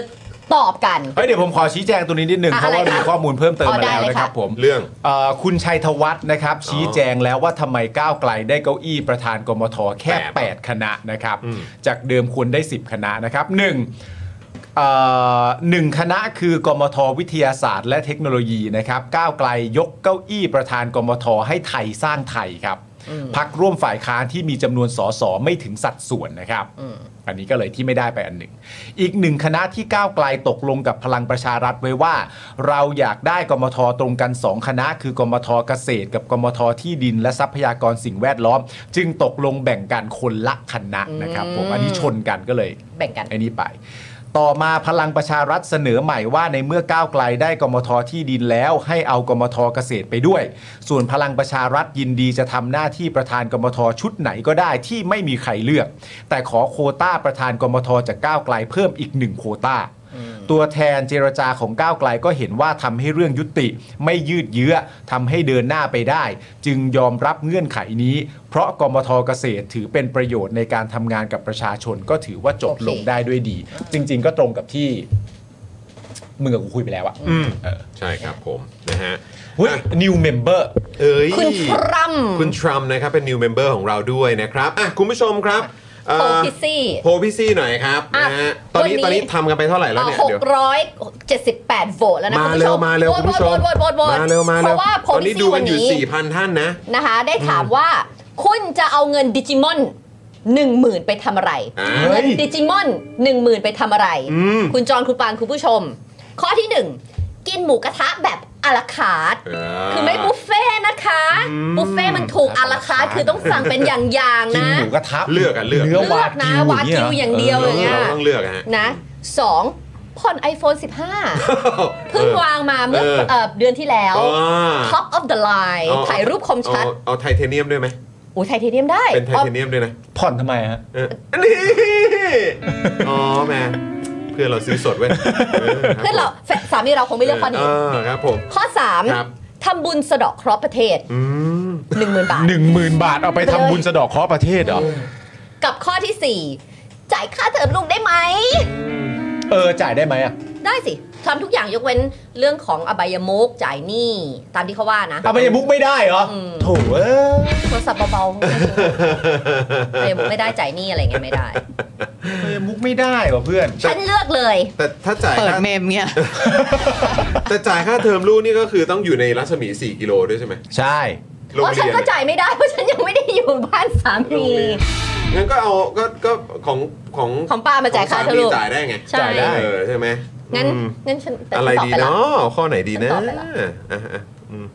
[SPEAKER 3] ตอบกัน
[SPEAKER 2] เฮ้ยเดี๋ยวผมขอชี้แจงตัวนี้นิดนึง
[SPEAKER 3] อ่ะ
[SPEAKER 2] เพราะว่า
[SPEAKER 3] อะไรคะ
[SPEAKER 2] มีข้อมูลเพิ่มเติม
[SPEAKER 3] อ๋อ
[SPEAKER 2] มาแล้ว
[SPEAKER 3] ได้เลย
[SPEAKER 2] นะครั
[SPEAKER 3] ค่ะ
[SPEAKER 2] บผม
[SPEAKER 5] เรื่อง
[SPEAKER 2] เอ่อคุณชัยธวัฒน์นะครับ ชี้แจงแล้วว่าทำไมก้าวไกลได้เก้าอี้ประธานกมทแค่
[SPEAKER 5] แปด
[SPEAKER 2] 8 คณะนะครับ
[SPEAKER 5] อืม
[SPEAKER 2] จากเดิมควรได้ 10 คณะนะครับหนึ่งเอ่อหนึ่งคณะคือกมทวิทยาศาสตร์ และเทคโนโลยีนะครับก้าวไกลยกเก้าอี้ประธานกมทให้ไทยสร้างไทยครับพักร่วมฝ่ายค้านที่มีจำนวนสสไม่ถึงสัดส่วนนะครับ อันนี้ก็เลยที่ไม่ได้ไปอันหนึ่ง อีกหนึ่งคณะที่ก้าวไกลตกลงกับพลังประชารัฐไว้ว่า เราอยากได้กมทตรงกัน 2 คณะ คือกมทเกษตร กับกมทที่ดิน และทรัพยากรสิ่งแวดล้อม จึงตกลงแบ่งกันคนละคณะนะครับผมอันนี้ชนกันก็เลย
[SPEAKER 3] แบ่งกัน
[SPEAKER 2] ไอ้นี่ไป ต่อมาพลังประชารัฐเสนอใหม่ว่าในเมื่อก้าวไกลได้กมทที่ดินแล้วให้เอากมทเกษตรไปด้วย ส่วนพลังประชารัฐยินดีจะทำหน้าที่ประธานกมทชุดไหนก็ได้ที่ไม่มีใครเลือก แต่ขอโควต้าประธานกมทจากก้าวไกลเพิ่มอีกหนึ่งโควต้า ตัวแทนเจรจาของก้าวไกลก็เห็นว่าทำให้เรื่องยุติ ไม่ยืดเยื้อทำให้เดินหน้าไปได้ จึงยอมรับเงื่อนไขนี้ เพราะกมทเกษตรถือเป็นประโยชน์ในการทำงานกับประชาชนก็ถือว่าจบ
[SPEAKER 3] โอเค
[SPEAKER 2] ลงได้ด้วยดี จริง ๆ ก็ตรงกับที่มึงกับกูคุยไปแล้วอะเออ
[SPEAKER 5] ใช่ครับผมนะฮะ
[SPEAKER 2] เฮ้ย
[SPEAKER 5] อ่ะ
[SPEAKER 2] new member
[SPEAKER 5] เอ้ย
[SPEAKER 3] คุณทรัมป์
[SPEAKER 5] คุณทรัมป์นะครับเป็น new member ของเราด้วยนะครับอ่ะคุณผู้ชมครับเอ่
[SPEAKER 3] โพ
[SPEAKER 5] อ
[SPEAKER 3] พิซี่
[SPEAKER 5] โพลพี่ซี่หน่อยครับ
[SPEAKER 3] อ่ะ
[SPEAKER 5] นะฮะตอนนี้ต
[SPEAKER 3] วั
[SPEAKER 5] อน
[SPEAKER 3] นนี้
[SPEAKER 5] นี้ทำกันไปเท่าไหร่แล้วเนี่ย
[SPEAKER 3] หก
[SPEAKER 5] เดี๋ยว
[SPEAKER 3] ร้อยเจ็ดสิบแปดโหวตแล้วนะ
[SPEAKER 5] มา
[SPEAKER 3] คุณผู้
[SPEAKER 5] เร็
[SPEAKER 3] ช
[SPEAKER 5] ว
[SPEAKER 3] ม
[SPEAKER 5] มาเร็วคุณผู้ชม
[SPEAKER 3] โหวตโหวตโหวตโหวต
[SPEAKER 5] มาเร็วมา
[SPEAKER 3] เพ
[SPEAKER 5] เร็ว
[SPEAKER 3] ราะว่าโพ
[SPEAKER 5] ตอน
[SPEAKER 3] พิ
[SPEAKER 5] นี้ดู
[SPEAKER 3] ซี่
[SPEAKER 5] กั
[SPEAKER 3] วัน น
[SPEAKER 5] อยู่
[SPEAKER 3] นี้
[SPEAKER 5] 4,000 ท่านนะ
[SPEAKER 3] นะคะ ได้ถามว่า คุณจะเอาเงินดิจิมอนหนึ่งหมื่นไปทำอะไร
[SPEAKER 5] อ่า
[SPEAKER 3] เงินดิจิมอนหนึ่งหมื่นไปทำอะไร
[SPEAKER 5] อืม
[SPEAKER 3] คุณจอนคุณปานคุณผู้ชม ข้อที่หนึ่งกินหมูกระทะแบบอลาคาร์ท
[SPEAKER 5] เ
[SPEAKER 3] คือไม่บุฟเฟ่ต์นะคะ บุฟเฟ่ต์มันถูกอาราคาร์ทคือต้องสั่งเป็นอย่างๆ
[SPEAKER 2] กิน
[SPEAKER 3] นะ
[SPEAKER 2] หมูกระทะ
[SPEAKER 5] เลือกอะเลือก
[SPEAKER 2] เนื้อวา
[SPEAKER 3] นะ
[SPEAKER 2] กิว
[SPEAKER 3] วากิวอย่างเดียว
[SPEAKER 5] เรา
[SPEAKER 3] อย่างงี้ย
[SPEAKER 5] เราต้องเลือกฮะ
[SPEAKER 3] นะสองผ่อน iPhone 15 เพิ่งวางมาเมื่อ
[SPEAKER 5] เออ
[SPEAKER 3] เอ่อเดือนที่แล้ว
[SPEAKER 5] อ๋อ
[SPEAKER 3] Top of the line
[SPEAKER 5] เอา
[SPEAKER 3] ถ่ายรูปคมชัด
[SPEAKER 5] เอาเอาไทเทเนียมด้วยไหม
[SPEAKER 3] อุ้ยไทเทเนียมได้
[SPEAKER 5] เป็นไท
[SPEAKER 3] อ๋อ
[SPEAKER 5] เทเนียมด้วยนะ
[SPEAKER 2] ผ่อนทำไมฮะ
[SPEAKER 5] เออนี่อ๋อแหม่เพื่อนเราซื้อสดเว้ยเออคบ
[SPEAKER 3] เพื่อนเราแฟนสามีเราคงไม่เลือกข้อนี้
[SPEAKER 5] เออครับผม
[SPEAKER 3] ข้อ
[SPEAKER 5] ครับ
[SPEAKER 3] 3ทำบุญสะเดอกเคราะห์ประเทศ
[SPEAKER 5] อืม
[SPEAKER 3] 10,000 บาท
[SPEAKER 2] หนึ่งหมื่นบาทเอาไปทำบุญสะเดอกเคราะห์ประเทศเหรอ
[SPEAKER 3] กับข้อทีสี่4 จ่ายค่าเทอมลูกได้ไหม
[SPEAKER 2] เออจ่ายได้ไหมอะ
[SPEAKER 3] ได้สิทำทุกอย่างยกเว้นเรื่องของอบายมุกจ่ายหนี้ตามที่เขาว่านะ
[SPEAKER 2] เอาไปยังบุกไม่ได้เหรอ
[SPEAKER 3] อืม
[SPEAKER 2] โถเอ้ย
[SPEAKER 3] โทรศัพท์เบาๆอบายมุกไม่ได้จ่ายหนี้อะไรเงี้ยไม่ได้
[SPEAKER 2] เออมุกไม่ได้ว่ะเพื่อน *laughs*
[SPEAKER 3] ฉันเลือกเลย
[SPEAKER 5] แต่ถ้าจ่าย
[SPEAKER 7] เปิด
[SPEAKER 5] ค่า
[SPEAKER 7] เมมเนี่ย
[SPEAKER 5] แต่จ่ายค่าเทอมลูกนี่ก็คือต้องอยู่ในรัศมี 4 กิโลด้วยใช่ไหม
[SPEAKER 2] ใช่
[SPEAKER 5] โรง
[SPEAKER 3] เพราะฉั
[SPEAKER 5] เรี
[SPEAKER 3] น
[SPEAKER 5] ยน
[SPEAKER 3] ก็จ่ายไม่ได้เพราะฉันยังไม่ได้อยู่บ้านสา
[SPEAKER 5] โร
[SPEAKER 3] มี
[SPEAKER 5] งเรียนงั้นก็เอาก็ก็ของของ
[SPEAKER 3] ของป้ามาจ่ายค่า
[SPEAKER 5] ข
[SPEAKER 3] เทอ
[SPEAKER 5] อง
[SPEAKER 3] ม
[SPEAKER 5] ส
[SPEAKER 3] ลูก
[SPEAKER 5] จ่ายได้ไง
[SPEAKER 3] ใช่
[SPEAKER 5] จ่ายได้เออใช่ไหม
[SPEAKER 3] งั้น
[SPEAKER 5] อืม
[SPEAKER 3] งั้นฉันแต่
[SPEAKER 5] อะไร
[SPEAKER 3] ฉันตอบ
[SPEAKER 5] ดี
[SPEAKER 3] ไปละ
[SPEAKER 5] เนาะข้อไหนดีนะ
[SPEAKER 3] ฉันตอบไปละ
[SPEAKER 5] อ่ะอ่ะอืม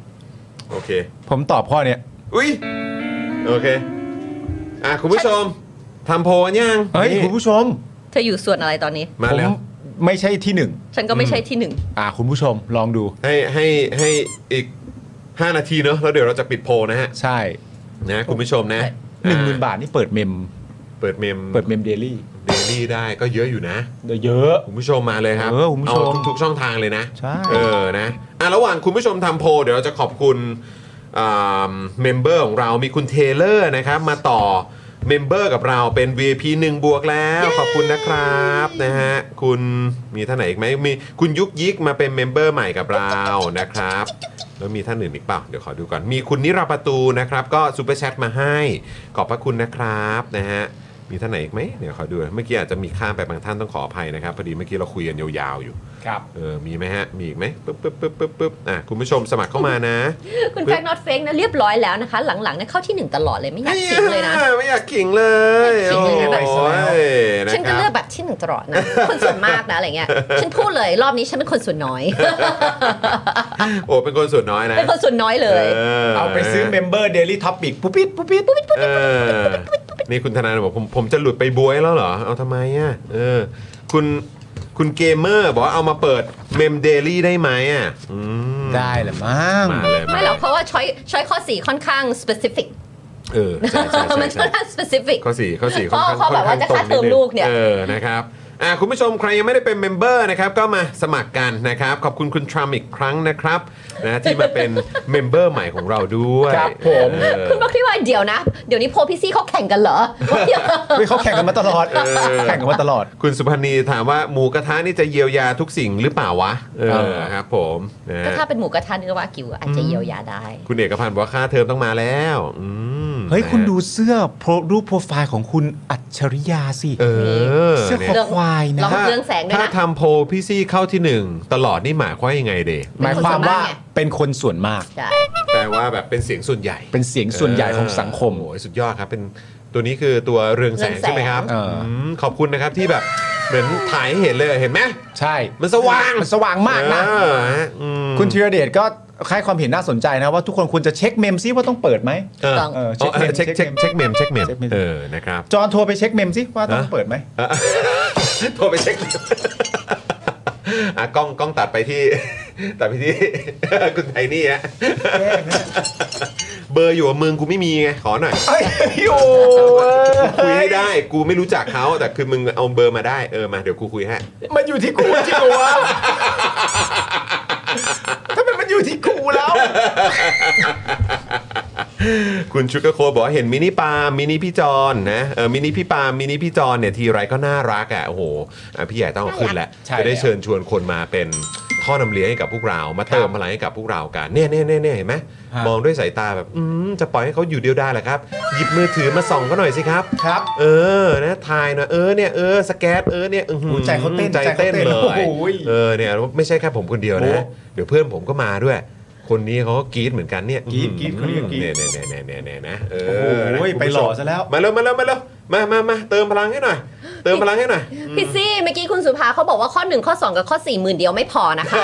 [SPEAKER 5] โอเค
[SPEAKER 2] ผมตอบข้อเนี้ย
[SPEAKER 5] อุ้ยโอเค อ่ะ คุณผู้ชมทำโพลยัง
[SPEAKER 2] เฮ้ย
[SPEAKER 5] นี่
[SPEAKER 2] คุณผู้ชม
[SPEAKER 3] เธออยู่ส่วนอะไรตอนนี้
[SPEAKER 5] มา
[SPEAKER 2] ผม
[SPEAKER 5] แล้ว
[SPEAKER 2] ไม่ใช่ที่หนึ่ง
[SPEAKER 3] ฉันก็ไม่ใช่ที่หนึ่ง
[SPEAKER 2] อ่าคุณผู้ชมลองดู
[SPEAKER 5] ให้ให้ให้อีก 5 นาทีเนอะแล้วเดี๋ยวเราจะปิดโพลนะฮะ
[SPEAKER 2] ใช่
[SPEAKER 5] นะคุณผู้ชมนะ
[SPEAKER 2] หนึ่งหมื่นบาทนี่เปิดเมม
[SPEAKER 5] เปิดเมม
[SPEAKER 2] เปิดเมมเดลี่
[SPEAKER 5] เดลี่ได้ก็เยอะอยู่นะ
[SPEAKER 2] เยอะ
[SPEAKER 5] คุณผู้ชมมาเลยครับ
[SPEAKER 2] เออคุณผู้ชม
[SPEAKER 5] าทุกๆช่องทางเลยนะ
[SPEAKER 2] ใช่
[SPEAKER 5] เออนะอ่ะระหว่างคุณผู้ชมทำโพลเดี๋ยวเราจะขอบคุณอ่าเมมเบอร์ของเรามีคุณเทเลอร์นะครับ มาต่อเมมเบอร์กับเราเป็น VIP 1 บวกแล้ว ขอบคุณนะครับนะฮะคุณมีท่านไหนอีกไหมมีคุณยุกยิกมาเป็นเมมเบอร์ใหม่กับเรานะครับ แล้วมีท่านอื่นอีกเปล่าเดี๋ยวขอดูก่อน มีคุณนิราประตูนะครับ ก็ซูเปอร์แชทมาให้ ขอบพระคุณนะครับนะฮะ มีท่านไหนอีกไหมเดี๋ยวขอดูเมื่อกี้อาจจะมีข้ามไปบางท่านต้องขออภัยนะครับพอดีเมื่อกี้เราคุยกันยาวๆอยู่
[SPEAKER 2] ครับ
[SPEAKER 5] เออมีไหมฮะมีอีกไหมปึ๊บปึ๊บปึ๊บปึ๊บปึ๊บอ่ะคุณผู้ชมสมัครเข้ามานะ
[SPEAKER 3] คุณแฟกนอตเฟกนะเรียบร้อยแล้วนะคะ หลังๆเนี่ยเข้าที่หนึ่งตลอดเลยไม่อยากทิ้งเลยนะ
[SPEAKER 5] ไม่อยากขิงเลย
[SPEAKER 3] ไม่อยากขิงเลยนะ
[SPEAKER 5] โอ้ยนะ
[SPEAKER 3] ฉัน
[SPEAKER 5] ค
[SPEAKER 3] ก็
[SPEAKER 5] รั
[SPEAKER 3] เลือบ กแบบที่หนึ่งตลอ
[SPEAKER 5] *laughs*
[SPEAKER 3] ดนะ คนส่วนมากนะอะไรเงี้ยฉันพูดเลยรอบนี้ฉันเป็นคนส่วนน้อย *laughs*
[SPEAKER 5] โอ้เป็นคนส่วนน้อยนะ
[SPEAKER 3] เป็นคนส่วนน้อยเลย
[SPEAKER 2] เอาไปซื้อเมมเบอร์เดลี่ท็อปิกปุ๊บปิดปุ๊บปิดปุ๊บปิด
[SPEAKER 5] เออนี่คุณธนาบอกผมผมจะหลุดไปบวยแล้วเหรอเอาทำไมอ่ะเออคุณคุณเกมเมอร์บอกว่าเอามาเปิดเมมเดลี่ได้ไหมอ่ะอืม
[SPEAKER 2] ได้แหละมั้ง
[SPEAKER 5] มาเลยา
[SPEAKER 3] ไม่หรอกเพราะว่าช้อยช้อยข้อสี่ค่อนข้าง specific
[SPEAKER 5] เออใช่ใช่ใช่
[SPEAKER 3] *laughs* มัน
[SPEAKER 5] ใช่
[SPEAKER 3] ค่อนข้าง specific
[SPEAKER 5] ข้อสี่ข้อสี่
[SPEAKER 3] ข้อข้อแบบว่าจะ
[SPEAKER 5] ตรง
[SPEAKER 3] คาดเทอม
[SPEAKER 5] ดง
[SPEAKER 3] ลูกเนี่ย
[SPEAKER 5] เออนะครับอ่ะคุณผู้ชมใครยังไม่ได้เป็นเมมเบอร์นะครับก็มาสมัครกันนะครับ ขอบคุณคุณทรัมป์อีกครั้งนะครับนะที่มาเป็น *laughs* เมมเบอร์ใหม่ของเราด้วย
[SPEAKER 2] ครับผม
[SPEAKER 5] เออ
[SPEAKER 3] คุณบอกที่ว่าเดี๋ยวนะ เดี๋ยวนี้โพลพี่ซี่เขาแข่งกันเหรอ
[SPEAKER 2] เฮ้ยเขาแข่งกันมาตลอด
[SPEAKER 5] อ
[SPEAKER 2] แข่งกันมาตลอด
[SPEAKER 5] คุณสุพันธ์นีถามว่าหมูกระทะนี่จะเยียวยาทุกสิ่งหรือเปล่าวะเอ
[SPEAKER 2] เอ
[SPEAKER 5] อ
[SPEAKER 2] อ
[SPEAKER 5] ครับผมนะ
[SPEAKER 3] ก็ถ้าเป็นหมูกระทะเนื้อวากิวอาจจะเยียวยาได้
[SPEAKER 5] คุณเอกพันธ์บอกว่าค่าเทอมต้องมาแล้วอืม
[SPEAKER 2] เฮ้ย
[SPEAKER 5] นะ
[SPEAKER 2] คุณดูเสื้อโปรรูปโปรไฟล์ของคุณอัจฉริยาสิ
[SPEAKER 5] เออ
[SPEAKER 2] เสื้อค
[SPEAKER 5] เนี่
[SPEAKER 2] อย ควายนะ
[SPEAKER 3] เรา องเรื่องแสงด้วยนะ
[SPEAKER 5] ถ้าทำโพลพี่ซี่เข้าที่หนึ่งตลอดนี่หมายความว่ายังไงเดย์
[SPEAKER 2] หมายความว่าเป็นคนส่วนมาก
[SPEAKER 3] ใช่
[SPEAKER 5] แปลว่าแบบเป็นเสียงส่วนใหญ่
[SPEAKER 2] เป็นเสียงส่วนใหญ่ของสังคม
[SPEAKER 5] โอ้ยสุดยอดครับ เป็นตัวนี้คือตัวเรืองแสงใช่ไหมครับ
[SPEAKER 2] เรืองแสง
[SPEAKER 5] มขอบคุณนะครับที่แบบเหมือนถ่ายให้เห็นเลยเห็นไหม
[SPEAKER 2] ใช่
[SPEAKER 5] มันสว่าง
[SPEAKER 2] มันสว่างมากนะ
[SPEAKER 5] เออฮะอืม
[SPEAKER 2] คุณธีรเดชก็ให้ความเห็นน่าสนใจนะว่าทุกคนควรจะเช็คเมมซิว่าต้องเปิดไหม
[SPEAKER 5] เออ
[SPEAKER 3] ต้อง
[SPEAKER 2] เออ
[SPEAKER 5] เช็คเมม
[SPEAKER 2] เช็
[SPEAKER 5] เช็ค
[SPEAKER 2] ค
[SPEAKER 5] เช็คเช็คเมมเช็คเมม
[SPEAKER 2] เช็คเมม
[SPEAKER 5] เออนะครับ *laughs*
[SPEAKER 2] จอห์นโทรไปเช็คเมมซิว่าต้องเปิดไหม
[SPEAKER 5] เออโทรไปเช็คเม *laughs* มอ่ะกล้องกล้องตัดไปที่ *laughs* ตัดไปที่ คุณไทนี่ฮะเบอร์อยู่กับมึงกูไม่มีไงขอหน่อย
[SPEAKER 2] เอ้ยโอ้
[SPEAKER 5] คุยให้ได้ กูไม่รู้จักเขาแต่คือมึงเอาเบอร์มาได้เออมาเดี๋ยวกูคุยให้
[SPEAKER 2] มันอยู่ที่กูจริงเหรอวะทำไมมันอยู่ที่กูแล้ว
[SPEAKER 5] คุณชุกโคบอกว่าเห็นมินิปาล์มมินิพี่จอนนะเออมินิพี่ปาล์มมินิพี่จอนเนี่ยทีไรก็น่ารักอ่ะโอ้โหอ่ะพี่ใหญ่ต้องเอาขึ้นแหละ
[SPEAKER 2] ใช่
[SPEAKER 5] จะได้
[SPEAKER 2] แล้ว
[SPEAKER 5] เชิญชวนคนมาเป็นท่อนำเลี้ยงให้กับพวกเรา มาเติมพลังให้กับพวกเรากันเนี่ยเนี่ยเนี่ยเนี่ยเห็นไหม
[SPEAKER 2] ฮะ
[SPEAKER 5] มองด้วยสายตาแบบอืมจะปล่อยให้เขาอยู่เดียวได้เหรอครับ หยิบมือถือมาส่องก็หน่อยสิครับ
[SPEAKER 2] ครับ
[SPEAKER 5] เออนะทายหน่อยเออเนี่ยเออสแกตเออเนี่ยอื้อหือ
[SPEAKER 2] โอ้ยใจเขาเต้น
[SPEAKER 5] ใจเต้น
[SPEAKER 2] ใจเขาเต้น
[SPEAKER 5] เล
[SPEAKER 2] โอ้
[SPEAKER 5] ย
[SPEAKER 2] โห
[SPEAKER 5] เออเนี่ยไม่ใช่แค่ผมคนเดียว
[SPEAKER 2] โอ้
[SPEAKER 5] นะเดี๋ยวเพื่อนผมก็มาด้วย คนนี้เขาก็กรี๊ดเหมือนกันเนี่ย
[SPEAKER 2] กรี๊ดกรี๊ดคนนี้ก็กรี๊ด
[SPEAKER 5] เนี่ยเนี่ยเนี่ยเนี่ยเนี่ยนะเอ
[SPEAKER 2] โอ้
[SPEAKER 5] อนะ
[SPEAKER 2] โห
[SPEAKER 5] คุณผู้ชม
[SPEAKER 2] ไปหล่อซะแล้ว
[SPEAKER 5] มาเร็วมาเร็วมาเร็วมามามาเติมพลังให้หน่อย เติมพลังให้หน่อย
[SPEAKER 3] พี่ซี่เมื่อกี้คุณสุภาเขาบอกว่าข้อ 1 ข้อ 2 กับข้อ4ี่หมื่นเดียวไม่พอนะคะ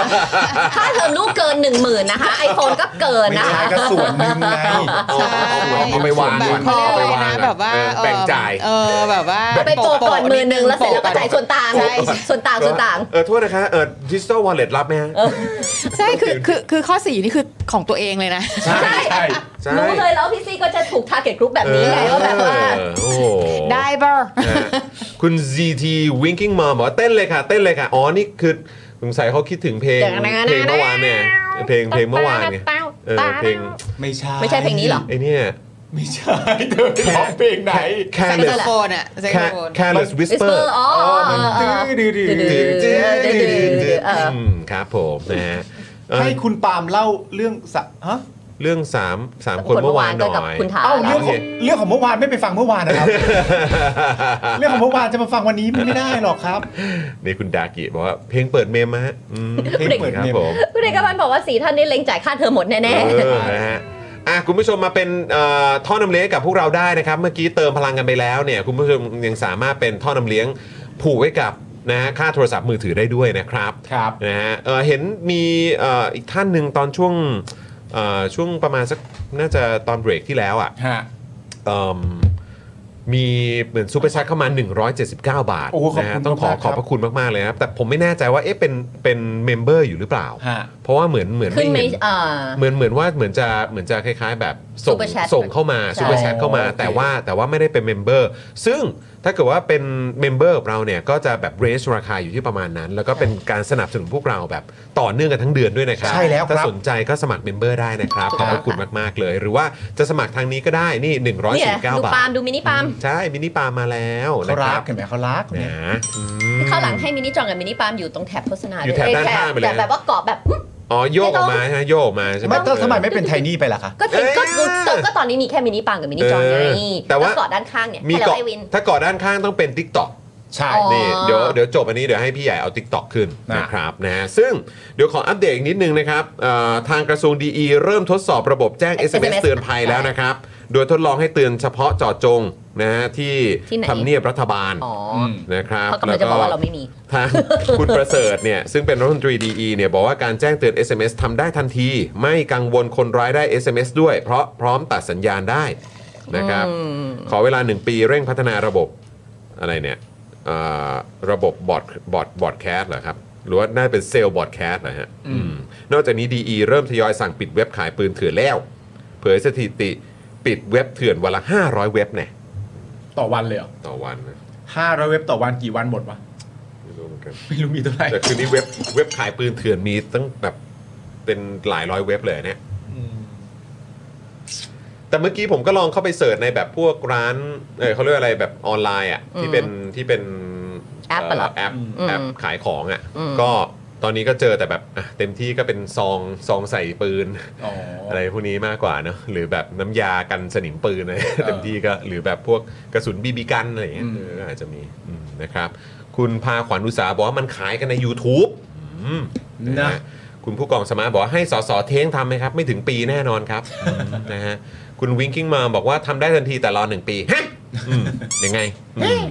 [SPEAKER 3] ถ้าเธอลูกเกิน 1 0,000ื่นนะคะไอโฟนก็เกิน
[SPEAKER 2] ไม่
[SPEAKER 3] นะ
[SPEAKER 2] ใช่
[SPEAKER 3] คะ
[SPEAKER 2] ก็ส่วนหนึ่งไง
[SPEAKER 7] ใช่
[SPEAKER 5] เอาไปวางก่อน
[SPEAKER 7] แบบ
[SPEAKER 5] เอาไปวางก่อน
[SPEAKER 7] นะแบบว่า
[SPEAKER 5] เออแบ่งจ่าย
[SPEAKER 7] เออแบบว่า
[SPEAKER 3] ไปโปะก่อนหมือนึงแล้วเสร็จแล้วก็จ่ายส่วนต่าง
[SPEAKER 7] ใช่
[SPEAKER 3] ส่วนต่างส่วนต่าง
[SPEAKER 5] เออโทษนะคะเออดิจิตอลวอลเล็ตรับไหมฮะ
[SPEAKER 7] ใช่คือคือคือข้อสี่นี่คือของตัวเองเลยนะ
[SPEAKER 2] ใช่ใช่
[SPEAKER 5] ใช่
[SPEAKER 3] รู้เลยแล้วพี่ซี่ก็จะถูก target group แบบนี้ไงว่าแบบว่า
[SPEAKER 5] เออโอ้โห
[SPEAKER 7] ได้ป่ะ
[SPEAKER 5] นะฮะคุณ ZT Winking Mom บอกว่าเต้นเลยค่ะ เต้นเลยค่ะ อ๋อ นี่คือสงสัยเขาคิดถึงเพลง
[SPEAKER 3] อย่างนั้น
[SPEAKER 5] เพลงเมื่อวานเนี่ยเพลงเพลงเมื่อวานไงเออเพลง
[SPEAKER 2] ไม่ใช่
[SPEAKER 3] ไม่ใช่เพลงนี้เหรอ
[SPEAKER 5] ไอ้เนี่ย
[SPEAKER 2] ไม่ใช่เธอไปร้องเพลงไหน
[SPEAKER 7] Saxophone
[SPEAKER 5] Careless
[SPEAKER 7] อะ
[SPEAKER 5] Ca-
[SPEAKER 7] Saxophone
[SPEAKER 5] Careless Whisper
[SPEAKER 3] อ๋อเออเออ
[SPEAKER 2] ดื้อดื้อดื้อดื้อดื้อดื้อดื้อดื้อ
[SPEAKER 3] เอออื
[SPEAKER 5] มครับผมนะฮะเอ่อ
[SPEAKER 2] ให้คุณปาล์มเล่าเรื่องสะฮะ
[SPEAKER 5] เรื่องสามสามคนเมื่อวานหน่
[SPEAKER 3] เกับ
[SPEAKER 5] อย
[SPEAKER 3] คุณ
[SPEAKER 1] *laughs*
[SPEAKER 3] ถา
[SPEAKER 2] เอ้า
[SPEAKER 3] เหร
[SPEAKER 2] เรื่
[SPEAKER 3] อ
[SPEAKER 2] องของเรื่องของเมื่อวานไม่ไปฟังเมื่อวานนะครับ เรื่องของเมื่อวานจะมาฟังวันนี้ไม่ได้หรอกครับ
[SPEAKER 5] นี่คุณดากิบอกว่าเพลงเปิดเมมมาฮะอืม
[SPEAKER 2] เพลงเปิด
[SPEAKER 5] ครับ
[SPEAKER 2] เมม
[SPEAKER 5] ผม
[SPEAKER 3] คุณเอกพันธ์บอกว่าสีท่านนี้เล็งจ่ายค่าเธอมหมดแน่
[SPEAKER 5] เออนะฮะอ่ะคุณผู้ชมมาเป็นเอ่อท่อนำเลี้ยงให้กับพวกเราได้นะครับ เมื่อกี้เติมพลังกันไปแล้วเนี่ย คุณผู้ชมยังสามารถเป็นท่อนำเลี้ยงผูกไว้กับนะฮะค่าโทรศัพท์มือถือได้ด้วยนะครับ
[SPEAKER 2] ครับ
[SPEAKER 5] นะฮะเอ่อเห็นมีเอ่ออีกท่านหนึ่งตอนช่วง
[SPEAKER 1] เอ่อช่วงประมาณสักน่าจะตอนเบรกที่แล้วอ่ะ
[SPEAKER 2] ฮะ
[SPEAKER 1] เอิ่มมีเหมือนซูเปอร์ชัดเข้ามา 179 บาท
[SPEAKER 2] โอ้ขอบ
[SPEAKER 1] นะ
[SPEAKER 2] คุณ
[SPEAKER 1] ฮะต้องขอ
[SPEAKER 2] มาก
[SPEAKER 1] ข
[SPEAKER 2] ๆครั
[SPEAKER 1] อบบ พระคุณมากๆเลยนะครับ แต่ผมไม่แน่ใจว่าเอ๊ะเป็นเป็นเมมเบอร์อยู่หรือเปล่า
[SPEAKER 2] ฮะ
[SPEAKER 1] เพราะว่าเหมือนเหมือน
[SPEAKER 3] ขึ้นไม่
[SPEAKER 1] ไม่เห็น
[SPEAKER 3] เอ่อ
[SPEAKER 1] เหมือนเหมือนว่าเหมือนจะเหมือนจะคล้าย ๆ แบบส่ง
[SPEAKER 3] Super Chat
[SPEAKER 1] ส่งเข้ามา
[SPEAKER 3] ใช่
[SPEAKER 1] ซูเปอร์แชทเข้ามา
[SPEAKER 2] โอเค
[SPEAKER 1] แต่ว่าแต่ว่าไม่ได้เป็นเมมเบอร์ซึ่งถ้าเกิดว่าเป็นเมมเบอร์ของเราเนี่ยก็จะแบบเรสราคาอยู่ที่ประมาณนั้น แล้วก็เป็นการสนับสนุนพวกเราแบบต่อเนื่องกันทั้งเดือนด้วยนะครับ
[SPEAKER 2] ใช่แล้วครับ
[SPEAKER 1] ถ้าสนใจก็สมัครเมมเบอร์ได้นะครับขอบพระคุณมากๆเลย หรือว่าจะสมัครทางนี้ก็ได้นี่
[SPEAKER 3] เนี่ย
[SPEAKER 1] 149
[SPEAKER 3] ดู
[SPEAKER 1] บา
[SPEAKER 3] ปา
[SPEAKER 1] ท
[SPEAKER 3] ล์มดูมินิปาล์ม
[SPEAKER 1] ใช่มินิปาล์มมาแล้ว
[SPEAKER 2] เขา
[SPEAKER 1] นะค
[SPEAKER 2] รั
[SPEAKER 1] รับ
[SPEAKER 2] กเห็นไหมเขารักเนี่ย
[SPEAKER 1] นะอืม
[SPEAKER 3] ข้าวหลังให้มินิจองกับมินิปาล์มอยู่ตรงแถบโฆษณา
[SPEAKER 1] อยู่แถบด้านข้างไปเลย
[SPEAKER 3] แต่แบบว่าเกาะแบบ
[SPEAKER 1] อ๋อโยกออกมาใช่ไหมโยกออกมาใช่ไหม
[SPEAKER 2] ไม่ต้องทำไมไม่เป็นไทนี่ไปล่ะคะ
[SPEAKER 3] ก็ถึงก็
[SPEAKER 1] เอ้ย
[SPEAKER 3] ก็ก็ตอนนี้มีแค่มินิปางกับมินิจอย
[SPEAKER 1] เอ
[SPEAKER 3] ไง
[SPEAKER 1] อแต่ว่า
[SPEAKER 3] ล้เกาะด้านข้างเนี่ย
[SPEAKER 1] มี
[SPEAKER 3] ให้เรา
[SPEAKER 1] เกาะ
[SPEAKER 3] ไอวิน
[SPEAKER 1] ถ้าเกาะด้านข้างต้องเป็น TikTok
[SPEAKER 2] ใช่
[SPEAKER 3] อ๋อ
[SPEAKER 1] นี่เดี๋ยวเดี๋ยวจบอันนี้เดี๋ยวให้พี่ใหญ่เอา Tik t o k ขึ้น
[SPEAKER 2] นะ
[SPEAKER 1] นะครับนะฮะซึ่งเดี๋ยวขออัปเดตอีกนิดนึงนะครับเอ่อทางกระทรวงดีเริ่มทดสอบระบบแจ้ง SMS
[SPEAKER 3] SMS
[SPEAKER 1] เตือนภัยแล้วนะครับ โดยทดลองให้เตือนเฉพาะเจอดจงนะฮะที่
[SPEAKER 3] ที่ไหน
[SPEAKER 1] ทำเนียบรัฐบาล
[SPEAKER 3] อ๋อ
[SPEAKER 2] ม
[SPEAKER 1] นะครับ
[SPEAKER 3] เขากำลังจะบอกว่าเราไม่มี *laughs*
[SPEAKER 1] ทาง คุณประเสริฐเนี่ยซึ่งเป็นรัฐมนตรีดีเนี่ยบอกว่าการแจ้งเตือน SMS ทำได้ทันที ไม่กังวลคนร้ายได้ SMS ด้วย เพราะพร้อมตัดสัญญาณได้นะครับ
[SPEAKER 3] อืม
[SPEAKER 1] ขอเวลา 1 ปีเร่งพัฒนาระบบอะไรเนี่ยเอ่อระบบบอร์ดบอร์ดบอร์ดแคสเหรอครับ หรือว่าน่าเป็นเซลล์บอร์ดแคสเหรอฮะ
[SPEAKER 2] อืม
[SPEAKER 1] อืมนอกจากนี้ DE เริ่มทยอยสั่งปิดเว็บขายปืนเถื่อนแล้ว เผยสถิติปิดเว็บเถื่อนวันละ 500 เว็บเนี่ย
[SPEAKER 2] ต่อวันเลย
[SPEAKER 1] ต่อวันนะ
[SPEAKER 2] ห้าร้อยเว็บต่อวันกี่วันหมดวะ *laughs*
[SPEAKER 1] ไม่รู้เหมือนกัน
[SPEAKER 2] ไม่รู้มีเท่าไหร่
[SPEAKER 1] แต่คืนนี้เว็บเว็บขายปืนเถื่อนมีตั้งแบบเป็นหลายร้อยเว็บเลยเนี่ยแต่เมื่อกี้ผมก็ลองเข้าไปเสิร์ชในแบบพวกร้านเออเขาเรียกอะไรแบบออนไลน์อ่ะที่เป็นที่เป็น
[SPEAKER 3] แอปเหรอ
[SPEAKER 1] แอป
[SPEAKER 3] อืม
[SPEAKER 1] แอปขายของอ่ะ
[SPEAKER 3] อืม
[SPEAKER 1] ก็ตอนนี้ก็เจอแต่แบบอ่ะเต็มที่ก็เป็นซองซองใส่ปื
[SPEAKER 3] *laughs*
[SPEAKER 1] น
[SPEAKER 2] อ๋ออ
[SPEAKER 1] อะไรพวกนี้มากกว่าเนอะหรือแบบน้ำยากันสนิมปืน *laughs* อะไร
[SPEAKER 2] ออ
[SPEAKER 1] เต็มที่ก็หรือแบบพวกกระสุนบีบีกันอะไรอย่างเงี้ย
[SPEAKER 2] อืม
[SPEAKER 1] เอออาจจะมีอืมนะครับ คุณพาขวัญอุตสาหบอกว่ามันขายกันใน YouTube อืม
[SPEAKER 2] นะ
[SPEAKER 1] ฮคุณผู้กองสมาร์ทบอกว่าให้สอสอเท้งทำไหมครับ ไม่ถึงปีแน่นอนครับ *laughs* อืมนะฮะคุณวิงกิ้งมาบอกว่าทำได้ทันทีแต่รอหนึ่งปี *laughs* ฮะอืมยังไงอื
[SPEAKER 2] *laughs*
[SPEAKER 1] ม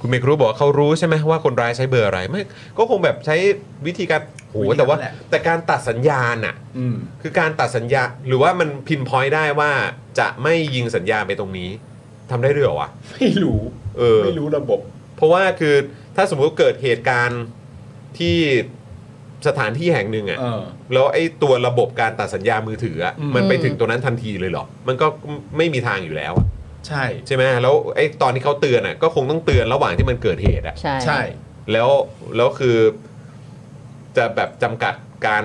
[SPEAKER 1] คุณเมครู้บอกว่าเขารู้ใช่ไหมว่าคนร้ายใช้เบอร์อะไรไม่ก็คงแบบใช้วิธีการโหแต่ว่า แต่การตัดสัญญาณอะ
[SPEAKER 2] อืม
[SPEAKER 1] คือการตัดสัญญาหรือว่ามันพินพอยต์ได้ว่าจะไม่ยิงสัญญาณไปตรงนี้ทำได้ด้วยเหรอวะ
[SPEAKER 2] ไม่รู้
[SPEAKER 1] เออ
[SPEAKER 2] ไม่รู้ระบบ
[SPEAKER 1] เพราะว่าคือถ้าสมมุติเกิดเหตุการณ์ที่สถานที่แห่งหนึ่งอะ
[SPEAKER 2] เออ
[SPEAKER 1] แล้วไอ้ตัวระบบการตัดสัญญามือถืออะ
[SPEAKER 2] อืม
[SPEAKER 1] มันไปถึงตรงนั้นทันทีเลยเหรอ มันก็ไม่มีทางอยู่แล้วอะ
[SPEAKER 2] ใช่
[SPEAKER 1] ใช่ไหมแล้วไอ้ตอนที่เขาเตือนอะก็คงต้องเตือนระหว่างที่มันเกิดเหตุอะ
[SPEAKER 3] ใช่
[SPEAKER 2] ใช่
[SPEAKER 1] แล้วแล้วคือ จะแบบจำกัดการ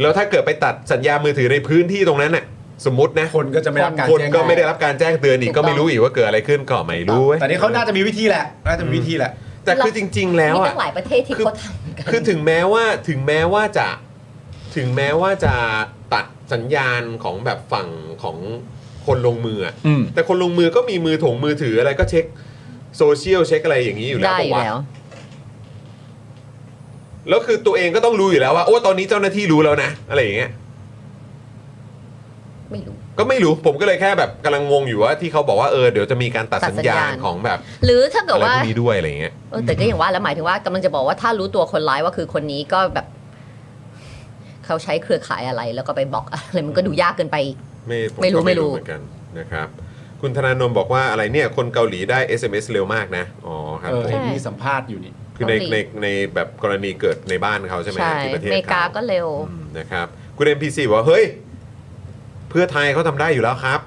[SPEAKER 1] แล้วถ้าเกิดไปตัดสัญญามือถือในพื้นที่ตรงนั้นอะสมมตินะ
[SPEAKER 2] คนก็จะไม่รับการ
[SPEAKER 1] คน
[SPEAKER 2] แจ้ง
[SPEAKER 1] ก็ไม่ได้รับการแจ้งเตือนอีกก็ไม่รู้อีกว่าเกิดอะไรขึ้นก็ไม่รู้เว้ย
[SPEAKER 2] แต่นี่เขาน่าจะมีวิธีแหละ น่าจะมีวิธีแหละ
[SPEAKER 1] แต่คือจริง ๆ แล้ว
[SPEAKER 3] มี
[SPEAKER 1] อ่ะ
[SPEAKER 3] ตั้งหลายประเทศที่
[SPEAKER 1] คือ
[SPEAKER 3] เขาทำกัน
[SPEAKER 1] คือถึงแม้ว่าถึงแม้ว่าจะถึงแม้ว่าจะตัดสัญญาณของแบบฝั่งของคนลงมืออะ
[SPEAKER 2] อืม
[SPEAKER 1] แต่คนลงมือก็มีมือถงมือถืออะไรก็เช็คโซเชียลเช็คอะไรอย่างนี้อยู่แล้ว
[SPEAKER 3] ได้
[SPEAKER 1] ปะ
[SPEAKER 3] อยู่
[SPEAKER 1] วะ
[SPEAKER 3] แล้ว
[SPEAKER 1] แล้วคือตัวเองก็ต้องรู้อยู่แล้วว่าโอ้ตอนนี้เจ้าหน้าที่รู้แล้วนะอะไรอย่างเงี้ย
[SPEAKER 3] ไม่รู้
[SPEAKER 1] ก็ไม่รู้ผมก็เลยแค่แบบกำลังงงอยู่ว่าที่เขาบอกว่าเออเดี๋ยวจะมีการตัด
[SPEAKER 3] ตัด
[SPEAKER 1] สัญ
[SPEAKER 3] สัญ
[SPEAKER 1] ญา
[SPEAKER 3] ญา
[SPEAKER 1] ณ
[SPEAKER 3] ณ
[SPEAKER 1] ของแบบ
[SPEAKER 3] หรือถ้าเกิ
[SPEAKER 1] อะ
[SPEAKER 3] ด
[SPEAKER 1] ไร
[SPEAKER 3] ว่า
[SPEAKER 1] พวกนี้ด้วยอะไรอย่างเงี้ย
[SPEAKER 3] เออแต่ก็อย่างว่าแล้วหมายถึงว่ากำลังจะบอกว่าถ้ารู้ตัวคนร้ายว่าคือคนนี้ก็แบบ เขาใช้เครือข่ายอะไร แล้วก็ไปบล็อกอะไรมันก็ดูยากเกินไป
[SPEAKER 1] ไม่ผ
[SPEAKER 3] ไม่รู้
[SPEAKER 1] ก็
[SPEAKER 3] ไม่รู้
[SPEAKER 1] เหมือนกันนะครับ คุณธนาโนมบอกว่าอะไรเนี่ยคนเกาหลีได้ SMS เร็วมากนะ อ๋อครับ
[SPEAKER 2] เออ
[SPEAKER 1] ผม
[SPEAKER 2] เห็นมีสัมภาษณ์อยู่นี่
[SPEAKER 1] คือใน
[SPEAKER 3] เกาห
[SPEAKER 1] ใน
[SPEAKER 3] ลี
[SPEAKER 1] ในแบบกรณีเกิดในบ้านเขาใช่ไหม
[SPEAKER 3] ใช่
[SPEAKER 1] ที่ประเทศ
[SPEAKER 3] อเมริกา
[SPEAKER 1] เข
[SPEAKER 3] ก็เร็ว
[SPEAKER 1] อืมนะครับ คุณ MPC บอกว่า เฮ้ย เพื่อไทยเขาทำได้อยู่แล้วครับ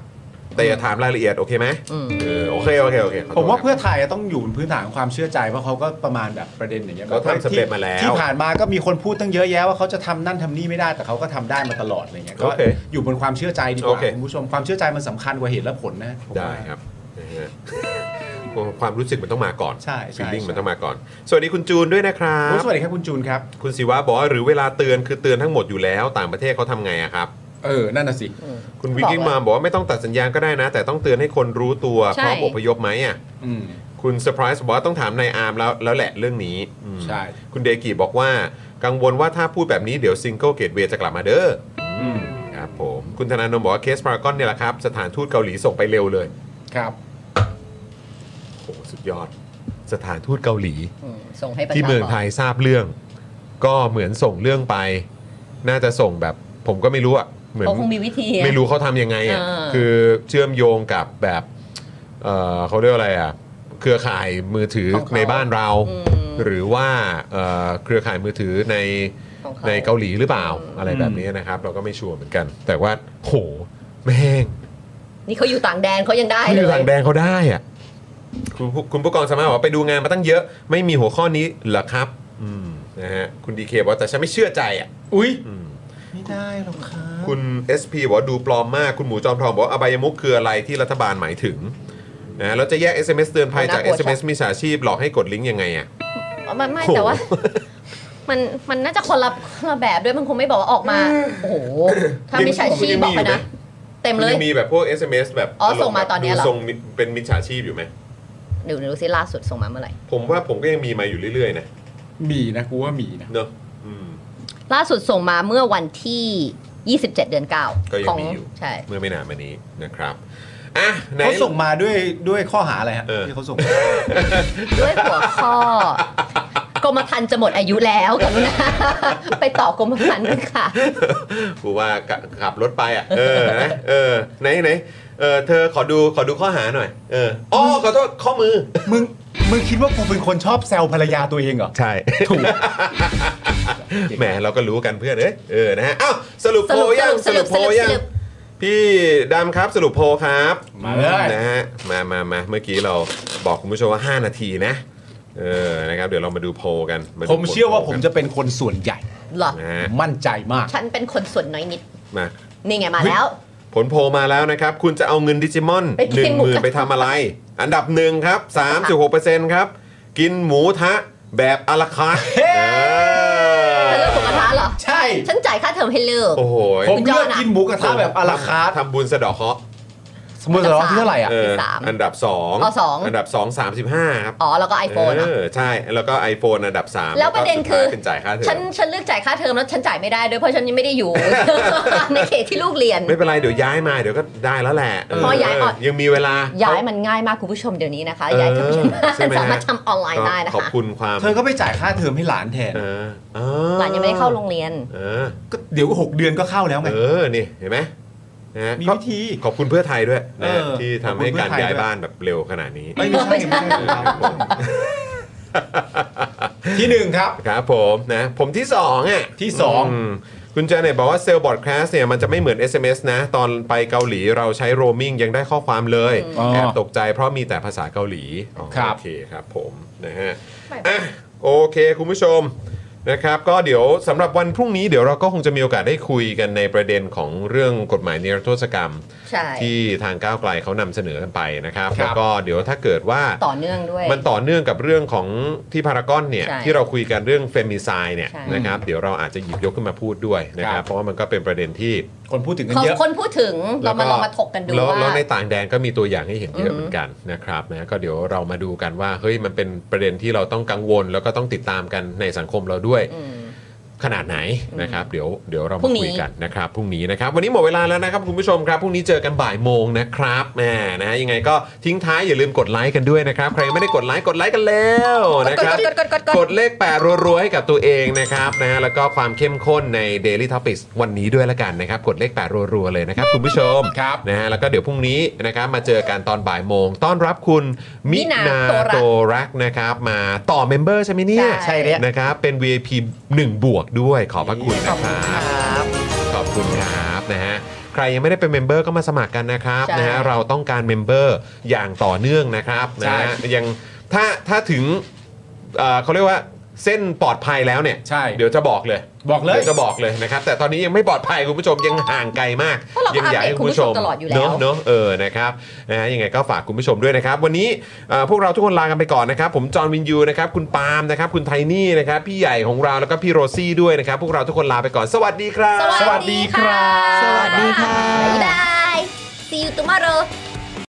[SPEAKER 1] แต่อย่าถามรายละเอียด โอเคไหม
[SPEAKER 3] อืม
[SPEAKER 1] เออโอเค โอเค โอเคขโทษ
[SPEAKER 2] ผมว่า
[SPEAKER 1] ครับ
[SPEAKER 2] เพื่อไทยต้องอยู่บนพื้นฐานของความเชื่อใจเพราะเขาก็ประมาณแบบประเด็นอย่างเงี้ย
[SPEAKER 1] เขาทำสำเร็จมาแล้ว
[SPEAKER 2] ที่ผ่านมาก็มีคนพูดตั้งเยอะแยะว่าเขาจะทำนั่นทำนี่ไม่ได้แต่เขาก็ทำได้มาตลอดอะไรเงี้ยก็
[SPEAKER 1] โอเค
[SPEAKER 2] อยู่บนความเชื่อใจดีก
[SPEAKER 1] โอ
[SPEAKER 2] ว่า
[SPEAKER 1] เค
[SPEAKER 2] คุณผู้ชมความเชื่อใจมันสำคัญกว่าเหตุและผลนะผมว่า
[SPEAKER 1] ได้
[SPEAKER 3] *laughs*
[SPEAKER 1] ครับนะฮะความรู้สึกมันต้องมาก่อน
[SPEAKER 2] ใช่ใช่
[SPEAKER 1] ฟีลลิ่ง
[SPEAKER 2] ใช่
[SPEAKER 1] มันต้องมาก่อน สวัสดีคุณจูนด้วยนะครับ
[SPEAKER 2] โอ้สวัสดีครับคุณจูนครับ
[SPEAKER 1] คุณศิวะบอกว่าหรือเวลาเตือนคือเตือนทั้งหมดอยู่แล้ว ต่างประเทศเขาทำไงอะครับ
[SPEAKER 2] เออนั่นน่ะสิ
[SPEAKER 1] คุณวิกกิ้งมาบอกว่าไม่ต้องตัดสัญญาณก็ได้นะ แต่ต้องเตือนให้คนรู้ตัว
[SPEAKER 3] ใช่
[SPEAKER 1] พร้อมอพยพไหมอ่ะ
[SPEAKER 2] อืม
[SPEAKER 1] คุณเซอร์ไพรส์บอกว่าต้องถามนายอาร์มแล้วแล้วแหละเรื่องนี้อืม
[SPEAKER 2] ใช่
[SPEAKER 1] คุณเดกีบอกว่ากังวลว่าถ้าพูดแบบนี้เดี๋ยวซิงเกิลเกตเวจะกลับมาเด้อ
[SPEAKER 2] อืม
[SPEAKER 1] ครับผมคุณธนาโนมบอกว่าเคสพารากอนเนี่ยแหละครับ สถานทูตเกาหลีส่งไปเร็วเลย
[SPEAKER 2] ครับ
[SPEAKER 1] โอ้โหสุดยอด สถานทูตเกาหลี
[SPEAKER 3] อืมส่งให้ประชา
[SPEAKER 1] ที่เมืองไทยทราบเรื่อง ก็เหมือนส่งเรื่องไป น่าจะส่งแบบ ผมก็ไม่รู้อะ เหมือน
[SPEAKER 3] เขาคงมีวิธีอะ
[SPEAKER 1] ไม่รู้เขาทำยังไงอ่ะ
[SPEAKER 3] อ่า
[SPEAKER 1] คือเชื่อมโยงกับแบบเอ่อเขาเรียกว่าอะไรอ่ะ เครือข่ายมือถือในบ้านเรา
[SPEAKER 3] อืม
[SPEAKER 1] หรือว่าเอ่อเครือข่ายมือถือใน
[SPEAKER 3] ของเขา
[SPEAKER 1] ในเกาหลีหรือเปล่า อะไรแบบนี้นะครับ เราก็ไม่ชัวร์เหมือนกัน แต่ว่าโหแม่ง
[SPEAKER 3] นี่เขาอยู่ต่างแดนเขายังได้
[SPEAKER 1] ไม่
[SPEAKER 3] เล
[SPEAKER 1] มี
[SPEAKER 3] ย
[SPEAKER 1] หลังแดงเขาได้อ่ะ คุณผู้คุณผู้กองสามารถบอกว่าไปดูงานมาตั้งเยอะ ไม่มีหัวข้อนี้เหรอครับอืมนะฮะคุณดีเคบอกว่าแต่ฉันไม่เชื่อใจอ่ะ
[SPEAKER 2] อุ้ย
[SPEAKER 1] อืม
[SPEAKER 2] ไม่ได้หรอกครับ
[SPEAKER 1] คุณ SP บอกว่าดูปลอมมาก คุณหมูจอมทองบอกว่าอบายมุกคืออะไรที่รัฐบาลหมายถึงนะแล้วจะแยก SMS เตือนภัยจาก SMS มิจฉาชีพหลอกให้กดลิงก์ยังไงอ่ะ
[SPEAKER 3] ไม่ไม่แต่ว่า
[SPEAKER 1] โอ้โห
[SPEAKER 3] มันมันน่าจะคนละคนละแบบด้วยมันคงไม่บอกว่าออกมา โอ้โหถ้ามิจฉาชีพบอกไปนะเต็มเลย
[SPEAKER 1] ยังมีแบบพวก SMS แบบ
[SPEAKER 3] อ๋อส่งมาตอนเนี้ยเหรอ
[SPEAKER 1] ดูทรงเป็นมิจฉาชีพอยู่ไหม
[SPEAKER 3] เดี๋ยวดูซิล่าสุดส่งมาเมื่อไหร่
[SPEAKER 1] ผมว่าผมก็ยังมีมาอยู่เรื่อยๆนะ
[SPEAKER 2] มีนะกูว่ามีนะ
[SPEAKER 1] เนอะอืม
[SPEAKER 3] ล่าสุดส่งมาเมื่อวันที่ 27 เดือน
[SPEAKER 1] ก็ยั
[SPEAKER 3] 9
[SPEAKER 1] ง
[SPEAKER 3] ของ
[SPEAKER 1] มีอยู่
[SPEAKER 3] ใช่
[SPEAKER 1] เมื่อไม่นานมานี้นะครับอ่ะไหน
[SPEAKER 2] เขาส่งมาด้วยด้วยข้อหาอะไรฮะ
[SPEAKER 1] เออ
[SPEAKER 2] ที่เขาส่ง
[SPEAKER 3] ด้วยหัวข้อกรมธรรม์จะหมดอายุแล้วกรุณาไปต่อกรมธรรม์กันค่ะ
[SPEAKER 1] กูว่าขับรถไปอ่ะ เออนะเออไหนไหนเออเธอขอดูขอดูข้อหาหน่อยเอออ๋อขอโทษข้อมือ
[SPEAKER 2] มึงมึงคิดว่ากูเป็นคนชอบแซวภรรยาตัวเองเหรอ
[SPEAKER 1] ใช่ถูกแหมเราก็รู้กันเพื่อนเอ้ยเออนะฮะอ้าวสรุป
[SPEAKER 3] ส
[SPEAKER 1] โพล
[SPEAKER 3] รุป
[SPEAKER 1] ยังส
[SPEAKER 3] สรุ
[SPEAKER 1] รุป
[SPEAKER 3] ป
[SPEAKER 1] โพล
[SPEAKER 3] สรุป
[SPEAKER 1] ยัง
[SPEAKER 3] สรุป
[SPEAKER 1] พี่ดำครับสรุปโพลครับ
[SPEAKER 2] มาเลย
[SPEAKER 1] นะฮะมามามาเมื่อกี้เราบอกคุณผู้ชมว่า 5 นาทีนะเออนะครับเดี๋ยวเรามาดูโพลกันดู
[SPEAKER 2] ผมเชื่อว่าผม
[SPEAKER 1] โพลกั
[SPEAKER 2] จะเป็นคนส่วนใหญ่
[SPEAKER 3] เหรอ
[SPEAKER 1] นะฮะ
[SPEAKER 2] มั่นใจมาก
[SPEAKER 3] ฉันเป็นคนส่วนน้อยนิด
[SPEAKER 1] มา
[SPEAKER 3] นี่ไงมาแล้ว
[SPEAKER 1] ผลโพลมาแล้วนะครับ คุณจะเอาเงินดิจิมอน
[SPEAKER 3] ไปกินหมู
[SPEAKER 1] 1 0,000
[SPEAKER 3] กระทะ
[SPEAKER 1] ไปทำอะไร อันดับหนึ่งครับ 36%ครับ กินหมูทะแบบอลาคาร์ท
[SPEAKER 2] เฮ้
[SPEAKER 1] เออ
[SPEAKER 3] เธอเลือกหมูกระทะเหรอ
[SPEAKER 2] ใช่
[SPEAKER 3] ฉันจ่ายค่าเทอมให้ลูก
[SPEAKER 1] โอ้โห
[SPEAKER 2] ผมเลือ
[SPEAKER 3] คุณจอน
[SPEAKER 2] ก
[SPEAKER 3] อะ
[SPEAKER 2] กินหมูกระทะแบบอลาคาร์ท
[SPEAKER 1] ทำบุญสะเดาะเคราะห์
[SPEAKER 2] สมมติเราที่เท่าไหร่อ่ะ
[SPEAKER 1] เออ
[SPEAKER 3] สาม
[SPEAKER 1] อันดับ2อง
[SPEAKER 3] อ๋อสอง
[SPEAKER 1] อันดับ 2 35 ครับ
[SPEAKER 3] อ๋อ แล้วก็ไอโฟนอ่ะ
[SPEAKER 1] เออใช่แล้วก็ iPhone อันดับ 3
[SPEAKER 3] แล้วประเด็นคือ
[SPEAKER 1] เป็นจ่ายค่าเทอ
[SPEAKER 3] ฉัน
[SPEAKER 1] ม
[SPEAKER 3] ฉันเลือกจ่ายค่าเทอมแล้วฉันจ่ายไม่ได้ด้วยเพราะฉันยังไม่ได้
[SPEAKER 1] *laughs*
[SPEAKER 3] อยู่ ในเขตที่ลูกเรียน
[SPEAKER 1] ไม่เป็นไร เดี๋ยวย้ายมา เดี๋ยวก็ได้แล้วแหละ
[SPEAKER 3] อ๋อย้ายก่อน
[SPEAKER 1] ยังมีเวลา
[SPEAKER 3] ย้าย
[SPEAKER 1] เข
[SPEAKER 3] มันง่ายมากคุณผู้ชมเดี๋ยวนี้นะคะ
[SPEAKER 1] เออ
[SPEAKER 3] ย้ายทำไม่ได้
[SPEAKER 1] ใช่ไหมฮะ
[SPEAKER 3] สามารถทำออนไลน์ได้นะ
[SPEAKER 1] ขอบ
[SPEAKER 3] คะ
[SPEAKER 1] คุณความ
[SPEAKER 2] เธอก็ไปจ่ายค่าเทอมให้หลานแทน
[SPEAKER 1] เออเออ
[SPEAKER 3] หลานยังไม่ได้เข้าโรงเรียน
[SPEAKER 1] เออ
[SPEAKER 2] ก็เดี๋ยวหกเดือนก็เข้าแล้วไง
[SPEAKER 1] เออ นี่ เห็นไหมนะฮะ
[SPEAKER 2] มีวิธี
[SPEAKER 1] ขอบคุณเพื่อไทยด้วยนะฮะ
[SPEAKER 2] เออ
[SPEAKER 1] ที่
[SPEAKER 2] ขอบ
[SPEAKER 1] ทำ
[SPEAKER 2] คุณ
[SPEAKER 1] ให้
[SPEAKER 2] เพื่อ
[SPEAKER 1] การ
[SPEAKER 2] ไทย
[SPEAKER 1] ย้าย
[SPEAKER 2] ด้วย
[SPEAKER 1] บ้านแบบเร็วขนาดนี้
[SPEAKER 2] ไม่ไม่ใช่ไม่ใช่ครับผมที่หนึ่งครับ
[SPEAKER 1] ครับผมนะผมที่2องอ่ะ
[SPEAKER 2] ที่สอง
[SPEAKER 1] มคุณเจเน็ตบอกว่าเซลล์บอร์ดแคสเนี่ยมันจะไม่เหมือน SMS นะ ตอนไปเกาหลีเราใช้โรมิ n งยังได้ข้อความเลย
[SPEAKER 2] อ๋อ
[SPEAKER 1] แอบตกใจเพราะมีแต่ภาษาเกาหลีอ๋อ
[SPEAKER 2] ครับ
[SPEAKER 1] โอเคครับผมนะฮะอ่ะโอเคคุณผู้ชมนะครับก็เดี๋ยวสำหรับวันพรุ่งนี้เดี๋ยวเราก็คงจะมีโอกาสได้คุยกันในประเด็นของเรื่องกฎหมายนิรโทษกรรม
[SPEAKER 3] ใช่
[SPEAKER 1] ที่ทางก้าวไกลเขานำเสนอกันไปนะครับ
[SPEAKER 2] ครับ
[SPEAKER 1] แล้วก็เดี๋ยวถ้าเกิดว่า
[SPEAKER 3] ต่อเนื่องด้วย
[SPEAKER 1] มันต่อเนื่องกับเรื่องของที่พารากอนเนี่ย
[SPEAKER 3] ใช่
[SPEAKER 1] ที่เราคุยกันเรื่องเฟมิไซน์เนี่ย
[SPEAKER 3] ใช่
[SPEAKER 1] นะครับเดี๋ยวเราอาจจะหยิบยกขึ้นมาพูดด้วยนะค
[SPEAKER 2] ค
[SPEAKER 1] รั
[SPEAKER 2] รั
[SPEAKER 1] บบ เพราะว่ามันก็เป็นประเด็นที่
[SPEAKER 2] คนพูดถึงกัน
[SPEAKER 3] ขอ
[SPEAKER 2] เยอะ
[SPEAKER 3] คนพูดถึงเรามาลองมาถกกันดู
[SPEAKER 1] แล้ว
[SPEAKER 3] ว่า
[SPEAKER 1] แล้วในต่างแดนก็มีตัวอย่างให้เห็นเย
[SPEAKER 3] อื
[SPEAKER 1] อะ
[SPEAKER 3] อฮึ
[SPEAKER 1] เหมือนกันนะครับนะก็เดี๋ยวเรามาดูกันว่าเฮ้ยมันเป็นประเด็นที่เราต้องกังวล แล้วก็ต้องติดตามกันในสังคมเราด้วย
[SPEAKER 3] อืม
[SPEAKER 1] ขนาดไหนนะครับเดี๋ยวเดี๋ยวเรา
[SPEAKER 3] พรุ่
[SPEAKER 1] มาง
[SPEAKER 3] นี้
[SPEAKER 1] คุยกันนะครับพรุ่งนี้นะครับวันนี้หมดเวลาแล้วนะครับคุณผู้ชมครับพรุ่งนี้เจอกันบ่ายโมงนะครับแหมนะฮะยังไงก็ทิ้งท้ายอย่าลืมกดไลค์กันด้วยนะครับใครยังไม่ได้กดไลค์กดไลค์กันแล้วนะครับ
[SPEAKER 8] กดกดกดกด
[SPEAKER 1] กดเลขแปดรัวๆให้กับตัวเองนะครับนะฮะแล้วก็ความเข้มข้นใน Daily Topics วันนี้ด้วยละกันนะครับ กดเลขแปดรัวๆเลยนะครับคุณผู้ชม
[SPEAKER 2] ครับ
[SPEAKER 1] นะฮะแล้วก็เดี๋ยวพรุ่งนี้นะครับมาเจอกันตอนบ่ายโมง ต้อนรับคุณมิ
[SPEAKER 3] มินา
[SPEAKER 1] นาโต
[SPEAKER 3] โต
[SPEAKER 1] รักนะครับ มาต่อเมมเบอร์ใช่ไหมเนี่ย
[SPEAKER 3] ใช่แล้ว
[SPEAKER 1] นะครับเป็น VIP 1 บวกด้วยขอบพระคุณนะครับ ขอบคุณครับนะฮะใครยังไม่ได้เป็นเมมเบอร์ก็มาสมัครกันนะครับ
[SPEAKER 3] ใช่
[SPEAKER 1] นะฮะเราต้องการเมมเบอร์อย่างต่อเนื่องนะครับนะฮะยังถ้าถ้าถึงเอ่อเขาเรียกว่าเส้นปลอดภัยแล้วเนี่ย
[SPEAKER 2] ใช่
[SPEAKER 1] เดี๋ยวจะบอกเลย
[SPEAKER 2] บอกเลย
[SPEAKER 1] ดี๋วจะบอกเลยนะครับ แต่ตอนนี้ยังไม่ปลอดภัยคุณผู้ชมยังห่างไกลมาก
[SPEAKER 3] เพราะเราก็
[SPEAKER 1] ยัอยากให้คุณผู้ชม
[SPEAKER 3] อัปเดตคุณผู้ชมตลอดอยู่แล้ว
[SPEAKER 1] เนาะเนาะเออนะครับนะฮะยังไงก็ฝากคุณผู้ชมด้วยนะครับ วันนี้เอ่อพวกเราทุกคนลากันไปก่อนนะครับ ผมจอห์นวินยูนะครับคุณปาล์มนะครับคุณไทนี่นะครับพี่ใหญ่ของเราแล้วก็พี่โรซี่ด้วยนะครับพวกเราทุกคนลาไปก่อนสวัสดีครับ
[SPEAKER 3] สวัสดีค่ะ
[SPEAKER 2] สวัสดีครับ
[SPEAKER 3] บ๊ายบาย see you tomorrow